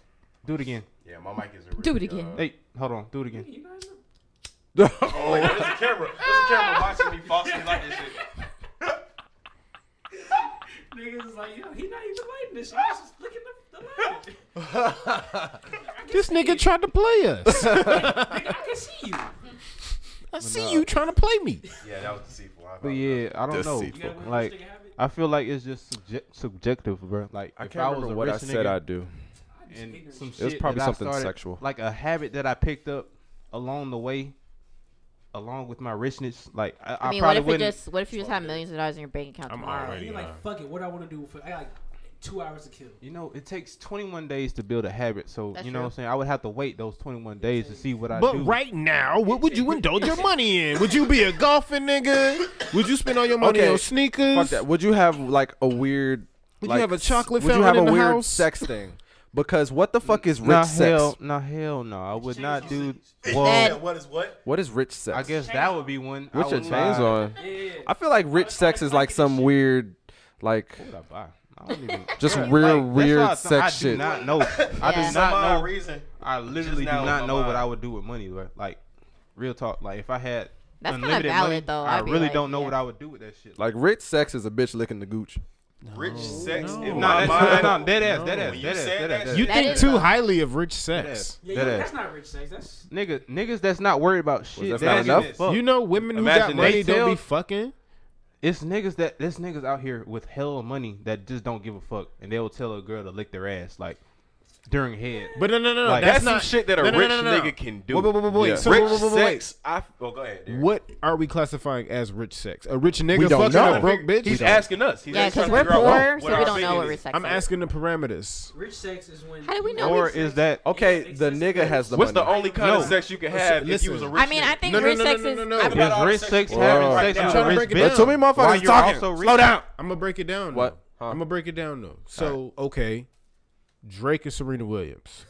Speaker 1: Do it again.
Speaker 9: Yeah, my mic is. uh,
Speaker 8: Do it again.
Speaker 1: Hey, hold on. Do it again.
Speaker 7: You guys know?
Speaker 9: Oh, wait, there's a camera. There's a camera watching me falsely like this shit.
Speaker 7: Niggas is like, yo, he not even lighting this shit. He's just flicking the, the light.
Speaker 5: This nigga tried to play us.
Speaker 7: Nigga, I can see you.
Speaker 5: I see you trying to play me.
Speaker 9: Yeah, that was deceitful. I
Speaker 1: But yeah, I don't know.
Speaker 7: You got what
Speaker 1: Like
Speaker 7: this nigga have it?
Speaker 1: I feel like it's just subje- subjective, bro. Like
Speaker 3: I
Speaker 1: if
Speaker 3: can't
Speaker 1: I was
Speaker 3: remember
Speaker 1: a
Speaker 3: what
Speaker 1: rich
Speaker 3: I said
Speaker 1: nigga,
Speaker 3: I'd do.
Speaker 7: I just
Speaker 1: and
Speaker 7: ignorant
Speaker 1: some
Speaker 7: shit.
Speaker 1: shit.
Speaker 3: It was probably
Speaker 1: that I
Speaker 3: something
Speaker 1: started-
Speaker 3: sexual.
Speaker 1: like a habit that I picked up along the way, along with my richness. Like I, I
Speaker 8: I mean, what
Speaker 1: probably
Speaker 8: if it
Speaker 1: wouldn't.
Speaker 8: just? What if you just have millions of dollars in your bank account
Speaker 5: I'm
Speaker 8: tomorrow?
Speaker 5: already-
Speaker 7: And you're like, fuck it. What I want to do for I got like two hours to kill.
Speaker 1: You know, it takes 21 days to build a habit. So
Speaker 8: That's
Speaker 1: you know
Speaker 8: true.
Speaker 1: what I'm saying. I would have to wait those 21 days to see what I do.
Speaker 5: But right now, what would you indulge your money in? Would you be a golfing nigga? Would you spend all your money
Speaker 3: Okay,
Speaker 5: on sneakers?
Speaker 3: Fuck that. Would you have like a weird?
Speaker 5: Would you
Speaker 3: like,
Speaker 5: have a chocolate
Speaker 3: Would you
Speaker 5: fountain
Speaker 3: have
Speaker 5: in
Speaker 3: a
Speaker 5: the
Speaker 3: weird
Speaker 5: house?
Speaker 3: sex thing? Because what the fuck is rich
Speaker 1: Nah,
Speaker 3: sex?
Speaker 1: hell, nah, hell no. I would not do.
Speaker 8: Ed.
Speaker 1: Well,
Speaker 2: Yeah, what is what?
Speaker 3: What is rich sex?
Speaker 1: I guess that would be one. I
Speaker 3: With your
Speaker 1: would
Speaker 3: chains
Speaker 1: buy-
Speaker 3: on.
Speaker 7: Yeah, yeah, yeah.
Speaker 3: I feel like rich sex is like some weird, like
Speaker 1: What would I buy? I don't even.
Speaker 3: just
Speaker 1: Bruh,
Speaker 3: weird,
Speaker 1: like, that's why I
Speaker 3: weird
Speaker 1: th-
Speaker 3: sex
Speaker 1: I
Speaker 3: shit.
Speaker 1: do not know. I
Speaker 8: Yeah.
Speaker 1: do
Speaker 8: Some
Speaker 1: not know.
Speaker 2: reason.
Speaker 1: I literally do
Speaker 9: now
Speaker 1: not
Speaker 9: in my
Speaker 1: know what
Speaker 9: mind.
Speaker 1: I would do with money. Bro. Like, real talk. Like, if I had
Speaker 8: That's kinda
Speaker 1: unlimited
Speaker 8: valid,
Speaker 1: money,
Speaker 8: though.
Speaker 1: I
Speaker 8: I'd be
Speaker 1: really
Speaker 8: like,
Speaker 1: don't know
Speaker 8: yeah.
Speaker 1: what I would do with that shit. Like,
Speaker 3: Like rich sex is a bitch licking the gooch.
Speaker 2: Rich sex in
Speaker 1: nah,
Speaker 2: my
Speaker 1: that's,
Speaker 2: mind.
Speaker 1: nah, dead ass, dead
Speaker 2: When
Speaker 1: ass,
Speaker 2: you
Speaker 1: dead ass,
Speaker 2: said
Speaker 1: dead
Speaker 2: that
Speaker 1: ass. dead
Speaker 5: You
Speaker 8: That
Speaker 5: think
Speaker 8: is
Speaker 5: too
Speaker 8: though.
Speaker 5: highly of rich sex.
Speaker 1: ass,
Speaker 7: Yeah,
Speaker 1: dead
Speaker 7: you-
Speaker 1: ass.
Speaker 7: that's not rich sex. That's
Speaker 1: Niggas, niggas that's not worried about shit.
Speaker 3: that's
Speaker 1: they
Speaker 3: not
Speaker 1: don't
Speaker 3: enough?
Speaker 1: give a fuck.
Speaker 5: You know, women who got
Speaker 1: Imagine they
Speaker 5: money don't be
Speaker 1: tell-
Speaker 5: fucking.
Speaker 1: It's niggas that there's niggas out here with hell of money that just don't give a fuck, and they will tell a girl to lick their ass like during head.
Speaker 5: But no, no, no, no.
Speaker 1: Like,
Speaker 5: that's,
Speaker 1: that's
Speaker 5: not
Speaker 9: some shit that a
Speaker 5: no, no, no,
Speaker 9: rich
Speaker 5: no, no.
Speaker 9: nigga can do.
Speaker 5: Wait, wait, wait, wait, wait.
Speaker 9: Yeah.
Speaker 5: So,
Speaker 9: rich
Speaker 5: wait, wait, wait, wait.
Speaker 9: sex. I oh, go ahead. Derek.
Speaker 5: What are we classifying as rich sex? A rich nigga
Speaker 3: We don't
Speaker 5: fucking
Speaker 3: know.
Speaker 5: a broke bitch?
Speaker 9: He's asking us. He's
Speaker 8: Yeah,
Speaker 9: asking
Speaker 8: because
Speaker 9: us
Speaker 8: we're
Speaker 9: to figure out
Speaker 8: poor,
Speaker 9: what
Speaker 8: so we
Speaker 9: our
Speaker 8: don't know
Speaker 9: opinion
Speaker 8: what
Speaker 9: is.
Speaker 8: rich sex
Speaker 5: I'm
Speaker 8: is.
Speaker 5: asking the parameters.
Speaker 7: rich sex is when.
Speaker 8: How do we
Speaker 7: you
Speaker 8: know
Speaker 1: or
Speaker 8: it's
Speaker 1: is that
Speaker 3: Okay,
Speaker 7: it's
Speaker 3: the
Speaker 7: just
Speaker 3: nigga
Speaker 7: good.
Speaker 3: has the
Speaker 9: What's
Speaker 3: money.
Speaker 9: the only kind of
Speaker 1: No.
Speaker 9: sex you can have if you
Speaker 5: listen.
Speaker 9: was a rich
Speaker 8: I mean, I
Speaker 9: nigga?
Speaker 8: think
Speaker 5: No, no,
Speaker 8: rich
Speaker 5: no, no,
Speaker 8: sex
Speaker 5: no,
Speaker 8: is.
Speaker 5: no, no.
Speaker 8: I
Speaker 5: It's
Speaker 8: mean,
Speaker 1: is rich sex having
Speaker 3: Whoa.
Speaker 1: sex
Speaker 9: I'm
Speaker 1: with
Speaker 9: trying
Speaker 1: a
Speaker 9: to
Speaker 1: rich
Speaker 5: break it
Speaker 1: bitch?
Speaker 5: down. Too many
Speaker 3: motherfuckers
Speaker 1: While you're
Speaker 3: talking.
Speaker 1: also rich?
Speaker 3: Slow down.
Speaker 5: I'm gonna break it down.
Speaker 3: What? Huh?
Speaker 5: though. I'm gonna break it down though. So okay, Drake and Serena Williams.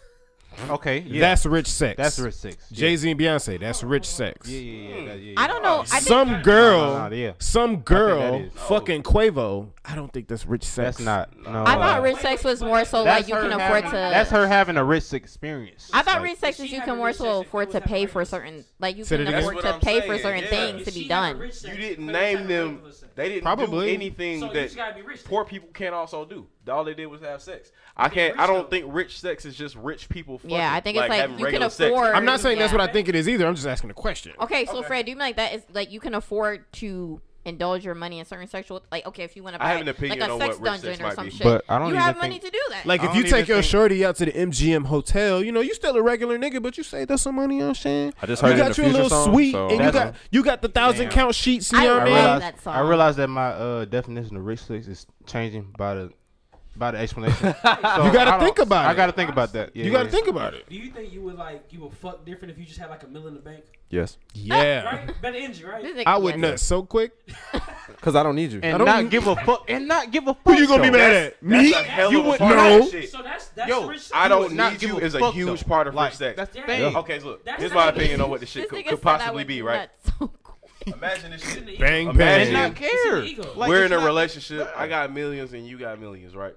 Speaker 1: Okay, yeah,
Speaker 5: That's rich sex.
Speaker 1: that's rich sex. Yeah.
Speaker 5: Jay Z and Beyonce. That's rich sex.
Speaker 1: Yeah, yeah, yeah, that- yeah,
Speaker 8: I
Speaker 1: yeah.
Speaker 8: don't know. I think
Speaker 5: Some girl,
Speaker 1: Nah, nah, yeah.
Speaker 5: some girl,
Speaker 1: is. Oh.
Speaker 5: fucking Quavo. I don't think that's rich sex.
Speaker 1: That's not. No, uh,
Speaker 8: I thought rich sex was more so like you can afford to.
Speaker 1: That's her having a rich experience.
Speaker 8: I thought
Speaker 1: Like,
Speaker 8: rich sex is
Speaker 7: she
Speaker 8: you
Speaker 7: have
Speaker 8: can
Speaker 7: a
Speaker 8: more
Speaker 7: rich
Speaker 8: so
Speaker 7: sex if
Speaker 8: afford
Speaker 7: it
Speaker 8: to
Speaker 7: was
Speaker 8: pay
Speaker 7: at
Speaker 8: for
Speaker 7: breakfast?
Speaker 8: certain, like you
Speaker 5: Say
Speaker 8: can
Speaker 5: that again.
Speaker 8: afford
Speaker 9: That's
Speaker 8: to
Speaker 9: what
Speaker 8: pay
Speaker 9: I'm
Speaker 8: for
Speaker 9: saying,
Speaker 8: certain
Speaker 9: yeah.
Speaker 8: things to
Speaker 7: She have
Speaker 8: be
Speaker 7: a
Speaker 8: done.
Speaker 7: rich sex,
Speaker 9: You
Speaker 7: but
Speaker 9: didn't
Speaker 7: it's not
Speaker 9: name them.
Speaker 7: regular sex.
Speaker 9: They didn't
Speaker 5: Probably.
Speaker 9: do anything
Speaker 7: So you just gotta
Speaker 9: that
Speaker 7: be rich.
Speaker 9: poor people can't also do. All they did was have sex. I can't.
Speaker 7: rich,
Speaker 9: I don't
Speaker 7: though.
Speaker 9: think rich sex is just rich people. Fucking,
Speaker 8: Yeah, I think it's like
Speaker 9: having
Speaker 8: you can
Speaker 9: regular sex.
Speaker 8: afford.
Speaker 5: I'm not saying that's
Speaker 8: yeah.
Speaker 5: what I think it is either. I'm just asking a question.
Speaker 8: Okay, so Fred, do you mean like that is like you can afford to indulge your money in certain sexual like okay if you want to buy
Speaker 9: I have an opinion
Speaker 8: like a
Speaker 9: on
Speaker 8: sex
Speaker 9: what rich
Speaker 8: dungeon
Speaker 9: sex
Speaker 8: or
Speaker 9: might
Speaker 8: some
Speaker 9: be.
Speaker 8: shit,
Speaker 1: But I don't
Speaker 8: you
Speaker 1: even
Speaker 8: have money
Speaker 1: think-
Speaker 8: to do that.
Speaker 5: Like
Speaker 1: I
Speaker 5: if
Speaker 1: don't
Speaker 5: you take
Speaker 1: even
Speaker 5: your
Speaker 1: think-
Speaker 5: shorty out to the MGM hotel, you know you still a regular nigga, but you saved up some money on shit.
Speaker 3: I just
Speaker 5: You
Speaker 3: heard it in
Speaker 5: got
Speaker 3: the
Speaker 5: you a
Speaker 3: Future
Speaker 5: little
Speaker 3: song,
Speaker 5: suite,
Speaker 3: so-
Speaker 5: and you
Speaker 1: That's
Speaker 5: got you got the thousand
Speaker 1: Damn.
Speaker 5: count sheets. You
Speaker 8: I
Speaker 5: know what I
Speaker 1: I
Speaker 5: mean?
Speaker 8: love
Speaker 1: realize,
Speaker 8: that
Speaker 1: I
Speaker 8: song.
Speaker 1: realize that my uh, definition of rich sex is changing by the by the explanation. So
Speaker 5: gotta
Speaker 1: I don't-
Speaker 5: think about
Speaker 1: I
Speaker 5: it.
Speaker 1: gotta think about that. Yeah,
Speaker 5: You got to
Speaker 1: yeah.
Speaker 5: think about it.
Speaker 7: Do you think you would like you would fuck different if you just had like a mill in the bank?
Speaker 3: Yes,
Speaker 5: Yeah,
Speaker 7: Right? Better injury, right?
Speaker 8: This is-
Speaker 5: I would
Speaker 8: yes.
Speaker 5: nut so quick.
Speaker 3: because I don't need you.
Speaker 1: and
Speaker 5: I don't
Speaker 1: not
Speaker 5: even-
Speaker 1: give a fuck. And not give a fuck.
Speaker 5: Who you gonna be
Speaker 1: though.
Speaker 5: mad at?
Speaker 9: That's
Speaker 5: Me?
Speaker 9: a hell
Speaker 5: you
Speaker 9: of a
Speaker 5: would
Speaker 9: part
Speaker 5: know.
Speaker 9: Of that shit.
Speaker 7: So that's that's
Speaker 1: Yo,
Speaker 7: rich sex.
Speaker 9: I
Speaker 1: would
Speaker 9: don't
Speaker 1: not
Speaker 9: need
Speaker 1: give
Speaker 9: you
Speaker 1: a
Speaker 9: is a
Speaker 1: fuck,
Speaker 9: huge
Speaker 1: though.
Speaker 9: part of
Speaker 1: Like,
Speaker 9: rich sex.
Speaker 1: that's the
Speaker 7: Yeah.
Speaker 1: thing.
Speaker 9: Okay, so look.
Speaker 7: That's
Speaker 9: Here's
Speaker 7: the
Speaker 9: my
Speaker 7: thing.
Speaker 9: opinion on what this
Speaker 8: This
Speaker 9: shit could,
Speaker 8: nigga
Speaker 9: could
Speaker 8: said I
Speaker 9: possibly
Speaker 8: would
Speaker 9: be.
Speaker 8: do
Speaker 9: Right?
Speaker 8: nuts so quick.
Speaker 9: Imagine this shit.
Speaker 5: Bang
Speaker 1: And not
Speaker 5: bang.
Speaker 1: care.
Speaker 7: It's an ego.
Speaker 1: Like,
Speaker 9: We're
Speaker 1: it's
Speaker 9: in a
Speaker 1: not-
Speaker 9: relationve. I got millions and you got millions, right?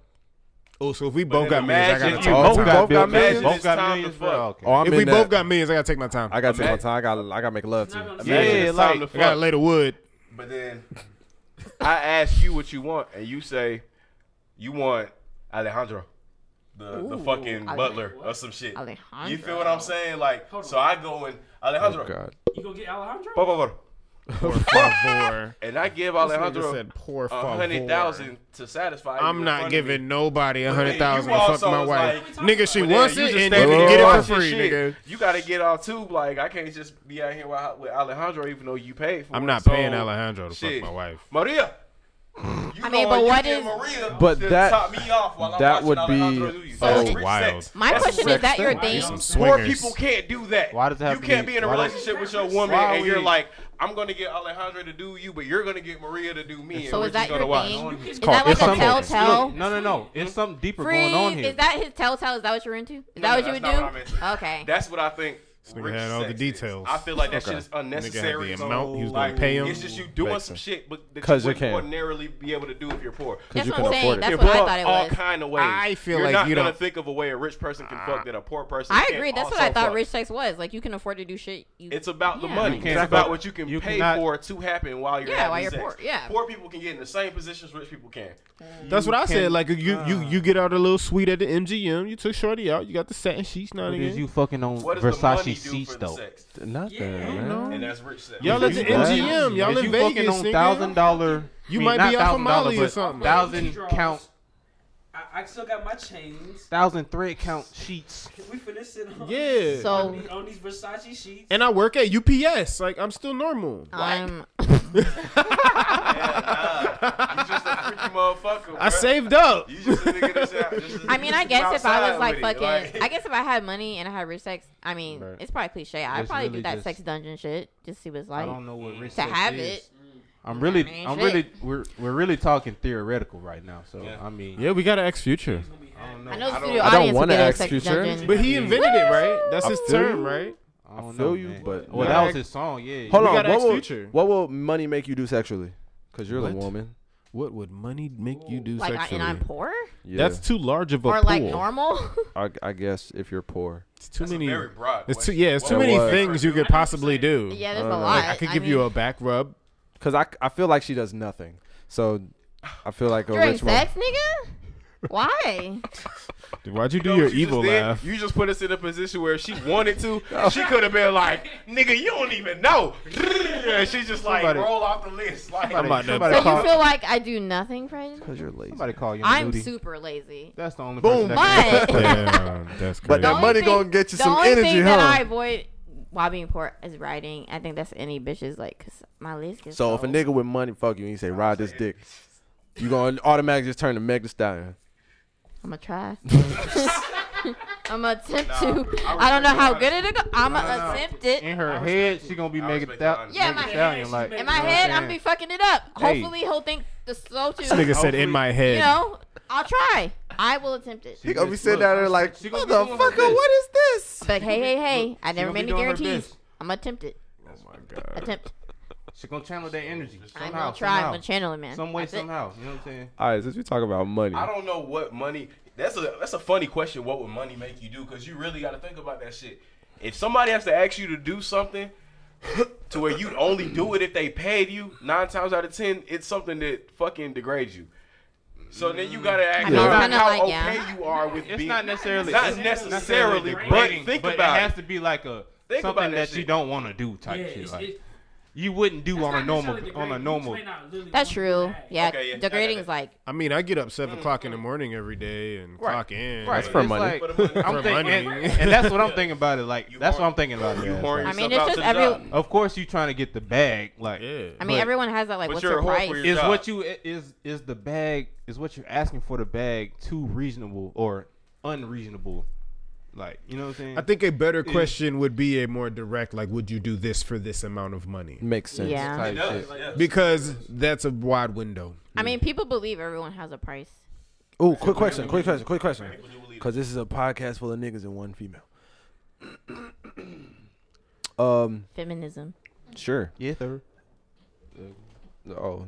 Speaker 5: Oh, so if we both
Speaker 9: then
Speaker 5: got millions, I
Speaker 9: imagine
Speaker 5: gotta
Speaker 1: You
Speaker 5: take
Speaker 3: Oh,
Speaker 5: my
Speaker 1: both
Speaker 3: we
Speaker 1: got,
Speaker 3: both got
Speaker 5: time.
Speaker 1: millions.
Speaker 3: millions?
Speaker 1: Both got
Speaker 9: Imagine
Speaker 1: millions.
Speaker 9: it's
Speaker 1: Bro,
Speaker 9: time to
Speaker 1: okay.
Speaker 3: Oh, I'm
Speaker 5: If
Speaker 3: in
Speaker 5: we
Speaker 3: that.
Speaker 5: both got millions, I gotta take my time.
Speaker 3: I gotta take my
Speaker 9: Imagine-
Speaker 3: time. I gotta, I gotta make love to
Speaker 7: Not gonna
Speaker 3: you.
Speaker 7: say
Speaker 1: Yeah,
Speaker 9: Imagine it's time
Speaker 1: like-
Speaker 9: to
Speaker 5: I gotta
Speaker 9: fuck.
Speaker 5: lay the wood.
Speaker 9: But then I ask you what you want, and you say you want Alejandro, the, the
Speaker 8: Ooh,
Speaker 9: fucking
Speaker 8: Ale-
Speaker 9: butler or some shit.
Speaker 8: Alejandro.
Speaker 9: You feel what I'm saying? Like,
Speaker 7: Hold
Speaker 9: so I go and Alejandro,
Speaker 3: God.
Speaker 7: You gonna get Alejandro?
Speaker 9: por favor,
Speaker 5: Por favor.
Speaker 9: and I give
Speaker 5: This nigga
Speaker 9: Alejandro
Speaker 5: said, "Por
Speaker 9: a hundred
Speaker 5: favor."
Speaker 9: thousand to satisfy. you
Speaker 5: I'm
Speaker 9: in
Speaker 5: not
Speaker 9: front of me.
Speaker 5: giving nobody a
Speaker 9: then
Speaker 5: hundred thousand
Speaker 9: you
Speaker 5: to fuck
Speaker 9: also
Speaker 5: my
Speaker 9: was
Speaker 5: wife.
Speaker 9: like-
Speaker 5: Nigga, she
Speaker 9: But then
Speaker 5: wants
Speaker 9: you
Speaker 5: it
Speaker 9: just
Speaker 5: and
Speaker 9: stay
Speaker 5: you
Speaker 9: there
Speaker 5: can get it for
Speaker 9: watching
Speaker 5: free,
Speaker 9: shit.
Speaker 5: nigga.
Speaker 9: You gotta get on tube. Like I can't just be out here with, with Alejandro, even though you paid for.
Speaker 5: I'm
Speaker 9: it.
Speaker 5: not
Speaker 9: So,
Speaker 5: paying Alejandro to
Speaker 9: shit.
Speaker 5: fuck my wife.
Speaker 9: Maria. You
Speaker 8: I mean,
Speaker 9: know
Speaker 8: but
Speaker 9: you
Speaker 8: what
Speaker 9: get
Speaker 8: is-
Speaker 9: Maria
Speaker 3: But
Speaker 9: to
Speaker 3: that-
Speaker 9: top me off while I'm
Speaker 3: that
Speaker 9: watching
Speaker 3: would
Speaker 9: Alejandro
Speaker 3: be
Speaker 9: do you.
Speaker 5: so
Speaker 9: That's rich
Speaker 5: wild.
Speaker 9: sex.
Speaker 8: My
Speaker 9: That's
Speaker 8: question
Speaker 9: sex.
Speaker 8: is that your
Speaker 3: thing.
Speaker 8: thing?
Speaker 5: These some
Speaker 9: Poor
Speaker 5: swingers.
Speaker 9: people can't do that.
Speaker 1: Why does it have
Speaker 9: you
Speaker 1: to
Speaker 9: can't
Speaker 1: be-
Speaker 9: be, in a
Speaker 1: why does-
Speaker 9: relationship with your woman
Speaker 1: Why
Speaker 9: and
Speaker 1: we-
Speaker 9: you're like, I'm gonna get Alejandro to do you, but you're gonna get Maria to do me.
Speaker 8: So
Speaker 9: and
Speaker 8: is
Speaker 9: we're
Speaker 8: that
Speaker 9: just
Speaker 8: your
Speaker 9: gonna watch.
Speaker 8: thing? Is
Speaker 3: called-
Speaker 8: that like
Speaker 1: It's
Speaker 8: a
Speaker 1: something-
Speaker 8: telltale?
Speaker 1: Look, No, no, no. It's something deeper going on
Speaker 8: Freeze.
Speaker 1: here.
Speaker 8: Is that his telltale? Is that what you're into? Is
Speaker 9: No,
Speaker 8: that what you would
Speaker 9: that's not what I'm
Speaker 8: do?
Speaker 9: into.
Speaker 8: Okay.
Speaker 9: That's what I think.
Speaker 5: nigga
Speaker 9: rich
Speaker 5: had all the
Speaker 9: sex is.
Speaker 5: details.
Speaker 9: I feel like that shit is
Speaker 5: Nigga
Speaker 9: unnecessary.
Speaker 5: had the
Speaker 9: so,
Speaker 5: amount he was gonna
Speaker 9: like,
Speaker 5: pay him.
Speaker 9: It's just you doing
Speaker 5: Makes
Speaker 9: some
Speaker 5: sense.
Speaker 9: shit, but that
Speaker 3: 'Cause
Speaker 9: you
Speaker 3: you
Speaker 9: wouldn't
Speaker 3: can.
Speaker 9: ordinarily be able to do if you're poor.
Speaker 8: That's
Speaker 3: you
Speaker 8: what
Speaker 3: can
Speaker 8: I'm
Speaker 3: afford
Speaker 8: saying.
Speaker 3: it.
Speaker 8: That's
Speaker 9: You're
Speaker 8: what I
Speaker 9: broke
Speaker 8: thought it
Speaker 9: all
Speaker 8: was.
Speaker 9: kind of ways.
Speaker 5: I feel
Speaker 9: you're
Speaker 5: like
Speaker 9: not
Speaker 5: you
Speaker 9: gonna
Speaker 5: don't- Ah.
Speaker 9: think of a way a rich person can fuck that a poor person.
Speaker 8: I
Speaker 9: can't
Speaker 8: agree. That's what I
Speaker 9: also
Speaker 8: thought
Speaker 9: fuck.
Speaker 8: rich sex was. Like you can afford to do shit. You,
Speaker 9: It's about the
Speaker 8: Yeah.
Speaker 9: money.
Speaker 8: You
Speaker 1: can't
Speaker 9: It's about
Speaker 1: fuck-
Speaker 9: what you can
Speaker 1: you
Speaker 9: pay
Speaker 1: cannot-
Speaker 9: for to happen while you're
Speaker 8: Yeah,
Speaker 9: having
Speaker 8: while you're
Speaker 9: sex.
Speaker 8: poor, yeah.
Speaker 9: poor people can get in the same positions rich people can.
Speaker 5: That's what I said.
Speaker 1: can-
Speaker 5: Like you, you, you get out a little suite at the MGM. You took Shorty out. You got the satin sheets now.
Speaker 1: What
Speaker 5: Nigga.
Speaker 1: is you fucking on
Speaker 9: What does the money
Speaker 1: Versace
Speaker 9: do
Speaker 1: seats
Speaker 9: for the
Speaker 1: though?
Speaker 9: sex?
Speaker 3: Nothing,
Speaker 7: Yeah.
Speaker 3: man.
Speaker 9: And that's rich sex.
Speaker 5: Y'all at the
Speaker 1: You what?
Speaker 5: MGM. Y'all
Speaker 1: Is
Speaker 5: in
Speaker 1: you
Speaker 5: Vegas.
Speaker 1: fucking on
Speaker 5: nigga.
Speaker 1: thousand dollar.
Speaker 5: You might be out for Molly or something.
Speaker 1: Thousand count,
Speaker 7: I, I still got my chains.
Speaker 1: thousand thread count sheets.
Speaker 7: We finna sit on
Speaker 5: Yeah.
Speaker 8: so
Speaker 7: on these Versace sheets.
Speaker 5: and I work at UPS. Like I'm still normal.
Speaker 8: I'm.
Speaker 9: You just a freaky motherfucker.
Speaker 5: I
Speaker 9: bruh.
Speaker 5: saved up.
Speaker 9: You just a nigga that's out. just a-
Speaker 8: I mean, I
Speaker 9: just
Speaker 8: guess if I
Speaker 9: outside
Speaker 8: was like
Speaker 9: with it,
Speaker 8: fucking,
Speaker 9: like-
Speaker 8: I guess if I had money and I had rich sex, I mean,
Speaker 1: Right.
Speaker 8: it's probably cliche. I'd
Speaker 1: It's
Speaker 8: probably
Speaker 1: really
Speaker 8: do that
Speaker 1: just-
Speaker 8: sex dungeon shit, just see what's
Speaker 1: I
Speaker 8: like
Speaker 1: don't know what rich
Speaker 8: to
Speaker 1: sex
Speaker 8: have
Speaker 1: is.
Speaker 8: it.
Speaker 1: I'm really,
Speaker 8: I mean,
Speaker 1: I'm
Speaker 8: shit.
Speaker 1: really, we're we're really talking theoretical right now. So
Speaker 9: Yeah.
Speaker 1: I mean,
Speaker 5: Yeah, we got an ex future.
Speaker 7: It's gonna be
Speaker 1: I don't know.
Speaker 8: I know the
Speaker 1: I
Speaker 8: studio
Speaker 3: I don't
Speaker 8: audience would
Speaker 3: wanna
Speaker 8: get a
Speaker 3: ask
Speaker 8: sex
Speaker 3: Future.
Speaker 8: dungeon.
Speaker 5: But he invented it, right? That's
Speaker 3: I
Speaker 5: his
Speaker 3: feel
Speaker 5: term,
Speaker 3: you.
Speaker 5: right?
Speaker 1: I don't
Speaker 3: feel
Speaker 1: know,
Speaker 3: you,
Speaker 1: man.
Speaker 3: but-
Speaker 1: well,
Speaker 5: Nah.
Speaker 1: that was his song. Yeah.
Speaker 3: Hold
Speaker 5: We
Speaker 3: on,
Speaker 5: gotta
Speaker 3: what
Speaker 5: ask
Speaker 3: will,
Speaker 5: Future.
Speaker 3: what will money make you do sexually? Because you're the
Speaker 5: What?
Speaker 3: woman.
Speaker 5: What would money make you do
Speaker 8: Like, I, and I'm poor
Speaker 3: Yeah,
Speaker 5: That's too large of a
Speaker 8: or
Speaker 5: pool.
Speaker 8: like normal.
Speaker 3: I, I guess if you're poor.
Speaker 5: It's too
Speaker 9: That's a
Speaker 5: many.
Speaker 9: very broad
Speaker 5: It's too
Speaker 9: question.
Speaker 5: yeah. It's too
Speaker 3: That
Speaker 5: many
Speaker 3: was-
Speaker 5: things you could possibly do.
Speaker 8: yeah, there's a
Speaker 3: Uh,
Speaker 8: lot.
Speaker 5: Like, I could give you
Speaker 8: mean,
Speaker 5: a back rub.
Speaker 3: Cause I, I feel like she does nothing. So I feel like a
Speaker 8: during
Speaker 3: rich woman.
Speaker 8: sex, nigga. Why?
Speaker 5: Dude, Why'd you do
Speaker 9: know
Speaker 5: your
Speaker 9: what you just
Speaker 5: evil
Speaker 9: did?
Speaker 5: laugh?
Speaker 9: You just put us in a position where if she wanted to, she could have been like, "Nigga, you don't even know." and she just like
Speaker 1: Somebody-
Speaker 9: roll off the list. Like,
Speaker 5: I'm about
Speaker 1: Somebody
Speaker 5: to
Speaker 8: So you
Speaker 1: call,
Speaker 8: feel like I do nothing, Fred?
Speaker 3: Cause you're lazy.
Speaker 1: somebody call you.
Speaker 8: I'm
Speaker 1: Nudie.
Speaker 8: super lazy.
Speaker 1: That's the only
Speaker 3: Boom.
Speaker 1: person that can-
Speaker 8: But
Speaker 5: Damn, that's crazy.
Speaker 3: But that
Speaker 8: only
Speaker 3: money gonna get you
Speaker 8: the
Speaker 3: some
Speaker 8: only
Speaker 3: energy,
Speaker 8: thing
Speaker 3: huh?
Speaker 8: that I avoid while being poor is writing. I think that's any bitches like, cause my list gets.
Speaker 3: So if a
Speaker 8: old.
Speaker 3: nigga with money fuck you and you say ride this dick, you gonna automatically just turn to Meg Thee Stallion.
Speaker 8: I'm gonna try. I'm gonna attempt to. I don't know how good it'll go. I'm gonna
Speaker 1: no.
Speaker 8: attempt
Speaker 1: in
Speaker 8: it.
Speaker 1: her head, she gonna be
Speaker 9: I
Speaker 1: making
Speaker 9: respect the
Speaker 1: that.
Speaker 9: honesty.
Speaker 8: Yeah, my-
Speaker 1: like,
Speaker 8: In
Speaker 1: you
Speaker 8: my
Speaker 1: know what saying?
Speaker 8: head, I'm gonna be fucking it up.
Speaker 1: Hey.
Speaker 8: Hopefully, he'll think the slow too.
Speaker 5: Nigga said in my head.
Speaker 8: You know, I'll try. I will attempt it.
Speaker 1: She
Speaker 3: He gonna be
Speaker 1: just-
Speaker 3: sitting
Speaker 1: look,
Speaker 3: down there like,
Speaker 1: she gonna be doing her
Speaker 3: motherfucker,
Speaker 1: best.
Speaker 3: what is this?
Speaker 8: But hey, hey, hey! I
Speaker 1: gonna
Speaker 8: never
Speaker 1: be
Speaker 8: made any
Speaker 1: doing her
Speaker 8: guarantees.
Speaker 1: best.
Speaker 8: I'm gonna attempt it. Attempt.
Speaker 1: She gonna channel that energy
Speaker 8: I'm
Speaker 1: somehow.
Speaker 8: gonna try. I'm
Speaker 1: somehow.
Speaker 8: gonna channel it, man.
Speaker 1: Some way,
Speaker 8: That's it.
Speaker 1: somehow. You know what I'm saying?
Speaker 3: All right, since we talking about money,
Speaker 9: I don't know what money. That's a that's a funny question. What would money make you do? Because you really got to think about that shit. If somebody has to ask you to do something, to where you only do it if they paid you, nine times out of ten, it's something that fucking degrades you. So then you gotta ask
Speaker 8: I mean,
Speaker 9: about
Speaker 8: kinda
Speaker 9: how
Speaker 8: like,
Speaker 9: okay
Speaker 8: yeah.
Speaker 9: you are with
Speaker 1: It's
Speaker 9: being.
Speaker 1: not necessarily.
Speaker 9: Not
Speaker 1: it's
Speaker 9: necessarily, but
Speaker 1: degrading,
Speaker 9: think
Speaker 1: but
Speaker 9: about
Speaker 1: it has
Speaker 9: it.
Speaker 1: to be like a
Speaker 9: Think
Speaker 1: something
Speaker 9: about that
Speaker 1: that, you
Speaker 9: shit.
Speaker 1: don't want to do type
Speaker 7: Yeah,
Speaker 1: shit.
Speaker 7: it's,
Speaker 1: Like
Speaker 7: it,
Speaker 1: you wouldn't do
Speaker 7: it's
Speaker 1: on a
Speaker 7: not
Speaker 1: normal
Speaker 7: necessarily
Speaker 1: on a
Speaker 7: degrading.
Speaker 1: normal.
Speaker 7: You may not literally
Speaker 8: That's
Speaker 7: want
Speaker 8: true.
Speaker 7: that.
Speaker 8: Yeah,
Speaker 9: Okay, yeah, I got
Speaker 8: degrading is
Speaker 9: it.
Speaker 8: like
Speaker 5: I mean, I get up seven o'clock in the morning every day and clock in.
Speaker 1: Right,
Speaker 5: Like,
Speaker 3: for
Speaker 1: it's
Speaker 3: money.
Speaker 1: like-
Speaker 9: For the money.
Speaker 1: I'm
Speaker 5: For
Speaker 1: thinking,
Speaker 5: money.
Speaker 1: and, and that's what I'm thinking about it. Like
Speaker 9: You
Speaker 1: that's what
Speaker 9: horny.
Speaker 1: I'm thinking about it.
Speaker 9: You
Speaker 1: as,
Speaker 9: horn
Speaker 1: like,
Speaker 8: I mean,
Speaker 9: yourself
Speaker 8: it's just
Speaker 9: out to the
Speaker 8: every-
Speaker 9: job.
Speaker 1: Of course, you trying to get the bag. Like
Speaker 5: Yeah.
Speaker 8: I mean,
Speaker 1: But-
Speaker 8: everyone has that like,
Speaker 9: but
Speaker 8: what's
Speaker 9: you're
Speaker 8: your
Speaker 9: a whore for
Speaker 8: price?
Speaker 9: your-
Speaker 1: is
Speaker 9: job.
Speaker 1: what you is is the bag is what you're asking for the bag too reasonable or unreasonable? Like you know what I'm saying?
Speaker 5: I think a better question would be a more direct, like, would you do this for this amount of money?
Speaker 3: makes sense.
Speaker 8: Yeah.
Speaker 1: Type
Speaker 9: It does,
Speaker 1: shit.
Speaker 9: yeah.
Speaker 5: Because that's a wide window.
Speaker 8: I mean, people believe everyone has a price.
Speaker 3: Oh, quick question, quick question, quick question. Because this is a podcast full of niggas and one female. um,
Speaker 8: Feminism.
Speaker 3: sure.
Speaker 1: Yeah, sir.
Speaker 3: Um, Oh,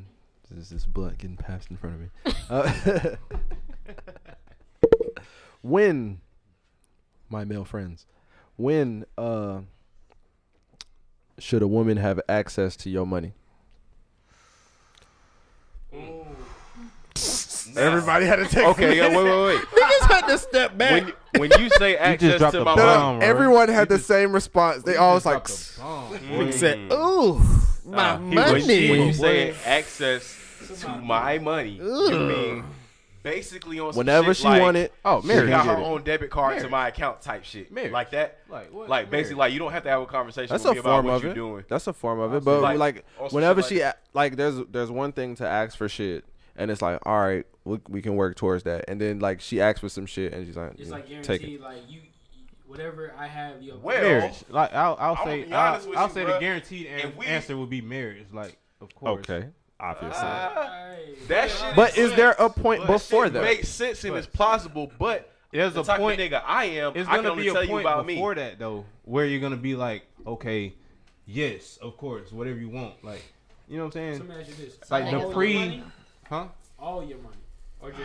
Speaker 3: this is this blood getting passed in front of me. Uh, when my male friends, when uh, should a woman have access to your money?
Speaker 5: Everybody had to take.
Speaker 9: Okay, yeah, wait, wait, wait.
Speaker 5: We just had to step back.
Speaker 9: When, when you say access
Speaker 1: dropped
Speaker 9: to
Speaker 1: the
Speaker 9: my
Speaker 1: bomb. Rory.
Speaker 9: money,
Speaker 3: everyone had the same response. They all was like,
Speaker 9: Mm.
Speaker 5: He said, "Ooh,
Speaker 9: Nah,
Speaker 5: my
Speaker 9: he-
Speaker 5: money."
Speaker 9: When, she- when you say access to my money, you mean basically on some
Speaker 3: whenever
Speaker 9: shit
Speaker 3: she
Speaker 9: like,
Speaker 3: want it, oh,
Speaker 9: She
Speaker 3: Mary
Speaker 9: got
Speaker 3: can
Speaker 9: her
Speaker 3: get it.
Speaker 9: own debit card to my account, type shit,
Speaker 1: Marriage.
Speaker 9: like that.
Speaker 1: Like what?
Speaker 9: Like basically, like you don't have to have a conversation
Speaker 3: That's
Speaker 9: with
Speaker 3: a
Speaker 9: me about
Speaker 3: form
Speaker 9: what
Speaker 3: of
Speaker 9: you're
Speaker 3: it.
Speaker 9: doing.
Speaker 3: That's a form of it. But
Speaker 9: Like,
Speaker 3: like,
Speaker 9: on some
Speaker 3: whenever
Speaker 9: shit
Speaker 3: she a- like, there's there's one thing to ask for shit, and it's like, all right, we, we can work towards that. And then like she asks for some shit, and she's like,
Speaker 7: It's
Speaker 3: yeah,
Speaker 7: like
Speaker 3: take it.
Speaker 7: guaranteed, like you, whatever I have, you.
Speaker 9: Well,
Speaker 1: marriage. Like I'll,
Speaker 9: I'ma
Speaker 1: I'll say
Speaker 9: be honest
Speaker 1: I'll,
Speaker 9: with
Speaker 1: I'll
Speaker 9: you,
Speaker 1: say
Speaker 9: bruh.
Speaker 1: the guaranteed an-
Speaker 9: If we-
Speaker 1: answer would be marriage. Like of course.
Speaker 3: Okay,
Speaker 9: Ah.
Speaker 3: obviously.
Speaker 1: Ah,
Speaker 7: Alright.
Speaker 9: That shit.
Speaker 3: but is there a point
Speaker 9: That
Speaker 3: before
Speaker 9: shit
Speaker 3: that?
Speaker 9: Makes sense and it's plausible, but
Speaker 1: There's
Speaker 9: the
Speaker 1: a
Speaker 9: type
Speaker 1: point.
Speaker 9: of nigga I am,
Speaker 1: It's
Speaker 9: I can
Speaker 1: gonna
Speaker 9: only
Speaker 1: be a
Speaker 9: tell you
Speaker 1: point
Speaker 9: about me.
Speaker 1: before that though, where you're gonna be like, okay, yes, of course, whatever you want. Like, you know what I'm
Speaker 7: Let
Speaker 1: saying?
Speaker 7: me ask you this.
Speaker 1: Like
Speaker 7: all
Speaker 8: the
Speaker 7: your
Speaker 1: pre-
Speaker 7: money?
Speaker 1: Huh?
Speaker 7: all your money, or just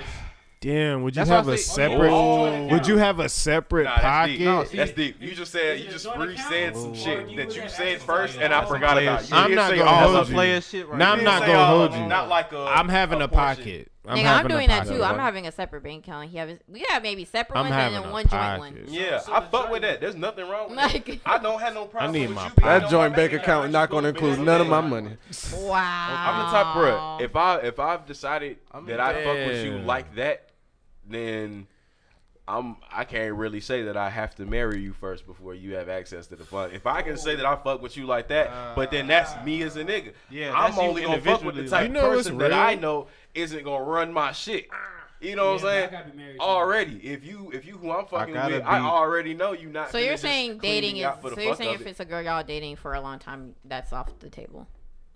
Speaker 5: Damn, would you
Speaker 1: That's
Speaker 5: have
Speaker 1: why I
Speaker 5: a
Speaker 1: say-
Speaker 5: separate?
Speaker 9: Oh.
Speaker 5: Would you have a separate
Speaker 9: Nah, that's
Speaker 5: pocket?
Speaker 9: deep. that's deep. You just said
Speaker 7: Is
Speaker 9: you
Speaker 7: it a
Speaker 9: just
Speaker 7: joint
Speaker 9: brief
Speaker 7: account?
Speaker 9: said some
Speaker 7: Ooh.
Speaker 9: shit that you
Speaker 7: That's
Speaker 9: said
Speaker 7: some
Speaker 9: first,
Speaker 7: player
Speaker 9: and I
Speaker 7: shit.
Speaker 9: forgot
Speaker 1: Player
Speaker 9: about
Speaker 1: shit.
Speaker 9: you.
Speaker 5: I'm
Speaker 9: didn't
Speaker 5: not
Speaker 9: say
Speaker 5: gonna
Speaker 9: all
Speaker 5: hold
Speaker 9: of
Speaker 1: That's
Speaker 9: it.
Speaker 1: a
Speaker 5: you.
Speaker 1: player shit right
Speaker 5: Nah,
Speaker 1: now.
Speaker 5: I'm
Speaker 9: You
Speaker 5: not
Speaker 9: didn't
Speaker 5: gonna
Speaker 9: say all of
Speaker 5: hold
Speaker 9: it.
Speaker 5: you.
Speaker 9: Not like a.
Speaker 5: I'm having a pocket. I'm
Speaker 8: Nigga,
Speaker 5: having
Speaker 8: I'm doing
Speaker 5: a
Speaker 8: that
Speaker 5: pocket.
Speaker 8: too. I'm having a separate bank account. He have his, we have maybe separate
Speaker 5: I'm
Speaker 8: ones and
Speaker 5: having
Speaker 8: then
Speaker 5: a
Speaker 8: one joint
Speaker 5: pocket.
Speaker 8: one.
Speaker 9: Yeah,
Speaker 7: So- so
Speaker 9: I
Speaker 7: the
Speaker 9: fuck
Speaker 7: joint-
Speaker 9: with that. There's nothing wrong with
Speaker 8: Like-
Speaker 9: that. I don't have no problem.
Speaker 5: need
Speaker 9: with
Speaker 5: my
Speaker 9: you being
Speaker 5: pocket.
Speaker 9: on
Speaker 3: That joint bank
Speaker 9: bank
Speaker 3: account not gonna
Speaker 9: account.
Speaker 3: include none of my money.
Speaker 8: Wow.
Speaker 9: I'm the type, bro. If I if I've decided that I fuck with you
Speaker 5: damn.
Speaker 9: like that, then I'm I can't really say that I have to marry you first before you have access to the fund. If I can say that I fuck with you like that, but then that's me as a nigga.
Speaker 1: Yeah,
Speaker 9: I'm
Speaker 1: that's you
Speaker 9: only gonna fuck with the
Speaker 1: individually.
Speaker 9: type
Speaker 5: You know what's
Speaker 9: person that
Speaker 5: real?
Speaker 9: I know isn't gonna run my shit. You know
Speaker 7: Yeah,
Speaker 9: what
Speaker 7: but I
Speaker 9: I'm
Speaker 7: gotta be married
Speaker 9: saying?
Speaker 7: to
Speaker 9: Already, if you if you who I'm fucking
Speaker 1: gotta
Speaker 9: with, I
Speaker 1: be-
Speaker 9: already know you not.
Speaker 8: So
Speaker 9: finna
Speaker 8: you're
Speaker 9: just
Speaker 8: saying
Speaker 9: clean
Speaker 8: dating
Speaker 9: me
Speaker 8: is
Speaker 9: out for the
Speaker 8: so you're
Speaker 9: fuck
Speaker 8: saying
Speaker 9: of
Speaker 8: if
Speaker 9: it.
Speaker 8: it's a girl y'all dating for a long time, that's off the table.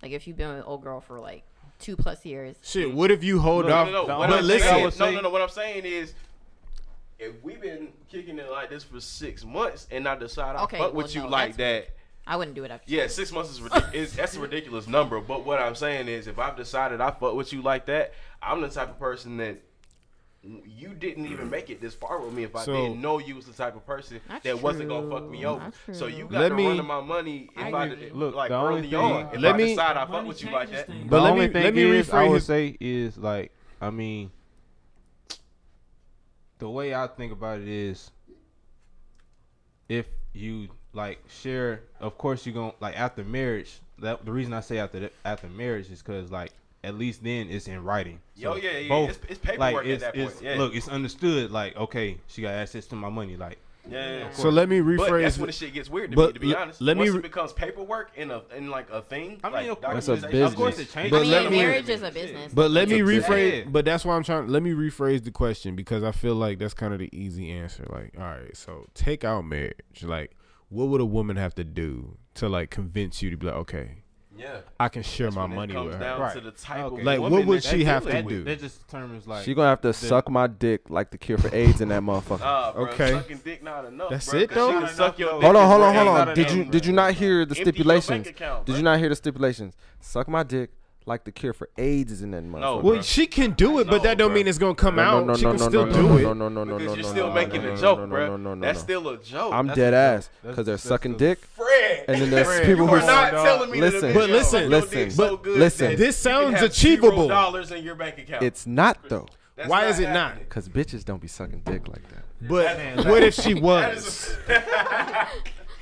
Speaker 8: Like if you've been with old girl for like two plus years.
Speaker 5: Shit, what if you hold
Speaker 1: No, no,
Speaker 5: off?
Speaker 9: no, no, no.
Speaker 1: The
Speaker 9: What
Speaker 1: only
Speaker 9: I'm
Speaker 1: thing I
Speaker 9: saying,
Speaker 1: would
Speaker 9: no,
Speaker 1: say-
Speaker 9: no, no. What I'm saying is, if we've been kicking it like this for six months and I decide I
Speaker 8: Okay,
Speaker 9: fuck
Speaker 8: well,
Speaker 9: with you
Speaker 8: no,
Speaker 9: like
Speaker 8: that's
Speaker 9: that,
Speaker 8: I wouldn't do it after.
Speaker 9: yeah, six months is, ridic- is that's a ridiculous number. But what I'm saying is, if I've decided I fuck with you like that, I'm the type of person that you didn't even make it this far with me if I
Speaker 5: So-
Speaker 9: didn't know you was the type of person
Speaker 8: Not
Speaker 9: that wasn't gonna fuck me
Speaker 8: true.
Speaker 9: over.
Speaker 8: Not
Speaker 9: So you
Speaker 8: true.
Speaker 9: got
Speaker 5: Let
Speaker 9: to
Speaker 5: me-
Speaker 9: run to my money if I,
Speaker 7: agree.
Speaker 1: Look,
Speaker 9: look like
Speaker 1: the only
Speaker 9: early
Speaker 1: thing-
Speaker 9: on. If
Speaker 5: Let
Speaker 9: I
Speaker 5: me-
Speaker 9: decide I fuck
Speaker 7: Money
Speaker 9: with you like
Speaker 7: changes
Speaker 9: that,
Speaker 7: things.
Speaker 5: But
Speaker 1: the
Speaker 5: let
Speaker 1: only
Speaker 5: me-
Speaker 1: thing
Speaker 5: let me
Speaker 1: is, I
Speaker 5: rephrase
Speaker 1: would
Speaker 5: his-
Speaker 1: say is like, I mean, the way I think about it is, if you like share, of course you're gonna like after marriage. That the reason I say after the, after marriage is because like at least then it's in writing.
Speaker 9: Yo, yeah, yeah, yeah. It's- it's paperwork
Speaker 1: like,
Speaker 9: at
Speaker 1: it's-
Speaker 9: that
Speaker 1: it's-
Speaker 9: point, yeah.
Speaker 1: Look, it's understood. Like, okay, she got access to my money. Like,
Speaker 9: yeah, yeah, yeah.
Speaker 5: So let me rephrase.
Speaker 9: But that's when
Speaker 5: it.
Speaker 9: the shit gets weird to
Speaker 5: But
Speaker 9: me. To be
Speaker 5: l-
Speaker 9: honest,
Speaker 5: let me
Speaker 9: once
Speaker 5: re-
Speaker 9: it becomes paperwork and a and like a thing.
Speaker 1: I mean,
Speaker 9: like
Speaker 1: of course-
Speaker 3: That's a
Speaker 9: documentation-
Speaker 3: business.
Speaker 9: Of course, it changes.
Speaker 5: But
Speaker 8: I mean,
Speaker 5: let
Speaker 8: and
Speaker 5: me-
Speaker 8: marriage is a business.
Speaker 5: But let
Speaker 1: It's
Speaker 5: me
Speaker 1: a business.
Speaker 5: rephrase.
Speaker 1: Yeah.
Speaker 5: But that's why I'm trying. Let me rephrase the question because I feel like that's kind of the easy answer. Like, all right, so take out marriage. Like, what would a woman have to do to like convince you to be like, okay,
Speaker 9: Yeah,
Speaker 5: I can share my
Speaker 9: When it
Speaker 5: money
Speaker 9: comes
Speaker 5: with her?
Speaker 9: down
Speaker 1: Right.
Speaker 9: to the type of
Speaker 1: Okay.
Speaker 5: Like,
Speaker 9: woman
Speaker 5: what would
Speaker 9: that
Speaker 5: she
Speaker 9: you
Speaker 5: have to
Speaker 9: with.
Speaker 1: that,
Speaker 5: do?
Speaker 1: that just determines like
Speaker 3: She gonna have to suck my dick like the cure for AIDS in that motherfucker.
Speaker 9: Nah, bro,
Speaker 5: Okay.
Speaker 9: Sucking dick not enough.
Speaker 5: That's
Speaker 9: bro,
Speaker 5: it,
Speaker 9: 'cause
Speaker 5: though?
Speaker 9: she can
Speaker 5: Not
Speaker 9: suck your
Speaker 1: enough,
Speaker 9: dick
Speaker 3: Hold on,
Speaker 9: and
Speaker 3: hold on,
Speaker 9: break
Speaker 3: hold
Speaker 9: it
Speaker 3: on.
Speaker 9: down,
Speaker 3: Did you
Speaker 9: bro.
Speaker 3: did you not hear the
Speaker 9: Empty your bank
Speaker 3: stipulations?
Speaker 9: account,
Speaker 3: Did
Speaker 9: bro.
Speaker 3: you not hear the stipulations? Suck my dick like the cure for AIDS is in that motherfucker.
Speaker 5: Well,
Speaker 9: bruh.
Speaker 5: she can do it, but that don't
Speaker 9: No,
Speaker 5: mean
Speaker 9: bruh.
Speaker 5: it's gonna come
Speaker 3: No,
Speaker 5: out.
Speaker 3: no,
Speaker 5: she
Speaker 3: no,
Speaker 5: can
Speaker 3: no,
Speaker 5: still
Speaker 3: no,
Speaker 5: do
Speaker 3: no,
Speaker 5: it.
Speaker 3: no, no, no, no,
Speaker 9: Because
Speaker 3: no,
Speaker 9: you're
Speaker 3: no,
Speaker 9: still
Speaker 3: no,
Speaker 9: making
Speaker 3: no,
Speaker 9: a
Speaker 3: no,
Speaker 9: joke,
Speaker 3: no, no,
Speaker 9: bro.
Speaker 3: no, no, no,
Speaker 9: That's
Speaker 3: no.
Speaker 9: still a joke.
Speaker 3: I'm
Speaker 9: That's
Speaker 3: dead ass
Speaker 1: that's-
Speaker 3: because
Speaker 1: that's
Speaker 3: there's sucking
Speaker 1: the-
Speaker 3: dick,
Speaker 9: Fred.
Speaker 3: and then there's
Speaker 1: Fred,
Speaker 3: people
Speaker 9: you
Speaker 3: who
Speaker 9: are
Speaker 1: Who's-
Speaker 9: not
Speaker 1: Dog,
Speaker 9: telling me
Speaker 3: listen,
Speaker 9: that
Speaker 3: but
Speaker 9: a video
Speaker 5: listen,
Speaker 9: of your dick
Speaker 3: listen,
Speaker 9: so
Speaker 3: but
Speaker 9: good
Speaker 3: listen.
Speaker 9: that
Speaker 5: This
Speaker 9: you can
Speaker 5: sounds
Speaker 9: have
Speaker 5: achievable.
Speaker 9: $0 in your bank account.
Speaker 3: it's not though,
Speaker 9: That's
Speaker 5: Why is it not?
Speaker 9: happening.
Speaker 3: cause bitches don't be sucking dick like that.
Speaker 5: But what if she
Speaker 9: That
Speaker 5: was?
Speaker 9: is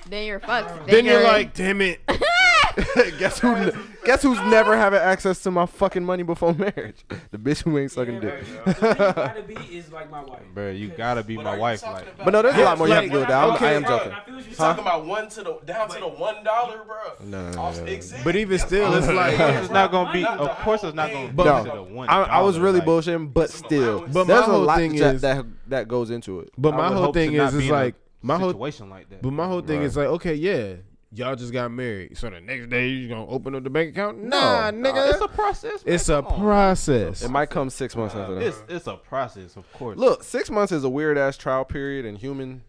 Speaker 8: then you're fucked.
Speaker 5: Then you're like, damn it.
Speaker 3: guess who? guess who's never having access to my fucking money before marriage? The bitch who ain't sucking dick.
Speaker 7: The thing you gotta be is like my wife.
Speaker 1: bro, you gotta be
Speaker 9: But
Speaker 1: my
Speaker 9: are you
Speaker 1: wife.
Speaker 9: talking
Speaker 1: Like,
Speaker 9: about-
Speaker 3: But no, there's a lot more you have to
Speaker 5: like-
Speaker 3: do with that. I'm- I
Speaker 5: okay,
Speaker 3: am
Speaker 9: bro.
Speaker 3: joking.
Speaker 7: I feel what you're
Speaker 9: You
Speaker 7: saying.
Speaker 9: talking about one to the down to the one dollar, bro?
Speaker 3: No, no, no, no, no.
Speaker 9: Exactly.
Speaker 5: But even still, it's
Speaker 1: of course
Speaker 5: like.
Speaker 1: it's not gonna be.
Speaker 9: Not
Speaker 1: Of
Speaker 9: the
Speaker 1: course it's not
Speaker 9: whole
Speaker 1: gonna be.
Speaker 5: thing. But-
Speaker 1: to the
Speaker 3: No,
Speaker 1: one
Speaker 3: I, I was
Speaker 1: dollar,
Speaker 3: really
Speaker 1: like,
Speaker 3: bullshitting, but still,
Speaker 9: But
Speaker 5: my
Speaker 3: there's a
Speaker 5: whole
Speaker 3: lot
Speaker 5: thing
Speaker 3: that,
Speaker 5: is-
Speaker 3: that that goes into it.
Speaker 5: But
Speaker 1: I
Speaker 5: my
Speaker 1: would
Speaker 5: whole
Speaker 1: hope to
Speaker 5: thing
Speaker 1: not
Speaker 5: is,
Speaker 1: be
Speaker 5: it's
Speaker 1: in a
Speaker 5: like my whole
Speaker 1: situation like that.
Speaker 5: But my whole thing is like, okay, yeah, y'all just got married, so the next day you gonna open up the bank account? Nah,
Speaker 3: No.
Speaker 5: nigga,
Speaker 1: it's a process. man,
Speaker 5: it's a
Speaker 1: come on.
Speaker 5: process.
Speaker 3: It might come six months after that.
Speaker 1: It's it's a process, of course.
Speaker 3: Look, six months is a weird ass trial period, and human,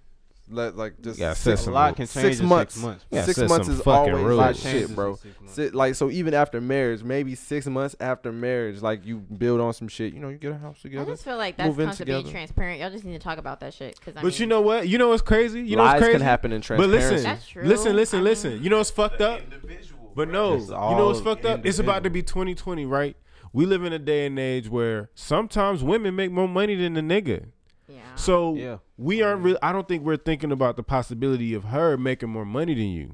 Speaker 3: let like just
Speaker 5: Yeah,
Speaker 3: six,
Speaker 1: a lot can change
Speaker 3: six
Speaker 1: in
Speaker 3: months.
Speaker 1: six months.
Speaker 5: Yeah,
Speaker 3: six
Speaker 5: set
Speaker 3: months
Speaker 5: some
Speaker 3: is
Speaker 5: fucking
Speaker 3: always
Speaker 5: rules.
Speaker 3: like
Speaker 5: Lot
Speaker 1: changes
Speaker 3: shit,
Speaker 1: in
Speaker 3: bro.
Speaker 1: six months.
Speaker 3: Si- like so, even after marriage, maybe six months after marriage, like you build on some shit. You know, you get a house
Speaker 8: I
Speaker 3: together.
Speaker 8: just feel like that's
Speaker 3: Move in
Speaker 8: comes to being
Speaker 3: together.
Speaker 8: transparent. Y'all just need to talk about that shit. Cause I
Speaker 5: but
Speaker 8: mean,
Speaker 5: you know what? You know what's crazy? You know
Speaker 3: Lies
Speaker 5: what's crazy?
Speaker 3: can happen in
Speaker 5: But
Speaker 3: transparency.
Speaker 5: listen,
Speaker 8: That's true.
Speaker 5: listen,
Speaker 8: I
Speaker 5: listen,
Speaker 8: mean-
Speaker 5: listen. You know what's fucked up?
Speaker 9: Individual,
Speaker 5: But
Speaker 9: bruh.
Speaker 5: no,
Speaker 1: It's
Speaker 5: you know what's
Speaker 1: all
Speaker 5: fucked up? It's about to be 2020, right? We live in a day and age where sometimes women make more money than the nigga.
Speaker 8: yeah.
Speaker 5: So
Speaker 1: Yeah.
Speaker 5: we aren't really. I don't think we're thinking about the possibility of her making more money than you.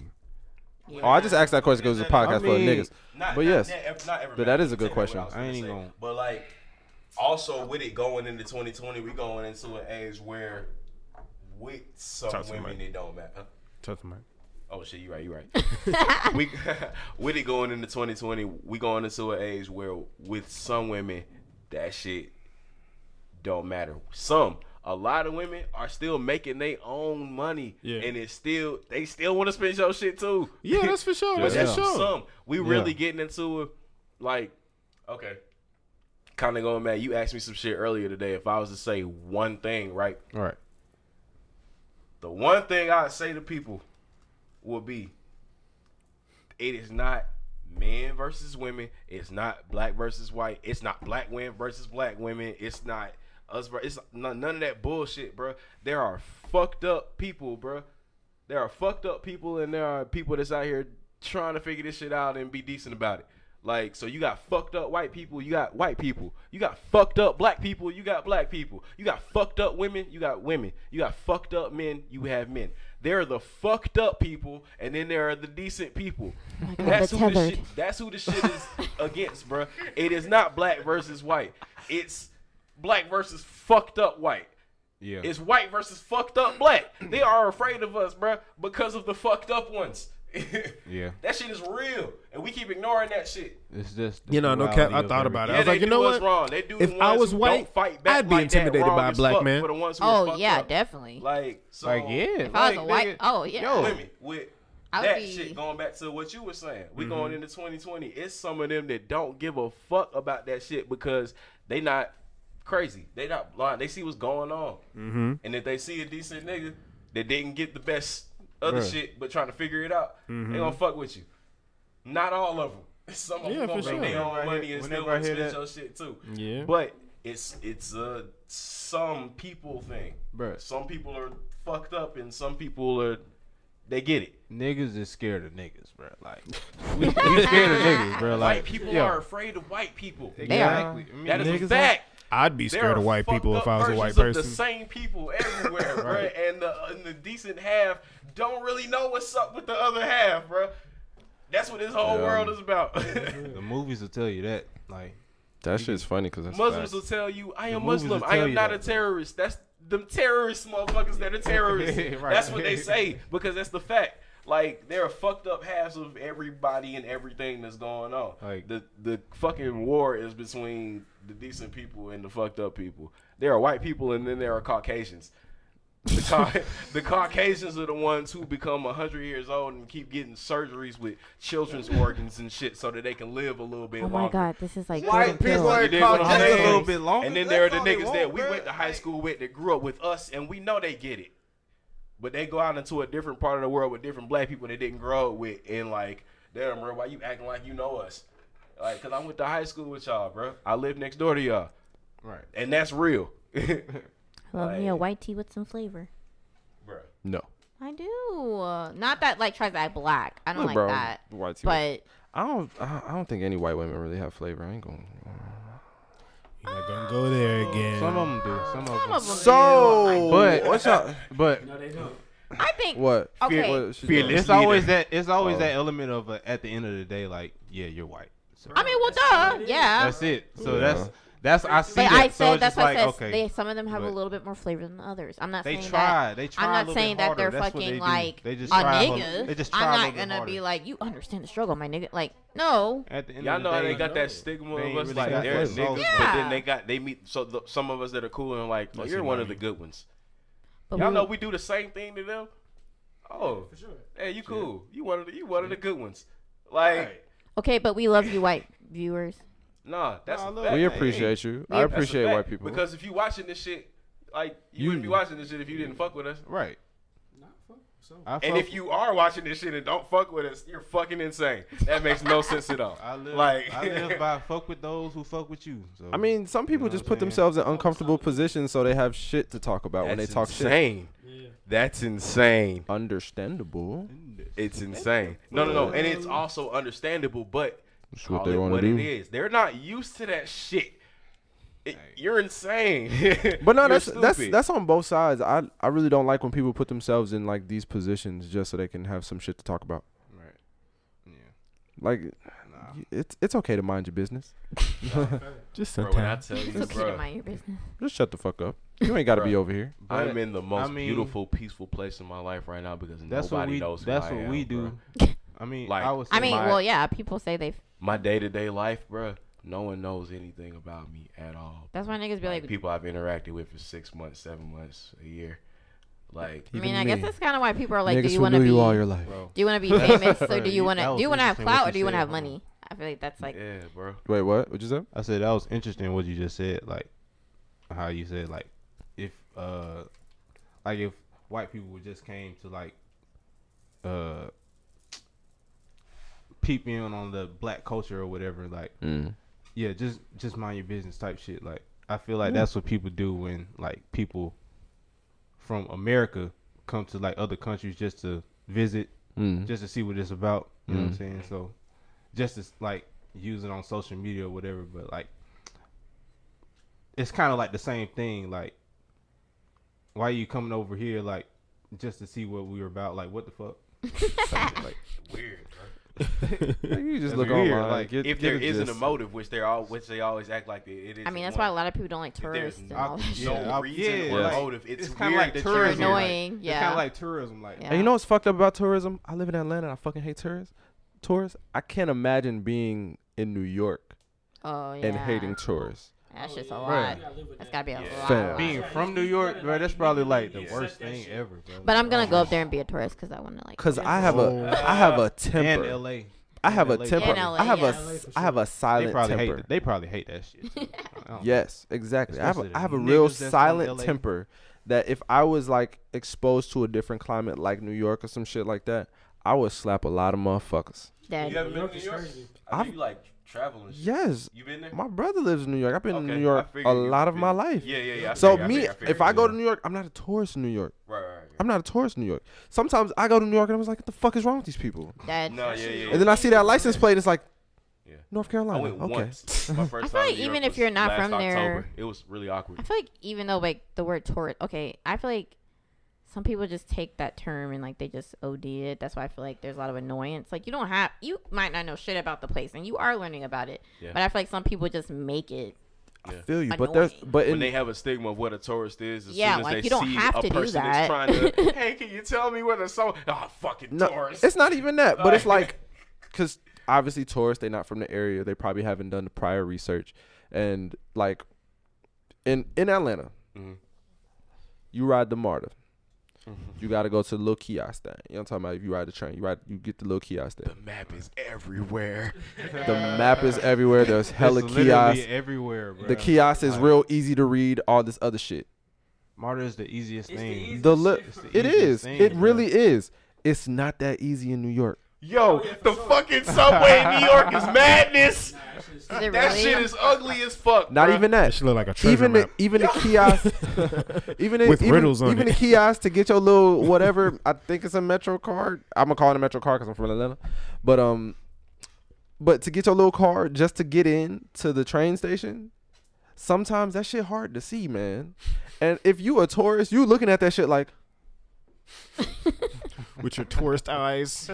Speaker 3: Oh, I just asked that question because it's a podcast
Speaker 1: I
Speaker 3: full of
Speaker 1: mean,
Speaker 3: niggas.
Speaker 9: Not,
Speaker 3: But
Speaker 9: not-
Speaker 3: yes.
Speaker 9: not ev- not every
Speaker 3: But
Speaker 9: man.
Speaker 3: that is a good
Speaker 9: Take away what
Speaker 3: question.
Speaker 9: was
Speaker 1: I ain't
Speaker 9: gonna
Speaker 1: even
Speaker 9: say. But like, also with it going into 2020, we going into an age where with some
Speaker 5: Talk to the
Speaker 9: women
Speaker 5: mic.
Speaker 9: it don't matter.
Speaker 5: Tough to mind.
Speaker 9: Oh shit, you right, you right. we with it going into 2020, we going into an age where with some women that shit don't matter. Some, a lot of women are still making their own money,
Speaker 5: Yeah.
Speaker 9: and it's still they still want to spend your shit too.
Speaker 5: Yeah, that's for sure.
Speaker 9: But
Speaker 5: That's
Speaker 9: that's
Speaker 5: for sure.
Speaker 9: some. We really getting into it. Like, okay, kind of going back. You asked me some shit earlier today. If I was to say one thing, right?
Speaker 1: All right.
Speaker 9: The one thing I'd say to people would be, it is not men versus women. It's not black versus white. It's not black women versus black women. It's not us. ver- It's none, none of that bullshit, bruh. There are fucked up people, bruh. There are fucked up people, and there are people that's out here trying to figure this shit out and be decent about it. Like, so you got fucked up white people, you got white people, you got fucked up black people, you got black people, you got fucked up women, you got women, you got fucked up men, you have men. There are the fucked up people, and then there are the decent people. That's who, the shit, that's who the shit is against, bruh. It is not black versus white. It's black versus fucked up white.
Speaker 1: Yeah.
Speaker 9: It's white versus fucked up black. They are afraid of us, bruh, because of the fucked up ones.
Speaker 1: Yeah.
Speaker 9: That shit is real, and we keep ignoring that shit.
Speaker 1: It's just the
Speaker 5: You know, no cap.
Speaker 1: duality
Speaker 5: I
Speaker 1: of
Speaker 5: thought about it.
Speaker 9: Yeah,
Speaker 5: I was
Speaker 9: they
Speaker 5: like, you
Speaker 9: do
Speaker 5: know
Speaker 9: us
Speaker 5: what?
Speaker 9: wrong. They do. the
Speaker 5: If
Speaker 9: ones
Speaker 5: I was
Speaker 9: who
Speaker 5: white,
Speaker 9: don't fight back
Speaker 5: I'd be
Speaker 9: like that
Speaker 5: intimidated
Speaker 9: wrong
Speaker 5: by a
Speaker 9: as
Speaker 5: black
Speaker 9: fuck
Speaker 5: man.
Speaker 9: For the ones who are
Speaker 8: oh
Speaker 9: fucked
Speaker 8: yeah,
Speaker 9: up.
Speaker 8: definitely.
Speaker 9: Like, so,
Speaker 1: Like yeah.
Speaker 8: if I was a white, oh yeah.
Speaker 9: women with
Speaker 8: I would
Speaker 9: that
Speaker 8: be-
Speaker 9: shit going back to what you were saying. We
Speaker 5: Mm-hmm.
Speaker 9: going into 2020. It's some of them that don't give a fuck about that shit because they not crazy. They not blind. They see what's going on.
Speaker 5: Mm-hmm.
Speaker 9: And if they see a decent nigga that didn't get the best other
Speaker 5: Bruh.
Speaker 9: shit, but trying to figure it out,
Speaker 5: Mm-hmm.
Speaker 9: they gonna fuck with you. Not all of them. Some of them
Speaker 5: Yeah,
Speaker 9: gonna make
Speaker 5: for
Speaker 9: their
Speaker 5: sure.
Speaker 1: Whenever I
Speaker 9: own money
Speaker 1: hear-
Speaker 9: and still
Speaker 1: whenever I
Speaker 9: gonna
Speaker 1: hear
Speaker 9: spend
Speaker 1: that-
Speaker 9: your shit too.
Speaker 5: Yeah.
Speaker 9: But it's it's a some people thing.
Speaker 1: Bruh.
Speaker 9: Some people are fucked up and some people are they get it.
Speaker 1: Niggas is scared of niggas, bro. Like we, we scared of niggas, bro. Like
Speaker 9: white people
Speaker 1: yeah.
Speaker 9: are afraid of white people.
Speaker 1: exactly. I mean,
Speaker 9: That is a
Speaker 1: niggas
Speaker 9: fact.
Speaker 5: I'd be
Speaker 9: There
Speaker 5: scared
Speaker 9: are
Speaker 5: of white
Speaker 9: fucked
Speaker 5: people if
Speaker 9: up
Speaker 5: I was a
Speaker 9: versions
Speaker 5: white
Speaker 9: of
Speaker 5: person.
Speaker 9: The same people everywhere, bruh. and the and the decent half don't really know what's up with the other half, bruh. That's what this whole
Speaker 3: Yeah.
Speaker 9: world is about.
Speaker 1: The movies will tell you that. Like
Speaker 3: That shit's funny because that's
Speaker 9: Muslims will tell you, "I am
Speaker 1: The movies will
Speaker 9: Muslim. I
Speaker 1: tell
Speaker 9: am
Speaker 1: you
Speaker 9: not
Speaker 1: that.
Speaker 9: a terrorist." That's them terrorist motherfuckers that are terrorists.
Speaker 1: Right.
Speaker 9: That's what they say because that's the fact. Like there are fucked up halves of everybody and everything that's going on.
Speaker 1: Like-
Speaker 9: the the fucking war is between the decent people and the fucked up people. There are white people and then there are Caucasians. The, Ca- the Caucasians are the ones who become hundred years old and keep getting surgeries with children's organs and shit so that they can live a little bit
Speaker 8: Oh my
Speaker 9: longer.
Speaker 8: god, this is like
Speaker 3: White
Speaker 8: Jordan Peele.
Speaker 3: people are
Speaker 9: You dig what I'm
Speaker 3: Caucasian.
Speaker 9: saying?
Speaker 1: A little bit longer.
Speaker 9: And then
Speaker 1: That's
Speaker 9: there are the
Speaker 1: all they
Speaker 9: niggas
Speaker 1: want,
Speaker 9: that we
Speaker 1: bruh.
Speaker 9: went to high school with that grew up with us, and we know they get it. But they go out into a different part of the world with different black people they didn't grow up with, and like, damn, bro, why you acting like you know us? Like, cause I went to high school with y'all, bro. I live next door to y'all,
Speaker 1: Right.
Speaker 9: and that's real, bro.
Speaker 8: Love me a white tea with some flavor.
Speaker 3: No.
Speaker 8: I do. Not that like tries to act black. I don't
Speaker 3: Look,
Speaker 8: like
Speaker 3: bro,
Speaker 8: that.
Speaker 3: white tea
Speaker 8: But
Speaker 3: I don't. I I don't think any white women really have flavor. I ain't going.
Speaker 5: You're not gonna go there again.
Speaker 1: Some of them do. Some of
Speaker 8: some
Speaker 1: them.
Speaker 8: of them.
Speaker 3: So
Speaker 1: But-
Speaker 3: what's up?
Speaker 1: But
Speaker 7: No, they don't.
Speaker 8: I think
Speaker 3: What?
Speaker 8: Okay.
Speaker 3: What she
Speaker 9: Fearless.
Speaker 3: doing?
Speaker 1: it's always that. It's always
Speaker 3: Oh.
Speaker 1: that element of uh, at the end of the day, like yeah, you're white. So
Speaker 8: I mean, well, duh, yeah.
Speaker 1: that's it. So
Speaker 3: Yeah.
Speaker 1: that's that's I see
Speaker 8: But
Speaker 1: that.
Speaker 8: I
Speaker 1: so
Speaker 8: said
Speaker 1: it's
Speaker 8: that's
Speaker 1: just
Speaker 8: why
Speaker 1: like
Speaker 8: I said
Speaker 1: okay,
Speaker 8: they, some of them have a
Speaker 1: But-
Speaker 8: little bit more flavor than others. I'm not
Speaker 1: They
Speaker 8: saying that.
Speaker 1: try. They try.
Speaker 8: I'm
Speaker 1: a
Speaker 8: not
Speaker 1: little bit
Speaker 8: saying that
Speaker 1: harder.
Speaker 8: they're
Speaker 1: That's what they
Speaker 8: fucking
Speaker 1: do.
Speaker 8: like
Speaker 1: they just
Speaker 8: a
Speaker 1: try
Speaker 8: nigga.
Speaker 1: little- they just try
Speaker 8: I'm
Speaker 1: a little
Speaker 8: not
Speaker 1: bit
Speaker 8: gonna be
Speaker 1: harder.
Speaker 8: like you understand the struggle, my nigga. Like no,
Speaker 1: At the end
Speaker 9: Y'all
Speaker 1: of the
Speaker 9: know how they
Speaker 1: day,
Speaker 9: got that stigma
Speaker 1: they
Speaker 9: of
Speaker 1: ain't
Speaker 9: us,
Speaker 1: really
Speaker 9: like
Speaker 1: got
Speaker 9: they're
Speaker 1: that
Speaker 9: niggas,
Speaker 1: sauce.
Speaker 9: but
Speaker 8: Yeah.
Speaker 9: then they got they meet so the, some of us that are cool and like, oh, you're one of the good ones.
Speaker 8: but
Speaker 9: Y'all
Speaker 8: we-
Speaker 9: know we do the same thing to them. Oh,
Speaker 7: For sure.
Speaker 9: hey, you cool? You one of the you one of the good ones. Like,
Speaker 8: okay, but we love you, white viewers.
Speaker 9: nah, that's
Speaker 1: Nah,
Speaker 9: a
Speaker 1: look,
Speaker 9: fact.
Speaker 1: we
Speaker 3: We appreciate you. I
Speaker 9: That's a
Speaker 3: appreciate
Speaker 9: fact.
Speaker 3: white people.
Speaker 9: Because if you watching this shit, like you,
Speaker 3: You-
Speaker 9: wouldn't be watching this shit if you didn't fuck with us.
Speaker 1: right.
Speaker 7: Nah, fuck. So
Speaker 1: I
Speaker 9: And
Speaker 1: fuck-
Speaker 9: if you are watching this shit and don't fuck with us, you're fucking insane. That makes no sense at all.
Speaker 1: I live,
Speaker 9: like,
Speaker 1: I live by fuck with those who fuck with you. So
Speaker 3: I mean, some people
Speaker 1: You know
Speaker 3: just
Speaker 1: what
Speaker 3: put
Speaker 1: I'm saying?
Speaker 3: themselves in uncomfortable positions so they have shit to talk about when they talk shit.
Speaker 9: insane.
Speaker 7: yeah.
Speaker 9: That's insane.
Speaker 3: Understandable.
Speaker 9: It's insane. No, no, no. And it's also understandable, but
Speaker 3: That's what
Speaker 9: call
Speaker 3: they
Speaker 9: it
Speaker 3: want
Speaker 9: what
Speaker 3: to
Speaker 9: it
Speaker 3: do.
Speaker 9: is. They're not used to that shit. It- you're insane.
Speaker 3: But no,
Speaker 9: You're
Speaker 3: that's that's
Speaker 9: stupid.
Speaker 3: that's on both sides. I I really don't like when people put themselves in like these positions just so they can have some shit to talk about.
Speaker 1: right. Yeah.
Speaker 3: Like,
Speaker 1: Nah.
Speaker 3: y- it's it's okay to mind your business.
Speaker 5: Just
Speaker 9: Bro, when I
Speaker 5: sometimes.
Speaker 9: tell you,
Speaker 8: It's okay
Speaker 9: bro,
Speaker 8: to mind your business.
Speaker 3: Just shut the fuck up. You ain't got to be
Speaker 9: Bruh.
Speaker 3: over here.
Speaker 9: I'm in the most
Speaker 1: mean-
Speaker 9: beautiful, peaceful place in my life right now because
Speaker 1: That's what
Speaker 9: nobody
Speaker 1: we.
Speaker 9: knows. who
Speaker 1: That's
Speaker 9: I
Speaker 1: what
Speaker 9: am,
Speaker 1: we
Speaker 9: bro.
Speaker 1: do. I mean,
Speaker 9: Like-
Speaker 1: I would. Say
Speaker 8: I mean,
Speaker 9: my-
Speaker 8: well, yeah, people say they.
Speaker 9: My day to day life, bro. No one knows anything about me at all.
Speaker 8: That's why niggas be
Speaker 9: Like,
Speaker 8: like.
Speaker 9: people I've interacted with for six months, seven months, a year. Like,
Speaker 8: I
Speaker 3: Even
Speaker 8: mean, I guess
Speaker 3: me.
Speaker 8: that's kind of why people are like,
Speaker 3: Niggas
Speaker 8: "Do you
Speaker 3: who
Speaker 8: want to
Speaker 3: knew
Speaker 8: be?
Speaker 3: you all
Speaker 8: Do
Speaker 3: your life.
Speaker 1: bro.
Speaker 8: you want to be famous? So
Speaker 1: Bro,
Speaker 8: do you
Speaker 1: you-
Speaker 8: want
Speaker 1: that
Speaker 8: to?
Speaker 1: was
Speaker 8: Do you want to have
Speaker 1: interesting what
Speaker 8: clout
Speaker 1: you
Speaker 8: or do you want
Speaker 1: said,
Speaker 8: to have
Speaker 1: hold on.
Speaker 8: money? I feel like that's like.
Speaker 9: yeah, bro.
Speaker 3: Wait, what? What'd you say?
Speaker 1: I said that was interesting what you just said, like how you said like if uh like if white people would just came to like uh peep in on the black culture or whatever, like
Speaker 3: Mm.
Speaker 1: yeah, just just mind your business type shit. Like I feel like that's what people do when like people from America come to like other countries just to visit,
Speaker 3: Mm.
Speaker 1: just to see what it's about. You know what I'm saying? So just to like use it on social media or whatever, but like it's kind of like the same thing. Like why you coming over here like just to see what we were about? Like what the fuck? like,
Speaker 9: Weird, bro.
Speaker 3: You just
Speaker 1: That's
Speaker 3: look
Speaker 1: weird,
Speaker 3: online.
Speaker 1: like,
Speaker 3: get,
Speaker 9: if
Speaker 3: get
Speaker 9: there
Speaker 3: a
Speaker 9: isn't a
Speaker 3: gist.
Speaker 9: motive, which they're all, which they always act like it, it is.
Speaker 8: I mean, that's why a lot of people don't like
Speaker 9: there's
Speaker 8: tourists and all
Speaker 1: I,
Speaker 8: that shit.
Speaker 1: yeah,
Speaker 9: no
Speaker 1: I-
Speaker 9: reason
Speaker 1: yeah,
Speaker 9: or
Speaker 1: like,
Speaker 9: motive. It's
Speaker 1: kinda
Speaker 9: weird that you're
Speaker 8: You're
Speaker 1: like,
Speaker 8: annoying,
Speaker 1: It's kind
Speaker 8: yeah.
Speaker 1: of like tourism. Like
Speaker 3: And you know what's fucked up about tourism? I live in Atlanta. and I fucking hate tourists. Tourists. I can't imagine being in New York
Speaker 8: Oh yeah.
Speaker 3: and hating tourists.
Speaker 8: That shit's a
Speaker 7: yeah.
Speaker 8: lot.
Speaker 7: You gotta live with
Speaker 8: That's
Speaker 7: that.
Speaker 8: gotta be a
Speaker 9: Yeah.
Speaker 8: lot.
Speaker 3: Fam.
Speaker 8: lot.
Speaker 1: being from New York, bro, that's probably like the worst
Speaker 7: Set that
Speaker 1: thing
Speaker 7: shit.
Speaker 1: ever, bro.
Speaker 8: But I'm gonna go up there and be a tourist because I want to like.
Speaker 3: Cause I have a I have
Speaker 1: Oh.
Speaker 3: a
Speaker 1: And
Speaker 3: temper.
Speaker 1: L.A.
Speaker 3: I have a
Speaker 1: LA.
Speaker 3: temper.
Speaker 8: In LA,
Speaker 3: I have a
Speaker 8: yes.
Speaker 7: LA for
Speaker 3: I have a
Speaker 1: They
Speaker 3: silent
Speaker 1: probably
Speaker 3: temper.
Speaker 1: hate. They probably hate that shit. too. I don't-
Speaker 3: Yes, exactly. I have a,
Speaker 1: Especially the
Speaker 3: I have a
Speaker 1: niggas
Speaker 3: real
Speaker 1: that's from
Speaker 3: silent
Speaker 1: LA.
Speaker 3: temper that if I was like exposed to a different climate like New York or some shit like that, I would slap a lot of motherfuckers.
Speaker 8: Dead.
Speaker 9: You haven't been
Speaker 7: York
Speaker 9: to New
Speaker 7: is
Speaker 9: York?
Speaker 7: crazy.
Speaker 9: I
Speaker 3: I've-
Speaker 9: think you like traveling. and shit.
Speaker 3: Yes,
Speaker 9: You been there?
Speaker 3: my brother lives in New York. I've been in New
Speaker 9: Okay, I
Speaker 3: York
Speaker 9: figured
Speaker 3: a
Speaker 9: you
Speaker 3: lot of
Speaker 9: been-
Speaker 3: my life.
Speaker 9: Yeah, yeah, yeah. I
Speaker 3: So
Speaker 9: figured- I
Speaker 3: me,
Speaker 9: figured- I
Speaker 3: if
Speaker 9: figured,
Speaker 3: I go
Speaker 9: yeah.
Speaker 3: to New York, I'm not a tourist in New York.
Speaker 9: right, right, right.
Speaker 3: I'm not a tourist in New York. Sometimes I go to New York and I was like, "What the fuck is wrong with these people?"
Speaker 8: Dead.
Speaker 9: No, yeah, yeah.
Speaker 3: And then I see that license plate. It's like,
Speaker 9: Yeah.
Speaker 3: North
Speaker 9: I
Speaker 3: Carolina.
Speaker 9: went
Speaker 3: okay.
Speaker 9: once. My first time
Speaker 8: I feel
Speaker 9: in
Speaker 8: like
Speaker 9: New York
Speaker 8: even if
Speaker 9: was
Speaker 8: you're not
Speaker 9: last
Speaker 8: from there-
Speaker 9: October. it was really awkward.
Speaker 8: I feel like even though like the word tourist, okay, I feel like some people just take that term and like they just OD it. That's why I feel like there's a lot of annoyance. Like you don't have, you might not know shit about the place, and you are learning about it.
Speaker 9: Yeah.
Speaker 8: But I feel like some people just make it.
Speaker 3: I feel you, but
Speaker 8: Annoying.
Speaker 3: there's but
Speaker 9: When
Speaker 3: in
Speaker 9: they have a stigma of what a tourist is, as
Speaker 8: Yeah,
Speaker 9: soon as
Speaker 8: like,
Speaker 9: they
Speaker 8: you don't
Speaker 9: see
Speaker 8: have
Speaker 9: a
Speaker 8: to do
Speaker 9: person
Speaker 8: that.
Speaker 9: that's trying to, hey, can you tell me what a so? Oh, fucking
Speaker 3: No,
Speaker 9: tourist.
Speaker 3: it's not even that, but it's
Speaker 9: Like-
Speaker 3: like, because obviously tourists, they're not from the area. They probably haven't done the prior research, and like, in in Atlanta,
Speaker 9: Mhm.
Speaker 3: you ride the MARTA. You gotta go to the little kiosk thing. You know what I'm talking about? If you ride the train, you ride, you get the little kiosk thing.
Speaker 9: the map is everywhere.
Speaker 3: The map is everywhere. There's
Speaker 1: It's
Speaker 3: hella
Speaker 1: literally
Speaker 3: kiosks.
Speaker 1: everywhere, bro.
Speaker 3: The kiosk is real easy to read. All this other shit.
Speaker 1: Martyr is the easiest
Speaker 7: It's the
Speaker 1: thing.
Speaker 7: easiest
Speaker 3: The li-
Speaker 1: It's the
Speaker 3: it
Speaker 1: easiest
Speaker 3: is.
Speaker 1: thing,
Speaker 3: it
Speaker 1: bro.
Speaker 3: really is. It's not that easy in New York.
Speaker 9: Yo, the fucking subway in New York is madness.
Speaker 8: Is it
Speaker 9: That
Speaker 8: really?
Speaker 9: shit is ugly as fuck.
Speaker 3: Not
Speaker 9: bruh.
Speaker 3: even that.
Speaker 5: That should look like a treasure
Speaker 3: even the,
Speaker 5: map.
Speaker 3: even the kiosk, even the,
Speaker 5: With
Speaker 3: even,
Speaker 5: riddles on
Speaker 3: even
Speaker 5: it.
Speaker 3: the kiosk to get your little whatever. I think it's a Metro card. I'm gonna call it a Metro card because I'm from Atlanta, but um, but to get your little card just to get in to the train station, sometimes that shit hard to see, man. And if you a tourist, you looking at that shit like
Speaker 5: with your tourist eyes.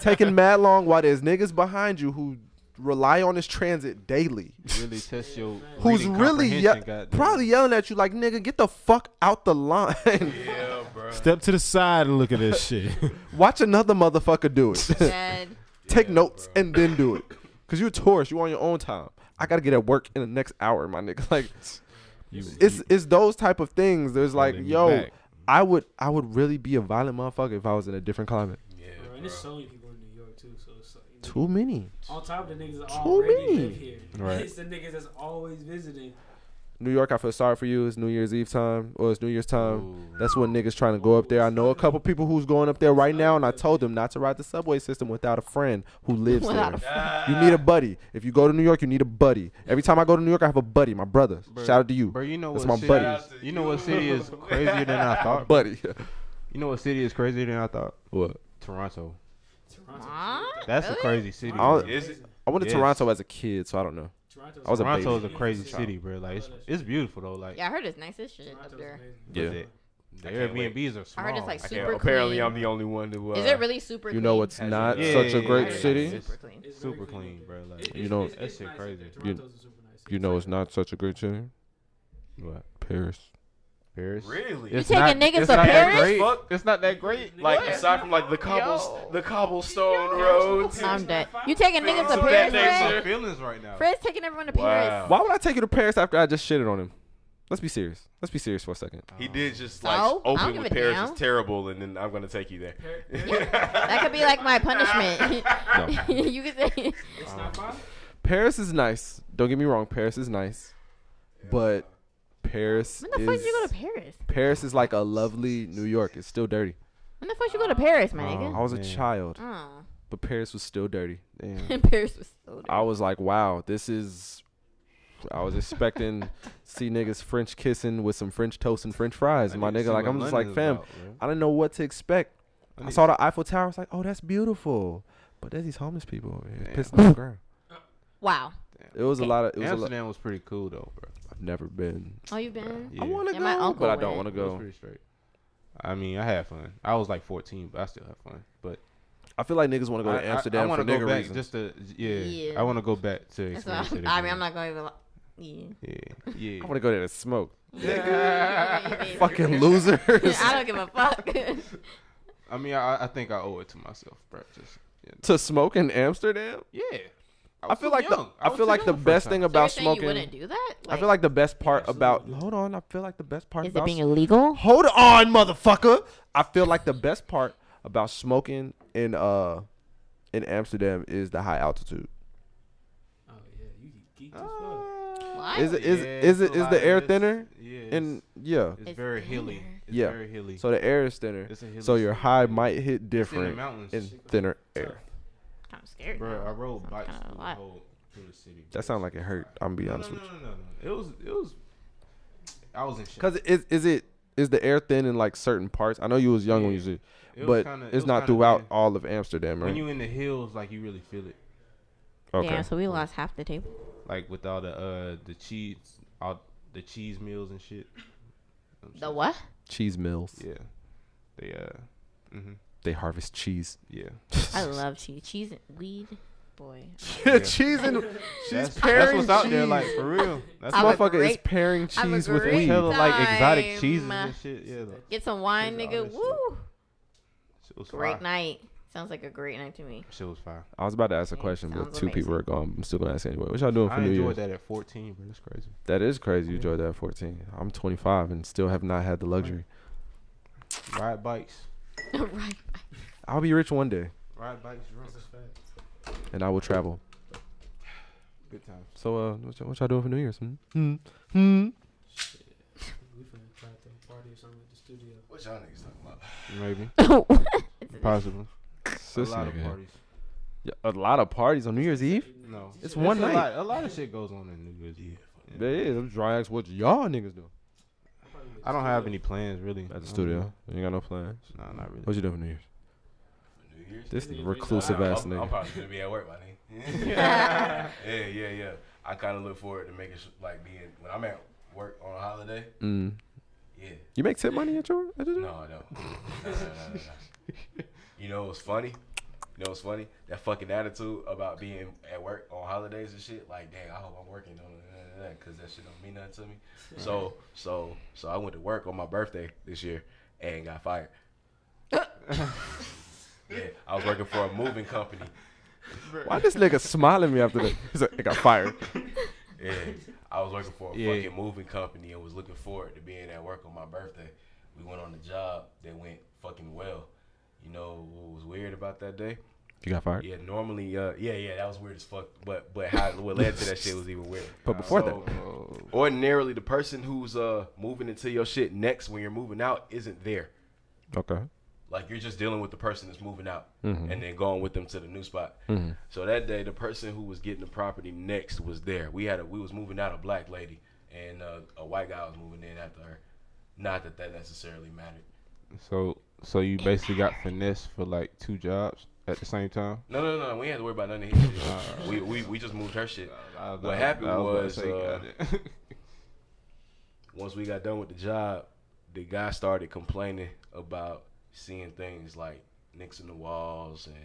Speaker 3: taking mad long while there's niggas behind you who rely on this transit daily.
Speaker 1: really test your
Speaker 3: Who's
Speaker 1: reading
Speaker 3: really ye-
Speaker 1: comprehension, goddamn.
Speaker 3: probably yelling at you like nigga get the fuck out the line
Speaker 9: Yeah, bro.
Speaker 5: Step to the side and look at this shit.
Speaker 3: Watch another motherfucker do it.
Speaker 8: Dead.
Speaker 3: Take notes and then do it. Cause you're a tourist, you on your own time. I gotta get at work in the next hour, my nigga. Like
Speaker 5: You-
Speaker 3: it's it's those type of things. There's like,
Speaker 5: Holding you
Speaker 3: yo,
Speaker 5: back.
Speaker 3: I would I would really be a violent motherfucker if I was in a different climate.
Speaker 9: Yeah,
Speaker 7: Bro, and there's so many people in New York too. So it's like, you know,
Speaker 3: Too many.
Speaker 7: on top of the niggas that
Speaker 3: Too
Speaker 7: already
Speaker 3: many.
Speaker 7: live here,
Speaker 1: Right.
Speaker 7: it's the niggas that's always visiting.
Speaker 3: New York, I feel sorry for you. It's New Year's Eve time or it's New Year's time. That's when niggas trying to go up there. I know a couple people who's going up there right now, and I told them not to ride the subway system without a friend who lives
Speaker 8: Without
Speaker 3: there.
Speaker 8: a
Speaker 3: You need a buddy. If you go to New York, you need a buddy. Every time I go to New York, I have a buddy, my brother.
Speaker 1: Bruh.
Speaker 3: Shout out to you.
Speaker 1: Bro, you know
Speaker 3: That's
Speaker 1: what
Speaker 3: my
Speaker 1: city
Speaker 3: buddy.
Speaker 1: is- You know what city is crazier than I thought.
Speaker 3: Buddy.
Speaker 1: You know what city is crazier than I thought?
Speaker 3: what?
Speaker 1: Toronto.
Speaker 7: Toronto,
Speaker 8: Huh?
Speaker 1: That's
Speaker 8: Really?
Speaker 1: a crazy city.
Speaker 3: I
Speaker 1: bro.
Speaker 3: don't-
Speaker 9: Is it?
Speaker 3: I went to
Speaker 1: Yes.
Speaker 3: Toronto as a kid, so I don't know.
Speaker 7: Toronto's
Speaker 3: I was a
Speaker 7: amazing.
Speaker 1: Toronto is a
Speaker 3: baby.
Speaker 1: crazy city, bro. Like it's, it's beautiful though. Like
Speaker 8: Yeah, I heard it's nice as shit up
Speaker 7: Toronto's
Speaker 8: there.
Speaker 7: amazing.
Speaker 1: but
Speaker 3: Yeah.
Speaker 1: the- The
Speaker 9: I can't wait.
Speaker 1: Airbnbs are
Speaker 8: I
Speaker 1: small.
Speaker 8: heard it's like
Speaker 9: Yeah,
Speaker 8: super
Speaker 9: apparently,
Speaker 8: clean.
Speaker 9: I'm the only one who. Uh,
Speaker 8: Is it really super?
Speaker 3: You know
Speaker 8: clean?
Speaker 3: what's not
Speaker 1: Yeah,
Speaker 3: such
Speaker 1: yeah,
Speaker 3: a
Speaker 1: yeah,
Speaker 3: great
Speaker 8: I heard it's
Speaker 3: city?
Speaker 8: Super clean.
Speaker 7: It's very
Speaker 1: super
Speaker 7: clean
Speaker 1: clean,
Speaker 7: up
Speaker 1: bro.
Speaker 7: there. It-
Speaker 1: Like
Speaker 7: it-
Speaker 3: You know-
Speaker 7: it's-
Speaker 1: That
Speaker 7: it's
Speaker 1: shit
Speaker 7: nice up there.
Speaker 1: crazy.
Speaker 3: You-
Speaker 7: Toronto's a super nice city.
Speaker 3: You know it's not such a great city?
Speaker 1: what?
Speaker 3: Paris.
Speaker 1: Paris.
Speaker 9: Really?
Speaker 1: It's
Speaker 8: taking
Speaker 1: not-
Speaker 8: niggas
Speaker 1: it's
Speaker 8: to
Speaker 1: not that
Speaker 8: Paris?
Speaker 1: great.
Speaker 9: Fuck.
Speaker 1: It's not that great.
Speaker 9: like
Speaker 1: Like
Speaker 9: aside from like the cobbles,
Speaker 8: Yo.
Speaker 9: the cobblestone roads.
Speaker 8: I'm dead. You taking niggas to
Speaker 9: That
Speaker 8: Paris?
Speaker 9: nigga-
Speaker 8: Fred?
Speaker 1: feelings right now.
Speaker 8: Fred's taking everyone to Paris.
Speaker 9: Wow.
Speaker 3: Why would I take you to Paris after I just shitted on him? Let's be serious. Let's be serious for a second.
Speaker 9: He did just
Speaker 8: So?
Speaker 9: like
Speaker 8: I don't
Speaker 9: open
Speaker 8: Oh, give
Speaker 9: with
Speaker 8: a
Speaker 9: Paris
Speaker 8: damn.
Speaker 9: is terrible, and then I'm gonna take you there.
Speaker 8: That could be like my punishment. you could say
Speaker 7: It's not far.
Speaker 3: Paris is nice. Don't get me wrong. Paris is nice, but Paris
Speaker 8: When the
Speaker 3: is
Speaker 8: fuck did you go to Paris?
Speaker 3: Paris is like a lovely New York. It's still dirty. Uh,
Speaker 8: When the fuck you go to Paris, my nigga?
Speaker 3: I was a
Speaker 1: man.
Speaker 3: child,
Speaker 8: Oh.
Speaker 3: but Paris was still dirty.
Speaker 1: Damn.
Speaker 8: And Paris was so
Speaker 3: I was like, wow, this is. I was expecting to see niggas French kissing with some French toast and French fries.
Speaker 1: I
Speaker 3: my
Speaker 1: need to
Speaker 3: nigga,
Speaker 1: see
Speaker 3: like
Speaker 1: what
Speaker 3: I'm just
Speaker 1: London
Speaker 3: like,
Speaker 1: is
Speaker 3: fam,
Speaker 1: about, man.
Speaker 3: I didn't know what to expect. I,
Speaker 1: need
Speaker 3: saw the Eiffel Tower. I was like, oh, that's beautiful. But there's these homeless people over here pissing on the ground.
Speaker 8: Wow.
Speaker 3: It was a lot of. It was a lot.
Speaker 1: Amsterdam was pretty cool though, bro.
Speaker 3: I've never been.
Speaker 8: Oh, you been?
Speaker 1: Yeah.
Speaker 3: I want to
Speaker 8: Yeah, my
Speaker 3: go,
Speaker 8: uncle
Speaker 3: but I don't
Speaker 8: went.
Speaker 3: want to
Speaker 1: It was
Speaker 3: go.
Speaker 1: pretty straight. I mean, I had fun. I was like 14, but I still had fun. But
Speaker 3: I feel like niggas want to go
Speaker 1: I-
Speaker 3: to
Speaker 1: I-
Speaker 3: Amsterdam
Speaker 1: I,
Speaker 3: for
Speaker 1: want to
Speaker 3: nigga
Speaker 1: go back
Speaker 3: reasons.
Speaker 1: just to yeah.
Speaker 8: Yeah.
Speaker 1: I want to go back to
Speaker 8: That's
Speaker 1: experience
Speaker 8: what
Speaker 1: it.
Speaker 8: I mean, I'm
Speaker 1: again.
Speaker 8: not going to. Yeah.
Speaker 1: Yeah, yeah.
Speaker 3: I want to go there to smoke.
Speaker 8: Yeah.
Speaker 3: Fucking losers
Speaker 8: I don't give a fuck.
Speaker 1: I mean, I, I think I owe it to myself, bro. Just you know.
Speaker 3: to smoke in Amsterdam.
Speaker 1: yeah.
Speaker 3: I
Speaker 1: was
Speaker 3: feel
Speaker 1: too
Speaker 3: like
Speaker 1: young.
Speaker 3: the I
Speaker 1: was
Speaker 3: feel
Speaker 1: too
Speaker 3: like the
Speaker 1: young for
Speaker 3: best
Speaker 1: time.
Speaker 3: thing
Speaker 8: so you're
Speaker 3: about
Speaker 8: saying you
Speaker 3: smoking.
Speaker 8: wouldn't do that?
Speaker 3: I feel like the best part
Speaker 7: absolutely
Speaker 3: about
Speaker 7: do.
Speaker 3: hold on. I feel like the best part
Speaker 8: Is it
Speaker 3: about
Speaker 8: being illegal?
Speaker 3: hold on, motherfucker. I feel like the best part about smoking in uh in Amsterdam is the high altitude.
Speaker 7: Oh yeah, you geeked as
Speaker 3: Ah.
Speaker 7: fuck.
Speaker 8: What?
Speaker 3: Is it is
Speaker 1: Yeah,
Speaker 3: is
Speaker 1: it's
Speaker 3: it
Speaker 1: a
Speaker 3: is
Speaker 1: lot
Speaker 3: the air
Speaker 1: of- it's-
Speaker 3: thinner?
Speaker 1: Yeah, it's,
Speaker 3: And yeah,
Speaker 1: it's
Speaker 8: It's
Speaker 1: very hilly.
Speaker 8: thinner.
Speaker 1: It's
Speaker 3: Yeah.
Speaker 1: very hilly.
Speaker 3: so the air is thinner.
Speaker 1: It's a hilly
Speaker 3: So your
Speaker 1: city.
Speaker 3: high might hit
Speaker 1: It's in the
Speaker 3: different
Speaker 1: mountains.
Speaker 3: in thinner air.
Speaker 8: kind of scary.
Speaker 1: Bro,
Speaker 8: now.
Speaker 1: I rode
Speaker 8: Sounds
Speaker 1: bikes
Speaker 8: kinda a
Speaker 1: through the
Speaker 8: lot.
Speaker 1: whole through the city.
Speaker 3: That sound like it hurt. I'm gonna be
Speaker 1: no,
Speaker 3: honest
Speaker 1: no,
Speaker 3: with
Speaker 1: no,
Speaker 3: you.
Speaker 1: no, no, no. It was it was. I was in shock.
Speaker 3: Cause is is it is the air thin in like certain parts? I know you was young when you
Speaker 1: Yeah.
Speaker 3: was,
Speaker 1: It was
Speaker 3: but
Speaker 1: kinda- it
Speaker 3: it's
Speaker 1: was kinda
Speaker 3: not throughout
Speaker 1: thin.
Speaker 3: all of Amsterdam, right?
Speaker 1: When you in the hills, like you really feel it,
Speaker 3: okay.
Speaker 8: Damn, so we lost half the table.
Speaker 1: like with all the uh the cheese, all the cheese meals and shit.
Speaker 8: The what?
Speaker 3: Cheese mills.
Speaker 1: Yeah, they uh, hmm
Speaker 3: They harvest cheese.
Speaker 1: yeah.
Speaker 8: I love cheese. Cheese and weed. Boy.
Speaker 3: cheese and she's
Speaker 1: That's, that's
Speaker 3: pairing
Speaker 1: what's out there,
Speaker 3: cheese.
Speaker 1: like for real. That's
Speaker 8: I
Speaker 1: what
Speaker 8: would-
Speaker 3: Motherfucker is
Speaker 8: great-
Speaker 3: pairing
Speaker 8: I would
Speaker 3: cheese with
Speaker 8: great-
Speaker 3: weed.
Speaker 1: hella like exotic
Speaker 8: time.
Speaker 1: cheeses and shit. Yeah, like,
Speaker 8: Get some wine,
Speaker 1: Cheese, all
Speaker 8: nigga.
Speaker 1: that shit.
Speaker 8: Woo!
Speaker 1: shit was
Speaker 8: Great
Speaker 1: fire.
Speaker 8: night. Sounds like a great night to me.
Speaker 1: Shit was fire.
Speaker 3: I was about to ask a
Speaker 8: Dang,
Speaker 3: question, but
Speaker 8: sounds
Speaker 3: two people
Speaker 8: amazing.
Speaker 3: are gone. I'm still gonna ask anyway. What y'all doing for
Speaker 1: I
Speaker 3: New
Speaker 1: enjoyed
Speaker 3: Year's?
Speaker 1: that at 14, bro. That's crazy.
Speaker 3: that is crazy. You enjoyed that at 14. I'm 25 and still have not had the luxury.
Speaker 1: Ride bikes.
Speaker 8: right.
Speaker 3: I'll be rich one day,
Speaker 1: Ride bikes drunk.
Speaker 3: and I will travel.
Speaker 1: Good times.
Speaker 3: So, uh, what y'all, what y'all doing for New Year's? Hmm? Hmm.
Speaker 7: We finna try to throw a party or something at the studio.
Speaker 9: What y'all niggas talking about?
Speaker 1: Maybe.
Speaker 8: What?
Speaker 1: Possible.
Speaker 3: This
Speaker 1: A lot of
Speaker 3: nigga.
Speaker 1: parties.
Speaker 3: Yeah, a lot of parties on New Year's Eve.
Speaker 1: No.
Speaker 3: It's one
Speaker 1: a
Speaker 3: night.
Speaker 1: Lot, a lot of shit goes on in New Year's Eve. Yeah.
Speaker 3: There is. I'm dry ask what y'all niggas doing
Speaker 1: I don't have any plans really.
Speaker 3: at the studio. You ain't got no plan.
Speaker 1: No, not really.
Speaker 3: What you doing for New Year's?
Speaker 9: For New Year's?
Speaker 3: This
Speaker 7: New Year's,
Speaker 3: reclusive
Speaker 9: Nah, I'm,
Speaker 3: ass
Speaker 9: I'm
Speaker 3: nigga.
Speaker 9: probably gonna be at work, my nigga. yeah, yeah, yeah. I kind of look forward to making sh- like being when I'm at work on a holiday.
Speaker 3: Mm.
Speaker 9: Yeah,
Speaker 3: You make tip money at your at your
Speaker 9: no, I don't. No, no, no, no, no. You know what's funny? You know what's funny? That fucking attitude about being at work on holidays and shit. Like, dang, I hope I'm working on that because that shit don't mean nothing to me. So, so, so I went to work on my birthday this year and got fired. yeah, I was working for a moving company.
Speaker 3: Why this nigga smiling at me after that? He's like, I got fired.
Speaker 9: Yeah, I was working for a
Speaker 1: Yeah.
Speaker 9: fucking moving company and was looking forward to being at work on my birthday. We went on the job that went fucking well. You know what was weird about that day?
Speaker 3: You got fired?
Speaker 9: Yeah, normally, uh, yeah, yeah, that was weird as fuck. But but how what led to that shit was even weird. Uh,
Speaker 3: But before
Speaker 9: So,
Speaker 3: that,
Speaker 9: ordinarily the person who's uh moving into your shit next when you're moving out isn't there.
Speaker 3: okay.
Speaker 9: Like you're just dealing with the person that's moving out and then going with them to the new spot. So that day, the person who was getting the property next was there. We had a we was moving out a black lady and uh, a white guy was moving in after her. Not that that necessarily mattered.
Speaker 1: So so you basically got finesse for like two jobs at the same time.
Speaker 9: No, no, no. We ain't had to worry about none of his shit. we, we we just moved her shit. What happened was, uh, once we got done with the job, the guy started complaining about seeing things like nicks in the walls and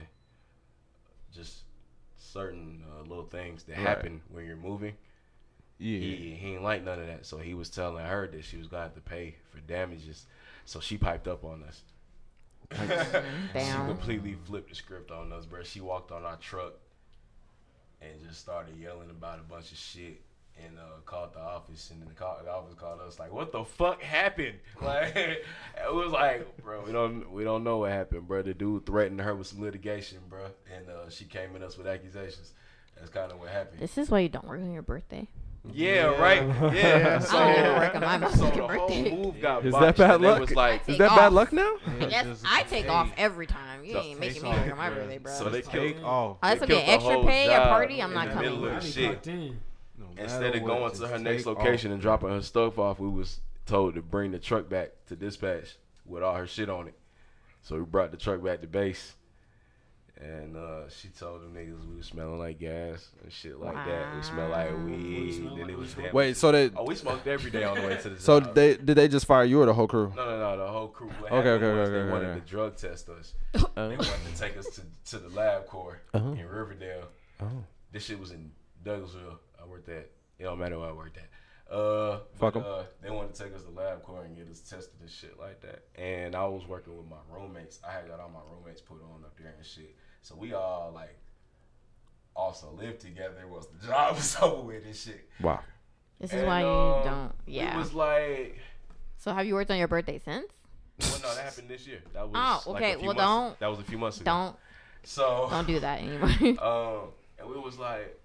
Speaker 9: just certain uh, little things that happen when you're moving.
Speaker 1: yeah.
Speaker 9: He, he ain't like none of that, so he was telling her that she was gonna have to pay for damages. So she piped up on us. She
Speaker 8: Down.
Speaker 9: completely flipped the script on us, bro. She walked on our truck and just started yelling about a bunch of shit and uh, called the office. And then the, call, the office called us like, "What the fuck happened?" Like it was like, bro, we don't we don't know what happened, bro. The dude threatened her with some litigation, bro, and uh, she came at us with accusations. That's kind of what happened.
Speaker 8: This is why you don't work on your birthday.
Speaker 9: Yeah, right. Yeah. So,
Speaker 8: don't wanna work on my
Speaker 9: so the
Speaker 8: motherfucking birthday.
Speaker 9: whole move got
Speaker 3: Is that
Speaker 9: botched,
Speaker 3: bad
Speaker 9: and they
Speaker 3: luck?
Speaker 9: was like,
Speaker 3: Is
Speaker 8: Take
Speaker 3: that bad
Speaker 8: off.
Speaker 3: luck now?
Speaker 8: Yes, I take off every time. You
Speaker 9: Just
Speaker 8: ain't making me
Speaker 1: take
Speaker 8: work
Speaker 1: off,
Speaker 8: on my
Speaker 1: bruh.
Speaker 8: birthday, bro.
Speaker 9: so they
Speaker 1: Take
Speaker 9: killed,
Speaker 1: off.
Speaker 8: Unless I'm
Speaker 9: They killed
Speaker 8: getting
Speaker 9: the
Speaker 8: extra
Speaker 9: whole
Speaker 8: pay, a
Speaker 9: job
Speaker 8: party, I'm
Speaker 9: in
Speaker 8: not
Speaker 9: the
Speaker 8: coming.
Speaker 9: middle of
Speaker 7: I be
Speaker 9: Shit.
Speaker 7: clocked in.
Speaker 1: No
Speaker 9: Instead
Speaker 1: matter
Speaker 9: of
Speaker 1: what,
Speaker 9: going to
Speaker 1: just
Speaker 9: her next
Speaker 1: take off.
Speaker 9: location and dropping her stuff off, we was told to bring the truck back to dispatch with all her shit on it. So we brought the truck back to base. And uh, she told them niggas we was smelling like gas and shit like that. We smelled like weed.
Speaker 7: smell
Speaker 9: and
Speaker 7: like-
Speaker 9: it was damn-
Speaker 3: Wait, so they
Speaker 9: Oh, we smoked every day on the way to the
Speaker 3: so
Speaker 9: job.
Speaker 3: they did they just fire you or the whole crew?
Speaker 9: No, no, no. The whole crew. What
Speaker 3: Okay,
Speaker 9: okay,
Speaker 3: okay,
Speaker 9: okay, was
Speaker 3: okay,
Speaker 9: They
Speaker 3: okay,
Speaker 9: wanted
Speaker 3: okay. Uh-huh.
Speaker 9: to drug test us. They wanted to take us to, to the lab core in Riverdale.
Speaker 3: Oh.
Speaker 9: This shit was in Douglasville. I worked at. It don't matter where I worked at. Uh,
Speaker 3: Fuck 'em.
Speaker 9: but, uh, they wanted to take us to lab core and get us tested and shit like that. And I was working with my roommates. I had got all my roommates put on up there and shit. So we all like also lived together once the job was over with and shit.
Speaker 3: Wow.
Speaker 8: This is
Speaker 9: And, uh,
Speaker 8: why you don't.
Speaker 9: It
Speaker 8: Yeah.
Speaker 9: was like,
Speaker 8: So have you worked on your birthday since?
Speaker 9: well, no, that happened this year. That was
Speaker 8: Oh,
Speaker 9: like, a
Speaker 8: okay,
Speaker 9: few
Speaker 8: well,
Speaker 9: months-
Speaker 8: don't-
Speaker 9: That was a few months ago.
Speaker 8: Don't
Speaker 9: So
Speaker 8: Don't do that anymore.
Speaker 9: um, and we was like,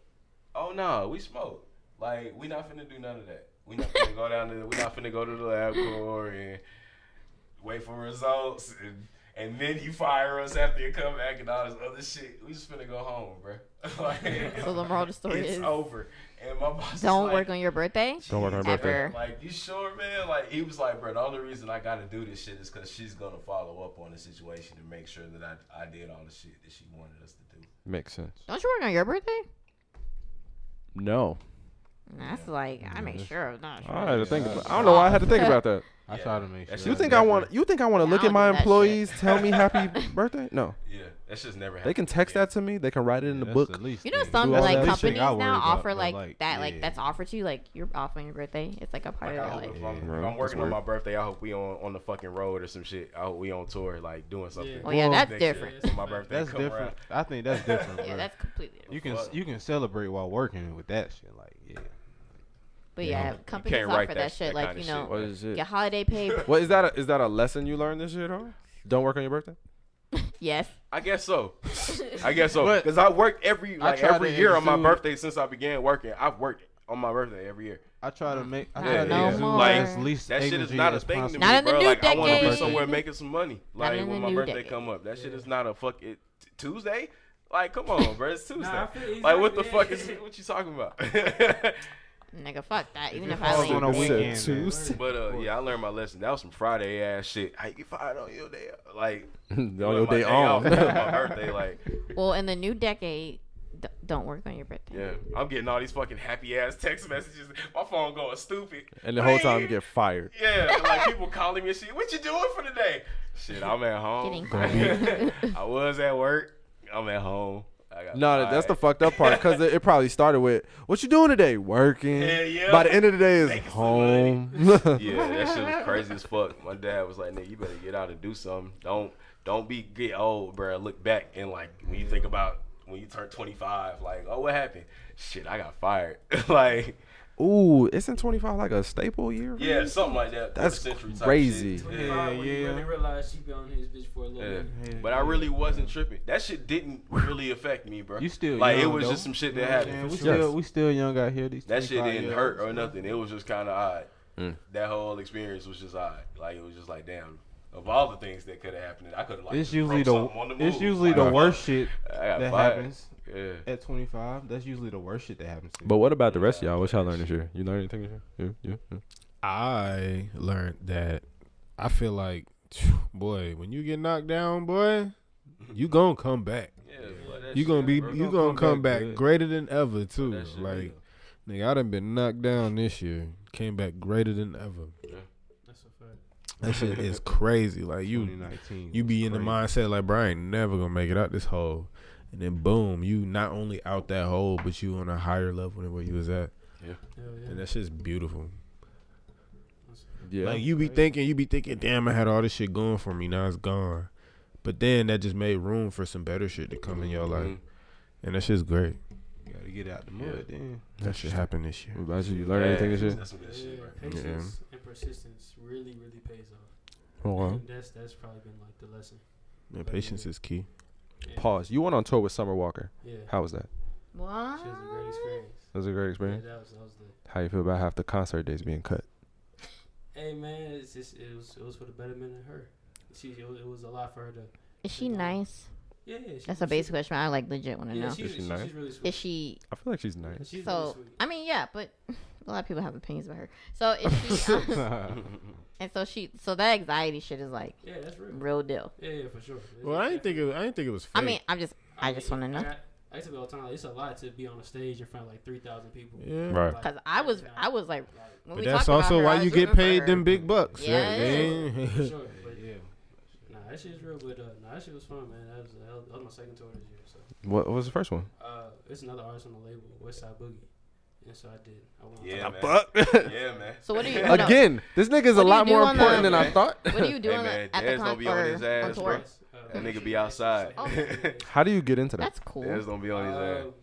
Speaker 9: oh no, we smoke. Like we not finna do none of that. We not finna go down to. We not finna go to the lab core and wait for results and. And then you fire us after you come back and all this other shit. We just finna go home, bro. like,
Speaker 8: So the moral of the story
Speaker 9: it's
Speaker 8: is-
Speaker 9: over. And my boss is
Speaker 8: Don't
Speaker 9: like,
Speaker 8: work on your birthday.
Speaker 9: Don't
Speaker 3: work on her
Speaker 8: birthday. Ever.
Speaker 9: Like, you sure, man? Like, he was like, bro, the only reason I got to do this shit is because she's going to follow up on the situation and make sure that I, I did all the shit that she wanted us to do.
Speaker 3: Makes sense.
Speaker 8: Don't you work on your birthday?
Speaker 3: No.
Speaker 8: That's like I make sure of not sure.
Speaker 3: I had to think. About, I don't know. why I had to think about that.
Speaker 1: I try to make sure.
Speaker 9: That
Speaker 3: You
Speaker 9: shit-
Speaker 1: I
Speaker 3: think
Speaker 1: do
Speaker 3: I
Speaker 1: that
Speaker 3: want?
Speaker 1: for-
Speaker 3: You think I want to look
Speaker 8: I
Speaker 3: at
Speaker 8: don't
Speaker 3: my
Speaker 8: do that shit.
Speaker 3: employees? Tell me happy birthday? No.
Speaker 9: Yeah, that shit's never happened.
Speaker 3: They can text that to me. They can write it in the
Speaker 1: That's
Speaker 3: book.
Speaker 1: the least
Speaker 8: You know
Speaker 1: thing.
Speaker 8: some
Speaker 3: Do all
Speaker 8: like
Speaker 3: that. Least
Speaker 8: companies
Speaker 1: thing I worry
Speaker 8: now
Speaker 1: about,
Speaker 8: offer
Speaker 1: but,
Speaker 8: like,
Speaker 1: like,
Speaker 8: that, like
Speaker 1: yeah.
Speaker 8: that's offered to you, like you're off on your birthday. It's like a part
Speaker 9: Like, I
Speaker 8: of
Speaker 9: hope
Speaker 8: your
Speaker 9: if
Speaker 8: life.
Speaker 9: I'm, if
Speaker 3: bro,
Speaker 9: I'm
Speaker 3: that's
Speaker 9: working on my
Speaker 3: weird.
Speaker 9: birthday, I hope we on, on the fucking road or some shit. I hope we on tour, like doing something.
Speaker 7: Yeah.
Speaker 8: Well, yeah, that's
Speaker 9: next year.
Speaker 8: different.
Speaker 9: So my birthday
Speaker 1: That's
Speaker 9: come around.
Speaker 1: different. I think that's different.
Speaker 8: Yeah,
Speaker 1: bro.
Speaker 8: that's completely. Different.
Speaker 1: you can
Speaker 9: Fuck.
Speaker 1: you can celebrate while working with that shit. Like yeah,
Speaker 8: But yeah, companies
Speaker 9: can't
Speaker 8: offer
Speaker 9: write
Speaker 8: that,
Speaker 9: that-
Speaker 8: shit,
Speaker 9: that
Speaker 8: like
Speaker 9: kinda
Speaker 8: you
Speaker 9: shit.
Speaker 8: know,
Speaker 3: What is it?
Speaker 8: your holiday pay.
Speaker 3: What is that? A, is that a lesson you learned this year? Though? Don't work on your birthday.
Speaker 8: yes,
Speaker 9: I guess so. I guess so. Because I worked every like
Speaker 1: try
Speaker 9: every
Speaker 1: to
Speaker 9: year on my
Speaker 1: exude-
Speaker 9: birthday since I began working. I've worked on my birthday every year.
Speaker 1: I try to make. I
Speaker 8: Not
Speaker 1: try to
Speaker 8: no
Speaker 1: exude
Speaker 8: more.
Speaker 1: as least
Speaker 9: That shit is
Speaker 1: energy
Speaker 9: not a
Speaker 1: as
Speaker 9: thing to
Speaker 1: possible.
Speaker 9: me,
Speaker 8: Not in the
Speaker 9: bro.
Speaker 8: new
Speaker 9: like I want to be
Speaker 1: decade.
Speaker 9: somewhere making some money.
Speaker 8: Not
Speaker 9: Like
Speaker 8: in
Speaker 9: when
Speaker 8: the
Speaker 9: my
Speaker 8: new
Speaker 9: birthday
Speaker 8: decade.
Speaker 9: come up, that shit is not a fuck it t- Tuesday. Like come on, bro, it's Tuesday.
Speaker 7: I feel-
Speaker 9: like what the
Speaker 7: exactly.
Speaker 9: fuck is what you talking about?
Speaker 8: nigga, fuck that. Even
Speaker 1: you
Speaker 8: if I
Speaker 1: fall on a
Speaker 8: leave,
Speaker 1: weekend, man.
Speaker 9: but uh, yeah, I learned my lesson. That was some Friday ass shit. How you get fired on your day? Like
Speaker 3: on
Speaker 9: on
Speaker 3: your
Speaker 9: my
Speaker 3: day
Speaker 9: off,
Speaker 3: on.
Speaker 9: on my birthday. Like
Speaker 8: well, in the new decade, d- don't work on your birthday.
Speaker 9: yeah, I'm getting all these fucking happy ass text messages. My phone going stupid.
Speaker 3: And the whole time you
Speaker 9: Bling!
Speaker 3: get fired.
Speaker 9: Yeah, like people calling me and shit. What you doing for today? Shit, I'm at home.
Speaker 8: Getting
Speaker 9: I was at work. I'm at home. I got
Speaker 3: No, that- that's the
Speaker 9: fired.
Speaker 3: fucked up part because it, it probably started with "What you doing today? Working."
Speaker 9: Hell yeah.
Speaker 3: By the end of the day,
Speaker 9: Making
Speaker 3: it's
Speaker 9: some money.
Speaker 3: home.
Speaker 9: Yeah, that shit was crazy as fuck. My dad was like, "Nigga, you better get out and do something. Don't don't be get old, bruh. Look back and like when you think about when you turn 25, like, oh, what happened? Shit, I got fired. like,
Speaker 3: Ooh, isn't twenty five like a staple year?
Speaker 9: yeah, something like that.
Speaker 3: That's
Speaker 9: Quarter-century type
Speaker 3: crazy.
Speaker 9: shit. Yeah.
Speaker 7: Yeah, when You
Speaker 1: yeah.
Speaker 7: really realize she been on his bitch for a little
Speaker 9: Yeah.
Speaker 7: bit.
Speaker 9: But I really wasn't tripping. That shit didn't really affect me, bro.
Speaker 1: You still
Speaker 9: like it
Speaker 1: young,
Speaker 9: was
Speaker 1: though.
Speaker 9: just some shit that
Speaker 1: Man,
Speaker 9: happened.
Speaker 1: we still we still young out here. These
Speaker 9: That shit
Speaker 1: 25
Speaker 9: didn't
Speaker 1: year
Speaker 9: hurt
Speaker 1: olds.
Speaker 9: or nothing. It was just kind of odd.
Speaker 3: Mm.
Speaker 9: That whole experience was just odd. Like it was just like, damn. Of all the things that could have happened, I could have like.
Speaker 1: It's
Speaker 9: broke
Speaker 1: usually the,
Speaker 9: something on the
Speaker 1: it's
Speaker 9: move.
Speaker 1: usually
Speaker 9: Like,
Speaker 1: the
Speaker 9: I-
Speaker 1: worst shit
Speaker 9: I got
Speaker 1: that
Speaker 9: fired.
Speaker 1: happens
Speaker 9: Yeah.
Speaker 1: at 25. That's usually the worst shit that happens. To you.
Speaker 3: But what about the rest of y'all? What y'all learned this year? You learned anything this year? Yeah, yeah.
Speaker 5: I learned that I feel like, boy, when you get knocked down, boy, you gonna come back.
Speaker 9: Yeah, but that
Speaker 5: You
Speaker 9: shit,
Speaker 5: gonna be,
Speaker 9: bro.
Speaker 5: you gonna come back
Speaker 1: good.
Speaker 5: greater than ever too.
Speaker 9: That shit
Speaker 5: Like,
Speaker 9: real.
Speaker 5: nigga, I done been knocked down this year, came back greater than ever.
Speaker 7: That's a fact.
Speaker 5: That shit is crazy. Like you,
Speaker 1: 2019.
Speaker 5: you
Speaker 1: was
Speaker 5: be in the
Speaker 1: crazy.
Speaker 5: mindset like, bro, I ain't never gonna make it out this hole. And then boom, you not only out that hole, but you on a higher level than where you was at.
Speaker 7: Hell
Speaker 5: And
Speaker 7: yeah.
Speaker 5: that shit's beautiful.
Speaker 3: yeah.
Speaker 5: Like you be thinking, you be thinking, damn, I had all this shit going for me. Now it's gone. But then that just made room for some better shit to come in your life,
Speaker 9: Mhm.
Speaker 5: and that shit's great.
Speaker 1: You gotta get out the mud. Then
Speaker 5: That shit happened this year.
Speaker 3: What about you? You learned anything this year?
Speaker 9: That's some good
Speaker 7: Yeah,
Speaker 9: shit, bro.
Speaker 7: patience and persistence really, really pays off.
Speaker 3: Oh, wow.
Speaker 7: And that's that's probably been like the lesson.
Speaker 5: Yeah, patience is key.
Speaker 7: Yeah.
Speaker 3: Pause. You went on tour with Summer Walker.
Speaker 7: Yeah,
Speaker 3: How was that?
Speaker 8: What?
Speaker 7: she was a
Speaker 3: Ah.
Speaker 7: great experience.
Speaker 3: That was a great
Speaker 7: Yeah,
Speaker 3: experience.
Speaker 7: that was that was the.
Speaker 3: How you feel about half the concert days being cut?
Speaker 7: Hey man, it's just it was it was for the betterment of her. She it was, it was a lot for her to.
Speaker 8: Is she nice?
Speaker 7: Yeah, yeah. She,
Speaker 8: That's a
Speaker 7: she-
Speaker 8: basic question. I like legit want to
Speaker 7: Yeah,
Speaker 8: know.
Speaker 7: she,
Speaker 3: Is she
Speaker 7: she's,
Speaker 3: nice?
Speaker 7: she's really
Speaker 8: Is
Speaker 7: sweet.
Speaker 8: she?
Speaker 3: I feel like she's nice.
Speaker 7: She's
Speaker 8: so
Speaker 7: really sweet.
Speaker 8: I mean, yeah, but a lot of people have opinions about her. So is she? and so she. So that anxiety shit is like
Speaker 7: Yeah, that's real.
Speaker 8: real deal.
Speaker 7: Yeah, yeah, for sure.
Speaker 5: Well, I didn't think it. I didn't think it was. Fake.
Speaker 8: I mean, I'm just. I just want to know.
Speaker 7: I, I used to be all the time. Like, it's a lot to be on a stage in front of like three thousand people.
Speaker 5: yeah.
Speaker 3: Right.
Speaker 7: Like,
Speaker 8: Cause I was,
Speaker 7: every time.
Speaker 8: I was like,
Speaker 7: Like,
Speaker 5: But
Speaker 8: when we
Speaker 5: that's
Speaker 8: talked about
Speaker 5: also
Speaker 8: her, I
Speaker 5: why
Speaker 8: was
Speaker 5: you
Speaker 8: rooting
Speaker 5: get
Speaker 8: for
Speaker 5: paid
Speaker 8: her.
Speaker 5: them big bucks.
Speaker 8: Yeah.
Speaker 5: Yeah.
Speaker 7: for sure. But
Speaker 1: yeah,
Speaker 7: Nah, that shit's real, but uh, nah, that shit was fun, man. That was, that was- that was my second tour this year. So,
Speaker 3: What, what was the first one?
Speaker 7: uh, it's another artist on the label, Westside Boogie, and so I did. I went on
Speaker 9: Yeah,
Speaker 7: top.
Speaker 9: man.
Speaker 3: Fuck.
Speaker 9: Yeah, man.
Speaker 8: So what do you hold up.
Speaker 3: Again, this nigga is a
Speaker 8: What do you
Speaker 3: lot
Speaker 8: do
Speaker 3: more
Speaker 8: on the-
Speaker 3: important than I thought.
Speaker 8: What do you do
Speaker 9: Hey,
Speaker 8: on
Speaker 9: man,
Speaker 8: the, at
Speaker 9: Dez
Speaker 8: the
Speaker 9: don't be on his
Speaker 8: concert on
Speaker 9: ass,
Speaker 8: tour?
Speaker 9: bro.
Speaker 7: uh,
Speaker 9: That nigga be outside.
Speaker 7: Oh,
Speaker 3: How do you get into that?
Speaker 8: That's cool.
Speaker 9: There's gonna be on his ass.
Speaker 7: uh,
Speaker 5: Oh,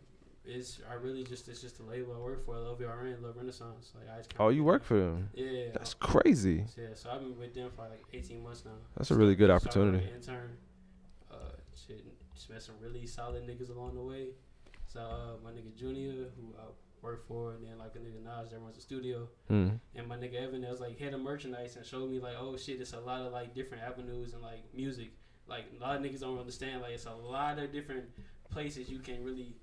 Speaker 7: it's I really just it's just the label I work for, LVRN, Love Renaissance. Like I just kinda-
Speaker 3: Oh, you work for them.
Speaker 7: Yeah.
Speaker 3: That's crazy.
Speaker 7: Yeah, so I've been with them for like 18 months now.
Speaker 3: That's a really good
Speaker 7: Started
Speaker 3: opportunity.
Speaker 7: as an intern, uh, Shit, just met some really solid niggas along the way. So uh, my nigga Junior, who I work for, and then like a nigga Nas that runs the studio,
Speaker 3: Hmm.
Speaker 7: and my nigga Evan that was like head of merchandise and showed me like, oh shit, it's a lot of like different avenues and like music. Like a lot of niggas don't understand. Like it's a lot of different places you can really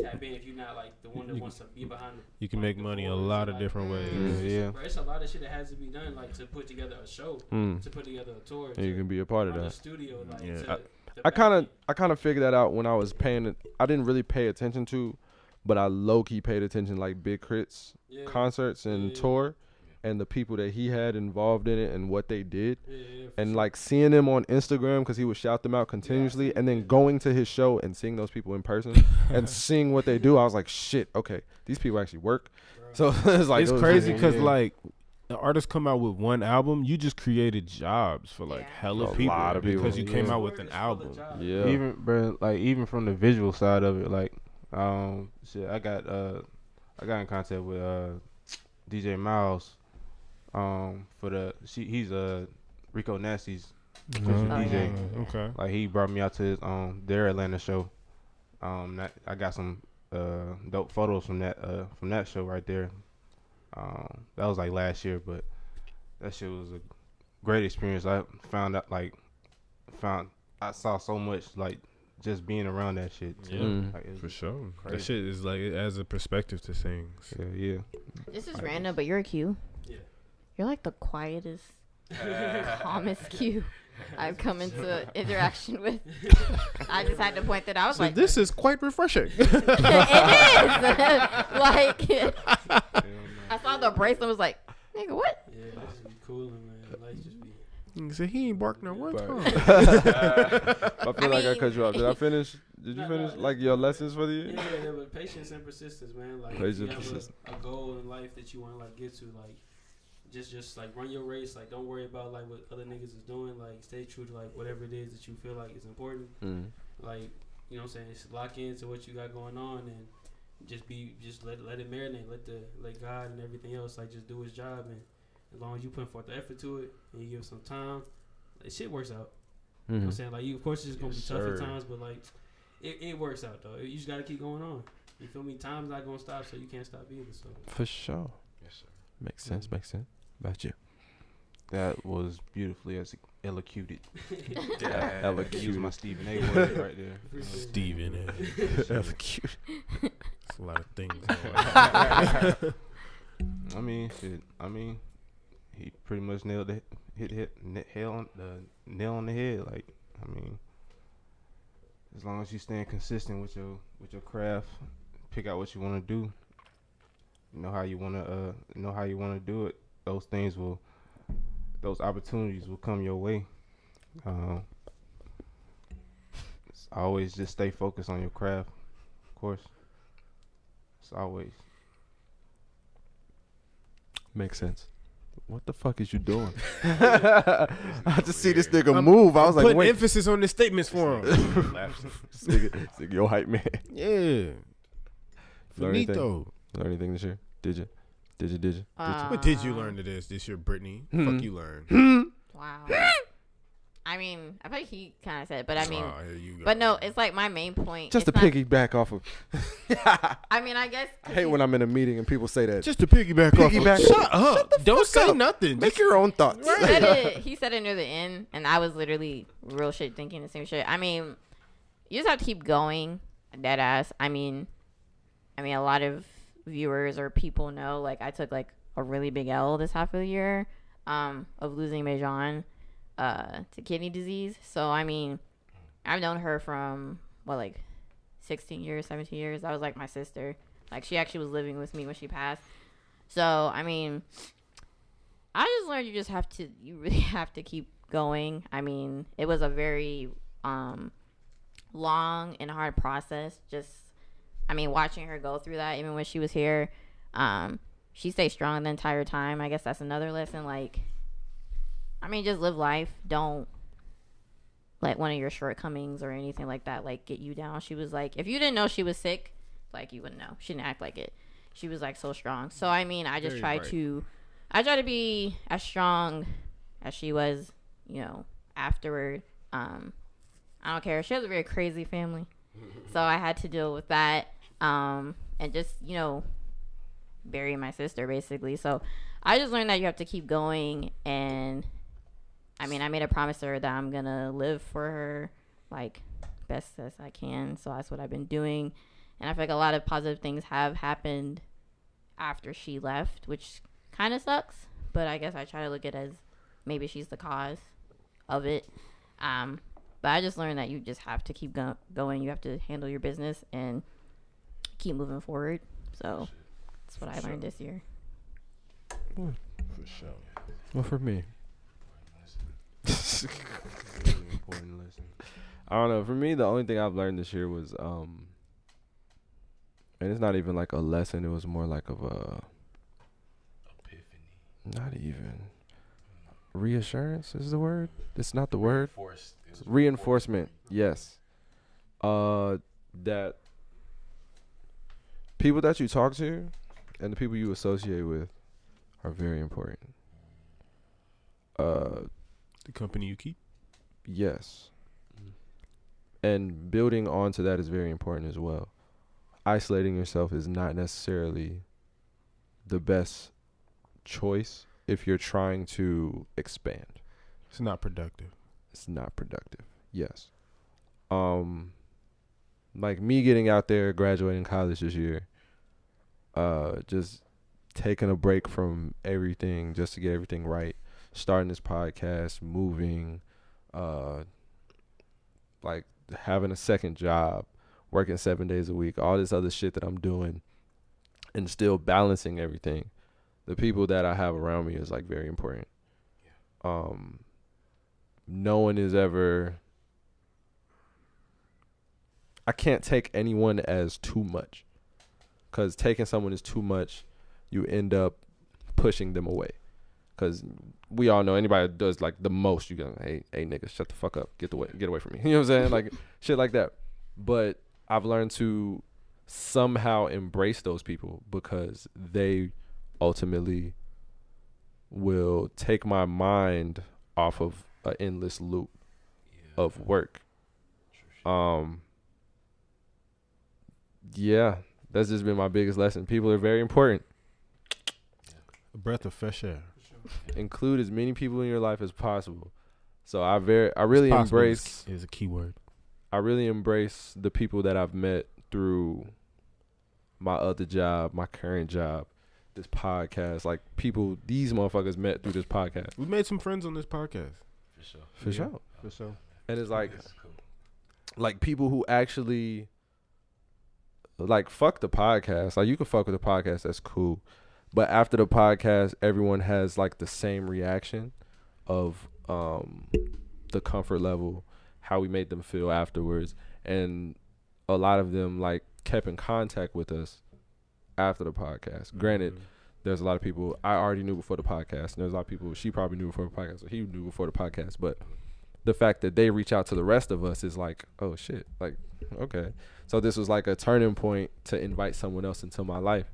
Speaker 7: tap in if you're not like the one that
Speaker 5: You-
Speaker 7: wants to be behind the
Speaker 5: You can make money a lot of different ways.
Speaker 1: Yeah.
Speaker 7: Bro, it's a lot of shit that has to be done, like to put together a show,
Speaker 3: Mm.
Speaker 7: to put together a tour,
Speaker 3: And you
Speaker 7: to
Speaker 3: can be a part of
Speaker 7: run a
Speaker 3: that.
Speaker 7: studio, like
Speaker 5: Yeah,
Speaker 7: to, to
Speaker 3: I kind of
Speaker 7: back-
Speaker 3: I kind of figured that out when I was paying. it- I didn't really pay attention to, but I low key paid attention like Big Crit's
Speaker 7: yeah,
Speaker 3: concerts and
Speaker 7: Yeah.
Speaker 3: tour, and the people that he had involved in it and what they did,
Speaker 7: yeah, yeah, for
Speaker 3: and
Speaker 7: sure.
Speaker 3: like seeing him on Instagram because he would shout them out continuously, and then going to his show and seeing those people in person and seeing what they do. I was like, shit, okay, these people actually work. So it's like
Speaker 5: it's
Speaker 3: those-
Speaker 5: crazy
Speaker 3: yeah,
Speaker 5: because
Speaker 3: yeah.
Speaker 5: like the artists come out with one album, you just created jobs for like
Speaker 8: Yeah.
Speaker 5: hella
Speaker 3: A
Speaker 5: people
Speaker 3: lot of people,
Speaker 5: because you came
Speaker 3: yeah.
Speaker 5: out with an
Speaker 7: It's full of
Speaker 5: album.
Speaker 7: jobs.
Speaker 3: yeah,
Speaker 1: Even bro, like even from the visual side of it, like um shit, I got uh I got in contact with uh DJ Miles um for the she he's uh Rico Nasty's Christian
Speaker 8: Oh,
Speaker 1: DJ.
Speaker 8: yeah.
Speaker 5: Okay.
Speaker 1: Like he brought me out to his um their Atlanta show. Um that I got some uh dope photos from that uh from that show right there. Um that was like last year, but that shit was a great experience. I found out like found I saw so much like just being around that shit. too.
Speaker 5: Yeah.
Speaker 3: Mm.
Speaker 1: Like, it was-
Speaker 5: For sure. That
Speaker 1: Crazy.
Speaker 5: shit is like it adds a perspective to things.
Speaker 1: yeah, yeah.
Speaker 8: This is random, but you're a Q.
Speaker 7: Yeah.
Speaker 8: You're like the quietest, calmest Q I've come into interaction with. I just had to point that out. I was
Speaker 5: So
Speaker 8: like,
Speaker 5: this is quite refreshing.
Speaker 8: it is. like, I saw the bracelet. Was like, nigga, what?
Speaker 7: Yeah, this is cooling, man. Life just be.
Speaker 5: so he ain't barked no one
Speaker 3: But-
Speaker 5: time.
Speaker 3: I feel like I cut you off. Did I finish? Did you
Speaker 7: No,
Speaker 3: finish
Speaker 7: no.
Speaker 3: like your lessons for the year?
Speaker 7: Yeah, yeah, but patience and persistence, man. Like,
Speaker 3: Patience
Speaker 7: if you
Speaker 3: and
Speaker 7: have
Speaker 3: persistence.
Speaker 7: a, a goal in life that you want to like get to, like, just just like run your race. Like, don't worry about like what other niggas is doing. Like, stay true to like whatever it is that you feel like is important.
Speaker 3: Mm-hmm.
Speaker 7: like you know what I'm saying, just lock into what you got going on and just be just let let it marinate, let the let God and everything else like just do his job and as long as you put forth the effort to it and you give it some time, like shit works out. You know what
Speaker 3: Mm.
Speaker 7: I'm saying? Like you of course it's gonna
Speaker 5: Yes,
Speaker 7: be tough
Speaker 5: sir.
Speaker 7: at times but like it, it works out though. You just gotta keep going on. You feel me? Time's not gonna stop so you can't stop either. So
Speaker 3: For sure.
Speaker 9: Yes, sir.
Speaker 3: Makes sense. Makes sense. About you.
Speaker 1: That was beautifully as elocuted.
Speaker 9: Yeah.
Speaker 1: Use my Stephen A. word right there.
Speaker 5: Steven. eh? That's cute. It's a lot of things.
Speaker 1: I mean, shit. I mean, he pretty much nailed the hit hit n- hell on the nail on the head. Like, I mean, as long as you staying consistent with your with your craft, pick out what you want to do. Know how you want to uh know how you want to do it. Those things will, those opportunities will come your way. Um, it's always just stay focused on your craft, of course. It's always.
Speaker 3: Makes sense. What the fuck is you doing? I just see this nigga
Speaker 5: I'm-
Speaker 3: move. I was like,
Speaker 5: Put
Speaker 3: wait,
Speaker 5: emphasis on the statements for him.
Speaker 3: this nigga, this nigga your hype man.
Speaker 5: Yeah.
Speaker 3: Learn anything?
Speaker 5: Finito.
Speaker 3: Learn anything this year? Did you? Did you? Did you?
Speaker 5: What did you learn to this this year, Brittany?
Speaker 3: Hmm.
Speaker 5: Fuck you learn.
Speaker 8: Wow. I mean, I think he kind of said, it, but I mean,
Speaker 5: Ah, here you go.
Speaker 8: but no, it's like my main point.
Speaker 3: Just
Speaker 8: it's
Speaker 3: to
Speaker 8: not-
Speaker 3: piggyback off of.
Speaker 8: I mean, I guess.
Speaker 3: I hate when I'm in a meeting and people say that. Just
Speaker 5: just to piggyback,
Speaker 3: Piggyback-
Speaker 5: off. of- Shut up. Don't say
Speaker 3: up.
Speaker 5: nothing.
Speaker 3: make
Speaker 5: Just-
Speaker 3: your own thoughts.
Speaker 8: he said it. He said it near the end, and I was literally real shit thinking the same shit. I mean, you just have to keep going, dead ass. I mean, I mean, a lot of viewers or people know. Like, I took like a really big L this half of the year um, of losing Mejon uh, to kidney disease. So I mean, I've known her from what like 16 years, 17 years. That was like my sister. Like she actually was living with me when she passed. So I mean, I just learned you just have to you really have to keep going. I mean, it was a very um long and hard process. Just I mean, watching her go through that even when she was here, um she stayed strong the entire time. I guess that's another lesson like I mean, just live life. Don't let one of your shortcomings or anything like that like get you down. She was like if you didn't know she was sick, like you wouldn't know. She didn't act like it. She was like so strong. So I mean, I just
Speaker 5: Very
Speaker 8: try
Speaker 5: right.
Speaker 8: to I try to be as strong as she was, you know, afterward. Um, I don't care. She has a very crazy family, so I had to deal with that, um, and just you know, bury my sister basically. So I just learned that you have to keep going, and I mean, I made a promise to her that I'm gonna live for her like best as I can. So that's what I've been doing, and I feel like a lot of positive things have happened after she left, which kind of sucks. But I guess I try to look at it as maybe she's the cause of it. Um, but I just learned that you just have to keep go- going. You have to handle your business and keep moving forward. So that's what I learned this year.
Speaker 2: For sure.
Speaker 3: Well, for me,
Speaker 1: Really important lesson.
Speaker 3: I don't know. For me, the only thing I've learned this year was, um, and it's not even like a lesson. It was more like of a,
Speaker 9: Epiphany.
Speaker 3: not even reassurance is the word. It's not the word.
Speaker 9: Forced. it was
Speaker 3: reinforcement yes uh that people that you talk to and the people you associate with are very important uh
Speaker 5: The company you keep.
Speaker 3: yes and building onto that is very important as well isolating yourself is not necessarily the best choice if you're trying to expand
Speaker 5: It's not productive.
Speaker 3: it's not productive. Yes. Um like me getting out there graduating college this year uh just taking a break from everything just to get everything right, starting this podcast, moving uh like having a second job, working 7 days a week, all this other shit that I'm doing and still balancing everything. The people that I have around me is like very important. Um no one is ever I can't take anyone as too much cuz taking someone is too much you end up pushing them away cuz we all know anybody that does like the most you gonna hey hey nigga shut the fuck up get away get away from me you know what I'm saying like shit like that but I've learned to somehow embrace those people because they ultimately will take my mind off of an endless loop of work. Um yeah, that's just been my biggest lesson. People are very important.
Speaker 5: A breath of fresh air.
Speaker 3: Include as many people in your life as possible. So I very I really
Speaker 5: Possible
Speaker 3: embrace
Speaker 5: is, is a key word.
Speaker 3: I really embrace the people that I've met through my other job, my current job, this podcast, like people these motherfuckers met through this podcast.
Speaker 5: We made some friends on this podcast.
Speaker 9: For sure.
Speaker 3: For sure.
Speaker 1: For sure.
Speaker 3: And it's like
Speaker 9: That's cool.
Speaker 3: like people who actually like fuck the podcast. Like you can fuck with the podcast, that's cool. But after the podcast, everyone has like the same reaction of um the comfort level, how we made them feel afterwards, and a lot of them like kept in contact with us after the podcast. Granted,
Speaker 5: Mm-hmm.
Speaker 3: there's a lot of people I already knew before the podcast, and there's a lot of people she probably knew before the podcast, or he knew before the podcast. But the fact that they reach out to the rest of us is like, oh shit, like okay. So this was like a turning point to invite someone else into my life,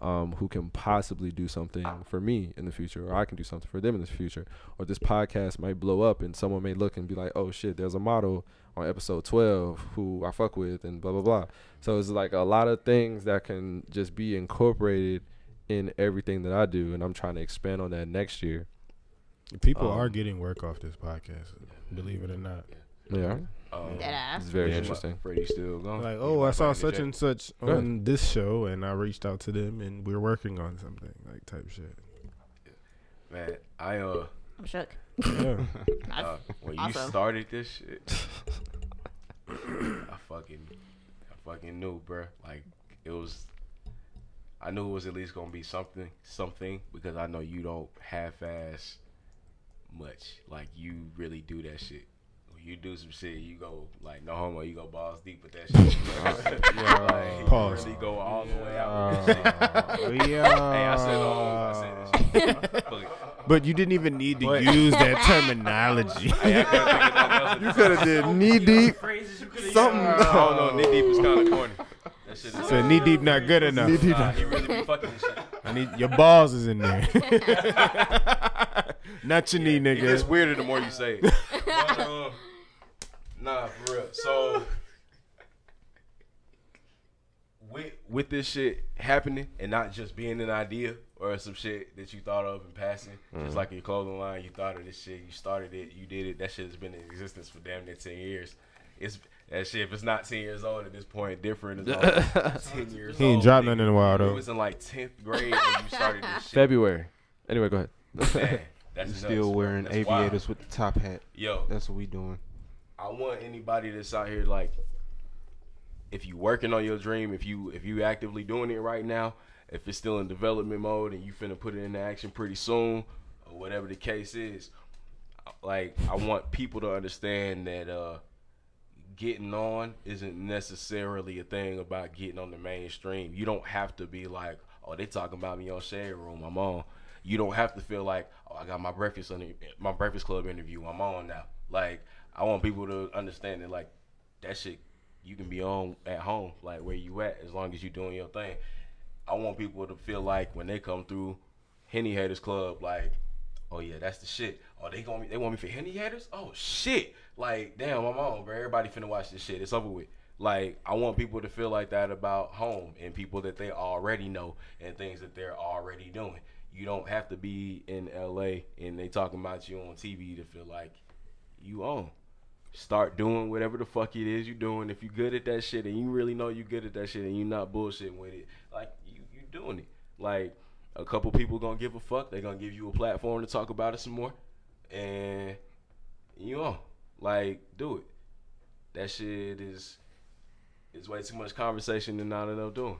Speaker 3: um, who can possibly do something for me in the future, or I can do something for them in the future, or this podcast might blow up and someone may look and be like, oh shit, there's a model on episode 12 who I fuck with and blah blah blah. So it's like a lot of things that can just be incorporated in everything that I do, and I'm trying to expand on that next year.
Speaker 5: People
Speaker 3: Um,
Speaker 5: are getting work off this podcast, believe it or not.
Speaker 3: Yeah,
Speaker 9: Um,
Speaker 8: Dead ass.
Speaker 3: it's very
Speaker 9: yeah,
Speaker 3: interesting.
Speaker 9: Freddie's still going.
Speaker 5: Like, oh, I saw such and such
Speaker 3: Go ahead.
Speaker 5: on this show, and I reached out to them, and we're working on something like type shit.
Speaker 9: Man, I uh,
Speaker 8: I'm shook.
Speaker 5: Yeah.
Speaker 9: uh when you
Speaker 8: Awesome.
Speaker 9: started this shit, I fucking, I fucking knew, bruh. Like it was, I knew it was at least gonna be something, something because I know you don't half-ass much. Like you really do that shit. When you do some shit, you go like no homo, you go balls deep with that shit. like, you
Speaker 5: Pause.
Speaker 9: really go all the way out. With that shit. Hey, I said, oh, I said this shit. Fuck it.
Speaker 5: But you didn't even need to use that terminology.
Speaker 9: Hey, I couldn't think of nothing else at the
Speaker 3: Could have did knee deep.
Speaker 7: Phrases you could have
Speaker 3: Something.
Speaker 9: I don't know. Knee deep is kind of corny. That shit is.
Speaker 5: so knee deep, not good enough.
Speaker 9: Nah, he really be fucking this shit.
Speaker 5: I need your balls is in there. not your knee,
Speaker 9: It gets
Speaker 5: nigga.
Speaker 9: weirder the more you say it. But, uh, Nah, for real. So with with this shit happening and not just being an idea or some shit that you thought of in passing,
Speaker 5: Mm-hmm.
Speaker 9: just like your clothing line, you thought of this shit, you started it, you did it. That shit has been in existence for damn near ten years. It's that shit. If it's not ten years old at this point, different. It's almost ten years.
Speaker 5: He ain't
Speaker 9: old,
Speaker 5: dropped
Speaker 9: nigga.
Speaker 5: nothing in a while
Speaker 9: You
Speaker 5: though.
Speaker 9: Oh, was in like tenth grade when you started this shit.
Speaker 3: February. Anyway, go ahead.
Speaker 9: Man, that's nuts,
Speaker 1: Still
Speaker 9: bro.
Speaker 1: wearing
Speaker 9: That's wild.
Speaker 1: aviators with the top hat.
Speaker 9: Yo,
Speaker 1: That's what we doing.
Speaker 9: I want anybody that's out here like if you working on your dream, if you if you actively doing it right now, if it's still in development mode and you finna put it into action pretty soon, or whatever the case is, like I want people to understand that uh getting on isn't necessarily a thing about getting on the mainstream. You don't have to be like, oh, they talking about me on Shade Room. I'm on. You don't have to feel like, oh, I got my breakfast on my Breakfast Club interview. I'm on now. Like, I want people to understand that like that shit you can be on at home, like where you at, as long as you doing your thing. I want people to feel like when they come through Henny Haters Club, like, oh yeah, that's the shit. Oh, they going they want me for Henny Haters? Oh shit. Like, damn, I'm on, bro. Everybody finna watch this shit. It's over with. Like, I want people to feel like that about home and people that they already know and things that they're already doing. You don't have to be in LA and they talking about you on TV to feel like you on start doing whatever the fuck it is you doing. If you good at that shit and you really know you good at that shit and you not bullshitting with it, like you you doing it. Like a couple people gonna give a fuck. They gonna give you a platform to talk about it some more, and you on. Like do it. That shit is is way too much conversation and not enough doing.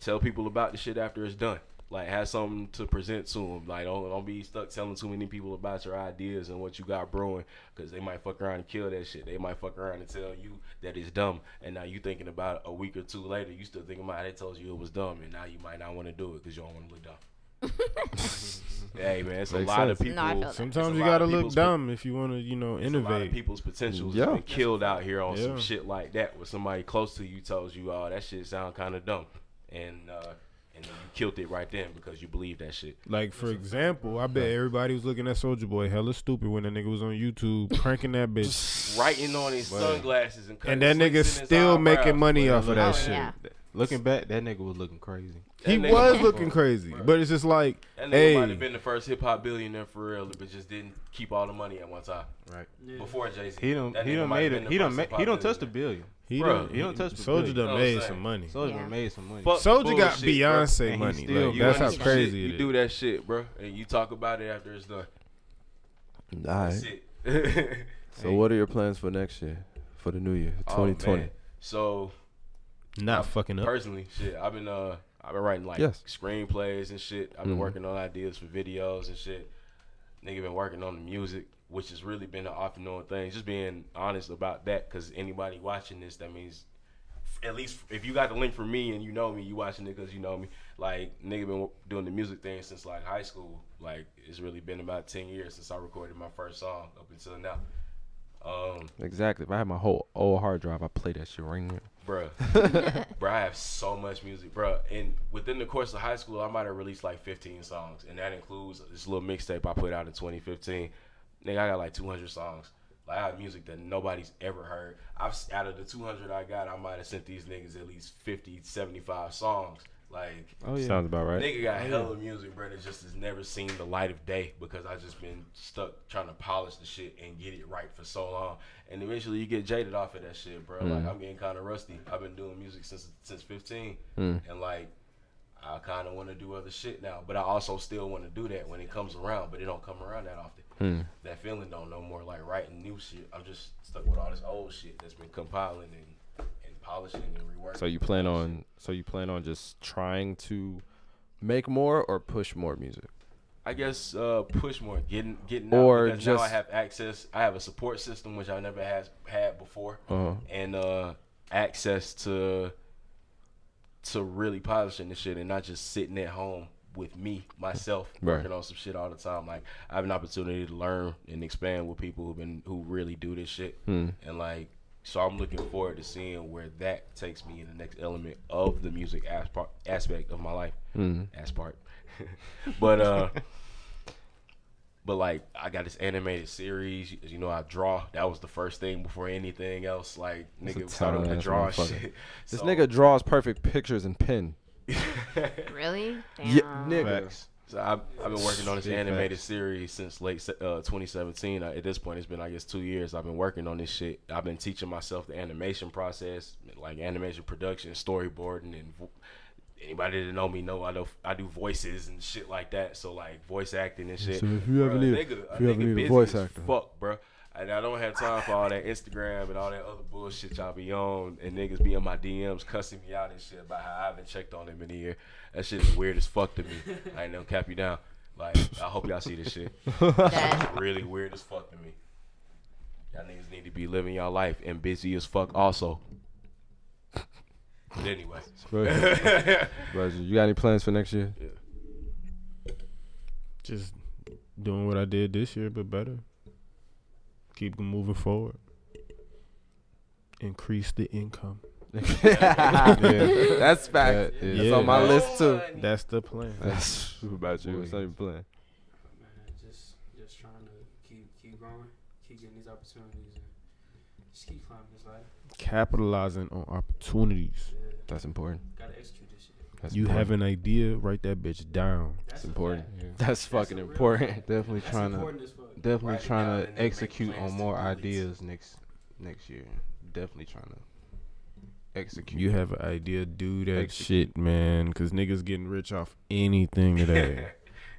Speaker 9: Tell people about the shit after it's done. Like have something to present to them. Like don't don't be stuck telling too many people about your ideas and what you got brewing because they might fuck around and kill that shit. They might fuck around and tell you that it's dumb, and now you thinking about it a week or two later. You still thinking about how they told you it was dumb, and now you might not want to do it because you don't want to look dumb.
Speaker 5: Mm-hmm.
Speaker 9: hey man, it's a
Speaker 3: Makes
Speaker 9: lot
Speaker 3: sense.
Speaker 9: of people.
Speaker 8: No, I feel that.
Speaker 5: Sometimes
Speaker 9: it's a
Speaker 5: you
Speaker 9: lot
Speaker 5: gotta
Speaker 9: of
Speaker 5: look
Speaker 9: people's-
Speaker 5: dumb if you want to, you know,
Speaker 9: it's A lot of
Speaker 5: innovate.
Speaker 9: people's potential has
Speaker 3: Yeah.
Speaker 9: been killed out here on some
Speaker 5: Yeah.
Speaker 9: shit like that. Where somebody close to you tells you, "Oh, that shit sound kind of dumb," and uh, and then you killed it right then because you believe that shit.
Speaker 5: Like for example, I bet everybody was looking at Soldier Boy hella stupid when that nigga was on YouTube cranking that bitch,
Speaker 9: Writing on his sunglasses and
Speaker 5: and
Speaker 9: cutting
Speaker 5: that nigga
Speaker 9: slicks in his
Speaker 5: still making
Speaker 9: eyebrows.
Speaker 5: money off of that
Speaker 1: Yeah.
Speaker 5: shit.
Speaker 8: Yeah.
Speaker 1: Looking back, that nigga was looking crazy.
Speaker 5: He
Speaker 9: That nigga
Speaker 5: was
Speaker 9: was
Speaker 5: looking crazy, but it's just like,
Speaker 9: That nigga might have
Speaker 5: hey,
Speaker 9: been the first hip hop billionaire for real, but just didn't keep all the money at one time.
Speaker 1: Right.
Speaker 7: Yeah.
Speaker 9: Before Jay Z,
Speaker 1: He don't. He don't made it. He don't. Ma- he don't touch the billion.
Speaker 5: he
Speaker 9: Bro,
Speaker 5: done,
Speaker 1: he don't touch the
Speaker 5: Soldier
Speaker 1: plate.
Speaker 5: done
Speaker 9: No,
Speaker 5: made
Speaker 9: Oh, same.
Speaker 5: some money.
Speaker 1: Soldier
Speaker 8: Yeah.
Speaker 1: made some money.
Speaker 9: Fuck
Speaker 5: Soldier got
Speaker 9: bullshit, bro.
Speaker 5: Beyonce
Speaker 1: And he
Speaker 5: money.
Speaker 1: still-
Speaker 5: Like,
Speaker 1: you
Speaker 5: that's how
Speaker 9: understand shit,
Speaker 5: crazy
Speaker 9: You
Speaker 5: it
Speaker 9: do
Speaker 5: is.
Speaker 9: that shit, bro, and you talk about it after it's done. Oh,
Speaker 3: All right.
Speaker 9: That's it.
Speaker 3: So, what are your plans for next year, for the new year,
Speaker 9: Oh,
Speaker 3: 2020?
Speaker 9: man. so
Speaker 5: Not fucking up.
Speaker 9: personally, shit, I've been uh, I've been writing like
Speaker 3: Yes.
Speaker 9: screenplays and shit. I've been working on ideas for videos and shit. Nigga been working on the music, which has really been an off and on thing. Just being honest about that, because anybody watching this, that means at least if you got the link for me and you know me, you watching it because you know me. Like nigga been doing the music thing since like high school. Like it's really been about ten years since I recorded my first song up until now. Um,
Speaker 3: Exactly. If I had my whole old hard drive, I play that shit right now.
Speaker 9: bruh. bruh, I have so much music, bruh. And within the course of high school, I might have released like 15 songs, and that includes this little mixtape I put out in 2015. Nigga, I got like 200 songs. Like I have music that nobody's ever heard. I've s- out of the 200 I got, I might have sent these niggas at least 50, 75 songs. Like
Speaker 1: Oh yeah.
Speaker 3: Sounds about right.
Speaker 9: Nigga got hella music, bro. That just has never seen the light of day because I just been stuck trying to polish the shit and get it right for so long. And eventually you get jaded off of that shit, bro.
Speaker 3: Mm.
Speaker 9: Like I'm getting kind of rusty. I've been doing music since since 15,
Speaker 3: Mm.
Speaker 9: and like I kind of want to do other shit now, but I also still want to do that when it comes around. But it don't come around that often.
Speaker 3: Hmm.
Speaker 9: That feeling don't no more like writing new shit. I'm just stuck with all this old shit that's been compiling and, and polishing and reworking.
Speaker 3: So you plan on so you plan on just trying to make more or push more music.
Speaker 9: I guess uh, push more, getting getting out
Speaker 3: Or
Speaker 9: because now I
Speaker 3: just-
Speaker 9: have access. I have a support system which I never has had before,
Speaker 3: Uh-huh.
Speaker 9: and uh, access to to really polishing this shit and not just sitting at home with me myself
Speaker 3: Right.
Speaker 9: working on some shit all the time. Like I have an opportunity to learn and expand with people who've been who really do this shit,
Speaker 3: Hmm.
Speaker 9: and like so I'm looking forward to seeing where that takes me in the next element of the music as part,
Speaker 3: Hmm.
Speaker 9: aspect of my life, as part. but uh But like I got this animated series, as you know, I draw. That was the first thing before anything else. Like nigga started with the
Speaker 3: talented
Speaker 9: draw
Speaker 3: motherfucker.
Speaker 9: shit.
Speaker 3: This
Speaker 9: So-
Speaker 3: nigga draws perfect pictures in pen.
Speaker 8: Really? Damn.
Speaker 3: Yeah, nigga.
Speaker 1: Facts.
Speaker 9: So I've, I've been working on this
Speaker 1: Big
Speaker 9: animated
Speaker 1: facts.
Speaker 9: series since late se- uh, 2017. Uh, At this point, it's been I guess two years. I've been working on this shit. I've been teaching myself the animation process, like animation production, storyboarding, and vo- anybody that know me know I do I do voices and shit like that. So like voice acting and shit.
Speaker 3: So if you ever
Speaker 9: Bruh,
Speaker 3: need a-
Speaker 9: nigga,
Speaker 3: if you ever
Speaker 9: nigga
Speaker 3: need a
Speaker 9: busy
Speaker 3: voice
Speaker 9: as
Speaker 3: actor.
Speaker 9: fuck, bro. And I don't have time for all that Instagram and all that other bullshit y'all be on, and niggas be in my DMs cussing me out and shit about how I haven't checked on them in a year. That shit is weird as fuck to me. I ain't no cap you down. Like, I hope y'all see this shit.
Speaker 8: That-
Speaker 9: It's really weird as fuck to me. Y'all niggas need to be living y'all life and busy as fuck also. But anyway,
Speaker 3: Roger, Roger, you got any plans for next year?
Speaker 5: Just doing what I did this year, but better. Keep moving forward. Increase the income.
Speaker 3: That's fact.
Speaker 5: Yeah.
Speaker 3: That's on my
Speaker 5: Yeah.
Speaker 3: list too.
Speaker 5: That's the plan.
Speaker 3: That's about you. What's on your plan?
Speaker 7: Man, just just trying to keep keep growing, keep getting these opportunities, and just keep climbing this ladder.
Speaker 5: Capitalizing on opportunities.
Speaker 7: Yeah,
Speaker 3: That's important.
Speaker 7: gotta execute this shit.
Speaker 3: That's
Speaker 5: You
Speaker 3: important.
Speaker 5: have an idea, write that bitch down.
Speaker 7: That's
Speaker 3: That's
Speaker 7: a
Speaker 3: important.
Speaker 7: fact.
Speaker 3: That's fucking
Speaker 7: a real-
Speaker 3: important.
Speaker 1: Definitely
Speaker 7: That's
Speaker 1: trying to
Speaker 7: important as fuck.
Speaker 1: definitely
Speaker 9: Write it down
Speaker 1: trying
Speaker 9: and
Speaker 1: to
Speaker 9: then
Speaker 1: execute
Speaker 9: make plans
Speaker 1: on
Speaker 9: to
Speaker 1: more
Speaker 9: release.
Speaker 1: ideas next next year. Definitely trying to execute.
Speaker 5: You have an idea, do that
Speaker 1: Execute.
Speaker 5: shit, man. Cause niggas getting rich off anything today.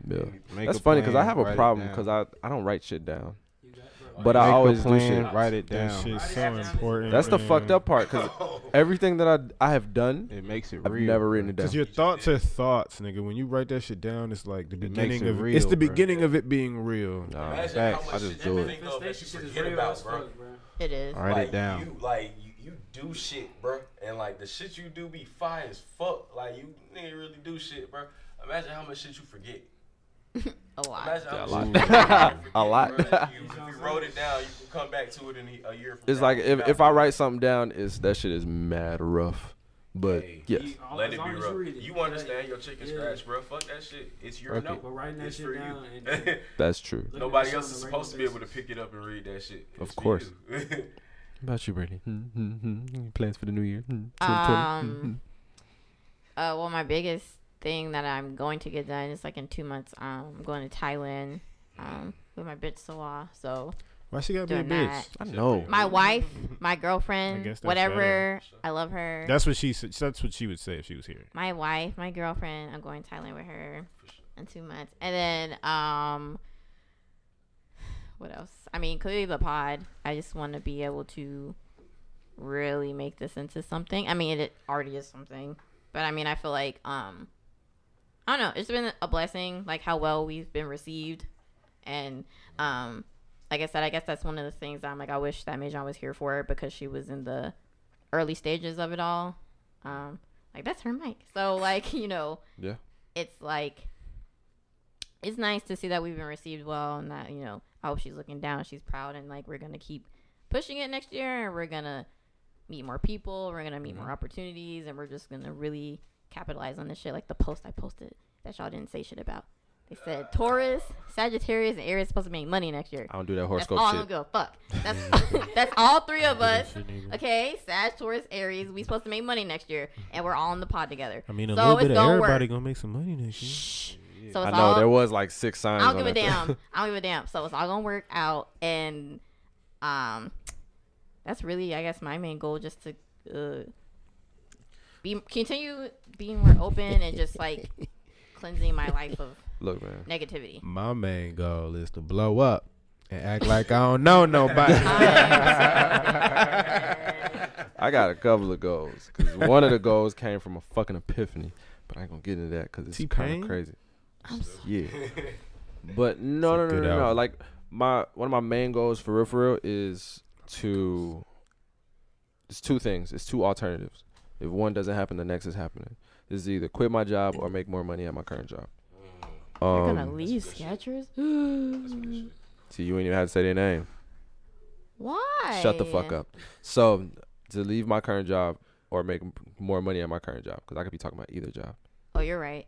Speaker 3: Yeah.
Speaker 1: Make
Speaker 3: That's
Speaker 1: a
Speaker 3: funny because I
Speaker 1: plan,
Speaker 3: have a
Speaker 1: write it
Speaker 3: problem
Speaker 1: down.
Speaker 3: because I, I don't write shit down.
Speaker 7: You got, bro,
Speaker 3: But I
Speaker 1: Make a
Speaker 3: always do
Speaker 1: plan,
Speaker 3: shit.
Speaker 1: Write it
Speaker 5: that
Speaker 1: down.
Speaker 5: shit's so important.
Speaker 3: That's the
Speaker 5: man.
Speaker 3: fucked up part because everything that I I have done,
Speaker 1: It makes it
Speaker 3: I've
Speaker 1: real.
Speaker 3: never written it down.
Speaker 5: Cause your thoughts are thoughts, nigga. When you write that shit down, it's like the
Speaker 1: makes
Speaker 5: beginning
Speaker 1: it
Speaker 5: of
Speaker 1: real,
Speaker 5: it's the
Speaker 1: bro.
Speaker 5: beginning of it being real.
Speaker 1: Nah,
Speaker 9: Imagine how
Speaker 1: facts.
Speaker 9: much
Speaker 1: I
Speaker 9: shit
Speaker 1: just
Speaker 9: that
Speaker 1: do
Speaker 9: nigga
Speaker 1: it.
Speaker 9: Think of that you
Speaker 7: manifestation shit is
Speaker 9: forget
Speaker 7: real
Speaker 9: about,
Speaker 7: as
Speaker 9: bro.
Speaker 7: fuck, bro.
Speaker 8: It is.
Speaker 1: Write
Speaker 9: like,
Speaker 1: it down.
Speaker 9: You like you, you do shit, bro, and like the shit you do be fire as fuck. Like you nigga really do shit, bro. Imagine how much shit you forget.
Speaker 8: A lot.
Speaker 9: Imagine how much shit you forget,
Speaker 3: A lot.
Speaker 9: bruh. You, if you wrote it down, you can come back to it in a year. From
Speaker 3: It's
Speaker 9: now.
Speaker 3: like if, if I write something down, it's that shit is mad rough. But
Speaker 9: Hey,
Speaker 3: yes,
Speaker 9: you-
Speaker 7: All-
Speaker 9: let
Speaker 7: as
Speaker 9: it
Speaker 7: long
Speaker 9: be
Speaker 7: as
Speaker 9: rough.
Speaker 7: you read it.
Speaker 9: You understand your chicken
Speaker 7: Yeah.
Speaker 9: scratch, bro? Fuck that shit. It's your
Speaker 1: Fuck
Speaker 9: note.
Speaker 1: it.
Speaker 7: But writing that
Speaker 9: it's
Speaker 7: shit
Speaker 9: for
Speaker 7: down
Speaker 9: you.
Speaker 7: and then
Speaker 3: that's true.
Speaker 7: looking
Speaker 9: Nobody
Speaker 7: at
Speaker 9: else
Speaker 7: shit
Speaker 9: is
Speaker 7: on a regular
Speaker 9: supposed to be able to
Speaker 7: basis.
Speaker 9: pick it up and read that shit.
Speaker 3: Of
Speaker 9: It's for
Speaker 3: course.
Speaker 9: you.
Speaker 3: What about you, Brittany? Hmm, Plans for the new year? Hmm,
Speaker 8: Um, uh, well, my biggest thing that I'm going to get done is like in two months. Um, I'm going to Thailand. Um, with my bitch Sawa. So
Speaker 5: Why she gotta be a
Speaker 8: Doing
Speaker 5: bitch?
Speaker 8: that.
Speaker 3: I know.
Speaker 8: my wife, my
Speaker 5: I
Speaker 8: girlfriend,
Speaker 5: guess that's
Speaker 8: whatever. I love her.
Speaker 5: That's what she said. That's what she would say if she was here.
Speaker 8: my wife, my girlfriend. I'm going to Thailand with her in two months, and then um, what else? I mean, clearly the pod. I just want to be able to really make this into something. I mean, it already is something, but I mean, I feel like um, I don't know. It's been a blessing, like how well we've been received, and um, like I said, I guess that's one of the things I'm like, I wish that Mejon was here for because she was in the early stages of it all. Um, like that's her mic. So like, you know,
Speaker 3: Yeah.
Speaker 8: It's like it's nice to see that we've been received well and that, you know, I hope she's looking down, she's proud and like we're gonna keep pushing it next year and we're gonna meet more people, we're gonna meet more opportunities and we're just gonna really capitalize on this shit like the post I posted that y'all didn't say shit about. They said Taurus, Sagittarius, and Aries supposed to make money next year.
Speaker 3: I don't do that
Speaker 8: That's
Speaker 3: horoscope
Speaker 8: all I don't
Speaker 3: shit.
Speaker 8: give a fuck. That's that's all three of us. Okay, Sag, Taurus, Aries. We supposed to make money next year, and we're all on the pod together.
Speaker 5: I mean, a
Speaker 8: So
Speaker 5: little
Speaker 8: it's
Speaker 5: bit of
Speaker 8: gonna
Speaker 5: everybody
Speaker 8: work.
Speaker 5: gonna make some money next year.
Speaker 8: Shh. So
Speaker 3: I
Speaker 8: it's
Speaker 3: know
Speaker 8: all.
Speaker 3: there was like six signs.
Speaker 8: I don't
Speaker 3: on
Speaker 8: give a
Speaker 3: that thing.
Speaker 8: damn. I don't give a damn. So it's all gonna work out, and um, that's really, I guess, my main goal, just to uh, be continue being more open and just like cleansing my life of
Speaker 3: Look, man.
Speaker 8: negativity.
Speaker 5: My main goal is to blow up and act like I don't know nobody.
Speaker 3: I got a couple of goals. Cause one of the goals came from a fucking epiphany, but I ain't gonna get into that because it's kind
Speaker 5: T-Pain?
Speaker 3: of crazy. yeah. But no, no,
Speaker 5: It's a
Speaker 3: no, no,
Speaker 5: good
Speaker 3: no, no.
Speaker 5: album.
Speaker 3: Like my one of my main goals for real, for real is to. It's two things. It's two alternatives. If one doesn't happen, the next is happening. This is either quit my job or make more money at my current job.
Speaker 8: You're gonna
Speaker 3: Um,
Speaker 8: leave Skechers?
Speaker 3: see, you ain't even have to say their name.
Speaker 8: Why?
Speaker 3: Shut the fuck up. So to leave my current job or make m- more money at my current job, because I could be talking about either job.
Speaker 8: Oh, you're right.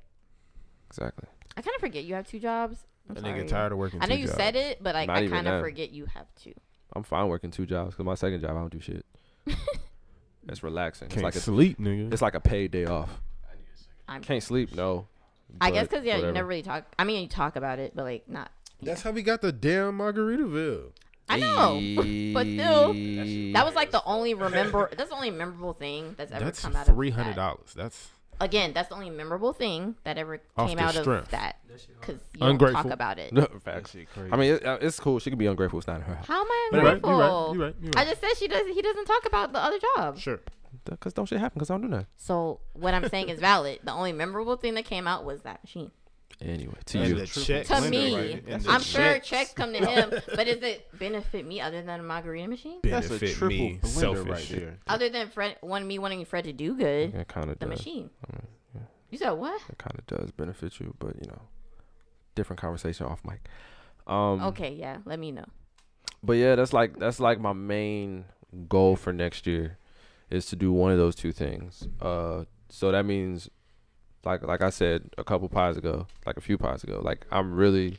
Speaker 3: Exactly.
Speaker 8: I kind of forget you have two jobs.
Speaker 5: That
Speaker 8: sorry.
Speaker 5: nigga tired of working.
Speaker 8: I know
Speaker 5: two
Speaker 8: you
Speaker 5: jobs.
Speaker 8: said it, but like
Speaker 3: Not
Speaker 8: I
Speaker 3: even
Speaker 8: kind of
Speaker 3: that.
Speaker 8: forget you have to.
Speaker 3: I'm fine working two jobs because my second job I don't do shit. it's relaxing.
Speaker 5: Can't
Speaker 3: it's like a,
Speaker 5: sleep, nigga.
Speaker 3: it's like a paid day off.
Speaker 8: I'm,
Speaker 3: Can't sleep, no.
Speaker 8: I guess
Speaker 3: but
Speaker 8: because yeah, you
Speaker 3: whatever.
Speaker 8: never really talk. I mean, you talk about it, but like not.
Speaker 5: That's how we got the damn Margaritaville.
Speaker 8: I know, but still, that was like the only remember. That's the only memorable thing that's ever
Speaker 5: That's
Speaker 8: come out of
Speaker 5: three hundred
Speaker 8: that.
Speaker 5: dollars. That's
Speaker 8: Again, that's the only memorable thing that ever
Speaker 5: Off
Speaker 8: came
Speaker 5: the
Speaker 8: out
Speaker 5: strength.
Speaker 8: of that because you don't
Speaker 5: Ungrateful.
Speaker 8: talk about it.
Speaker 3: Facts.
Speaker 1: Shit crazy.
Speaker 3: I mean, it, uh, it's cool. She can be ungrateful. It's not in her house.
Speaker 8: How am I
Speaker 5: You're right,
Speaker 8: ungrateful?
Speaker 5: you're right, you're right, you're
Speaker 8: I
Speaker 5: right.
Speaker 8: just said she doesn't. He doesn't talk about the other job.
Speaker 5: sure.
Speaker 3: Because don't shit happen because I don't do nothing.
Speaker 8: So what I'm saying is valid. The only memorable thing that came out was that machine.
Speaker 3: Anyway, to
Speaker 5: And
Speaker 3: you.
Speaker 5: the check
Speaker 8: To
Speaker 5: window,
Speaker 8: me,
Speaker 5: right? And the
Speaker 8: I'm sure
Speaker 5: checks
Speaker 8: checks come to him, but does it benefit me other than a margarita machine?
Speaker 1: that's a
Speaker 5: benefit
Speaker 1: triple
Speaker 5: me.
Speaker 1: blender
Speaker 5: Selfish.
Speaker 1: right there.
Speaker 8: Other than Fred, one me wanting Fred to do good,
Speaker 3: It kind of
Speaker 8: the
Speaker 3: does.
Speaker 8: machine. You said what?
Speaker 3: It kind of does benefit you, but you know, different conversation off mic. Um,
Speaker 8: Okay, yeah. Let me know.
Speaker 3: But yeah, that's like that's like my main goal for next year is to do one of those two things. Uh so that means like like I said a couple pies ago, like a few pies ago, like I'm really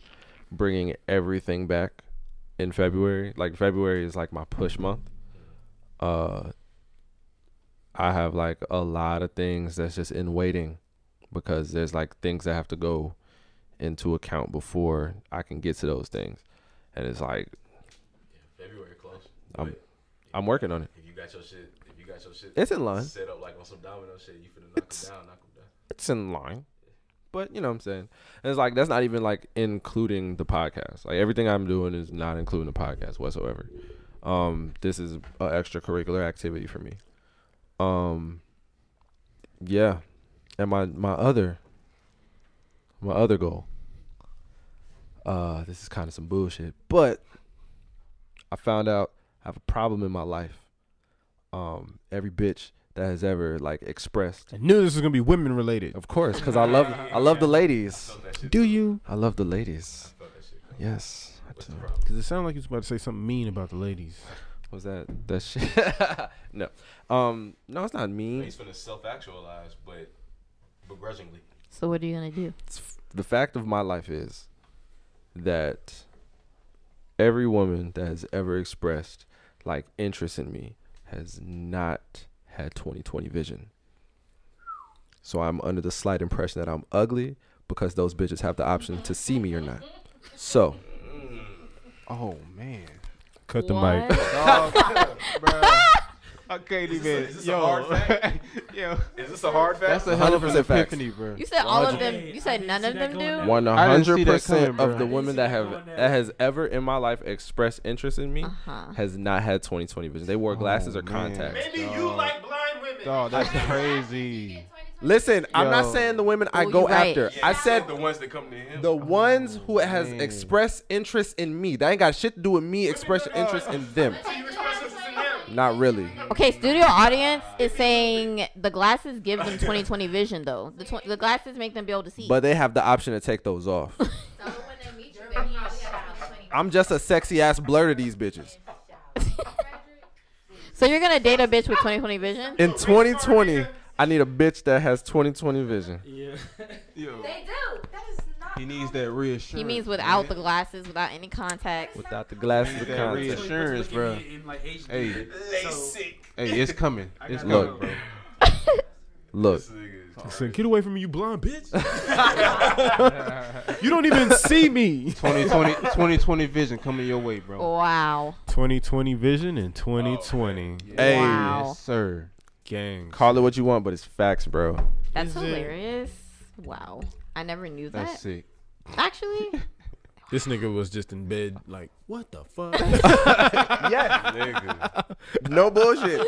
Speaker 3: bringing everything back in February. Like February is like my push month. Uh I have like a lot of things that's just in waiting because there's like things that have to go into account before I can get to those things. And it's like
Speaker 9: February close.
Speaker 3: I'm-
Speaker 9: But
Speaker 3: I'm working on it.
Speaker 9: if you got your shit, if you got your shit
Speaker 3: It's in line.
Speaker 9: set up like on some domino shit, you finna knock them down, knock them down.
Speaker 3: It's in line. But you know what I'm saying? And it's like that's not even like including the podcast. Like everything I'm doing is not including the podcast whatsoever. Um, this is an extracurricular activity for me. Um Yeah. And my my other my other goal. Uh this is kind of some bullshit. But I found out I have a problem in my life. Um, every bitch that has ever like expressed
Speaker 5: I knew this was gonna be women related.
Speaker 3: of course, because I love I love the ladies.
Speaker 5: Do you?
Speaker 3: I love the ladies. Yes. I do.
Speaker 5: Because it sounded like you was about to say something mean about the ladies.
Speaker 3: Was that that shit? no. Um. No, it's not mean.
Speaker 9: He's finna self-actualize, but begrudgingly.
Speaker 8: So what are you gonna do?
Speaker 3: It's f- the fact of my life is that every woman that has ever expressed like interest in me has not had 2020 vision. So I'm under the slight impression that I'm ugly because those bitches have the option to see me or not. So
Speaker 1: Oh man,
Speaker 5: Cut the
Speaker 8: What?
Speaker 5: mic.
Speaker 1: I can't even.
Speaker 9: is this a
Speaker 1: yo,
Speaker 9: hard fact?
Speaker 1: yo,
Speaker 9: Is this a hard fact?
Speaker 1: that's a hell of
Speaker 3: 100%
Speaker 1: an
Speaker 3: facts.
Speaker 1: epiphany, bro.
Speaker 8: You said all of them.
Speaker 7: Hey,
Speaker 8: You
Speaker 7: I
Speaker 8: said
Speaker 7: didn't
Speaker 8: none
Speaker 7: see
Speaker 8: of
Speaker 7: that
Speaker 8: them
Speaker 7: going
Speaker 8: do.
Speaker 7: down.
Speaker 3: One
Speaker 1: I didn't see
Speaker 3: hundred
Speaker 1: that
Speaker 3: percent
Speaker 1: coming,
Speaker 3: of
Speaker 1: bro.
Speaker 3: the
Speaker 1: I
Speaker 3: women
Speaker 7: didn't see
Speaker 3: that
Speaker 7: that
Speaker 3: have
Speaker 7: going down.
Speaker 3: that has ever in my life expressed interest in me
Speaker 8: Uh-huh.
Speaker 3: has not had twenty twenty vision. They wore glasses or
Speaker 1: Oh, man.
Speaker 3: contacts.
Speaker 9: Maybe you like blind women.
Speaker 1: Dog, that's crazy.
Speaker 3: Listen, I'm not
Speaker 1: Yo. Oh,
Speaker 3: saying the women I
Speaker 8: Ooh,
Speaker 3: go
Speaker 8: you right.
Speaker 3: after.
Speaker 9: Yeah,
Speaker 3: I
Speaker 9: you
Speaker 3: said
Speaker 9: the ones that come to him.
Speaker 3: the ones who has
Speaker 1: Oh, man.
Speaker 3: expressed interest in me. That ain't got shit to do with me expressing
Speaker 9: no, no.
Speaker 3: interest in them.
Speaker 9: So uh, you express this in him.
Speaker 3: Not really.
Speaker 8: Okay, studio audience is saying the glasses give them 20/20 vision though. The tw- the glasses make them be able to see.
Speaker 3: But they have the option to take those off.
Speaker 14: But
Speaker 3: I'm just a sexy ass blur to these bitches.
Speaker 8: so you're gonna date a bitch with 20/20 vision?
Speaker 3: In 2020, I need a bitch that has 2020 vision.
Speaker 7: Yeah.
Speaker 1: Yo,
Speaker 14: They do. That is not.
Speaker 1: he needs that reassurance.
Speaker 8: He means without the glasses, without any contacts.
Speaker 3: Without the glasses
Speaker 1: Need
Speaker 3: of
Speaker 1: that
Speaker 3: contact.
Speaker 1: reassurance. Insurance,
Speaker 7: What you looking
Speaker 1: bruh.
Speaker 7: at In, like, HD?
Speaker 1: Hey,
Speaker 7: So,
Speaker 1: hey, it's coming.
Speaker 7: I
Speaker 1: It's
Speaker 7: gotta
Speaker 1: coming,
Speaker 7: go.
Speaker 1: bro.
Speaker 3: Look,
Speaker 5: I said, get away from me, you blonde bitch. you don't even see me.
Speaker 1: 2020, 2020 vision coming your way,
Speaker 5: Oh,
Speaker 1: bro.
Speaker 8: Wow.
Speaker 5: 2020 vision and 2020
Speaker 3: hey,
Speaker 8: Wow.
Speaker 1: Yes, sir.
Speaker 5: gang.
Speaker 3: call it what you want, but it's facts, bro.
Speaker 8: That's
Speaker 5: Is it-
Speaker 8: hilarious. Wow. I never knew that.
Speaker 1: That's sick.
Speaker 8: Actually,
Speaker 5: This nigga was just in bed, like, what the fuck?
Speaker 3: Yeah,
Speaker 9: Nigga.
Speaker 3: no bullshit.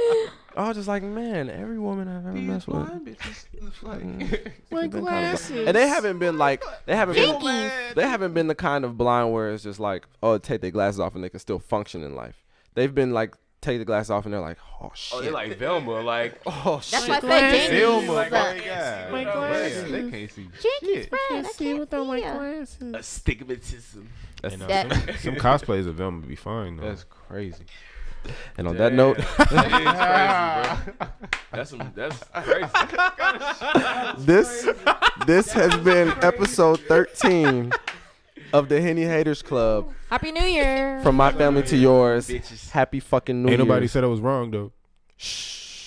Speaker 3: I was just like, man, every woman I've ever messed with, Mm.
Speaker 5: like,
Speaker 3: and they haven't been like, they haven't been,
Speaker 8: Jinkies.
Speaker 3: they haven't been the kind of blind where it's just like, oh, take their glasses off and they can still function in life. They've been like, take the glasses off and they're like, oh shit,
Speaker 9: Oh, they like Velma, like oh,
Speaker 3: oh shit.
Speaker 8: that's why I said
Speaker 9: Jinkies.
Speaker 1: Velma,
Speaker 8: Jinkies. Like,
Speaker 1: my God.
Speaker 9: My
Speaker 1: Yeah,
Speaker 9: glasses.
Speaker 1: They can't see.
Speaker 8: Jinkies,
Speaker 1: Shit.
Speaker 8: friend. I can't see without my glasses.
Speaker 9: astigmatism.
Speaker 3: That's-
Speaker 5: You know,
Speaker 8: That-
Speaker 5: some, some cosplays of Velma be fine though.
Speaker 1: That's crazy.
Speaker 3: and on that note,
Speaker 9: that is crazy, bro. That's some. That's crazy.
Speaker 3: this this has been episode thirteen of the Henny Haters Club.
Speaker 8: Happy New Year.
Speaker 3: From my family to yours.
Speaker 9: Bitches.
Speaker 3: Happy fucking New
Speaker 5: Ain't
Speaker 3: Year.
Speaker 5: nobody said I was wrong though.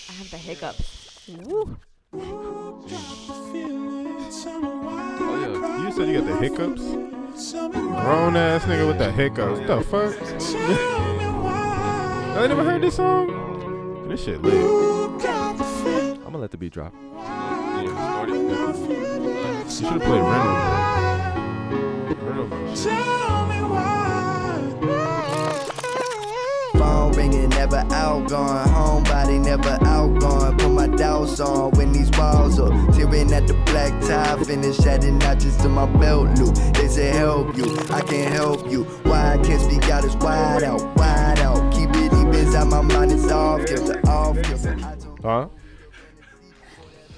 Speaker 8: I have the hiccups. Woo.
Speaker 5: You said you got the hiccups. Grown ass nigga with the hiccups. What the fuck? I never heard this song. This shit lit.
Speaker 3: I'm gonna let the beat drop.
Speaker 5: You should have played Reynolds. Reynolds.
Speaker 4: Phone ringing, never out gone. Homebody, never out gone. Put my doubts on when these walls up. Tearing at the black tie, finish adding notches to my belt loop. They say help you, I can't help you. Why I can't speak out is wide out, wide out. Keep it deep inside my mind, it's off kilter, off kilter. I told
Speaker 3: Huh?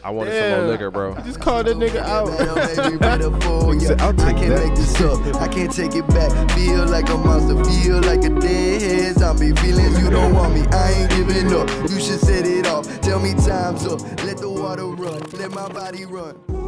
Speaker 3: I wanted some
Speaker 5: Yeah.
Speaker 3: more liquor, bro.
Speaker 5: Just call that nigga out.
Speaker 4: Nigga out. I can't make this up. I can't take it back. Feel like a monster. Feel like a deadhead zombie. Feelings you don't want me. I ain't giving up. You should set it off. Tell me time's up. Let the water run. Let my body run.